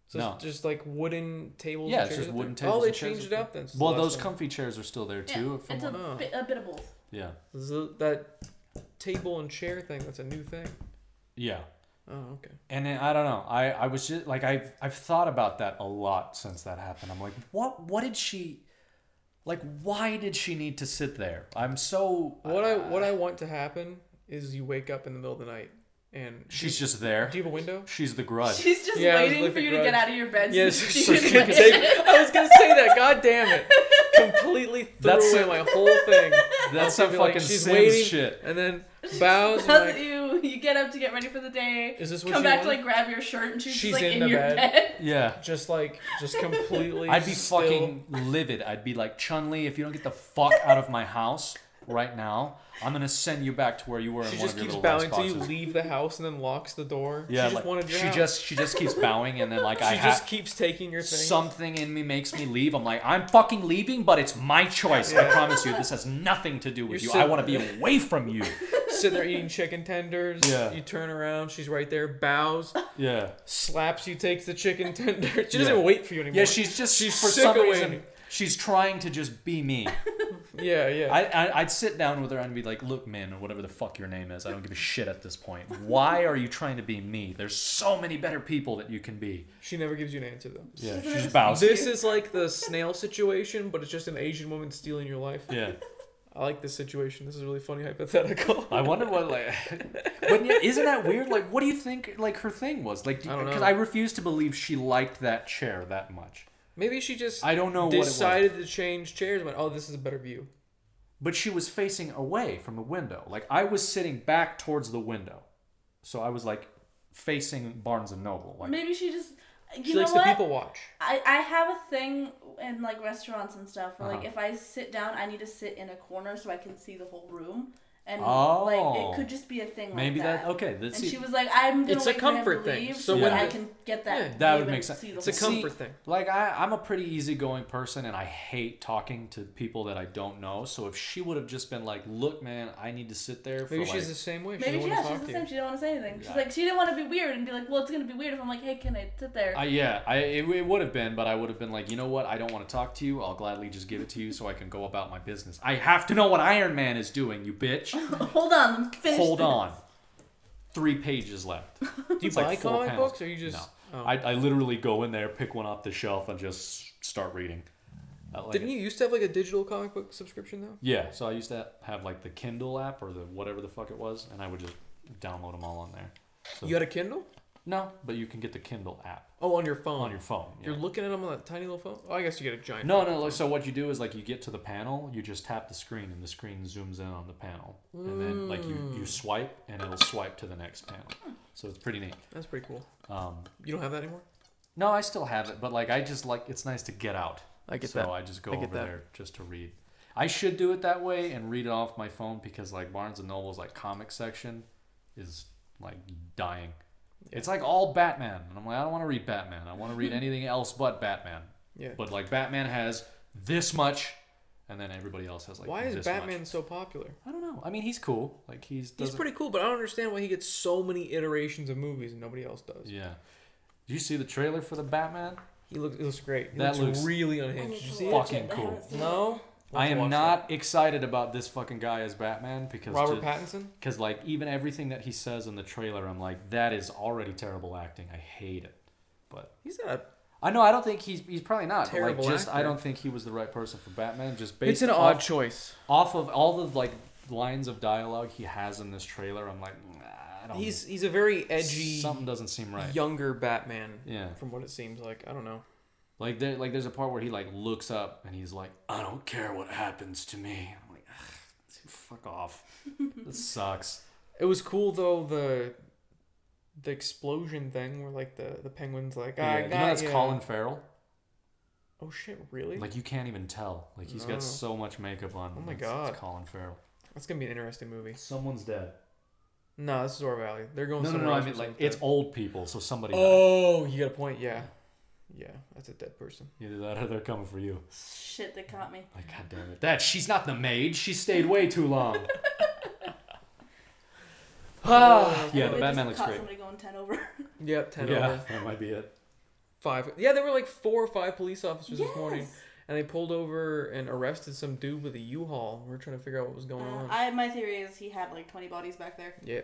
[SPEAKER 2] So
[SPEAKER 1] No.
[SPEAKER 2] it's just like wooden tables.
[SPEAKER 1] Yeah,
[SPEAKER 2] and
[SPEAKER 1] it's
[SPEAKER 2] chairs
[SPEAKER 1] just
[SPEAKER 2] up
[SPEAKER 1] wooden
[SPEAKER 2] there?
[SPEAKER 1] tables
[SPEAKER 2] Oh, they
[SPEAKER 1] and chairs
[SPEAKER 2] changed it
[SPEAKER 1] up
[SPEAKER 2] up then. since the
[SPEAKER 1] Well,
[SPEAKER 2] last
[SPEAKER 1] those
[SPEAKER 2] time.
[SPEAKER 1] comfy chairs are still there
[SPEAKER 3] Yeah,
[SPEAKER 1] too. from
[SPEAKER 3] it's a,
[SPEAKER 1] what-
[SPEAKER 2] Oh.
[SPEAKER 3] bit, a bit of both.
[SPEAKER 1] yeah.
[SPEAKER 2] Is it that table and chair thing. That's a new thing.
[SPEAKER 1] Yeah.
[SPEAKER 2] Oh, okay.
[SPEAKER 1] And then, I don't know. I, I was just like I've I've thought about that a lot since that happened. I'm like, what what did she like why did she need to sit there? I'm so
[SPEAKER 2] What I what I want to happen is you wake up in the middle of the night and
[SPEAKER 1] she's just there.
[SPEAKER 2] do you have a window?
[SPEAKER 1] She's the grudge.
[SPEAKER 3] She's just
[SPEAKER 2] Yeah, I was
[SPEAKER 3] waiting for
[SPEAKER 2] looking
[SPEAKER 3] you to get
[SPEAKER 2] grudge.
[SPEAKER 3] out of your bed. so
[SPEAKER 2] Yes,
[SPEAKER 3] that
[SPEAKER 2] so
[SPEAKER 3] she
[SPEAKER 2] she
[SPEAKER 3] can
[SPEAKER 2] can take- I was gonna say that. God damn it! Completely threw
[SPEAKER 1] That's
[SPEAKER 2] away
[SPEAKER 1] it.
[SPEAKER 2] my whole thing.
[SPEAKER 1] That's some
[SPEAKER 2] Be
[SPEAKER 1] fucking
[SPEAKER 2] like,
[SPEAKER 1] Sims shit.
[SPEAKER 2] and then bows. and
[SPEAKER 3] How's
[SPEAKER 2] like,
[SPEAKER 3] you? You get up to get ready for the day.
[SPEAKER 2] is this what
[SPEAKER 3] Come
[SPEAKER 2] you
[SPEAKER 3] back to
[SPEAKER 2] want?
[SPEAKER 3] like grab your shirt and she's, just,
[SPEAKER 2] She's
[SPEAKER 3] like
[SPEAKER 2] in
[SPEAKER 3] in,
[SPEAKER 2] the
[SPEAKER 3] your
[SPEAKER 2] bed.
[SPEAKER 3] bed.
[SPEAKER 1] Yeah.
[SPEAKER 2] just like just completely.
[SPEAKER 1] I'd be
[SPEAKER 2] still.
[SPEAKER 1] fucking livid. I'd be like, Chun Li, if you don't get the fuck out of my house right now, I'm gonna send you back to where you were
[SPEAKER 2] She
[SPEAKER 1] in one
[SPEAKER 2] just
[SPEAKER 1] of your little
[SPEAKER 2] keeps bowing
[SPEAKER 1] rice
[SPEAKER 2] to you,
[SPEAKER 1] boxes."
[SPEAKER 2] leave the house, and then locks the door.
[SPEAKER 1] Yeah,
[SPEAKER 2] she just
[SPEAKER 1] like,
[SPEAKER 2] wanted your
[SPEAKER 1] she
[SPEAKER 2] house.
[SPEAKER 1] just she just keeps bowing, and then like I
[SPEAKER 2] she just
[SPEAKER 1] have
[SPEAKER 2] keeps taking your things.
[SPEAKER 1] something in me makes me leave. I'm like, I'm fucking leaving, but it's my choice. I
[SPEAKER 2] Yeah.
[SPEAKER 1] promise you, this has nothing to do with
[SPEAKER 2] You're
[SPEAKER 1] you.
[SPEAKER 2] so-
[SPEAKER 1] I want to be away from you.
[SPEAKER 2] Sitting there eating chicken tenders.
[SPEAKER 1] Yeah.
[SPEAKER 2] You turn around, she's right there. Bows,
[SPEAKER 1] Yeah.
[SPEAKER 2] slaps you, takes the chicken tender. She
[SPEAKER 1] Yeah.
[SPEAKER 2] doesn't wait for you anymore.
[SPEAKER 1] Yeah, she's just
[SPEAKER 2] She's
[SPEAKER 1] for
[SPEAKER 2] sick
[SPEAKER 1] some
[SPEAKER 2] of
[SPEAKER 1] reason
[SPEAKER 2] waiting.
[SPEAKER 1] she's trying to just be me.
[SPEAKER 2] Yeah, yeah.
[SPEAKER 1] I, I I'd sit down with her and be like, "Look, man, or whatever the fuck your name is, I don't give a shit at this point. Why are you trying to be me? There's so many better people that you can be."
[SPEAKER 2] she never gives you an answer though.
[SPEAKER 1] Yeah,
[SPEAKER 3] She's
[SPEAKER 1] she
[SPEAKER 3] an
[SPEAKER 1] just bows.
[SPEAKER 2] This is like the snail situation, but it's just an Asian woman stealing your life.
[SPEAKER 1] Yeah,
[SPEAKER 2] I like this situation. This is a really funny hypothetical.
[SPEAKER 1] I wonder what like, but yeah, isn't that weird? Like, what do you think like her thing was? Like,
[SPEAKER 2] I don't know.
[SPEAKER 1] because I, refuse to believe she liked that chair that much.
[SPEAKER 2] Maybe she just
[SPEAKER 1] I don't know what it was.
[SPEAKER 2] decided to change chairs. and Went, oh, this is a better view.
[SPEAKER 1] But she was facing away from the window. Like I was sitting back towards the window, so I was like facing Barnes and Noble. Like,
[SPEAKER 3] Maybe she just. You
[SPEAKER 2] She
[SPEAKER 3] know
[SPEAKER 2] likes
[SPEAKER 3] what?
[SPEAKER 2] the people watch.
[SPEAKER 3] I, I have a thing in like restaurants and stuff where like
[SPEAKER 1] Uh-huh.
[SPEAKER 3] if I sit down I need to sit in a corner so I can see the whole room and like
[SPEAKER 1] Oh.
[SPEAKER 3] it could just be a thing
[SPEAKER 1] maybe
[SPEAKER 3] like that.
[SPEAKER 1] that, okay.
[SPEAKER 3] And
[SPEAKER 1] That's
[SPEAKER 3] she was like, "I'm gonna
[SPEAKER 2] It's a
[SPEAKER 3] wait for him to
[SPEAKER 2] comfort thing.
[SPEAKER 3] leave
[SPEAKER 2] So
[SPEAKER 3] so
[SPEAKER 1] when
[SPEAKER 3] that I
[SPEAKER 1] the-
[SPEAKER 3] can get that.
[SPEAKER 2] Yeah,
[SPEAKER 1] that
[SPEAKER 3] view
[SPEAKER 1] would
[SPEAKER 3] and
[SPEAKER 1] make sense.
[SPEAKER 3] see the
[SPEAKER 2] It's a
[SPEAKER 3] whole
[SPEAKER 1] See,
[SPEAKER 2] comfort thing.
[SPEAKER 1] Like I, I'm a pretty easygoing person, and I hate talking to people that I don't know. So if she would have just been like, "Look, man, I need to sit there," for
[SPEAKER 2] Maybe
[SPEAKER 1] like,
[SPEAKER 2] she's the same way. She
[SPEAKER 3] Maybe
[SPEAKER 2] doesn't want
[SPEAKER 3] she, yeah,
[SPEAKER 2] to
[SPEAKER 3] she's
[SPEAKER 2] talk
[SPEAKER 3] the
[SPEAKER 2] to
[SPEAKER 3] same.
[SPEAKER 2] you.
[SPEAKER 3] She didn't want to say anything. She's
[SPEAKER 1] Yeah.
[SPEAKER 3] like, she didn't want to be weird and be like, well, it's gonna be weird if I'm like, hey, can I sit there?
[SPEAKER 1] I, yeah, I, it, it would have been, but I would have been like, you know what? I don't want to talk to you. I'll gladly just give it to you so I can go about my business. I have to know what Iron Man is doing, you bitch.
[SPEAKER 3] Hold on, let me finish.
[SPEAKER 1] Hold
[SPEAKER 3] this.
[SPEAKER 1] on. Three pages left.
[SPEAKER 2] Do you
[SPEAKER 1] It's
[SPEAKER 2] buy
[SPEAKER 1] like four
[SPEAKER 2] comic
[SPEAKER 1] pounds.
[SPEAKER 2] books, or you just?
[SPEAKER 1] No.
[SPEAKER 2] oh.
[SPEAKER 1] I, I literally go in there, pick one off the shelf, and just start reading. Uh, like-
[SPEAKER 2] Didn't you used to have like a digital comic book subscription though?
[SPEAKER 1] Yeah, so I used to have like the Kindle app or the whatever the fuck it was, and I would just download them all on there. So,
[SPEAKER 2] You had a Kindle?
[SPEAKER 1] no, but you can get the Kindle app
[SPEAKER 2] Oh, on your phone.
[SPEAKER 1] on your phone. yeah.
[SPEAKER 2] You're looking at them on that tiny little phone. Oh, I guess you get a giant.
[SPEAKER 1] No,
[SPEAKER 2] phone.
[SPEAKER 1] no. Like, so what you do is like you get to the panel, you just tap the screen, and the screen zooms in on the panel, and then like you you swipe, and it'll swipe to the next panel. So it's pretty neat.
[SPEAKER 2] That's pretty cool.
[SPEAKER 1] Um,
[SPEAKER 2] You don't have that anymore.
[SPEAKER 1] no, I still have it, but like I just like it's nice to get out.
[SPEAKER 2] I get
[SPEAKER 1] so
[SPEAKER 2] that.
[SPEAKER 1] I just go
[SPEAKER 2] I get
[SPEAKER 1] over
[SPEAKER 2] that.
[SPEAKER 1] there just to read. I should do it that way and read it off my phone because like Barnes and Noble's like comic section is like dying. It's like all Batman, and I'm like, I don't want to read Batman. I want to read anything else but Batman.
[SPEAKER 2] Yeah.
[SPEAKER 1] But like Batman has this much, and then everybody else has like.
[SPEAKER 2] Why is
[SPEAKER 1] this
[SPEAKER 2] Batman
[SPEAKER 1] much.
[SPEAKER 2] so popular?
[SPEAKER 1] I don't know. I mean, he's cool. Like he's.
[SPEAKER 2] He's
[SPEAKER 1] doesn't-
[SPEAKER 2] pretty cool, but I don't understand why he gets so many iterations of movies and nobody else does.
[SPEAKER 1] Yeah. Do you see the trailer for the Batman?
[SPEAKER 2] He looks, he looks great. He
[SPEAKER 1] That
[SPEAKER 2] looks,
[SPEAKER 1] looks
[SPEAKER 2] really unhinged.
[SPEAKER 3] I
[SPEAKER 2] Did you
[SPEAKER 3] need
[SPEAKER 2] see
[SPEAKER 3] to
[SPEAKER 2] it?
[SPEAKER 3] watch
[SPEAKER 1] Fucking
[SPEAKER 3] I haven't
[SPEAKER 1] cool.
[SPEAKER 3] seen it.
[SPEAKER 2] No.
[SPEAKER 1] I am
[SPEAKER 2] Watch
[SPEAKER 1] not excited about this fucking guy as Batman
[SPEAKER 2] that.
[SPEAKER 1] because
[SPEAKER 2] Robert
[SPEAKER 1] ju-
[SPEAKER 2] Pattinson.
[SPEAKER 1] Because like even everything that he says in the trailer, I'm like, that is already terrible acting. I hate it. But
[SPEAKER 2] He's not. a-
[SPEAKER 1] I know I don't think he's he's probably not. But like
[SPEAKER 2] Terrible
[SPEAKER 1] just I
[SPEAKER 2] actor.
[SPEAKER 1] don't think he was the right person for Batman. Just based
[SPEAKER 2] It's an
[SPEAKER 1] off,
[SPEAKER 2] odd choice.
[SPEAKER 1] off of all the like lines of dialogue he has in this trailer. I'm like, nah, I don't.
[SPEAKER 2] He's he's a very edgy,
[SPEAKER 1] Um, Something doesn't seem right.
[SPEAKER 2] younger Batman.
[SPEAKER 1] Yeah.
[SPEAKER 2] From what it seems like, I don't know.
[SPEAKER 1] Like there like there's a part where he like looks up and he's like, I don't care what happens to me. I'm like, "Ugh, dude, fuck off. this sucks.
[SPEAKER 2] It was cool though the the explosion thing where like the the penguins like
[SPEAKER 1] Yeah,
[SPEAKER 2] I
[SPEAKER 1] you know
[SPEAKER 2] got
[SPEAKER 1] that's
[SPEAKER 2] ya."
[SPEAKER 1] Colin Farrell.
[SPEAKER 2] Oh shit! Really?
[SPEAKER 1] Like you can't even tell. Like he's
[SPEAKER 2] No.
[SPEAKER 1] got so much makeup on.
[SPEAKER 2] Oh my
[SPEAKER 1] It's-
[SPEAKER 2] God.
[SPEAKER 1] It's Colin Farrell.
[SPEAKER 2] that's gonna be an interesting movie.
[SPEAKER 1] Someone's dead.
[SPEAKER 2] No, this is Zor Valley. They're
[SPEAKER 1] No,
[SPEAKER 2] going.
[SPEAKER 1] no, no.
[SPEAKER 2] somewhere
[SPEAKER 1] I
[SPEAKER 2] Oh, else
[SPEAKER 1] mean,
[SPEAKER 2] or
[SPEAKER 1] like
[SPEAKER 2] something.
[SPEAKER 1] it's old people, so somebody. died.
[SPEAKER 2] Oh, you got a point. Yeah, yeah. That's a dead person.
[SPEAKER 1] Either that or they're coming for you.
[SPEAKER 3] Shit, they caught me.
[SPEAKER 1] Like, god damn it! That she's not the maid. She stayed way too long. Ah, yeah, the
[SPEAKER 3] They
[SPEAKER 1] Batman looks
[SPEAKER 3] just caught
[SPEAKER 1] great.
[SPEAKER 3] Somebody going ten over.
[SPEAKER 2] Oh, Yep, ten
[SPEAKER 1] yeah,
[SPEAKER 2] over
[SPEAKER 1] that might be it.
[SPEAKER 2] five. Yeah, there were like four or five police officers this morning,
[SPEAKER 3] Yes.
[SPEAKER 2] and they pulled over and arrested some dude with a U-Haul. We are trying to figure out what
[SPEAKER 1] Oh,
[SPEAKER 2] was going
[SPEAKER 3] Uh,
[SPEAKER 2] on.
[SPEAKER 3] I my theory is he had like twenty bodies back there.
[SPEAKER 2] Yeah,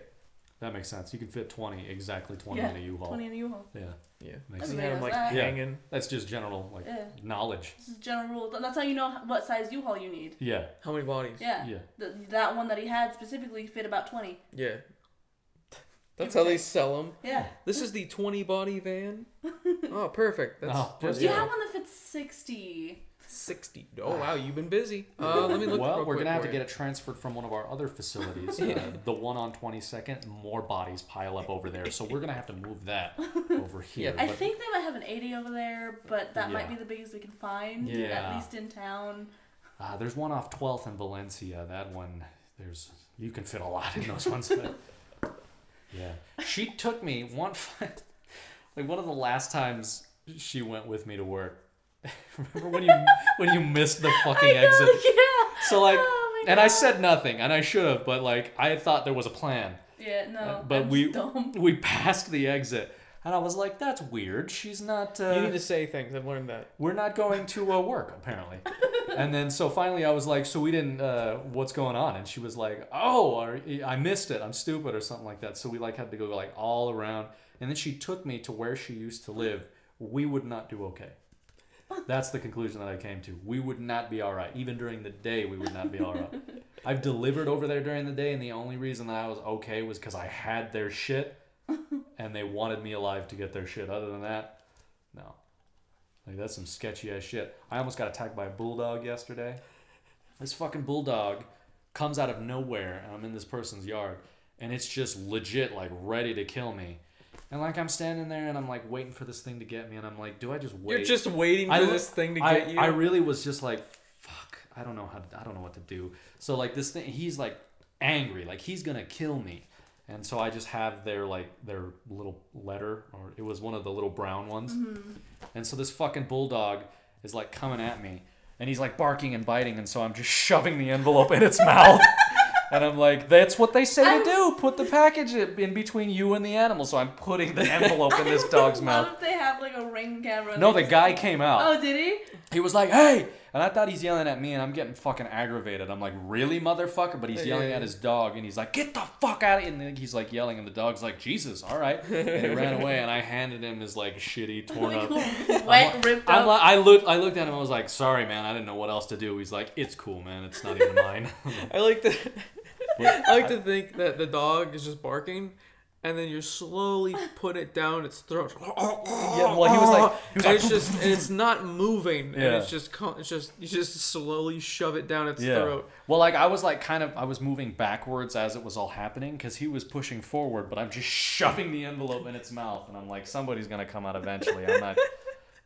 [SPEAKER 1] That makes sense. You can fit twenty, exactly twenty
[SPEAKER 3] yeah,
[SPEAKER 1] in a U-Haul.
[SPEAKER 3] Twenty in a U-Haul.
[SPEAKER 1] Yeah,
[SPEAKER 2] yeah.
[SPEAKER 1] Makes
[SPEAKER 2] And
[SPEAKER 3] sense.
[SPEAKER 2] they had him like
[SPEAKER 3] Yeah.
[SPEAKER 2] hanging.
[SPEAKER 1] that's just general like
[SPEAKER 3] Yeah.
[SPEAKER 1] knowledge.
[SPEAKER 3] This is general rule. That's how you know what size U-Haul you need.
[SPEAKER 1] Yeah,
[SPEAKER 2] How many bodies?
[SPEAKER 3] Yeah.
[SPEAKER 1] Yeah.
[SPEAKER 3] Th- that one that he had specifically fit about twenty.
[SPEAKER 2] Yeah. That's how they sell them.
[SPEAKER 3] Yeah.
[SPEAKER 2] This is the 20 body van. Oh, perfect. That's
[SPEAKER 1] Oh,
[SPEAKER 2] just
[SPEAKER 1] Yeah.
[SPEAKER 3] You have one that fits sixty.
[SPEAKER 2] Sixty. Oh wow, you've been busy. Uh, let me look.
[SPEAKER 1] well,
[SPEAKER 2] real
[SPEAKER 1] we're
[SPEAKER 2] quick
[SPEAKER 1] gonna have
[SPEAKER 2] for
[SPEAKER 1] to
[SPEAKER 2] you.
[SPEAKER 1] get it transferred from one of our other facilities, uh, the one on 22nd. More bodies pile up over there, so we're gonna have to move that over here.
[SPEAKER 3] I
[SPEAKER 1] but-
[SPEAKER 3] think they might have an 80 over there, but that might
[SPEAKER 1] Yeah.
[SPEAKER 3] be the biggest we can find,
[SPEAKER 1] Yeah.
[SPEAKER 3] at least in town.
[SPEAKER 1] Uh, there's one off 12th in Valencia. That one, there's you can fit a lot in those ones. but- yeah, she took me one like one of the last times she went with me to work. Remember when you when you missed the fucking exit?
[SPEAKER 3] yeah.
[SPEAKER 1] So like,
[SPEAKER 3] Oh my
[SPEAKER 1] and I
[SPEAKER 3] God.
[SPEAKER 1] said nothing, and I should have, but like I thought there was a plan.
[SPEAKER 3] Yeah, no.
[SPEAKER 1] but
[SPEAKER 3] I'm
[SPEAKER 1] we
[SPEAKER 3] Dumb.
[SPEAKER 1] we passed the exit, and I was like, that's weird. She's not. Uh,
[SPEAKER 2] You need to say things. I've learned that.
[SPEAKER 1] we're not going to uh, work apparently and then so finally i was like so we didn't uh, what's going on and she was like oh or, i missed it i'm stupid or something like that so we like had to go like all around and then she took me to where she used to live we would not do okay that's the conclusion that i came to we would not be all right even during the day we would not be all right i've delivered over there during the day and the only reason that i was okay was because i had their shit and they wanted me alive to get their shit other than that no like that's some sketchy ass shit. I almost got attacked by a bulldog yesterday. This fucking bulldog comes out of nowhere and I'm in this person's yard and it's just legit like ready to kill me. And like I'm standing there and I'm like waiting for this thing to get me and I'm like, do I just wait?
[SPEAKER 2] You're just waiting for this thing to
[SPEAKER 1] I,
[SPEAKER 2] get you.
[SPEAKER 1] I really was just like, fuck, I don't know how I don't know what to do. So like this thing he's like angry, like he's gonna kill me. And so I just have their like their little letter or it was one of the little brown ones. And so this fucking bulldog is like coming at me and he's like barking and biting and so I'm just shoving the envelope in its mouth. And I'm like, that's what they say to do. Put the package in between you and the animal. So I'm putting the envelope in this dog's
[SPEAKER 3] What
[SPEAKER 1] mouth.
[SPEAKER 3] if they have like a ring camera?
[SPEAKER 1] No,
[SPEAKER 3] they
[SPEAKER 1] the guy came out.
[SPEAKER 3] Oh, did he?
[SPEAKER 1] He was like, "Hey!" And I thought he's yelling at me, and I'm getting fucking aggravated. I'm like, "Really, motherfucker!" But he's
[SPEAKER 2] Yeah,
[SPEAKER 1] yelling
[SPEAKER 2] yeah,
[SPEAKER 1] at
[SPEAKER 2] yeah.
[SPEAKER 1] his dog, and he's like, "Get the fuck out of!" here!" And then he's like yelling, and the dog's like, "Jesus, all right." And he ran away, and I handed him his like shitty torn up.
[SPEAKER 3] Wet,
[SPEAKER 1] I'm, li-
[SPEAKER 3] ripped
[SPEAKER 1] I'm li-
[SPEAKER 3] up.
[SPEAKER 1] I looked, I looked at him, I was like, "Sorry, man, I didn't know what else to do." He's like, "It's cool, man. It's not even mine."
[SPEAKER 2] I like to.
[SPEAKER 1] But
[SPEAKER 2] I like to think that the dog is just barking, and then you slowly put it down its throat.
[SPEAKER 1] yeah, well, he was like, he was
[SPEAKER 2] and
[SPEAKER 1] like,
[SPEAKER 2] it's just and it's not moving, and
[SPEAKER 1] Yeah.
[SPEAKER 2] it's just con- it's just you just slowly shove it down its
[SPEAKER 1] Yeah.
[SPEAKER 2] throat.
[SPEAKER 1] Well, like I was like kind of I was moving backwards as it was all happening because he was pushing forward, but I'm just shoving the envelope in its mouth, and I'm like, somebody's gonna come out eventually. I'm not.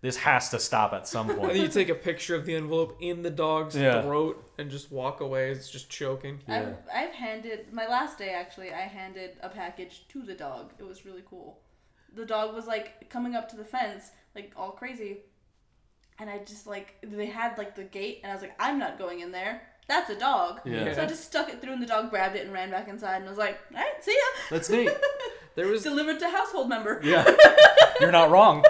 [SPEAKER 1] This has to stop at some
[SPEAKER 2] And then
[SPEAKER 1] point.
[SPEAKER 2] you take a picture of the envelope in the dog's
[SPEAKER 1] Yeah.
[SPEAKER 2] throat and just walk away. It's just choking.
[SPEAKER 3] I've, I've handed my last day actually. I handed a package to the dog. It was really cool. The dog was like coming up to the fence, like all crazy, and I just like they had like the gate, and I was like, I'm not going in there. That's a dog.
[SPEAKER 1] Yeah.
[SPEAKER 3] So I just stuck it through, and the dog grabbed it and ran back inside, and I was like, All right, see ya.
[SPEAKER 1] That's neat.
[SPEAKER 2] There was
[SPEAKER 3] Delivered to household member.
[SPEAKER 1] Yeah, you're not wrong.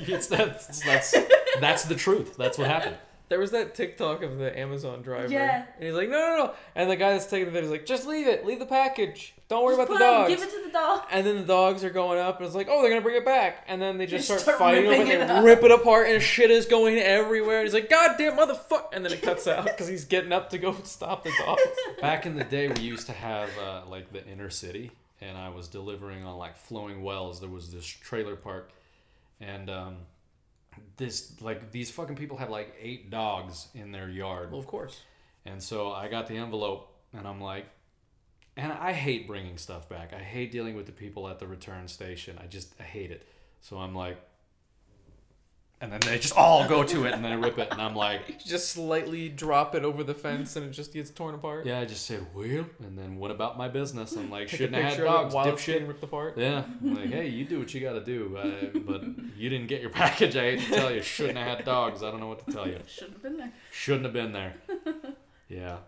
[SPEAKER 1] It's that's that's that's the truth. That's what happened.
[SPEAKER 2] there was that TikTok of the Amazon driver.
[SPEAKER 3] Yeah.
[SPEAKER 2] And he's like, no, no, no. And the guy that's taking it there is like, just leave it, leave the package. Don't worry
[SPEAKER 3] Just
[SPEAKER 2] about the
[SPEAKER 3] put it-
[SPEAKER 2] dogs.
[SPEAKER 3] Give it to the dog.
[SPEAKER 2] And then the dogs are going up, and it's like, oh, they're gonna bring it back. And then they just
[SPEAKER 3] They
[SPEAKER 2] start,
[SPEAKER 3] start
[SPEAKER 2] fighting over it,
[SPEAKER 3] ripping
[SPEAKER 2] and
[SPEAKER 3] it
[SPEAKER 2] they
[SPEAKER 3] up.
[SPEAKER 2] rip it apart, and shit is going everywhere. And he's like, God damn motherfucker! And then it cuts out because he's getting up to go stop the dogs.
[SPEAKER 1] Back in the day, we used to have uh, like the inner city, and I was delivering on like Flowing Wells. There was this trailer park, and um, this like these fucking people had like eight dogs in their yard.
[SPEAKER 2] well, of course.
[SPEAKER 1] And so I got the envelope and I'm like, and I hate bringing stuff back. I hate dealing with the people at the return station. I just I hate it. So I'm like, and then they just all go to it and they rip it. And I'm like,
[SPEAKER 2] Just slightly drop it over the fence, and it just gets torn apart.
[SPEAKER 1] yeah, I just said, well, and then what about my business? I'm like,
[SPEAKER 2] Take
[SPEAKER 1] shouldn't
[SPEAKER 2] a
[SPEAKER 1] have had
[SPEAKER 2] picture
[SPEAKER 1] dogs,
[SPEAKER 2] of it while it's
[SPEAKER 1] dipshit.
[SPEAKER 2] getting ripped apart.
[SPEAKER 1] Yeah, I'm like hey, you do what you got to do, uh, but you didn't get your package. I hate to tell you, shouldn't have had dogs. I don't know what to tell you.
[SPEAKER 3] Should have been there.
[SPEAKER 1] Shouldn't have been there. Yeah,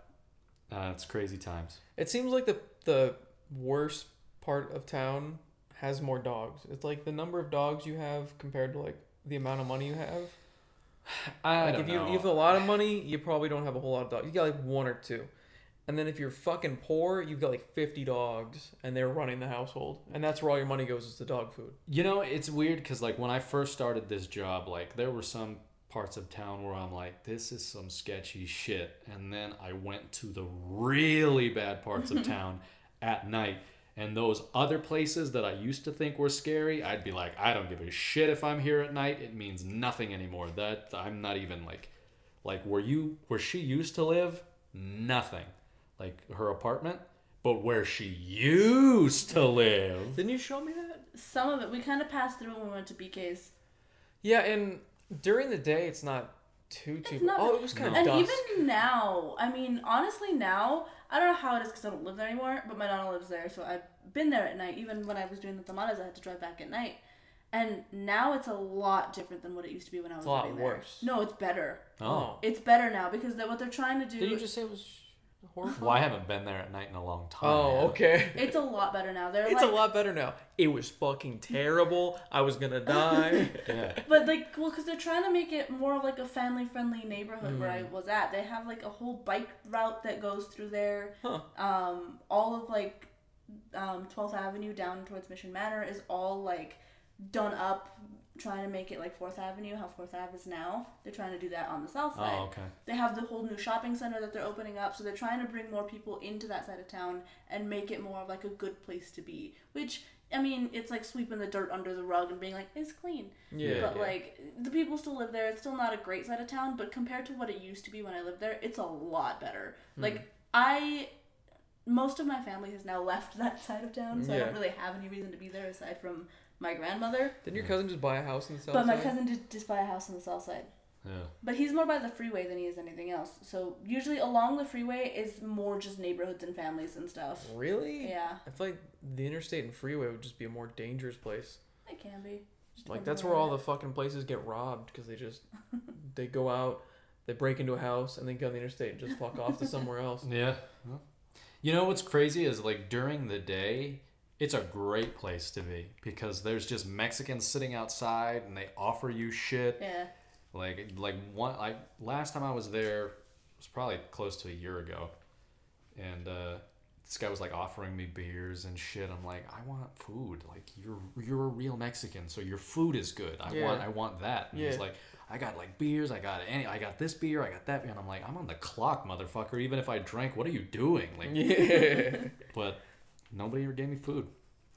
[SPEAKER 1] uh, it's crazy times.
[SPEAKER 2] It seems like the the worst part of town has more dogs. It's like the number of dogs you have compared to like the amount of money you have.
[SPEAKER 1] I
[SPEAKER 2] Like
[SPEAKER 1] don't
[SPEAKER 2] if you,
[SPEAKER 1] know.
[SPEAKER 2] you have a lot of money, you probably don't have a whole lot of dogs. You got like one or two. And then if you're fucking poor, you've got like 50 dogs and they're running the household. And that's where all your money goes is to dog food.
[SPEAKER 1] You know, it's weird because like when I first started this job, like there were some parts of town where I'm like, this is some sketchy shit, and then I went to the really bad parts of town at night. And those other places that I used to think were scary, I'd be like, I don't give a shit if I'm here at night. It means nothing anymore. That I'm not even like like where you where she used to live, nothing. Like her apartment, but where she used to live.
[SPEAKER 2] Didn't you show me that?
[SPEAKER 3] Some of it we kind of passed through when we went to BK's.
[SPEAKER 2] Yeah, and during the day it's not too too.
[SPEAKER 3] not-
[SPEAKER 2] oh, it was kind of
[SPEAKER 3] And
[SPEAKER 2] dusk.
[SPEAKER 3] even now, I mean, honestly, now I don't know how it is because I don't live there anymore. But my nana lives there, so I've been there at night. Even when I was doing the tamales, I had to drive back at night. And now it's a lot different than what it used to be when I was
[SPEAKER 2] a lot
[SPEAKER 3] living there.
[SPEAKER 2] worse.
[SPEAKER 3] No, it's better.
[SPEAKER 1] Oh.
[SPEAKER 3] It's better now because they what they're trying to do.
[SPEAKER 2] Did you just say it was horrible?
[SPEAKER 1] Well, I haven't been there at night in a long time.
[SPEAKER 2] Oh, okay.
[SPEAKER 3] It's a lot better now. They're
[SPEAKER 2] It's
[SPEAKER 3] like,
[SPEAKER 2] a lot better now. It was fucking terrible. I was gonna die.
[SPEAKER 1] Yeah.
[SPEAKER 3] but like, well, because they're trying to make it more of like a family-friendly neighborhood where I was at. They have like a whole bike route that goes through there.
[SPEAKER 2] Huh.
[SPEAKER 3] Um, all of like, um, 12th Avenue down towards Mission Manor is all like done up, trying to make it like Fourth Avenue, how Fourth Ave is now. They're trying to do that on the south side.
[SPEAKER 1] Oh, okay.
[SPEAKER 3] They have the whole new shopping center that they're opening up, so they're trying to bring more people into that side of town and make it more of like a good place to be. Which I mean, it's like sweeping the dirt under the rug and being like, it's clean.
[SPEAKER 2] Yeah,
[SPEAKER 3] But
[SPEAKER 2] yeah.
[SPEAKER 3] like the people still live there. It's still not a great side of town, but compared to what it used to be when I lived there, it's a lot better.
[SPEAKER 2] Hmm.
[SPEAKER 3] Like I most of my family has now left that side of town, so I
[SPEAKER 2] Yeah.
[SPEAKER 3] don't really have any reason to be there aside from my grandmother.
[SPEAKER 2] Didn't your cousin just buy a house in the south
[SPEAKER 3] but my
[SPEAKER 2] side?
[SPEAKER 3] cousin did just buy a house on the south side.
[SPEAKER 1] Yeah.
[SPEAKER 3] But he's more by the freeway than he is anything else. So usually along the freeway is more just neighborhoods and families and stuff.
[SPEAKER 2] Really?
[SPEAKER 3] Yeah,
[SPEAKER 2] I feel like the interstate and freeway would just be a more dangerous place.
[SPEAKER 3] it can be. Just
[SPEAKER 2] Like
[SPEAKER 3] depends
[SPEAKER 2] that's
[SPEAKER 3] on
[SPEAKER 2] where all the fucking places get robbed because they just they go out, they break into a house, and then go on the interstate and just fuck off to somewhere else.
[SPEAKER 1] Yeah. You know what's crazy is like during the day, it's a great place to be because there's just Mexicans sitting outside and they offer you shit.
[SPEAKER 3] Yeah.
[SPEAKER 1] Like like one I last time I was there it was probably close to a year ago. And uh this guy was like offering me beers and shit. I'm like, I want food. Like you're you're a real Mexican, so your food is good. I
[SPEAKER 2] Yeah.
[SPEAKER 1] want I want that. And he's
[SPEAKER 2] Yeah.
[SPEAKER 1] like, I got like beers, I got any I got this beer, I got that beer. And I'm like, I'm on the clock, motherfucker. Even if I drank, what are you doing? Like
[SPEAKER 2] Yeah.
[SPEAKER 1] but nobody ever gave me food.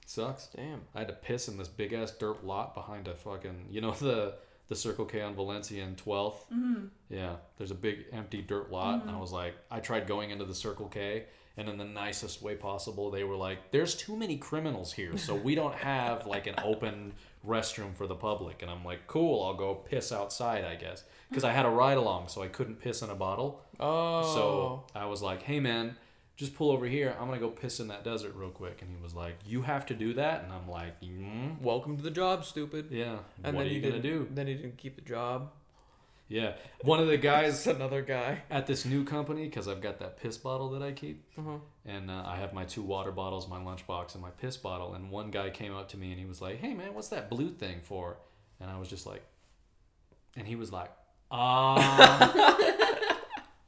[SPEAKER 1] sucks.
[SPEAKER 2] Damn.
[SPEAKER 1] I had to piss in this big ass dirt lot behind a fucking you know the the Circle K on Valencia and 12th. Yeah, there's a big empty dirt lot, and I was like, I tried going into the Circle K, and in the nicest way possible, they were like, "There's too many criminals here, so we don't have like an open restroom for the public." And I'm like, "Cool, I'll go piss outside, I guess," because I had a ride along, so I couldn't piss in a bottle.
[SPEAKER 2] Oh.
[SPEAKER 1] So I was like, hey man, just pull over here. I'm gonna go piss in that desert real quick. And he was like, you have to do that. And I'm like, mm,
[SPEAKER 2] welcome to the job, stupid.
[SPEAKER 1] yeah.
[SPEAKER 2] And
[SPEAKER 1] what
[SPEAKER 2] then
[SPEAKER 1] are you
[SPEAKER 2] he
[SPEAKER 1] gonna
[SPEAKER 2] didn't-
[SPEAKER 1] do?
[SPEAKER 2] Then he didn't keep the job.
[SPEAKER 1] Yeah. One of the
[SPEAKER 2] It's
[SPEAKER 1] guys
[SPEAKER 2] another guy.
[SPEAKER 1] at this new company, because I've got that piss bottle that I keep,
[SPEAKER 2] Uh-huh.
[SPEAKER 1] and uh, I have my two water bottles, my lunchbox, and my piss bottle. And one guy came up to me and he was like, hey man, what's that blue thing for? And I was just like, and he was like, ah.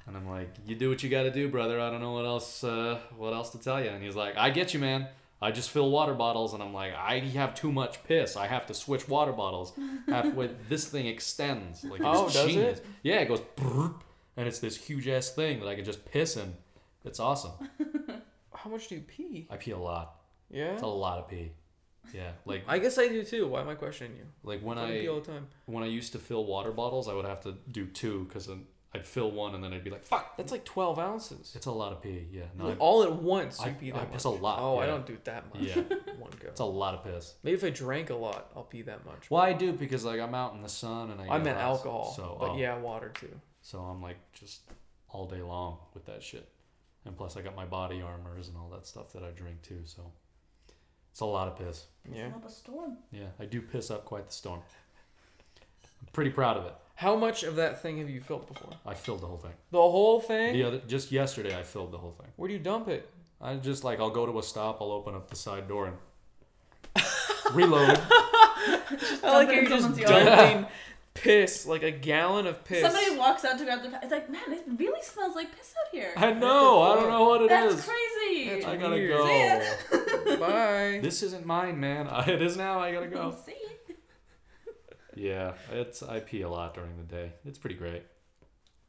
[SPEAKER 1] And I'm like, you do what you got to do, brother. I don't know what else, uh, what else to tell you. And he's like, I get you, man. I just fill water bottles, and I'm like, I have too much piss. I have to switch water bottles. Halfway, this thing extends. Like, it's
[SPEAKER 2] Oh, does it?
[SPEAKER 1] genius. Yeah, it goes, brrrp, and it's this huge ass thing that I can just piss in. It's awesome.
[SPEAKER 2] How much do you pee?
[SPEAKER 1] I pee a lot.
[SPEAKER 2] Yeah.
[SPEAKER 1] It's a lot of pee. Yeah, like
[SPEAKER 2] I guess I do too. Why am I questioning you?
[SPEAKER 1] like when
[SPEAKER 2] I pee all
[SPEAKER 1] I
[SPEAKER 2] the time.
[SPEAKER 1] when I used to fill water bottles, I would have to do two because then I'd fill one and then I'd be like, fuck.
[SPEAKER 2] That's like 12 ounces.
[SPEAKER 1] It's a lot of pee. Yeah, no, I-
[SPEAKER 2] all at once, you
[SPEAKER 1] I-
[SPEAKER 2] pee
[SPEAKER 1] I
[SPEAKER 2] that
[SPEAKER 1] piss
[SPEAKER 2] much.
[SPEAKER 1] a lot,
[SPEAKER 2] Oh, I
[SPEAKER 1] yeah.
[SPEAKER 2] don't do that much.
[SPEAKER 1] Yeah.
[SPEAKER 2] One go.
[SPEAKER 1] It's a lot of piss.
[SPEAKER 2] Maybe if I drank a lot, I'll pee that much.
[SPEAKER 1] Well, I do because like I'm out in the sun and I.
[SPEAKER 2] I
[SPEAKER 1] get
[SPEAKER 2] meant
[SPEAKER 1] hot,
[SPEAKER 2] alcohol.
[SPEAKER 1] So
[SPEAKER 2] but
[SPEAKER 1] oh,
[SPEAKER 2] yeah, water too.
[SPEAKER 1] So I'm like just all day long with that shit, and plus I got my body armors and all that stuff that I drink too. So it's a lot of piss.
[SPEAKER 2] Yeah.
[SPEAKER 3] Up a storm.
[SPEAKER 1] Yeah, I do piss up quite the storm. I'm pretty proud of it.
[SPEAKER 2] How much of that thing have you filled before?
[SPEAKER 1] I filled the whole thing.
[SPEAKER 2] The whole thing?
[SPEAKER 1] The other just yesterday I filled the whole thing.
[SPEAKER 2] Where do you dump it?
[SPEAKER 1] I just like I'll go to a stop, I'll open up the side door and reload.
[SPEAKER 2] I like
[SPEAKER 3] Dump it
[SPEAKER 2] you're
[SPEAKER 3] in
[SPEAKER 2] just
[SPEAKER 3] someone's yard.
[SPEAKER 2] dumping piss, like a gallon of piss.
[SPEAKER 3] Somebody walks out to grab the. pa- It's like, man, it really smells like piss out here.
[SPEAKER 1] I know, I don't know what it
[SPEAKER 3] That's
[SPEAKER 1] is.
[SPEAKER 3] crazy.
[SPEAKER 2] That's
[SPEAKER 1] I gotta
[SPEAKER 2] Weird.
[SPEAKER 1] go.
[SPEAKER 2] See
[SPEAKER 3] ya.
[SPEAKER 2] Bye.
[SPEAKER 1] This isn't mine, man. It is now. I gotta go.
[SPEAKER 3] See,
[SPEAKER 1] Yeah, it's I pee a lot during the day. It's pretty great.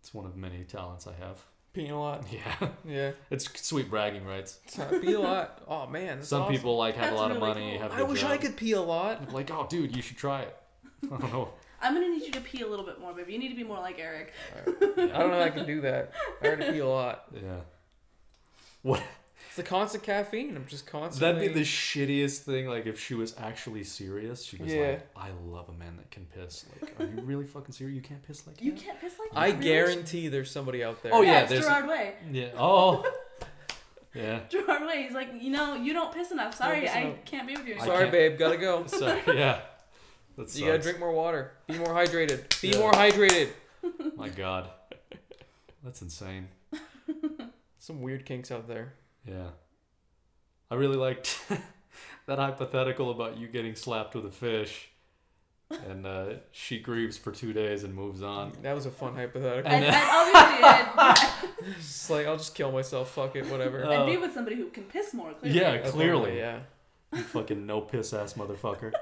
[SPEAKER 1] It's one of many talents I have.
[SPEAKER 2] Peeing a lot.
[SPEAKER 1] Yeah,
[SPEAKER 2] Yeah.
[SPEAKER 1] it's sweet bragging rights.
[SPEAKER 2] It's not pee a lot. Oh man. that's
[SPEAKER 1] Some
[SPEAKER 2] awesome.
[SPEAKER 1] people like have
[SPEAKER 3] That's
[SPEAKER 1] a lot of
[SPEAKER 3] really
[SPEAKER 1] money.
[SPEAKER 3] cool.
[SPEAKER 1] Have
[SPEAKER 2] I
[SPEAKER 1] good
[SPEAKER 2] wish I
[SPEAKER 1] jobs.
[SPEAKER 2] could pee a lot.
[SPEAKER 1] like, oh, dude, you should try it. I don't know.
[SPEAKER 3] I'm gonna need you to pee a little bit more, baby. You need to be more like Eric.
[SPEAKER 1] Yeah.
[SPEAKER 2] I don't know if I can do that. I already pee a lot.
[SPEAKER 1] Yeah. What?
[SPEAKER 2] It's the constant caffeine. I'm just
[SPEAKER 1] That'd
[SPEAKER 2] constantly.
[SPEAKER 1] be the shittiest thing. Like if she was actually serious, she was
[SPEAKER 2] Yeah.
[SPEAKER 1] like, "I love a man that can piss." Like, are you really fucking serious? You can't piss like
[SPEAKER 3] You
[SPEAKER 1] that?
[SPEAKER 3] can't piss like
[SPEAKER 2] I
[SPEAKER 3] that, really?
[SPEAKER 2] guarantee there's somebody out there.
[SPEAKER 1] Oh,
[SPEAKER 3] yeah,
[SPEAKER 1] yeah,
[SPEAKER 3] it's
[SPEAKER 1] there's-
[SPEAKER 3] Gerard Way.
[SPEAKER 1] Yeah. Oh. yeah.
[SPEAKER 3] Gerard Way. He's like, you know, you don't piss enough. Sorry,
[SPEAKER 2] piss
[SPEAKER 3] I
[SPEAKER 2] enough.
[SPEAKER 3] can't be with you.
[SPEAKER 1] I
[SPEAKER 3] anymore."
[SPEAKER 2] Sorry,
[SPEAKER 1] can't-
[SPEAKER 2] babe. Gotta go.
[SPEAKER 1] Sorry. Yeah. That's
[SPEAKER 2] You gotta drink more water. Be more hydrated. Be
[SPEAKER 1] Yeah.
[SPEAKER 2] more hydrated.
[SPEAKER 1] My God. That's insane.
[SPEAKER 2] Some weird kinks out there.
[SPEAKER 1] Yeah. I really liked that hypothetical about you getting slapped with a fish and uh, she grieves for two days and moves on.
[SPEAKER 2] That was a fun hypothetical.
[SPEAKER 3] I'd, I'd obviously I'd,
[SPEAKER 2] just like I'll just kill myself. Fuck it. Whatever.
[SPEAKER 1] Uh,
[SPEAKER 3] I'd be with somebody who can piss more. Clearly.
[SPEAKER 1] Yeah,
[SPEAKER 2] That's
[SPEAKER 1] clearly.
[SPEAKER 2] probably- Yeah.
[SPEAKER 1] You fucking no piss ass motherfucker.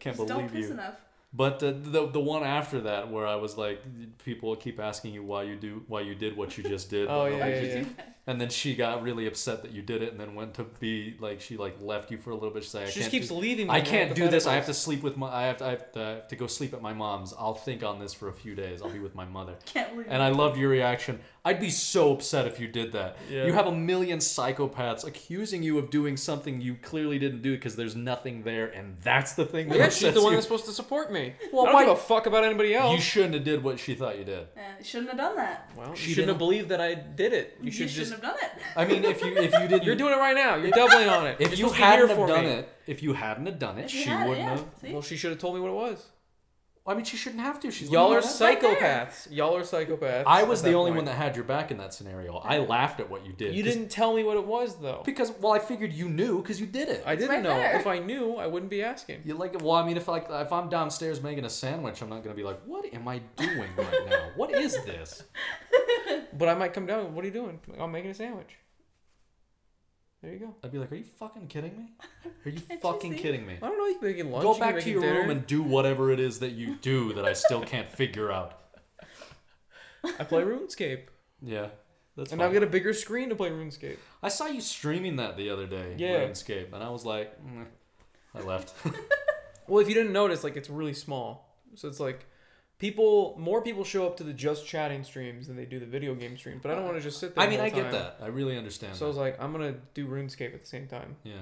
[SPEAKER 1] Can't
[SPEAKER 3] Just don't
[SPEAKER 1] believe
[SPEAKER 3] piss
[SPEAKER 1] you.
[SPEAKER 3] enough.
[SPEAKER 1] But uh, the the one after that where I was like, people keep asking you why you do why you did what you just did.
[SPEAKER 2] Oh
[SPEAKER 1] but
[SPEAKER 2] yeah,
[SPEAKER 1] nobody-
[SPEAKER 2] yeah, yeah.
[SPEAKER 1] And then she got really upset that you did it, and then went to be like she like left you for a little bit. She's like, I
[SPEAKER 2] She
[SPEAKER 1] can't
[SPEAKER 2] just keeps
[SPEAKER 1] do-
[SPEAKER 2] leaving. me
[SPEAKER 1] I
[SPEAKER 2] with
[SPEAKER 1] can't do this. I have
[SPEAKER 2] hypotheticals.
[SPEAKER 1] to sleep with my. I have to, I have to, I have to go sleep at my mom's. I'll think on this for a few days. I'll be with my mother.
[SPEAKER 3] Can't believe.
[SPEAKER 1] And I loved your reaction. I'd be so upset if you did that.
[SPEAKER 2] Yeah.
[SPEAKER 1] You have a million psychopaths accusing you of doing something you clearly didn't do because there's nothing there, and that's the thing that
[SPEAKER 2] Yeah, she's
[SPEAKER 1] upsets
[SPEAKER 2] the one
[SPEAKER 1] you.
[SPEAKER 2] that's supposed to support me.
[SPEAKER 1] Well,
[SPEAKER 2] I don't
[SPEAKER 1] why-
[SPEAKER 2] give a fuck about anybody else.
[SPEAKER 1] You shouldn't have did what she thought you did.
[SPEAKER 3] Yeah, you shouldn't have done that.
[SPEAKER 2] well, you
[SPEAKER 1] She
[SPEAKER 2] shouldn't
[SPEAKER 1] didn't-
[SPEAKER 2] have believed that I did it. You
[SPEAKER 3] You,
[SPEAKER 2] should
[SPEAKER 3] shouldn't
[SPEAKER 2] just.
[SPEAKER 3] have done it.
[SPEAKER 1] I mean, if you if you didn't,
[SPEAKER 2] You're doing it right now. You're doubling on it.
[SPEAKER 1] if
[SPEAKER 2] You're
[SPEAKER 1] you
[SPEAKER 2] supposed to be here
[SPEAKER 1] hadn't have
[SPEAKER 2] for
[SPEAKER 1] done
[SPEAKER 2] me.
[SPEAKER 1] it, if you hadn't have done it,
[SPEAKER 3] If you
[SPEAKER 1] she
[SPEAKER 3] had it,
[SPEAKER 1] wouldn't
[SPEAKER 3] yeah.
[SPEAKER 1] have.
[SPEAKER 3] See?
[SPEAKER 2] Well, she should have told me what it was.
[SPEAKER 1] I mean, she shouldn't have to. She's
[SPEAKER 2] Y'all
[SPEAKER 1] living
[SPEAKER 2] are
[SPEAKER 1] her life.
[SPEAKER 3] right there.
[SPEAKER 2] psychopaths. Y'all are psychopaths.
[SPEAKER 1] I was
[SPEAKER 2] at that
[SPEAKER 1] the only
[SPEAKER 2] point.
[SPEAKER 1] one that had your back in that scenario. I laughed at what you did.
[SPEAKER 2] You
[SPEAKER 1] 'cause-
[SPEAKER 2] didn't tell me what it was though.
[SPEAKER 1] because well, I figured you knew because you did it.
[SPEAKER 2] I didn't
[SPEAKER 3] right
[SPEAKER 2] know.
[SPEAKER 3] there.
[SPEAKER 2] If I knew, I wouldn't be asking.
[SPEAKER 1] You like well, I mean, if like if I'm downstairs making a sandwich, I'm not gonna be like, what am I doing right now? What is this?
[SPEAKER 2] But I might come down. What are you doing? Like, I'm making a sandwich. There you go.
[SPEAKER 1] I'd be like, are you fucking kidding me? Are you
[SPEAKER 3] Can't you
[SPEAKER 1] fucking
[SPEAKER 3] see?
[SPEAKER 1] kidding me?
[SPEAKER 2] I don't know. You can make lunch.
[SPEAKER 1] Go
[SPEAKER 2] you
[SPEAKER 1] back
[SPEAKER 2] can
[SPEAKER 1] to
[SPEAKER 2] make
[SPEAKER 1] your
[SPEAKER 2] dinner.
[SPEAKER 1] room and do whatever it is that you do that I still can't figure out.
[SPEAKER 2] I play RuneScape,
[SPEAKER 1] Yeah, that's.
[SPEAKER 2] and
[SPEAKER 1] fine.
[SPEAKER 2] I've got a bigger screen to play RuneScape.
[SPEAKER 1] I saw you streaming that the other day,
[SPEAKER 2] Yeah.
[SPEAKER 1] RuneScape, and I was like, "Meh." I left.
[SPEAKER 2] Well, if you didn't notice, like it's really small, so it's like people more people show up to the just chatting streams than they do the video game streams. But I don't want to just sit there.
[SPEAKER 1] I mean,
[SPEAKER 2] the
[SPEAKER 1] I
[SPEAKER 2] whole
[SPEAKER 1] get
[SPEAKER 2] time.
[SPEAKER 1] that. I really understand.
[SPEAKER 2] So I
[SPEAKER 1] that.
[SPEAKER 2] was like, I'm gonna do RuneScape at the same time.
[SPEAKER 1] yeah.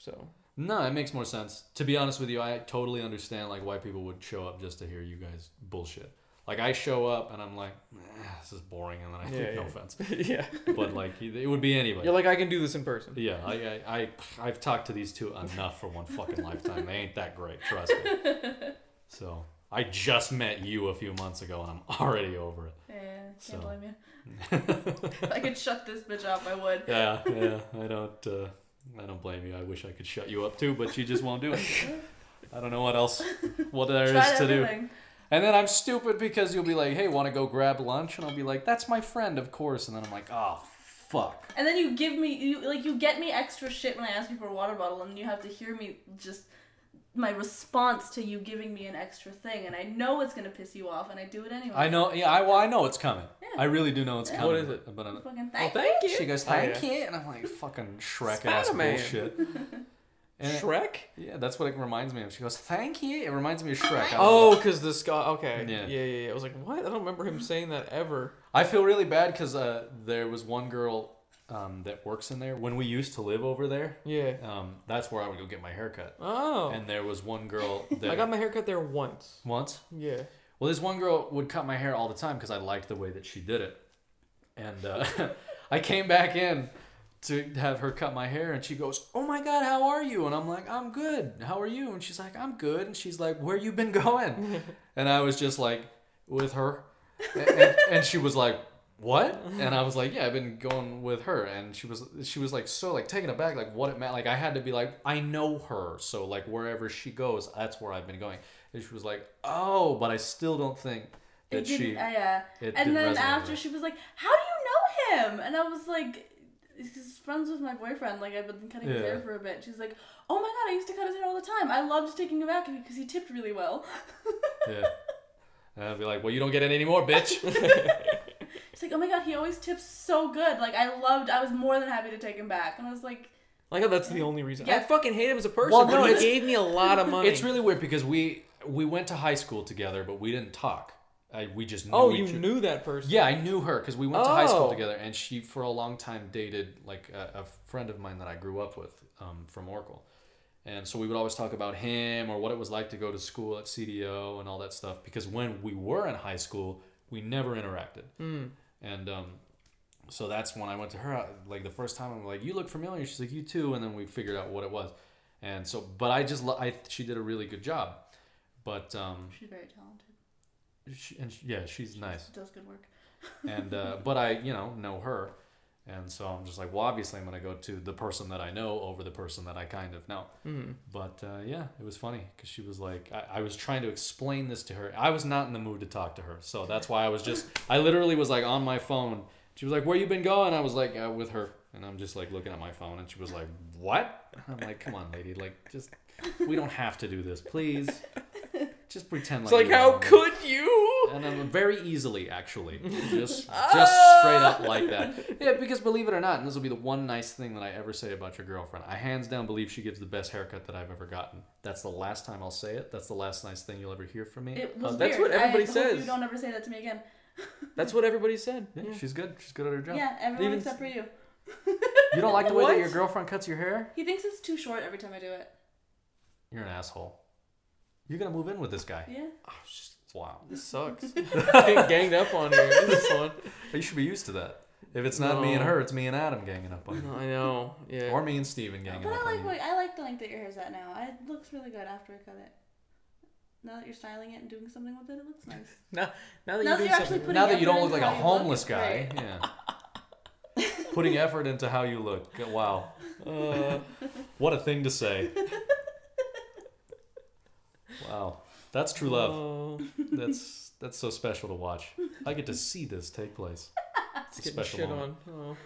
[SPEAKER 2] So
[SPEAKER 1] No, it makes more sense. To be honest with you, I totally understand like why people would show up just to hear you guys bullshit. Like I show up and I'm like, "Eh, this is boring, and then I
[SPEAKER 2] Yeah,
[SPEAKER 1] take no
[SPEAKER 2] yeah.
[SPEAKER 1] offense,
[SPEAKER 2] yeah,
[SPEAKER 1] but like it would be anybody.
[SPEAKER 2] you're like, I can do this in person.
[SPEAKER 1] yeah, I, I, I, I've talked to these two enough for one fucking lifetime. They ain't that great, trust me. So I just met you a few months ago, and I'm already over it.
[SPEAKER 3] Yeah, can't
[SPEAKER 1] So.
[SPEAKER 3] blame you. if I could shut this bitch up, I would.
[SPEAKER 1] Yeah, yeah. I don't, uh, I don't blame you. I wish I could shut you up too, but you just won't do it. I don't know what else, what there is
[SPEAKER 3] Tried
[SPEAKER 1] to do.
[SPEAKER 3] everything.
[SPEAKER 1] And then I'm stupid because you'll be like, "Hey, want to go grab lunch?" And I'll be like, "That's my friend, of course." And then I'm like, "Oh, fuck."
[SPEAKER 3] And then you give me you like you get me extra shit when I ask you for a water bottle, and you have to hear me just my response to you giving me an extra thing, and I know it's gonna piss you off, and I do it anyway.
[SPEAKER 1] I know. Yeah, I, well, I know it's coming.
[SPEAKER 3] Yeah.
[SPEAKER 1] I really do know it's coming.
[SPEAKER 2] What is it?
[SPEAKER 1] But I'm,
[SPEAKER 3] Fucking
[SPEAKER 2] Oh,
[SPEAKER 3] thank you.
[SPEAKER 2] thank you.
[SPEAKER 1] she goes,
[SPEAKER 2] Oh, yeah.
[SPEAKER 1] "Thank you," and I'm like, "Fucking Shrek ass
[SPEAKER 2] Spider-Man.
[SPEAKER 1] bullshit." And
[SPEAKER 2] Shrek.
[SPEAKER 1] yeah, that's what it reminds me of. She goes, "Thank you." It reminds me of Shrek. I don't know.
[SPEAKER 2] Oh, because the Scott. Okay.
[SPEAKER 1] Yeah.
[SPEAKER 2] Yeah. yeah, yeah, I was like, what? I don't remember him saying that ever.
[SPEAKER 1] I feel really bad because uh, there was one girl um, that works in there when we used to live over there.
[SPEAKER 2] Yeah.
[SPEAKER 1] Um, that's where I would go get my haircut.
[SPEAKER 2] Oh.
[SPEAKER 1] And there was one girl that
[SPEAKER 2] I got my haircut there once.
[SPEAKER 1] once.
[SPEAKER 2] Yeah.
[SPEAKER 1] Well, this one girl would cut my hair all the time because I liked the way that she did it. And uh, I came back in to have her cut my hair, and she goes, "Oh my God, how are you?" And I'm like, "I'm good. How are you?" And she's like, "I'm good." And she's like, "Where you been going?" and I was just like, with her, and, and, and she was like. What? And I was like, yeah, I've been going with her, and she was she was like so like taken aback, like what it meant. Like I had to be like, I know her, so like wherever she goes, that's where I've been going. And she was like, oh, but I still don't think
[SPEAKER 3] It
[SPEAKER 1] that she.
[SPEAKER 3] didn't, I, uh,
[SPEAKER 1] it
[SPEAKER 3] and
[SPEAKER 1] didn't
[SPEAKER 3] then
[SPEAKER 1] resonate
[SPEAKER 3] after
[SPEAKER 1] with
[SPEAKER 3] she was like, "How do you know him?" And I was like, "He's friends with my boyfriend. Like I've been cutting his
[SPEAKER 1] Yeah.
[SPEAKER 3] hair for a bit." She's like, "Oh my god, I used to cut his hair all the time. I loved taking him out because he tipped really well."
[SPEAKER 1] Yeah. And I'd be like, well, you don't get it anymore, bitch.
[SPEAKER 3] She's like, "Oh my god, he always tips so good. Like I loved. I was more than happy to take him back." And I was like,
[SPEAKER 2] Like that's the only reason. I
[SPEAKER 3] Yeah.
[SPEAKER 2] fucking hate him as a person.
[SPEAKER 1] Well, no,
[SPEAKER 2] but he
[SPEAKER 1] it's-
[SPEAKER 2] gave me a lot of money.
[SPEAKER 1] it's really weird because we we went to high school together, but we didn't talk. I, we just knew
[SPEAKER 2] Oh,
[SPEAKER 1] each
[SPEAKER 2] you
[SPEAKER 1] o-
[SPEAKER 2] knew that person.
[SPEAKER 1] Yeah, I knew her because we went to high school
[SPEAKER 2] Oh.
[SPEAKER 1] together, and she for a long time dated like a, a friend of mine that I grew up with um, from Oracle, and so we would always talk about him or what it was like to go to school at CDO and all that stuff. Because when we were in high school, we never interacted,
[SPEAKER 2] Mm,
[SPEAKER 1] and um, so that's when I went to her uh, like the first time. I'm like, "You look familiar." She's like, "You too," and then we figured out what it was, and so but I just lo- I she did a really good job, but um,
[SPEAKER 3] She's very talented.
[SPEAKER 1] she, and she, yeah, she's nice
[SPEAKER 3] Does good work.
[SPEAKER 1] and uh, but I you know know her, and so I'm just like, well, obviously I'm gonna go to the person that I know over the person that I kind of know.
[SPEAKER 2] mm.
[SPEAKER 1] But uh, yeah, it was funny because she was like, I, I was trying to explain this to her. I was not in the mood to talk to her, so that's why I was just, I literally was like on my phone. She was like, "Where you been going?" I was like, uh, "With her," and I'm just like looking at my phone, and she was like, "What?" And I'm like, "Come on, lady, like just." We don't have to do this, please. Just pretend
[SPEAKER 2] It's
[SPEAKER 1] like
[SPEAKER 2] like
[SPEAKER 1] you
[SPEAKER 2] how
[SPEAKER 1] don't know."
[SPEAKER 2] could you?
[SPEAKER 1] and I'm very easily actually just just
[SPEAKER 3] Ah!
[SPEAKER 1] straight up like that. Yeah, because believe it or not, and this will be the one nice thing that I ever say about your girlfriend. I hands down believe she gives the best haircut that I've ever gotten. That's the last time I'll say it. That's the last nice thing you'll ever hear from me. Um,
[SPEAKER 3] It was
[SPEAKER 2] Uh, that's
[SPEAKER 3] weird.
[SPEAKER 2] what everybody
[SPEAKER 3] I hope
[SPEAKER 2] says.
[SPEAKER 3] you don't ever say that to me again.
[SPEAKER 2] That's what everybody said.
[SPEAKER 1] Yeah, she's good. She's good at her
[SPEAKER 3] Yeah,
[SPEAKER 1] job.
[SPEAKER 3] everyone
[SPEAKER 2] Even-
[SPEAKER 3] except for you.
[SPEAKER 1] You don't like the way
[SPEAKER 2] What?
[SPEAKER 1] that your girlfriend cuts your hair?
[SPEAKER 3] He thinks it's too short every time I do it.
[SPEAKER 1] You're an asshole. You're gonna move in with this guy.
[SPEAKER 3] Yeah.
[SPEAKER 1] Wow.
[SPEAKER 2] This sucks. Getting ganged up on here. This is fun.
[SPEAKER 1] You should be used to that. If it's not me and
[SPEAKER 2] No.
[SPEAKER 1] her, it's me and Adam ganging up on you.
[SPEAKER 2] I know. Yeah.
[SPEAKER 1] Or me and Steven ganging
[SPEAKER 3] But
[SPEAKER 1] up
[SPEAKER 3] I
[SPEAKER 1] on
[SPEAKER 3] like
[SPEAKER 1] you.
[SPEAKER 3] what, I like the length that your hair's at now. It looks really good after I cut it. Now that you're styling it and doing something with it, it looks nice.
[SPEAKER 2] now, now that
[SPEAKER 3] Now
[SPEAKER 2] you
[SPEAKER 3] that
[SPEAKER 2] do
[SPEAKER 3] you're actually
[SPEAKER 2] something-
[SPEAKER 3] putting
[SPEAKER 1] now that you
[SPEAKER 3] effort
[SPEAKER 1] don't look like
[SPEAKER 3] into
[SPEAKER 1] a
[SPEAKER 3] how you
[SPEAKER 1] homeless
[SPEAKER 3] it's
[SPEAKER 1] guy,
[SPEAKER 3] great.
[SPEAKER 1] yeah. Putting effort into how you look. Wow,
[SPEAKER 2] Uh,
[SPEAKER 1] what a thing to say. Wow, that's true love.
[SPEAKER 2] oh,
[SPEAKER 1] That's that's so special to watch. I get to see this take place. It's a
[SPEAKER 2] getting
[SPEAKER 1] special
[SPEAKER 2] shit
[SPEAKER 1] moment.
[SPEAKER 2] on.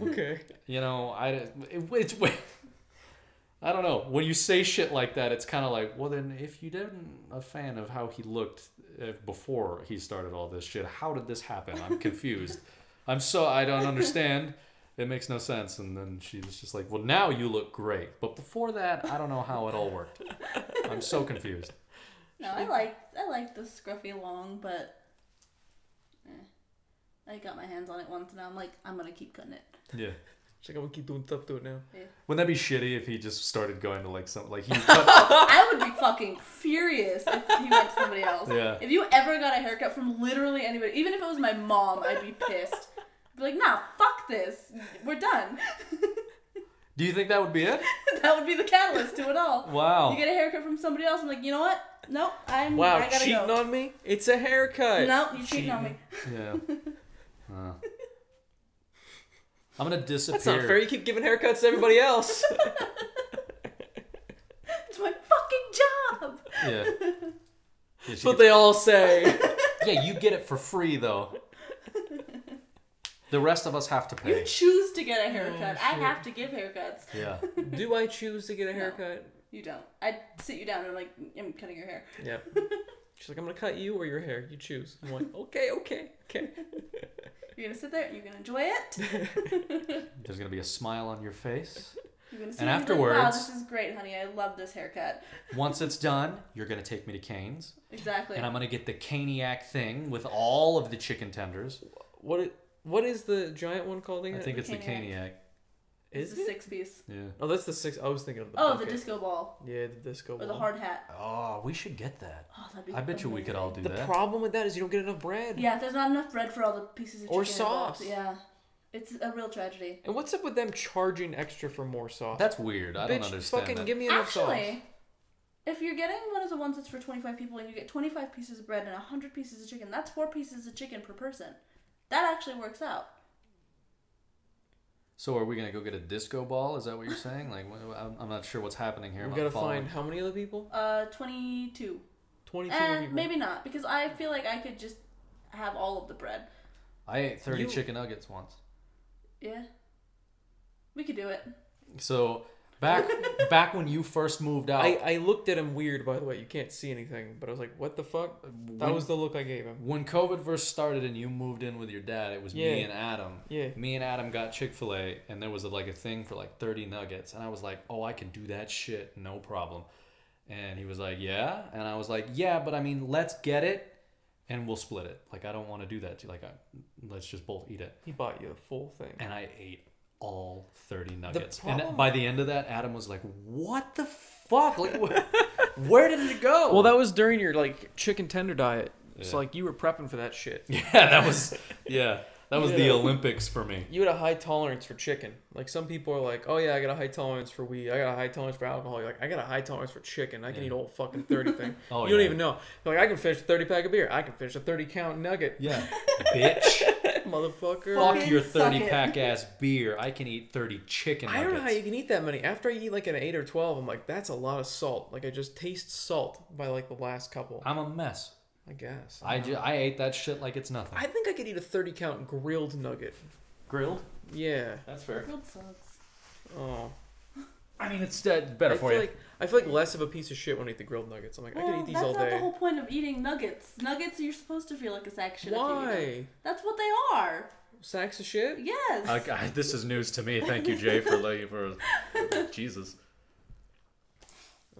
[SPEAKER 2] Oh, okay.
[SPEAKER 1] You know, I it, it's I don't know. When you say shit like that, it's kind of like, well, then if you didn't a fan of how he looked uh, before he started all this shit, how did this happen? I'm confused. I'm so I don't understand. It makes no sense. And then she was just like, well, now you look great, but before that, I don't know how it all worked. I'm so confused.
[SPEAKER 3] No, I like I like the scruffy long, but eh. I got my hands on it once, and I'm like, I'm gonna keep cutting it.
[SPEAKER 1] Yeah.
[SPEAKER 2] She's like, I'm gonna keep doing stuff to it now.
[SPEAKER 1] Wouldn't that be shitty if he just started going to like some like he cut
[SPEAKER 3] I would be fucking furious if you went to somebody else.
[SPEAKER 1] Yeah.
[SPEAKER 3] If you ever got a haircut from literally anybody, even if it was my mom, I'd be pissed. I'd be like, nah, fuck this. We're done.
[SPEAKER 1] Do you think that would be it?
[SPEAKER 3] that would be the catalyst to it all.
[SPEAKER 1] Wow.
[SPEAKER 3] You get a haircut from somebody else, I'm like, you know what? Nope, I'm
[SPEAKER 2] Wow,
[SPEAKER 3] I gotta
[SPEAKER 2] cheating
[SPEAKER 3] go.
[SPEAKER 2] on me? It's a haircut.
[SPEAKER 3] no, you're cheating on me.
[SPEAKER 1] Yeah. Wow. I'm gonna disappear.
[SPEAKER 2] That's not fair. You keep giving haircuts to everybody else.
[SPEAKER 3] It's my fucking job.
[SPEAKER 1] Yeah. Yeah,
[SPEAKER 2] That's
[SPEAKER 1] she
[SPEAKER 2] what
[SPEAKER 1] gets-
[SPEAKER 2] they all say.
[SPEAKER 1] yeah, you get it for free though. The rest of us have to
[SPEAKER 3] You
[SPEAKER 1] pay.
[SPEAKER 3] choose to get a haircut. I
[SPEAKER 2] shit.
[SPEAKER 3] have to give haircuts.
[SPEAKER 1] Yeah.
[SPEAKER 2] Do I choose to get a haircut?
[SPEAKER 3] You don't. I sit you down and I'm like, I'm cutting your hair.
[SPEAKER 2] Yeah. She's like, I'm gonna cut you or your hair. You choose. I'm like, okay, okay, okay.
[SPEAKER 3] You're gonna sit there. You're gonna enjoy it.
[SPEAKER 1] There's gonna be a smile on your face.
[SPEAKER 3] You're gonna sit
[SPEAKER 1] And
[SPEAKER 3] there be like, wow,
[SPEAKER 1] afterwards-
[SPEAKER 3] this is great, honey. I love this haircut.
[SPEAKER 1] Once it's done, you're gonna take me to Canes,
[SPEAKER 3] Exactly.
[SPEAKER 1] and I'm gonna get the Caniac thing with all of the chicken tenders.
[SPEAKER 2] What? i- what is the giant one called
[SPEAKER 1] I
[SPEAKER 2] again?
[SPEAKER 1] think
[SPEAKER 3] The
[SPEAKER 1] it's the Caniac.
[SPEAKER 3] Caniac.
[SPEAKER 2] is
[SPEAKER 3] it's a
[SPEAKER 2] it?
[SPEAKER 3] six piece.
[SPEAKER 1] Yeah.
[SPEAKER 2] Oh, that's the six. I was thinking of the.
[SPEAKER 3] Oh, the
[SPEAKER 2] bucket.
[SPEAKER 3] disco ball
[SPEAKER 2] Yeah, the disco.
[SPEAKER 3] or the
[SPEAKER 2] one.
[SPEAKER 3] hard hat.
[SPEAKER 1] Oh, we should get that.
[SPEAKER 3] Oh, that'd be.
[SPEAKER 1] I bet you we could all do
[SPEAKER 2] The
[SPEAKER 1] that.
[SPEAKER 2] problem with that is you don't get enough bread.
[SPEAKER 3] Yeah, there's not enough bread for all the pieces of chicken
[SPEAKER 2] Or
[SPEAKER 3] involved.
[SPEAKER 2] sauce.
[SPEAKER 3] Yeah, it's a real tragedy.
[SPEAKER 2] And what's up with them charging extra for more sauce?
[SPEAKER 1] That's weird. I
[SPEAKER 2] Bitch,
[SPEAKER 1] don't understand
[SPEAKER 2] fucking
[SPEAKER 1] that.
[SPEAKER 2] give me enough sauce.
[SPEAKER 3] Actually, if you're getting one of the ones that's for 25 people and you get 25 pieces of bread and 100 pieces of chicken, that's four pieces of chicken per person. That actually works out.
[SPEAKER 1] So are we gonna go get a disco ball? Is that what you're saying? Like, wh- I'm I'm not sure what's happening here.
[SPEAKER 2] We
[SPEAKER 1] I'm
[SPEAKER 2] gotta
[SPEAKER 1] not following.
[SPEAKER 2] find how many other people?
[SPEAKER 3] Uh, 22.
[SPEAKER 2] Twenty-two
[SPEAKER 3] Eh,
[SPEAKER 2] people.
[SPEAKER 3] maybe not, because I feel like I could just have all of the bread.
[SPEAKER 1] I ate 30
[SPEAKER 2] You-
[SPEAKER 1] chicken nuggets once.
[SPEAKER 3] Yeah. We could do it.
[SPEAKER 1] So back back when you first moved out,
[SPEAKER 2] I, I looked at him weird, by the way. You can't see anything, but I was like, what the fuck? That
[SPEAKER 1] when-
[SPEAKER 2] was the look I gave him.
[SPEAKER 1] when COVID first started and you moved in with your dad, it was me
[SPEAKER 2] Yeah.
[SPEAKER 1] and Adam.
[SPEAKER 2] Yeah.
[SPEAKER 1] Me and Adam got Chick Fil A, and there was like a thing for like 30 nuggets, and I was like, oh, I can do that shit, no problem.
[SPEAKER 6] And he was like, yeah. And I was like, yeah, but I mean, let's get it and we'll split it. Like, I don't want to do that. To, like, I, let's just both eat it.
[SPEAKER 2] He bought you the full thing.
[SPEAKER 6] And I ate all 30 nuggets.
[SPEAKER 2] problem-
[SPEAKER 6] And by the end of that, Adam was like, what the fuck? Like, wh- where did it go?
[SPEAKER 2] Well, that was during your like chicken tender diet. So
[SPEAKER 6] Yeah.
[SPEAKER 2] like you were prepping for that shit.
[SPEAKER 6] Yeah, that was, yeah, that was the
[SPEAKER 2] Yeah.
[SPEAKER 6] Olympics for me.
[SPEAKER 2] You had a high tolerance for chicken. Like some people are like, "Oh yeah, I got a high tolerance for weed. I got a high tolerance for alcohol." You're like, "I got a high tolerance for chicken. I can
[SPEAKER 6] Yeah.
[SPEAKER 2] eat a whole fucking thirty thing."
[SPEAKER 6] Oh,
[SPEAKER 2] you don't
[SPEAKER 6] yeah.
[SPEAKER 2] even know. You're like, "I can finish a thirty pack of beer. I can finish a thirty count nugget,
[SPEAKER 6] Yeah. Bitch.
[SPEAKER 2] motherfucker."
[SPEAKER 6] Fuck
[SPEAKER 3] Fucking
[SPEAKER 6] your
[SPEAKER 3] suck
[SPEAKER 6] 30
[SPEAKER 3] it.
[SPEAKER 6] pack ass beer. I can eat 30 chicken
[SPEAKER 2] I
[SPEAKER 6] nuggets.
[SPEAKER 2] don't know how you can eat that many. After I eat like an eight or twelve, I'm like, "That's a lot of salt." Like I just taste salt by like the last couple.
[SPEAKER 6] I'm a mess.
[SPEAKER 2] I guess.
[SPEAKER 6] I, ju- I ate that shit like it's nothing.
[SPEAKER 2] I think I could eat a thirty count grilled nugget.
[SPEAKER 6] Grilled?
[SPEAKER 2] Yeah.
[SPEAKER 6] That's fair.
[SPEAKER 7] Grilled sucks.
[SPEAKER 2] Oh.
[SPEAKER 6] I mean, it's uh, better
[SPEAKER 2] I
[SPEAKER 6] for
[SPEAKER 2] feel
[SPEAKER 6] you.
[SPEAKER 2] like I feel like less of a piece of shit when I eat the grilled nuggets. I'm like, I could eat these
[SPEAKER 3] that's
[SPEAKER 2] all
[SPEAKER 3] not the
[SPEAKER 2] day.
[SPEAKER 3] whole point of eating nuggets. Nuggets, you're supposed to feel like a sack of shit. if you eat them.
[SPEAKER 2] Why?
[SPEAKER 3] That's what they are.
[SPEAKER 2] Sacks of shit?
[SPEAKER 3] Yes.
[SPEAKER 1] I, I- this is news to me. Thank you, Jay, for like for Jesus.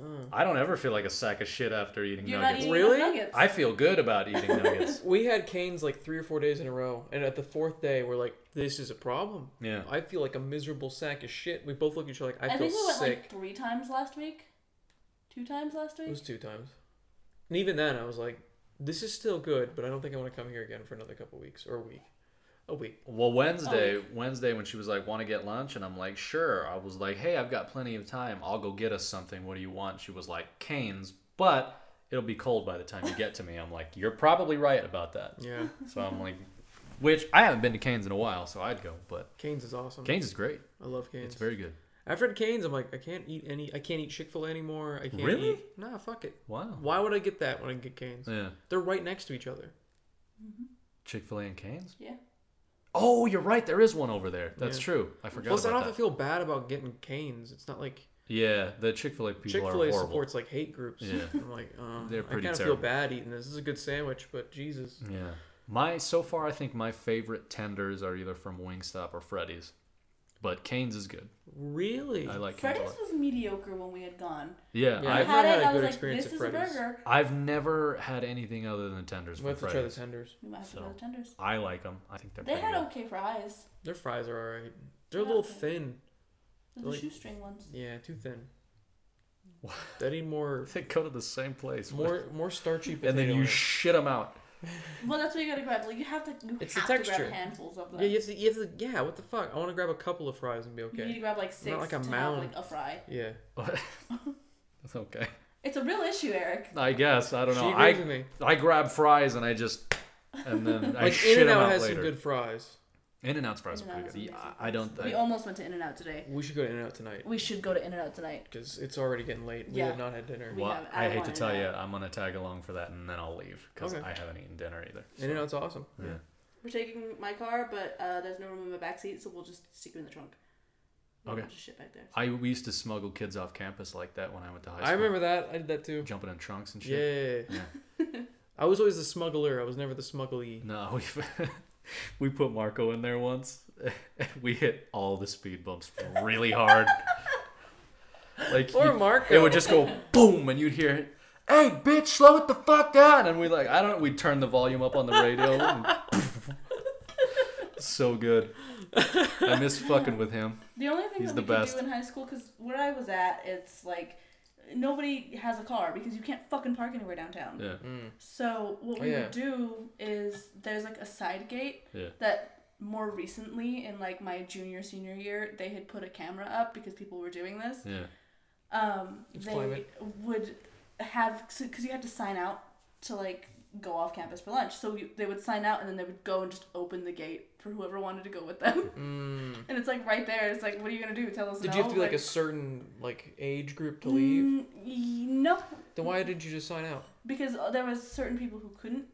[SPEAKER 2] Mm.
[SPEAKER 1] I don't ever feel like a sack of shit after eating
[SPEAKER 3] You're not
[SPEAKER 1] nuggets.
[SPEAKER 3] eating
[SPEAKER 2] Really?
[SPEAKER 3] nuggets.
[SPEAKER 1] I feel good about eating nuggets.
[SPEAKER 2] We had canes like three or four days in a row, and at the fourth day, we're like, "This is a problem."
[SPEAKER 1] Yeah.
[SPEAKER 2] I feel like a miserable sack of shit. We both look at each other like, "I,
[SPEAKER 3] I
[SPEAKER 2] feel
[SPEAKER 3] think we went
[SPEAKER 2] sick."
[SPEAKER 3] like three times last week. Two times last
[SPEAKER 2] It
[SPEAKER 3] week.
[SPEAKER 2] was two times, and even then, I was like, "This is still good, but I don't think I want to come here again for another couple weeks or a week, a week."
[SPEAKER 1] Well, Wednesday, Wednesday when she was like, "Want to get lunch?" and I'm like, "Sure." I was like, "Hey, I've got plenty of time. I'll go get us something. What do you want?" She was like, "Canes, but it'll be cold by the time you get to me." I'm like, "You're probably right about that."
[SPEAKER 2] Yeah,
[SPEAKER 1] So I'm like, which I haven't been to Canes in a while, so I'd go. But
[SPEAKER 2] canes is awesome.
[SPEAKER 1] Canes is great.
[SPEAKER 2] I love canes.
[SPEAKER 1] It's very good.
[SPEAKER 2] After at canes, I'm like, I can't eat any. I can't eat Chick Fil A anymore. I can't
[SPEAKER 1] Really?
[SPEAKER 2] Eat. Nah, fuck it.
[SPEAKER 1] Wow.
[SPEAKER 2] Why would I get that when I get canes?
[SPEAKER 1] Yeah.
[SPEAKER 2] They're right next to each other.
[SPEAKER 1] Chick Fil A and Canes.
[SPEAKER 3] Yeah.
[SPEAKER 1] Oh, you're right. There is one over there. That's
[SPEAKER 2] Yeah.
[SPEAKER 1] true. I forgot
[SPEAKER 2] Plus, I don't
[SPEAKER 1] about
[SPEAKER 2] have to
[SPEAKER 1] that.
[SPEAKER 2] feel bad about getting canes. It's not like
[SPEAKER 1] yeah, the Chick Fil A people
[SPEAKER 2] Chick
[SPEAKER 1] are
[SPEAKER 2] Fil A
[SPEAKER 1] horrible.
[SPEAKER 2] supports like hate groups.
[SPEAKER 1] Yeah.
[SPEAKER 2] I'm like, uh,
[SPEAKER 1] They're pretty
[SPEAKER 2] I kind of feel
[SPEAKER 1] terrible. Mm.
[SPEAKER 2] bad eating this. This is a good sandwich, but Jesus,
[SPEAKER 1] Yeah. My so far, I think my favorite tenders are either from Wingstop or Freddy's, but Canes is good.
[SPEAKER 2] really?
[SPEAKER 1] I like Canes. a
[SPEAKER 3] Freddy's
[SPEAKER 1] lot.
[SPEAKER 3] was mediocre when we had gone.
[SPEAKER 1] Yeah,
[SPEAKER 2] Yeah,
[SPEAKER 3] I
[SPEAKER 1] I've,
[SPEAKER 2] I've-
[SPEAKER 3] had
[SPEAKER 2] never had a
[SPEAKER 3] it. I was
[SPEAKER 2] good
[SPEAKER 3] like,
[SPEAKER 2] experience
[SPEAKER 3] this
[SPEAKER 2] at
[SPEAKER 3] is a
[SPEAKER 2] Freddy's.
[SPEAKER 3] burger.
[SPEAKER 1] I've never had anything other than tenders
[SPEAKER 2] We
[SPEAKER 1] from
[SPEAKER 2] have to try the
[SPEAKER 1] Freddy's.
[SPEAKER 2] tenders.
[SPEAKER 3] We might have to
[SPEAKER 1] So.
[SPEAKER 3] go to Tenders.
[SPEAKER 1] I like them. I think they're.
[SPEAKER 3] They
[SPEAKER 1] pretty
[SPEAKER 3] had
[SPEAKER 1] good.
[SPEAKER 3] okay fries.
[SPEAKER 2] Their fries are alright. They're a
[SPEAKER 3] Yeah,
[SPEAKER 2] little
[SPEAKER 3] okay.
[SPEAKER 2] thin.
[SPEAKER 3] The
[SPEAKER 2] Like-
[SPEAKER 3] shoestring ones.
[SPEAKER 2] Yeah, too thin. They need more,
[SPEAKER 1] They go to the same place.
[SPEAKER 2] more, more starchy. Potato
[SPEAKER 1] and then
[SPEAKER 2] in
[SPEAKER 1] you
[SPEAKER 2] it.
[SPEAKER 1] shit them out.
[SPEAKER 3] Well, that's what you gotta grab. Like you have to. You
[SPEAKER 2] It's the
[SPEAKER 3] have To
[SPEAKER 2] texture.
[SPEAKER 3] grab handfuls of them.
[SPEAKER 2] yeah, you have to, you have to, yeah. What the fuck? I want to grab a couple of fries and be
[SPEAKER 3] You need to
[SPEAKER 2] okay.
[SPEAKER 3] grab like six
[SPEAKER 2] like a
[SPEAKER 3] to
[SPEAKER 2] mound.
[SPEAKER 3] have like a fry.
[SPEAKER 2] Yeah,
[SPEAKER 1] What? That's okay.
[SPEAKER 3] It's a real issue, Eric.
[SPEAKER 1] I guess I don't know.
[SPEAKER 2] she agrees
[SPEAKER 1] I
[SPEAKER 2] with me.
[SPEAKER 1] I grab fries and I just and then I
[SPEAKER 2] Like
[SPEAKER 1] shit
[SPEAKER 2] In and
[SPEAKER 1] 'em
[SPEAKER 2] Out
[SPEAKER 1] out
[SPEAKER 2] has
[SPEAKER 1] later.
[SPEAKER 2] some good fries.
[SPEAKER 1] In and Out's fries are
[SPEAKER 3] In-N-Out
[SPEAKER 1] pretty
[SPEAKER 3] is
[SPEAKER 1] good.
[SPEAKER 3] amazing.
[SPEAKER 1] Yeah, I don't.
[SPEAKER 3] We
[SPEAKER 1] I,
[SPEAKER 3] almost went to In and Out today.
[SPEAKER 2] We should go to In and Out tonight
[SPEAKER 3] We should go to In and Out tonight.
[SPEAKER 2] because it's already getting late. We
[SPEAKER 3] Yeah.
[SPEAKER 2] have not had dinner.
[SPEAKER 3] we
[SPEAKER 1] well,
[SPEAKER 3] have- I
[SPEAKER 1] I hate to
[SPEAKER 3] want
[SPEAKER 1] tell you,
[SPEAKER 3] In-N-Out.
[SPEAKER 1] I'm gonna tag along for that and then I'll leave because
[SPEAKER 2] Okay.
[SPEAKER 1] I haven't eaten dinner either.
[SPEAKER 2] In and Out's awesome.
[SPEAKER 1] Yeah.
[SPEAKER 3] We're taking my car, but uh, there's no room in my back seat, so we'll just stick you in the trunk. We'll
[SPEAKER 1] Okay.
[SPEAKER 3] Just shit back there.
[SPEAKER 1] I we used to smuggle kids off campus like that when I went to high school.
[SPEAKER 2] I remember that. I did that too.
[SPEAKER 1] jumping in trunks and shit.
[SPEAKER 2] Yeah. I was always the smuggler. I was never the smuggly.
[SPEAKER 1] No, we we put Marco in there once. we hit all the speed bumps really hard. like
[SPEAKER 2] Or
[SPEAKER 1] you-
[SPEAKER 2] Marco.
[SPEAKER 1] It would just go boom, and you'd hear, "Hey, bitch, slow it the fuck down!" And we like, I don't. We'd turn the volume up on the radio. and so good. I miss fucking with him.
[SPEAKER 3] The only thing
[SPEAKER 1] He's
[SPEAKER 3] that
[SPEAKER 1] the
[SPEAKER 3] we
[SPEAKER 1] best.
[SPEAKER 3] could do in high school, because where I was at, it's like nobody has a car because you can't fucking park anywhere downtown.
[SPEAKER 1] Yeah,
[SPEAKER 3] So what
[SPEAKER 2] Oh,
[SPEAKER 3] we
[SPEAKER 2] yeah.
[SPEAKER 3] would do is there's like a side gate
[SPEAKER 1] Yeah.
[SPEAKER 3] that more recently in like my junior senior year they had put a camera up because people were doing this.
[SPEAKER 1] yeah.
[SPEAKER 3] Um,
[SPEAKER 2] It's
[SPEAKER 3] they
[SPEAKER 2] private.
[SPEAKER 3] would have because you had to sign out to like go off campus for lunch. So you, they would sign out and then they would go and just open the gate for whoever wanted to go with them.
[SPEAKER 2] Mm.
[SPEAKER 3] and it's like right there. It's like, what are you gonna do? Tell us.
[SPEAKER 2] Did
[SPEAKER 3] no?
[SPEAKER 2] you have to be like a certain like age group to leave?
[SPEAKER 3] Mm, y- no,
[SPEAKER 2] Then why did you just sign out?
[SPEAKER 3] because uh, there was certain people who couldn't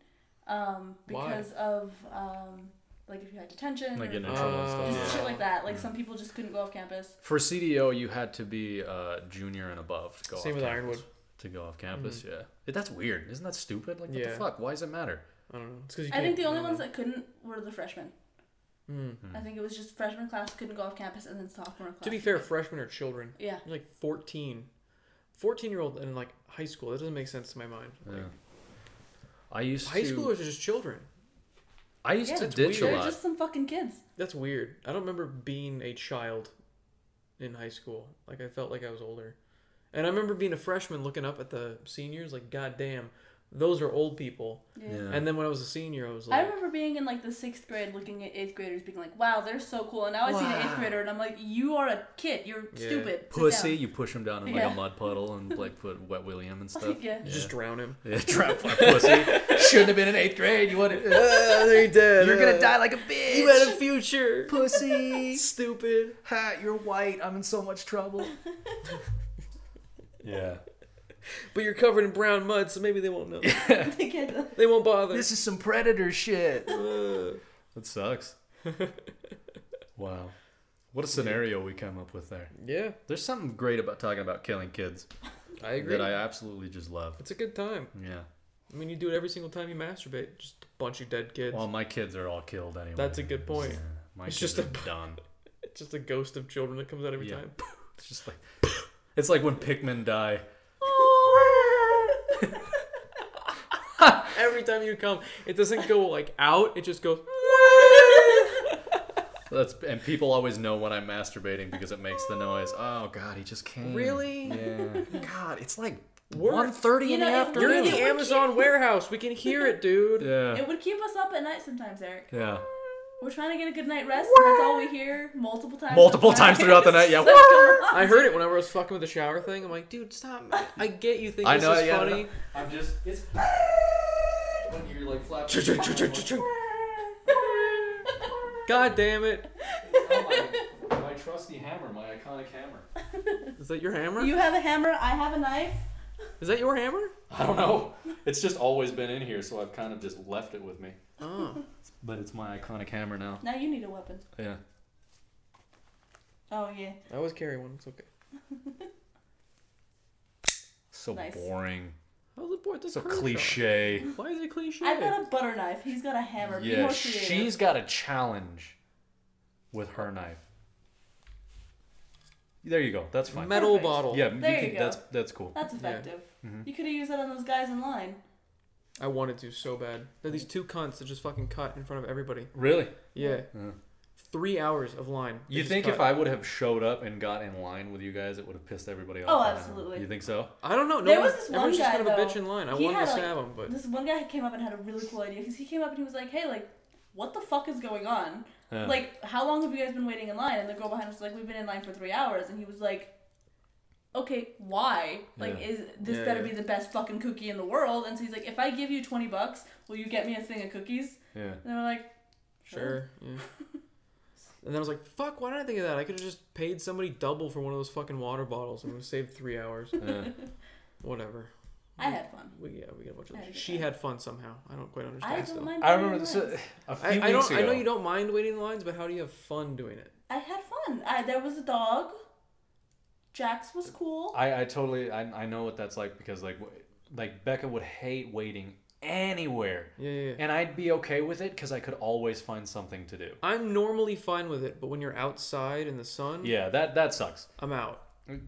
[SPEAKER 3] um,
[SPEAKER 2] Why?
[SPEAKER 3] because of um, like if you had detention
[SPEAKER 1] Like
[SPEAKER 2] Oh,
[SPEAKER 3] or
[SPEAKER 1] getting in trouble and stuff.
[SPEAKER 3] just
[SPEAKER 1] Yeah.
[SPEAKER 3] shit like that. Like some people just couldn't go off campus.
[SPEAKER 1] For CDO, you had to be uh, junior and above to go
[SPEAKER 2] Same
[SPEAKER 1] off
[SPEAKER 2] with
[SPEAKER 1] campus.
[SPEAKER 2] Ironwood. Mm-hmm.
[SPEAKER 1] To go off campus, yeah. It- That's weird. Isn't that stupid? Like, what the
[SPEAKER 2] Yeah.
[SPEAKER 1] fuck? Why does it matter?
[SPEAKER 2] I don't know. It's because you.
[SPEAKER 3] I
[SPEAKER 2] Can't,
[SPEAKER 3] think the only
[SPEAKER 2] don't
[SPEAKER 3] ones
[SPEAKER 2] know.
[SPEAKER 3] that couldn't were the freshmen.
[SPEAKER 2] Mm.
[SPEAKER 3] I think it was just freshman class couldn't go off campus, and then sophomore class.
[SPEAKER 2] To be fair, freshmen are children.
[SPEAKER 3] yeah,
[SPEAKER 2] You're like 14. 14 year old and in like high school. That doesn't make sense to my mind. Like,
[SPEAKER 8] I used
[SPEAKER 2] high
[SPEAKER 8] to.
[SPEAKER 2] schoolers are just children.
[SPEAKER 8] I used
[SPEAKER 2] Yeah,
[SPEAKER 8] to
[SPEAKER 2] it's
[SPEAKER 8] ditch
[SPEAKER 2] weird.
[SPEAKER 8] a
[SPEAKER 3] They're
[SPEAKER 8] lot.
[SPEAKER 3] just some fucking kids.
[SPEAKER 2] That's weird. I don't remember being a child in high school. Like I felt like I was older. And I remember being a freshman looking up at the seniors like god damn, those are old people.
[SPEAKER 8] Yeah.
[SPEAKER 2] And then when I was a senior, I was
[SPEAKER 3] I
[SPEAKER 2] like
[SPEAKER 3] remember being in like the sixth grade, looking at eighth graders, being like, "Wow, they're so cool." And now I see an eighth grader, and I'm like, "You are a kid. You're
[SPEAKER 2] Yeah.
[SPEAKER 3] stupid. Sit
[SPEAKER 8] Pussy, you push him down in like
[SPEAKER 3] Yeah.
[SPEAKER 8] a mud puddle and like put wet William and
[SPEAKER 3] down."
[SPEAKER 8] stuff.
[SPEAKER 3] yeah.
[SPEAKER 2] you just drown him.
[SPEAKER 8] Yeah, trap my pussy. Shouldn't have been in eighth grade. You wanted.
[SPEAKER 2] they're dead.
[SPEAKER 8] You're gonna die like a bitch.
[SPEAKER 2] You had a future.
[SPEAKER 8] pussy.
[SPEAKER 2] Stupid.
[SPEAKER 8] Ha, you're white. I'm in so much trouble.
[SPEAKER 9] Yeah.
[SPEAKER 2] But you're covered in brown mud, so maybe they won't know.
[SPEAKER 3] They can't-
[SPEAKER 2] they won't bother.
[SPEAKER 8] This is some predator shit.
[SPEAKER 2] Uh,
[SPEAKER 1] That sucks. wow. What a scenario we come up with there.
[SPEAKER 2] yeah,
[SPEAKER 1] There's something great about talking about killing kids
[SPEAKER 2] I agree.
[SPEAKER 1] that I absolutely just love.
[SPEAKER 2] It's a good time.
[SPEAKER 1] Yeah.
[SPEAKER 2] I mean, you do it every single time you masturbate. Just a bunch of dead kids.
[SPEAKER 1] Well, my kids are all killed anyway.
[SPEAKER 2] That's a good point.
[SPEAKER 1] Yeah, my
[SPEAKER 2] It's
[SPEAKER 1] kids
[SPEAKER 2] just a-
[SPEAKER 1] are done.
[SPEAKER 2] just a ghost of children that comes out every
[SPEAKER 1] Yeah.
[SPEAKER 2] time.
[SPEAKER 1] It's just like it's like when Pikmin die.
[SPEAKER 2] Every time you come, it doesn't go like out. It just goes.
[SPEAKER 1] That's and people always know when I'm masturbating because it makes the noise. Oh God, he just came.
[SPEAKER 2] Really?
[SPEAKER 1] Yeah. God, it's like
[SPEAKER 2] We're-
[SPEAKER 1] one thirty in the
[SPEAKER 3] You know, if
[SPEAKER 1] afternoon.
[SPEAKER 2] You're in
[SPEAKER 3] Really?
[SPEAKER 2] the Amazon warehouse. We can hear it, dude.
[SPEAKER 1] Yeah.
[SPEAKER 3] It would keep us up at night sometimes, Eric.
[SPEAKER 1] Yeah.
[SPEAKER 3] We're trying to get a good night rest, and that's all we hear multiple times.
[SPEAKER 1] Multiple times throughout the night. Yeah.
[SPEAKER 2] I heard it whenever I was fucking with the shower thing. I'm like, dude, stop. I get you think
[SPEAKER 1] I
[SPEAKER 2] this
[SPEAKER 1] know,
[SPEAKER 2] is
[SPEAKER 1] yeah, I
[SPEAKER 2] funny.
[SPEAKER 9] I'm just. It's. When you're like flapping.
[SPEAKER 2] God damn it!
[SPEAKER 1] my, my trusty hammer, my iconic hammer.
[SPEAKER 2] Is that your hammer?
[SPEAKER 3] You have a hammer. I have a knife.
[SPEAKER 2] Is that your hammer?
[SPEAKER 1] I don't know. It's just always been in here, so I've kind of just left it with me.
[SPEAKER 2] Oh,
[SPEAKER 1] But it's my iconic hammer now.
[SPEAKER 3] Now you need a weapon.
[SPEAKER 1] Yeah.
[SPEAKER 3] Oh yeah.
[SPEAKER 2] I always carry one. It's okay.
[SPEAKER 1] So
[SPEAKER 3] Nice.
[SPEAKER 1] boring.
[SPEAKER 2] How's it boy? That's
[SPEAKER 1] So
[SPEAKER 2] a cruise
[SPEAKER 1] cliche.
[SPEAKER 2] shot. Why is it cliche?
[SPEAKER 3] I've got a butter knife. He's got a hammer. Be
[SPEAKER 1] Yeah,
[SPEAKER 3] more creative.
[SPEAKER 1] she's got a challenge with her knife. There you go. That's fine.
[SPEAKER 2] metal
[SPEAKER 3] Perfect.
[SPEAKER 2] bottle.
[SPEAKER 1] Yeah,
[SPEAKER 3] There you
[SPEAKER 1] can,
[SPEAKER 3] go.
[SPEAKER 1] that's that's cool.
[SPEAKER 3] That's effective.
[SPEAKER 1] Mm-hmm.
[SPEAKER 3] You could have used that on those guys in line.
[SPEAKER 2] I wanted to so bad. There are these two cunts that just fucking cut in front of everybody.
[SPEAKER 1] Really?
[SPEAKER 2] Yeah.
[SPEAKER 1] Yeah.
[SPEAKER 2] Three hours of line. They
[SPEAKER 1] You
[SPEAKER 2] just
[SPEAKER 1] think
[SPEAKER 2] cut.
[SPEAKER 1] if I would have showed up and got in line with you guys, it would have pissed everybody off?
[SPEAKER 3] Oh,
[SPEAKER 1] I don't know.
[SPEAKER 3] absolutely.
[SPEAKER 1] You think so?
[SPEAKER 2] I don't know. No
[SPEAKER 3] There
[SPEAKER 2] one-
[SPEAKER 3] was this one
[SPEAKER 2] everyone's just
[SPEAKER 3] guy,
[SPEAKER 2] kind of a
[SPEAKER 3] though.
[SPEAKER 2] bitch in line. I
[SPEAKER 3] He
[SPEAKER 2] wanted to
[SPEAKER 3] had, like-
[SPEAKER 2] stab him, but
[SPEAKER 3] This one guy came up and had a really cool idea because he came up and he was like, "Hey, like, what the fuck is going on?
[SPEAKER 1] Yeah.
[SPEAKER 3] Like, how long have you guys been waiting in line?" And the girl behind us was like, "We've been in line for three hours." And he was like, "Okay, why? Like,
[SPEAKER 1] Yeah.
[SPEAKER 3] is this
[SPEAKER 2] Yeah,
[SPEAKER 3] better
[SPEAKER 2] yeah.
[SPEAKER 3] be the best fucking cookie in the world?" And so he's like, "If I give you twenty bucks, will you get me a thing of cookies?"
[SPEAKER 1] Yeah.
[SPEAKER 3] And they were like,
[SPEAKER 2] sure. Yeah. and then I was like, fuck, why didn't I think of that? I could have just paid somebody double for one of those fucking water bottles and we saved three hours.
[SPEAKER 1] Yeah.
[SPEAKER 2] Whatever.
[SPEAKER 3] "I had fun.
[SPEAKER 2] We, yeah, we got a bunch of
[SPEAKER 3] I had a good
[SPEAKER 2] She
[SPEAKER 3] time.
[SPEAKER 2] had fun somehow. I don't quite understand.
[SPEAKER 3] I
[SPEAKER 2] still.
[SPEAKER 3] don't mind."
[SPEAKER 1] I
[SPEAKER 3] waiting
[SPEAKER 1] remember
[SPEAKER 3] in
[SPEAKER 1] this
[SPEAKER 3] lines.
[SPEAKER 1] uh, a few
[SPEAKER 2] I,
[SPEAKER 1] weeks
[SPEAKER 2] I don't.
[SPEAKER 1] ago.
[SPEAKER 2] I know you don't mind waiting in lines, but how do you have fun doing it?
[SPEAKER 3] I had fun. I, there was a dog. Jax was cool.
[SPEAKER 1] I, I totally I, I know what that's like because like w- like Becca would hate waiting anywhere,
[SPEAKER 2] Yeah, yeah. yeah.
[SPEAKER 1] and I'd be okay with it because I could always find something to do.
[SPEAKER 2] I'm normally fine with it, but when you're outside in the sun,
[SPEAKER 1] Yeah, that that sucks.
[SPEAKER 2] I'm out.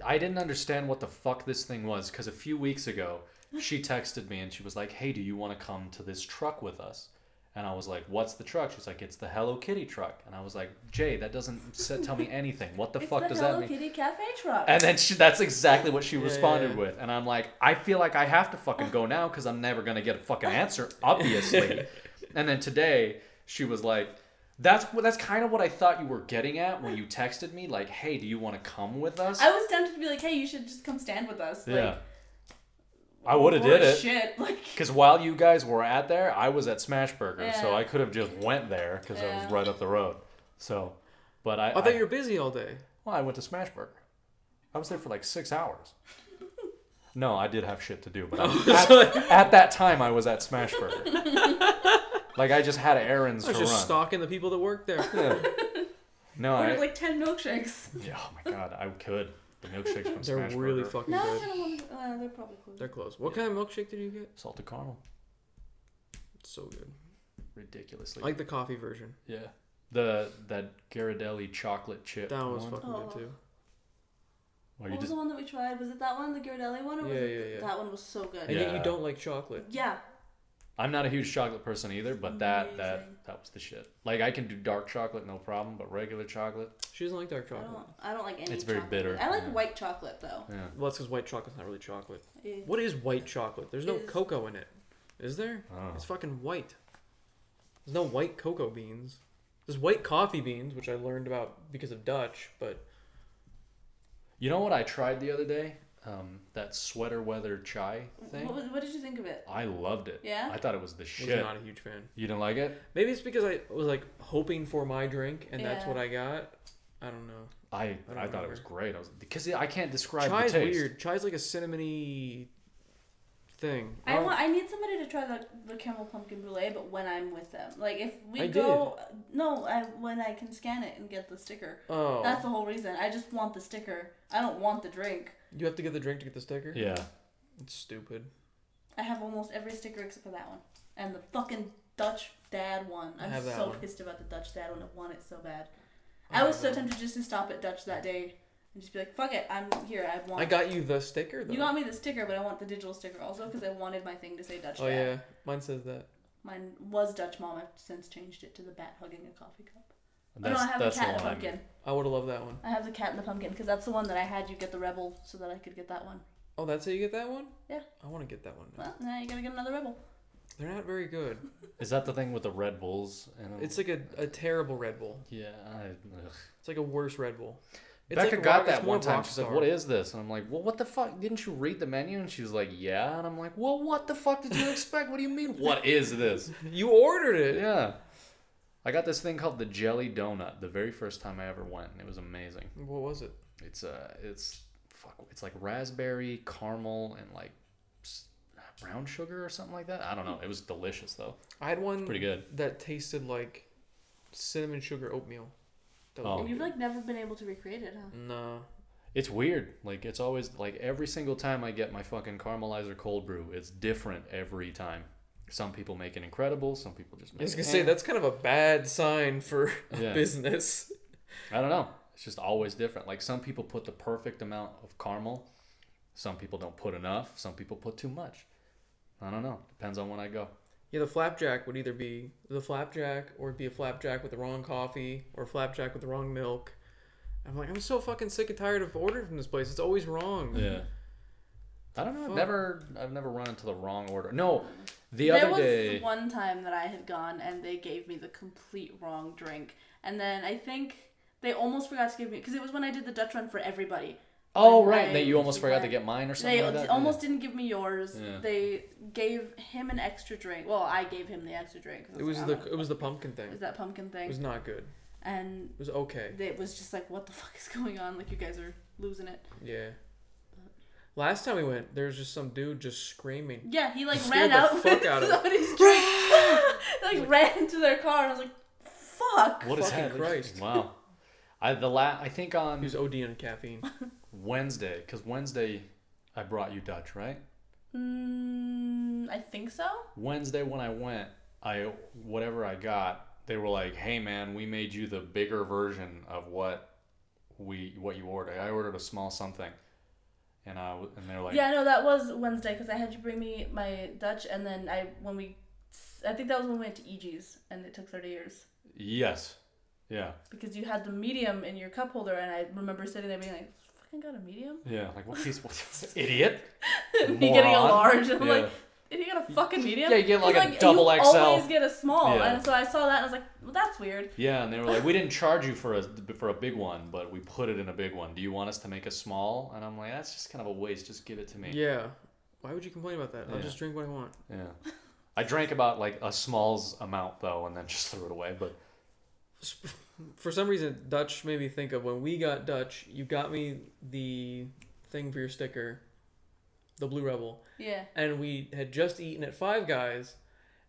[SPEAKER 1] I didn't understand what the fuck this thing was because a few weeks ago she texted me and she was like, "Hey, do you want to come to this truck with us?" And I was like, "What's the truck?" She's like, "It's the Hello Kitty truck." And I was like, "Jay, that doesn't sa- tell me anything. What the
[SPEAKER 3] it's
[SPEAKER 1] fuck
[SPEAKER 3] the
[SPEAKER 1] does
[SPEAKER 3] Hello
[SPEAKER 1] that mean?"
[SPEAKER 3] Kitty cafe truck.
[SPEAKER 1] And then she, that's exactly what she
[SPEAKER 2] Yeah,
[SPEAKER 1] responded
[SPEAKER 2] yeah.
[SPEAKER 1] with. And I'm like, I feel like I have to fucking go now because I'm never going to get a fucking answer, obviously. and then today, she was like, that's, wh- that's kind of what I thought you were getting at when you texted me, like, hey, do you want to come with us?
[SPEAKER 3] I was tempted to be like, "Hey, you should just come stand with us." Like,
[SPEAKER 1] yeah. I would have
[SPEAKER 3] Or
[SPEAKER 1] did it.
[SPEAKER 3] Shit, like
[SPEAKER 1] Because while you guys were at there, I was at Smashburger, so
[SPEAKER 3] Yeah.
[SPEAKER 1] I could have just went there because I was
[SPEAKER 3] Yeah.
[SPEAKER 1] right up the road. So, but I,
[SPEAKER 2] I
[SPEAKER 1] I-
[SPEAKER 2] thought you were busy all day.
[SPEAKER 1] Well, I went to Smashburger. I was there for like six hours. No, I did have shit to do, but I,
[SPEAKER 3] Oh.
[SPEAKER 1] at, at that time I was at Smashburger. like I just had errands
[SPEAKER 2] I was
[SPEAKER 1] to
[SPEAKER 2] just
[SPEAKER 1] run.
[SPEAKER 2] stalking the people that work there.
[SPEAKER 1] No,
[SPEAKER 3] ordered
[SPEAKER 1] I,
[SPEAKER 3] like ten milkshakes.
[SPEAKER 1] yeah, oh my god, I could. The milkshakes from
[SPEAKER 2] They're
[SPEAKER 1] Smashburger.
[SPEAKER 2] really fucking
[SPEAKER 3] No, I
[SPEAKER 2] good.
[SPEAKER 3] kind of want. Uh, they're probably cool.
[SPEAKER 2] They're close. What kind of milkshake did you get?
[SPEAKER 1] salted caramel,
[SPEAKER 2] It's so good.
[SPEAKER 1] ridiculously.
[SPEAKER 2] I like the coffee version.
[SPEAKER 1] yeah, the that Ghirardelli chocolate chip.
[SPEAKER 2] That was
[SPEAKER 1] one.
[SPEAKER 2] fucking
[SPEAKER 3] Oh.
[SPEAKER 2] good too.
[SPEAKER 1] Or you
[SPEAKER 3] What was
[SPEAKER 1] just
[SPEAKER 3] the one that we tried? Was it that one, the Ghirardelli one, or was
[SPEAKER 2] Yeah,
[SPEAKER 3] it
[SPEAKER 2] yeah, yeah.
[SPEAKER 3] that one was so good?
[SPEAKER 2] And yet
[SPEAKER 1] Yeah.
[SPEAKER 2] you don't like chocolate.
[SPEAKER 3] Yeah.
[SPEAKER 1] I'm not a huge chocolate person either, but that that that was the shit. Like I can do dark chocolate no problem, but regular chocolate,
[SPEAKER 2] She doesn't like dark
[SPEAKER 3] I
[SPEAKER 2] chocolate.
[SPEAKER 3] don't. I don't like any.
[SPEAKER 1] It's very
[SPEAKER 3] chocolate.
[SPEAKER 1] bitter,
[SPEAKER 3] I like
[SPEAKER 1] yeah.
[SPEAKER 3] white chocolate though. Eh,
[SPEAKER 1] yeah.
[SPEAKER 2] Well, that's because white chocolate's not really chocolate.
[SPEAKER 3] Yeah.
[SPEAKER 2] What is white chocolate? There's no
[SPEAKER 3] It is-
[SPEAKER 2] cocoa in it. Is there?
[SPEAKER 1] Oh.
[SPEAKER 2] It's fucking white. There's no white cocoa beans. There's white coffee beans, which I learned about because of Dutch, but
[SPEAKER 1] You know what I tried the other day? Um, that sweater weather chai thing.
[SPEAKER 3] What, was, what did you think of it?
[SPEAKER 1] I loved it.
[SPEAKER 3] Yeah?
[SPEAKER 1] I thought it was the
[SPEAKER 2] I was
[SPEAKER 1] shit.
[SPEAKER 2] not e- a huge fan.
[SPEAKER 1] You didn't like it?
[SPEAKER 2] Maybe it's because I was like hoping for my drink and that's
[SPEAKER 3] Yeah.
[SPEAKER 2] what I got. I don't know.
[SPEAKER 1] I
[SPEAKER 2] don't
[SPEAKER 1] I, thought it
[SPEAKER 2] remember.
[SPEAKER 1] was great. I was because I can't describe
[SPEAKER 2] Chai
[SPEAKER 1] the
[SPEAKER 2] is
[SPEAKER 1] taste.
[SPEAKER 2] weird. Chai's like a cinnamony thing. Oh.
[SPEAKER 3] I
[SPEAKER 1] Oh.
[SPEAKER 2] don't-
[SPEAKER 3] want. I need somebody to try the, the caramel pumpkin brulee, but when I'm with them, like if we
[SPEAKER 2] I
[SPEAKER 3] go, no, I when I can scan it and get the sticker.
[SPEAKER 2] oh.
[SPEAKER 3] That's the whole reason. I just want the sticker. I don't want the drink.
[SPEAKER 2] You have to get the drink to get the sticker?
[SPEAKER 1] Yeah.
[SPEAKER 3] Oh,
[SPEAKER 2] It's stupid.
[SPEAKER 3] I have almost every sticker except for that one and the fucking Dutch dad one.
[SPEAKER 2] I
[SPEAKER 3] I'm
[SPEAKER 2] have that
[SPEAKER 3] so
[SPEAKER 2] one.
[SPEAKER 3] pissed about the Dutch dad one. I want it so bad.
[SPEAKER 2] Oh,
[SPEAKER 3] I was so
[SPEAKER 2] no.
[SPEAKER 3] tempted just to stop at Dutch that day and just be like, "Fuck it, I'm here. I want."
[SPEAKER 2] I got you the sticker though.
[SPEAKER 3] You got me the sticker, but I want the digital sticker also because I wanted my thing to say Dutch.
[SPEAKER 2] Oh
[SPEAKER 3] dad.
[SPEAKER 2] yeah, mine says that.
[SPEAKER 3] Mine was Dutch mom. I've since changed it to the bat hugging a coffee cup. Oh, no,
[SPEAKER 1] That's
[SPEAKER 3] I have the
[SPEAKER 1] that's
[SPEAKER 3] cat and
[SPEAKER 1] the
[SPEAKER 3] the
[SPEAKER 1] one. I'm,
[SPEAKER 3] pumpkin.
[SPEAKER 2] I would have loved that one.
[SPEAKER 3] I have the cat and the pumpkin because that's the one that I had you get the rebel so that I could get that one.
[SPEAKER 2] Oh, that's how you get that one?
[SPEAKER 3] Yeah.
[SPEAKER 2] I want to get that one. now.
[SPEAKER 3] Well, now you gotta get another rebel.
[SPEAKER 2] They're not very good.
[SPEAKER 1] is that the thing with the Red Bulls? And
[SPEAKER 2] It's like a, a terrible Red Bull.
[SPEAKER 1] yeah. I, ugh.
[SPEAKER 2] It's like a worse Red Bull. It's
[SPEAKER 1] Becca
[SPEAKER 2] like
[SPEAKER 1] got
[SPEAKER 2] rock-
[SPEAKER 1] that
[SPEAKER 2] it's more
[SPEAKER 1] one time.
[SPEAKER 2] rock
[SPEAKER 1] She's like,
[SPEAKER 2] star.
[SPEAKER 1] "What is this?" And I'm like, "Well, what the fuck? Didn't you read the menu?" And she's like, "Yeah." And I'm like, "Well, what the fuck did you expect? What do you mean? What is this?"
[SPEAKER 2] You ordered it.
[SPEAKER 1] Yeah. I got this thing called the jelly donut the very first time I ever went. and It was amazing.
[SPEAKER 2] What was it?
[SPEAKER 1] It's uh, it's fuck, it's like raspberry, caramel, and like s- brown sugar or something like that. I don't know. It was delicious though.
[SPEAKER 2] I had one
[SPEAKER 1] Pretty good.
[SPEAKER 2] that tasted like cinnamon sugar oatmeal. That
[SPEAKER 1] Oh.
[SPEAKER 2] was
[SPEAKER 3] And
[SPEAKER 2] really
[SPEAKER 3] you've
[SPEAKER 2] good.
[SPEAKER 3] like never been able to recreate it, huh?
[SPEAKER 2] No.
[SPEAKER 1] It's weird. Like it's always like every single time I get my fucking caramelizer cold brew, it's different every time. Some people make it incredible. Some people just make
[SPEAKER 2] I was
[SPEAKER 1] it.
[SPEAKER 2] gonna say that's kind of a bad sign for a
[SPEAKER 1] Yeah.
[SPEAKER 2] business.
[SPEAKER 1] I don't know. It's just always different. Like some people put the perfect amount of caramel. Some people don't put enough. Some people put too much. I don't know. Depends on when I go.
[SPEAKER 2] Yeah, the flapjack would either be the flapjack or it'd be a flapjack with the wrong coffee or a flapjack with the wrong milk. I'm like, I'm so fucking sick and tired of ordering from this place. It's always wrong.
[SPEAKER 1] Yeah. I don't know. I've
[SPEAKER 2] Fuck.
[SPEAKER 1] never, I've never run into the wrong order. No, the
[SPEAKER 3] there
[SPEAKER 1] other
[SPEAKER 3] was
[SPEAKER 1] day.
[SPEAKER 3] one time that I had gone and they gave me the complete wrong drink, and then I think they almost forgot to give me because it was when I did the Dutch run for everybody.
[SPEAKER 1] Oh
[SPEAKER 3] when
[SPEAKER 1] right,
[SPEAKER 3] I-
[SPEAKER 1] that you almost forgot to
[SPEAKER 3] when-
[SPEAKER 1] get mine or something.
[SPEAKER 3] They
[SPEAKER 1] like that.
[SPEAKER 3] almost didn't give me yours.
[SPEAKER 1] Yeah.
[SPEAKER 3] They gave him an extra drink. Well, I gave him the extra drink. 'cause I
[SPEAKER 2] It was
[SPEAKER 3] like,
[SPEAKER 2] the
[SPEAKER 3] "I'm
[SPEAKER 2] it was the pumpkin
[SPEAKER 3] not-
[SPEAKER 2] thing.
[SPEAKER 3] is that pumpkin
[SPEAKER 2] It was
[SPEAKER 3] thing,
[SPEAKER 2] not good.
[SPEAKER 3] and
[SPEAKER 2] It was okay.
[SPEAKER 3] it was just like, what the fuck is going on? Like you guys are losing it.
[SPEAKER 2] Yeah. Last time we went, there was just some dude just screaming.
[SPEAKER 3] Yeah, he like
[SPEAKER 2] Scared
[SPEAKER 3] ran
[SPEAKER 2] the
[SPEAKER 3] out
[SPEAKER 2] fuck
[SPEAKER 3] with
[SPEAKER 2] out of-
[SPEAKER 3] somebody's drink. like ran into their car, and I was like, fuck.
[SPEAKER 1] What is
[SPEAKER 2] Fucking
[SPEAKER 1] happening?
[SPEAKER 2] Christ.
[SPEAKER 1] Wow. I the la- I think
[SPEAKER 2] He
[SPEAKER 1] on
[SPEAKER 2] was ODing on caffeine.
[SPEAKER 1] Wednesday because Wednesday, I brought you Dutch right.
[SPEAKER 3] Mm, I think so.
[SPEAKER 1] Wednesday when I went, I whatever I got, they were like, "Hey man, we made you the bigger version of what we what you ordered. I ordered a small something." And I w- and they were like,
[SPEAKER 3] yeah, no, that was Wednesday because I had you bring me my Dutch, and then I when we, I think that was when we went to EG's, and it took thirty years
[SPEAKER 1] "Yes. Yeah.
[SPEAKER 3] because you had the medium in your cup holder, and I remember sitting there being like, "Fucking got a medium."
[SPEAKER 1] Yeah. Like what piece what, idiot?"
[SPEAKER 3] Me getting a
[SPEAKER 1] Moron.
[SPEAKER 3] large, and I'm
[SPEAKER 1] Yeah.
[SPEAKER 3] like, "If you got a fucking medium,
[SPEAKER 1] Yeah, you get, like,
[SPEAKER 3] He's
[SPEAKER 1] a double
[SPEAKER 3] you
[SPEAKER 1] XL."
[SPEAKER 3] Always get a small,
[SPEAKER 1] Yeah.
[SPEAKER 3] and so I saw that, and I was like, "Well, that's weird."
[SPEAKER 1] Yeah, and they were like, "We didn't charge you for a for a big one, but we put it in a big one. Do you want us to make a small?" And I'm like, "That's just kind of a waste. Just give it to me."
[SPEAKER 2] yeah. Why would you complain about that? I'll
[SPEAKER 1] Yeah.
[SPEAKER 2] just drink what I want.
[SPEAKER 1] Yeah. I drank about like a smalls amount though, and then just threw it away. But
[SPEAKER 2] For some reason, Dutch made me think of when we got Dutch. You got me the thing for your sticker, the Blue Rebel.
[SPEAKER 3] Yeah.
[SPEAKER 2] and we had just eaten at Five Guys,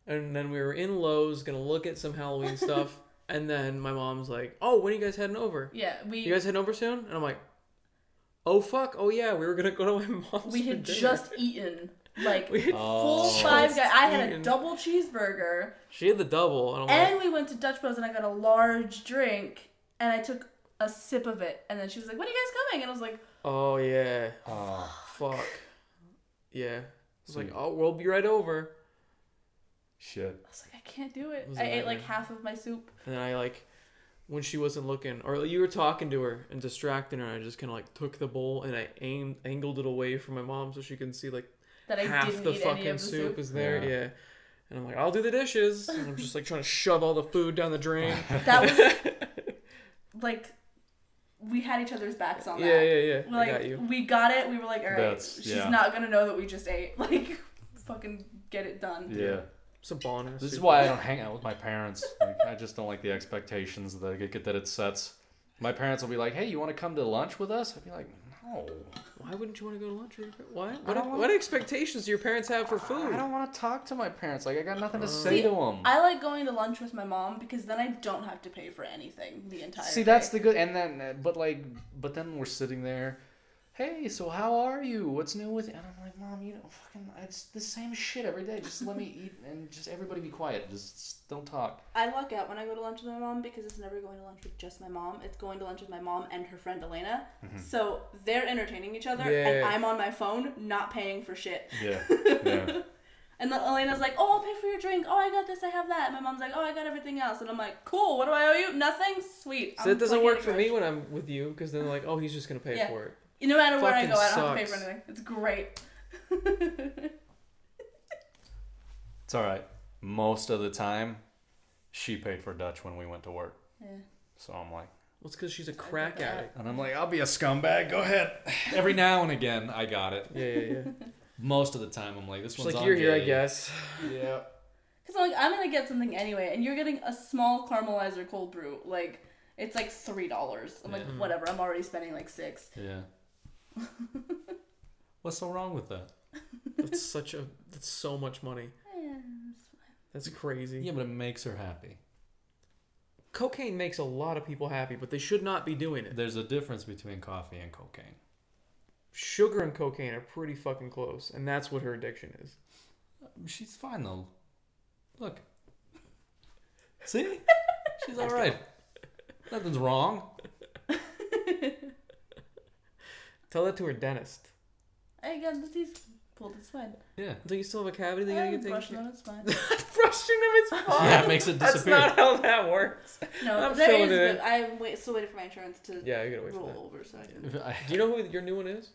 [SPEAKER 2] and then we were in Lowe's gonna look at some Halloween stuff, and then my mom's like, "Oh, when are you guys heading over?
[SPEAKER 3] Yeah, we
[SPEAKER 2] You guys heading over soon?" And I'm like, "Oh fuck! Oh yeah, we were gonna go to my mom's."
[SPEAKER 3] we
[SPEAKER 2] for
[SPEAKER 3] had
[SPEAKER 2] dinner."
[SPEAKER 3] just eaten like
[SPEAKER 2] We had-
[SPEAKER 3] full
[SPEAKER 1] oh,
[SPEAKER 3] five guys. I had a
[SPEAKER 2] eaten.
[SPEAKER 3] double cheeseburger,
[SPEAKER 2] she had the double, and I'm like,
[SPEAKER 3] and we went to Dutch Bros and I got a large drink, and I took a sip of it, and then she was like, "When are you guys coming?" And I was like,
[SPEAKER 2] Oh yeah.
[SPEAKER 1] Oh,
[SPEAKER 2] Fuck. Yeah. It's like,
[SPEAKER 1] Sweet.
[SPEAKER 2] oh, we'll be right over.
[SPEAKER 1] shit.
[SPEAKER 3] "I was like, I can't do it."
[SPEAKER 2] It was
[SPEAKER 3] I
[SPEAKER 2] a
[SPEAKER 3] ate like
[SPEAKER 2] nightmare.
[SPEAKER 3] half of my soup.
[SPEAKER 2] And then I like, when she wasn't looking, or you were talking to her and distracting her, I just kind of like took the bowl and I aimed, angled it away from my mom so she can see like
[SPEAKER 3] That I
[SPEAKER 2] half
[SPEAKER 3] didn't
[SPEAKER 2] the
[SPEAKER 3] eat
[SPEAKER 2] fucking
[SPEAKER 3] any of the
[SPEAKER 2] soup,
[SPEAKER 3] soup.
[SPEAKER 2] is there.
[SPEAKER 1] Yeah.
[SPEAKER 2] Yeah. And I'm like, I'll do the dishes. And I'm just like trying to shove all the food down the drain.
[SPEAKER 3] That was like, we had each other's backs on
[SPEAKER 2] yeah,
[SPEAKER 3] that.
[SPEAKER 2] yeah, yeah.
[SPEAKER 3] Like
[SPEAKER 2] I got you.
[SPEAKER 3] we got it. We were like, "All right,
[SPEAKER 10] That's-
[SPEAKER 3] she's
[SPEAKER 10] yeah.
[SPEAKER 3] not gonna know that we just ate." Like, fucking get it done.
[SPEAKER 10] Yeah.
[SPEAKER 2] It's a bonus.
[SPEAKER 10] This is why I don't hang out with my parents. Like, I just don't like the expectations that I get that it sets. My parents will be like, "Hey, you want to come to lunch with us?" I'd be like, "No,
[SPEAKER 2] Why wouldn't you want to go to lunch? With your, pa- what?
[SPEAKER 10] I
[SPEAKER 2] What,
[SPEAKER 10] don't
[SPEAKER 2] what,
[SPEAKER 10] want-
[SPEAKER 2] expectations do your parents have for food?
[SPEAKER 10] I don't want to talk to my parents. Like, I got nothing to
[SPEAKER 3] See,
[SPEAKER 10] say to them."
[SPEAKER 3] I like going to lunch with my mom because then I don't have to pay for anything the entire.
[SPEAKER 10] See, that's
[SPEAKER 3] day.
[SPEAKER 10] the good. And then, uh, but like, but then we're sitting there. Hey, so how are you? What's new with you? And I'm like, Mom, you know, fucking, it's the same shit every day. Just let me eat and just everybody be quiet. Just don't talk.
[SPEAKER 3] I luck out when I go to lunch with my mom because it's never going to lunch with just my mom. It's going to lunch with my mom and her friend Elena. So they're entertaining each other, and
[SPEAKER 2] Mm-hmm. Yeah.
[SPEAKER 3] I'm on my phone, not paying for shit.
[SPEAKER 10] Yeah. Yeah.
[SPEAKER 3] And then Elena's like, "Oh, I'll pay for your drink. Oh, I got this. I have that." And my mom's like, "Oh, I got everything else." And I'm like, "Cool. What do I owe you? Nothing. Sweet."
[SPEAKER 2] So
[SPEAKER 3] I'm
[SPEAKER 2] it doesn't
[SPEAKER 3] fucking
[SPEAKER 2] work for me
[SPEAKER 3] rich.
[SPEAKER 2] when I'm with you because then like, oh, he's just gonna pay
[SPEAKER 3] Yeah.
[SPEAKER 2] for it.
[SPEAKER 3] No matter where I
[SPEAKER 2] Fucking
[SPEAKER 3] go, I don't have to pay for
[SPEAKER 2] sucks.
[SPEAKER 3] anything. It's great.
[SPEAKER 10] It's all right. Most of the time, she paid for Dutch when we went to work.
[SPEAKER 3] Yeah.
[SPEAKER 10] So I'm like,
[SPEAKER 2] Well, it's because she's a crack
[SPEAKER 3] that.
[SPEAKER 2] addict.
[SPEAKER 10] and I'm like, I'll be a scumbag. Go ahead. Every now and again, I got it.
[SPEAKER 2] Yeah, yeah, yeah.
[SPEAKER 1] Most of the time, I'm like, this
[SPEAKER 2] She's
[SPEAKER 1] one's
[SPEAKER 2] like,
[SPEAKER 1] on
[SPEAKER 2] you're here, I
[SPEAKER 1] me."
[SPEAKER 2] guess.
[SPEAKER 10] Yeah.
[SPEAKER 3] Because I'm like, I'm gonna get something anyway, and you're getting a small caramelizer cold brew. Like, it's like three dollars. I'm like,
[SPEAKER 1] Yeah.
[SPEAKER 3] whatever. I'm already spending like six.
[SPEAKER 1] Yeah. What's so wrong with that?
[SPEAKER 2] That's such a. That's so much money.
[SPEAKER 3] Yeah.
[SPEAKER 2] That's crazy.
[SPEAKER 1] Yeah, but it makes her happy.
[SPEAKER 2] Cocaine makes a lot of people happy, but they should not be doing it.
[SPEAKER 1] There's a difference between coffee and cocaine.
[SPEAKER 2] Sugar and cocaine are pretty fucking close, and that's what her addiction is.
[SPEAKER 1] She's fine though. Look. See? She's all right. Nothing's wrong.
[SPEAKER 2] Tell that to her dentist.
[SPEAKER 3] I got the teeth pulled. It's fine.
[SPEAKER 1] Yeah.
[SPEAKER 2] Do you still have a cavity that you
[SPEAKER 3] I
[SPEAKER 2] gotta get
[SPEAKER 3] haven't
[SPEAKER 2] taken
[SPEAKER 3] brushed
[SPEAKER 2] care
[SPEAKER 3] them. It's fine.
[SPEAKER 2] Brushing them, it's fine.
[SPEAKER 1] Yeah, it makes it
[SPEAKER 2] Oh, That's
[SPEAKER 1] disappear.
[SPEAKER 2] not how that works.
[SPEAKER 3] No,
[SPEAKER 2] I'm
[SPEAKER 3] there
[SPEAKER 2] filling
[SPEAKER 3] is.
[SPEAKER 2] it in.
[SPEAKER 3] But I'm wait, still waiting for my insurance to
[SPEAKER 2] Yeah, you gotta wait for
[SPEAKER 3] roll
[SPEAKER 2] that.
[SPEAKER 3] over so I can.
[SPEAKER 1] If I-
[SPEAKER 2] Do you know who your new one is?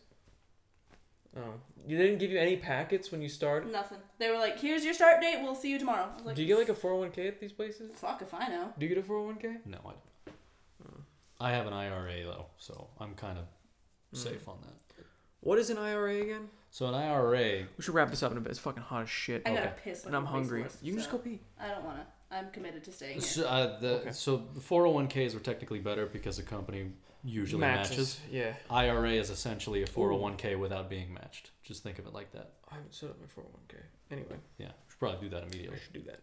[SPEAKER 2] Oh, you didn't give you any packets when you started.
[SPEAKER 3] Nothing. They were like, "Here's your start date. We'll see you tomorrow." I was like,
[SPEAKER 2] Do you get like a four hundred one k at these places?
[SPEAKER 3] fuck if I know?
[SPEAKER 2] Do you get a four hundred one k?
[SPEAKER 1] no, I don't.
[SPEAKER 2] Hmm.
[SPEAKER 1] I have an IRA though, so I'm kind of
[SPEAKER 2] Hmm.
[SPEAKER 1] safe on that.
[SPEAKER 2] What is an IRA again?
[SPEAKER 1] So an IRA
[SPEAKER 11] We should wrap this up in a bit. It's fucking hot as shit. Oh,
[SPEAKER 3] I gotta
[SPEAKER 1] Okay.
[SPEAKER 3] piss. Like
[SPEAKER 11] and I'm
[SPEAKER 3] a
[SPEAKER 11] hungry.
[SPEAKER 3] racehorse,
[SPEAKER 2] You can just
[SPEAKER 3] so
[SPEAKER 2] go pee.
[SPEAKER 3] I don't wanna. I'm committed to staying. Here.
[SPEAKER 1] So, uh, the,
[SPEAKER 2] Okay.
[SPEAKER 1] so the 401ks were technically better because the company usually matches.
[SPEAKER 2] Yeah.
[SPEAKER 1] IRA is essentially a 401k without being matched. Just think of it like that.
[SPEAKER 2] I haven't set up my four hundred one k. Anyway,
[SPEAKER 1] Yeah, should probably do that
[SPEAKER 2] I
[SPEAKER 1] immediately.
[SPEAKER 2] should do that.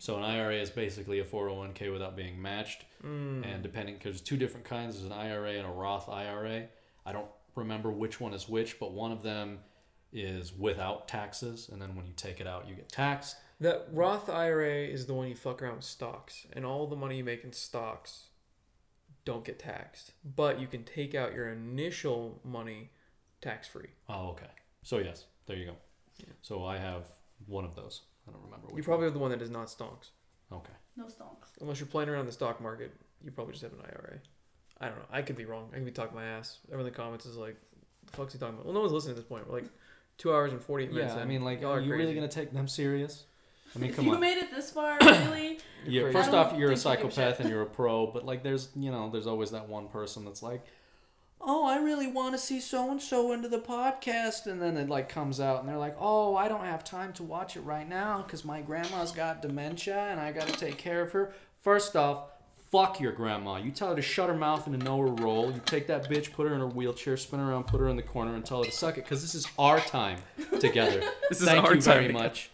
[SPEAKER 1] So an IRA is basically a 401k without being matched,
[SPEAKER 2] Mm.
[SPEAKER 1] and depending because there's two different kinds, there's an IRA and a Roth IRA. I don't remember which one is which, but one of them is without taxes, and then when you take it out, you get taxed.
[SPEAKER 2] that Roth IRA is the one you fuck around with stocks, and all the money you make in stocks don't get taxed, but you can take out your initial money tax free.
[SPEAKER 1] Oh, okay. So yes, there you go. So I have one of those. I don't remember
[SPEAKER 2] You
[SPEAKER 1] which.
[SPEAKER 2] probably have the one that is not stocks.
[SPEAKER 1] one. okay.
[SPEAKER 3] No stonks.
[SPEAKER 2] Unless you're playing around the stock market, you probably just have an IRA. I don't know. I could be wrong. I could be talking my ass. Everyone in the comments is like, the fuck's he talking about? Well, no one's listening at this point. We're like two hours and 48 minutes
[SPEAKER 1] Yeah, I
[SPEAKER 2] in.
[SPEAKER 1] mean, like,
[SPEAKER 2] Y'all
[SPEAKER 1] are you really
[SPEAKER 2] crazy.
[SPEAKER 1] gonna take them serious? I mean,
[SPEAKER 3] if
[SPEAKER 1] come
[SPEAKER 3] you
[SPEAKER 1] on.
[SPEAKER 3] made it this far, really,
[SPEAKER 1] Yeah,
[SPEAKER 2] crazy.
[SPEAKER 1] first
[SPEAKER 3] I don't
[SPEAKER 1] off, you're a
[SPEAKER 3] think you give a
[SPEAKER 1] psychopath and you're a pro, but like, there's you know, there's always that one person that's like, "Oh, I really want to see so and so into the podcast," and then it like comes out and they're like, "Oh, I don't have time to watch it right now because my grandma's got dementia and I got to take care of her." First off, fuck your grandma. You tell her to shut her mouth and to know her role. You take that bitch, put her in her wheelchair, spin her around, put her in the corner, and tell her to suck it because this is our time together.
[SPEAKER 11] This is
[SPEAKER 1] Thank
[SPEAKER 11] our
[SPEAKER 1] you
[SPEAKER 11] time
[SPEAKER 1] very
[SPEAKER 11] together.
[SPEAKER 1] much.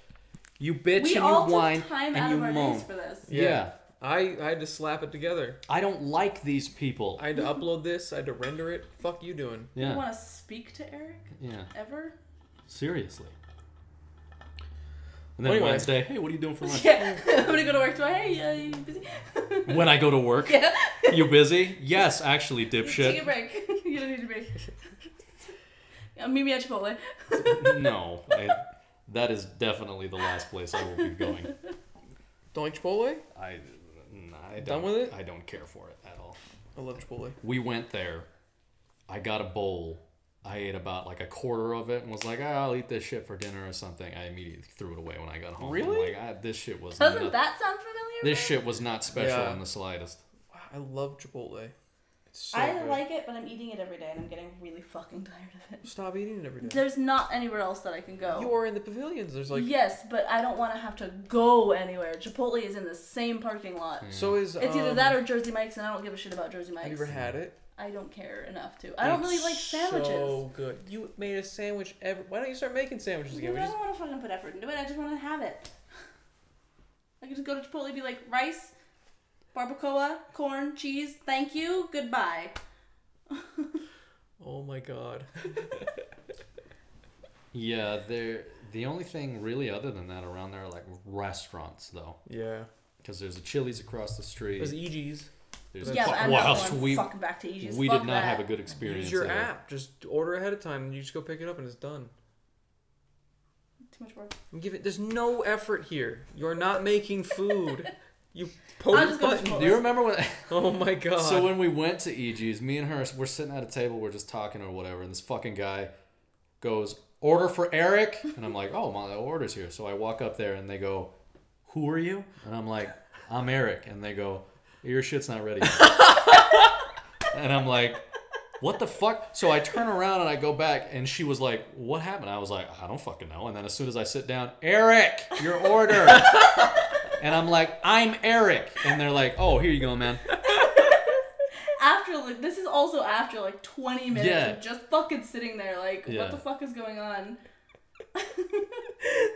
[SPEAKER 1] You bitch
[SPEAKER 3] we
[SPEAKER 1] and
[SPEAKER 3] all
[SPEAKER 1] you whine
[SPEAKER 3] took time
[SPEAKER 1] and
[SPEAKER 3] out
[SPEAKER 1] you
[SPEAKER 3] of our
[SPEAKER 1] moan.
[SPEAKER 3] days for this.
[SPEAKER 2] Yeah.
[SPEAKER 1] yeah.
[SPEAKER 2] I, I had to slap it together.
[SPEAKER 1] I don't like these people.
[SPEAKER 2] I had to upload this. I had to render it. Fuck you doing.
[SPEAKER 3] You
[SPEAKER 1] yeah.
[SPEAKER 3] want to speak to Eric
[SPEAKER 1] Yeah.
[SPEAKER 3] ever?
[SPEAKER 1] Seriously. And then
[SPEAKER 2] Anyway.
[SPEAKER 1] Wednesday, hey, what are you doing for lunch?
[SPEAKER 3] Yeah. I'm gonna go to work tomorrow. Hey, uh, you busy?
[SPEAKER 1] when I go to work,
[SPEAKER 3] Yeah.
[SPEAKER 1] you busy? Yes, actually,
[SPEAKER 3] Take a
[SPEAKER 1] dipshit.
[SPEAKER 3] break. you don't need to break. yeah, meet me at Chipotle.
[SPEAKER 1] no, I, that is definitely the last place I will be going.
[SPEAKER 2] Don't like Chipotle?
[SPEAKER 1] I, I don't,
[SPEAKER 2] Done with it?
[SPEAKER 1] I don't care for it at all.
[SPEAKER 2] I love Chipotle.
[SPEAKER 1] We went there. I got a bowl. I ate about like a quarter of it and was like, "Ah, I'll eat this shit for dinner or something. I immediately threw it away when I got home. I'm
[SPEAKER 2] Really?
[SPEAKER 1] like, ah, this shit was
[SPEAKER 3] Doesn't
[SPEAKER 1] not-
[SPEAKER 3] that sound familiar?
[SPEAKER 1] this
[SPEAKER 3] Ryan?
[SPEAKER 1] shit was not special
[SPEAKER 2] Yeah.
[SPEAKER 1] in the slightest.
[SPEAKER 2] Wow, I love Chipotle. It's so
[SPEAKER 3] I
[SPEAKER 2] good.
[SPEAKER 3] like it, but I'm eating it every day, and I'm getting really fucking tired of it.
[SPEAKER 2] Stop eating it every day.
[SPEAKER 3] There's not anywhere else that I can go.
[SPEAKER 2] You are in the pavilions. There's like
[SPEAKER 3] yes, but I don't want to have to go anywhere. Chipotle is in the same parking lot.
[SPEAKER 2] so is.
[SPEAKER 3] It's either
[SPEAKER 2] um,
[SPEAKER 3] that or Jersey Mike's, and I don't give a shit about Jersey
[SPEAKER 2] Have you
[SPEAKER 3] Mike's.
[SPEAKER 2] ever had it?
[SPEAKER 3] I don't care enough to. I don't really
[SPEAKER 2] It's
[SPEAKER 3] like sandwiches.
[SPEAKER 2] So good. You made a sandwich ever. Why don't you start making sandwiches again?
[SPEAKER 3] Dude,
[SPEAKER 2] We
[SPEAKER 3] I
[SPEAKER 2] just
[SPEAKER 3] don't want to fucking put effort into it. I just want to have it. I could just go to Chipotle and be like, rice, barbacoa, corn, cheese, thank you, goodbye.
[SPEAKER 2] Oh my god.
[SPEAKER 1] Yeah, they're the only thing really other than that around there are like restaurants though,
[SPEAKER 2] Yeah.
[SPEAKER 1] because there's a Chili's across the street.
[SPEAKER 2] There's EG's.
[SPEAKER 1] there's
[SPEAKER 2] That's
[SPEAKER 3] yeah, but
[SPEAKER 1] fuck-
[SPEAKER 3] I'm
[SPEAKER 1] whilst
[SPEAKER 3] not going
[SPEAKER 1] we
[SPEAKER 3] fucking back to Asians.
[SPEAKER 1] we
[SPEAKER 3] Fuck
[SPEAKER 1] did not
[SPEAKER 3] that.
[SPEAKER 1] have a good experience.
[SPEAKER 2] Use your
[SPEAKER 1] there.
[SPEAKER 2] app. Just order ahead of time and you just go pick it up and it's done.
[SPEAKER 3] Too much work.
[SPEAKER 2] And give it there's no effort here. You're not making food. you
[SPEAKER 3] I'll
[SPEAKER 2] poke
[SPEAKER 3] just go to
[SPEAKER 2] button.
[SPEAKER 1] Do you remember when?
[SPEAKER 2] Oh my god.
[SPEAKER 1] So when we went to EG's, me and her, we're sitting at a table, we're just talking or whatever, and this fucking guy goes, "Order for Eric," and I'm like, "Oh, my order's here." So I walk up there, and they go, "Who are you?" And I'm like, "I'm Eric," and they go, "Your shit's not ready." yet." and I'm like, "What the fuck?" So I turn around and I go back, and she was like, "What happened?" I was like, "I don't fucking know." And then as soon as I sit down, Eric, your order. And I'm like, I'm Eric. And they're like, oh, here you go, man.
[SPEAKER 3] After, like, this is also after like 20 minutes
[SPEAKER 1] Yeah.
[SPEAKER 3] of just fucking sitting there, like,
[SPEAKER 1] Yeah.
[SPEAKER 3] what the fuck is going on?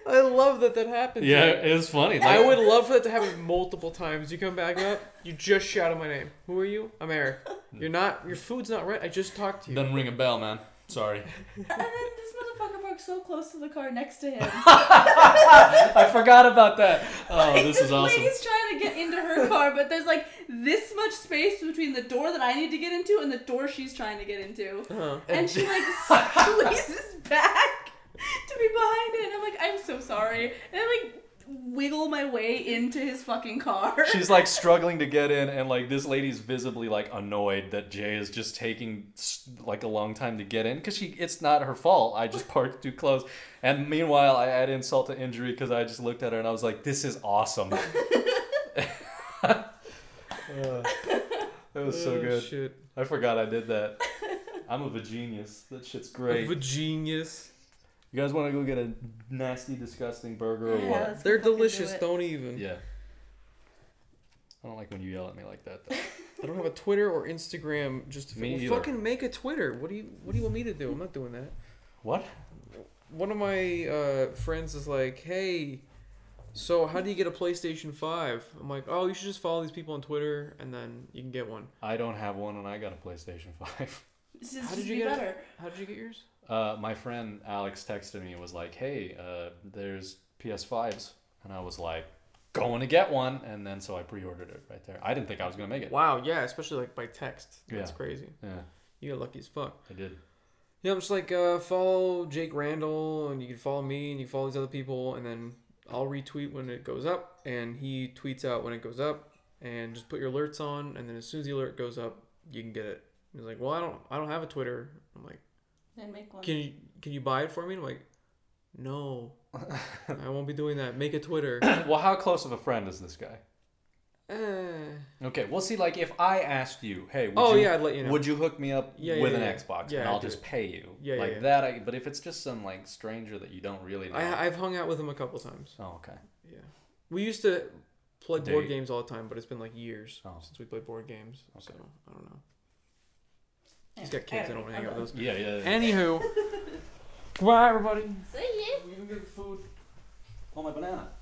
[SPEAKER 2] I love that that happens.
[SPEAKER 1] Yeah, it was funny.
[SPEAKER 2] I
[SPEAKER 1] Like,
[SPEAKER 2] would love for that to happen multiple times. You come back up, you just shouted my name. Who are you? I'm Eric. You're not. Your food's not right. I just talked to you.
[SPEAKER 1] Doesn't ring a bell, man. Sorry.
[SPEAKER 3] And then this motherfucker parks so close to the car next to him.
[SPEAKER 1] I forgot about that. Oh, this is awesome.
[SPEAKER 3] Lady's trying to get into her car, but there's like this much space between the door that I need to get into and the door she's trying to get into.
[SPEAKER 2] Uh-huh.
[SPEAKER 3] And she like squeezes back to be behind it. And I'm like, I'm so sorry. And I like wiggle my way into his fucking car.
[SPEAKER 1] She's like struggling to get in, and like this lady's visibly like annoyed that Jay is just taking s- like a long time to get in because she it's not her fault. I just parked too close, and meanwhile I add insult to injury because I just looked at her and I was like, "This is awesome." Uh, that was so
[SPEAKER 2] Oh,
[SPEAKER 1] good.
[SPEAKER 2] Shit.
[SPEAKER 1] I forgot I did that. I'm a genius. That shit's great.
[SPEAKER 2] Of a genius.
[SPEAKER 1] You guys want to go get a nasty, disgusting burger or
[SPEAKER 3] Yeah,
[SPEAKER 1] what?
[SPEAKER 3] let's
[SPEAKER 2] They're
[SPEAKER 3] fucking do
[SPEAKER 2] delicious.
[SPEAKER 3] it.
[SPEAKER 2] Don't even.
[SPEAKER 1] Yeah. I don't like when you yell at me like that. Though.
[SPEAKER 2] I don't have a Twitter or Instagram. Just to
[SPEAKER 1] Me
[SPEAKER 2] well,
[SPEAKER 1] either.
[SPEAKER 2] fucking make a Twitter. What do you What do you want me to do? I'm not doing that.
[SPEAKER 1] What?
[SPEAKER 2] One of my uh, friends is like, "Hey, so how do you get a PlayStation 5? I'm like, "Oh, you should just follow these people on Twitter, and then you can get one."
[SPEAKER 1] I don't have one, and I got a PlayStation Five.
[SPEAKER 3] This is
[SPEAKER 2] How
[SPEAKER 3] just
[SPEAKER 2] did you
[SPEAKER 3] be
[SPEAKER 2] get it?
[SPEAKER 3] better.
[SPEAKER 2] How did you get yours?
[SPEAKER 1] Uh, my friend Alex texted me and was like, "Hey, uh, there's PS5s," and I was like, "Going to get one," and then so I pre-ordered it right there. I didn't think I was gonna make it.
[SPEAKER 2] Wow. Yeah. Especially like by text. That's
[SPEAKER 1] Yeah.
[SPEAKER 2] crazy.
[SPEAKER 1] Yeah,
[SPEAKER 2] You got lucky as fuck.
[SPEAKER 1] I did.
[SPEAKER 2] Yeah, I'm just like uh, follow Jake Randall, and you can follow me, and you can follow these other people, and then I'll retweet when it goes up, and he tweets out when it goes up, and just put your alerts on, and then as soon as the alert goes up, you can get it. And he's like, well, I don't, I don't have a Twitter. I'm like,
[SPEAKER 3] Then make one.
[SPEAKER 2] can you, can you buy it for me? And I'm like, no, I won't be doing that. Make a Twitter.
[SPEAKER 1] well, how close of a friend is this guy?
[SPEAKER 2] Eh.
[SPEAKER 1] Okay, we'll see. Like, if I asked you, "Hey, would
[SPEAKER 2] Oh
[SPEAKER 1] you,
[SPEAKER 2] yeah, I'd let you know.
[SPEAKER 1] would you hook me up
[SPEAKER 2] Yeah, yeah,
[SPEAKER 1] with an
[SPEAKER 2] yeah.
[SPEAKER 1] Xbox
[SPEAKER 2] Yeah,
[SPEAKER 1] and
[SPEAKER 2] I
[SPEAKER 1] I'll
[SPEAKER 2] do.
[SPEAKER 1] just pay you?"
[SPEAKER 2] Yeah, yeah,
[SPEAKER 1] like
[SPEAKER 2] yeah.
[SPEAKER 1] that. I, but if it's just some like stranger that you don't really know,
[SPEAKER 2] I, I've hung out with him a couple times.
[SPEAKER 1] oh okay.
[SPEAKER 2] Yeah, we used to play board
[SPEAKER 1] Date.
[SPEAKER 2] games all the time, but it's been like years
[SPEAKER 1] Oh.
[SPEAKER 2] since we played board games. So
[SPEAKER 1] Okay.
[SPEAKER 2] I don't know.
[SPEAKER 3] Yeah.
[SPEAKER 2] He's got kids. I don't want to hang out with those.
[SPEAKER 1] Yeah, yeah. yeah.
[SPEAKER 2] Anywho, goodbye everybody.
[SPEAKER 3] See ya.
[SPEAKER 1] Oh my banana.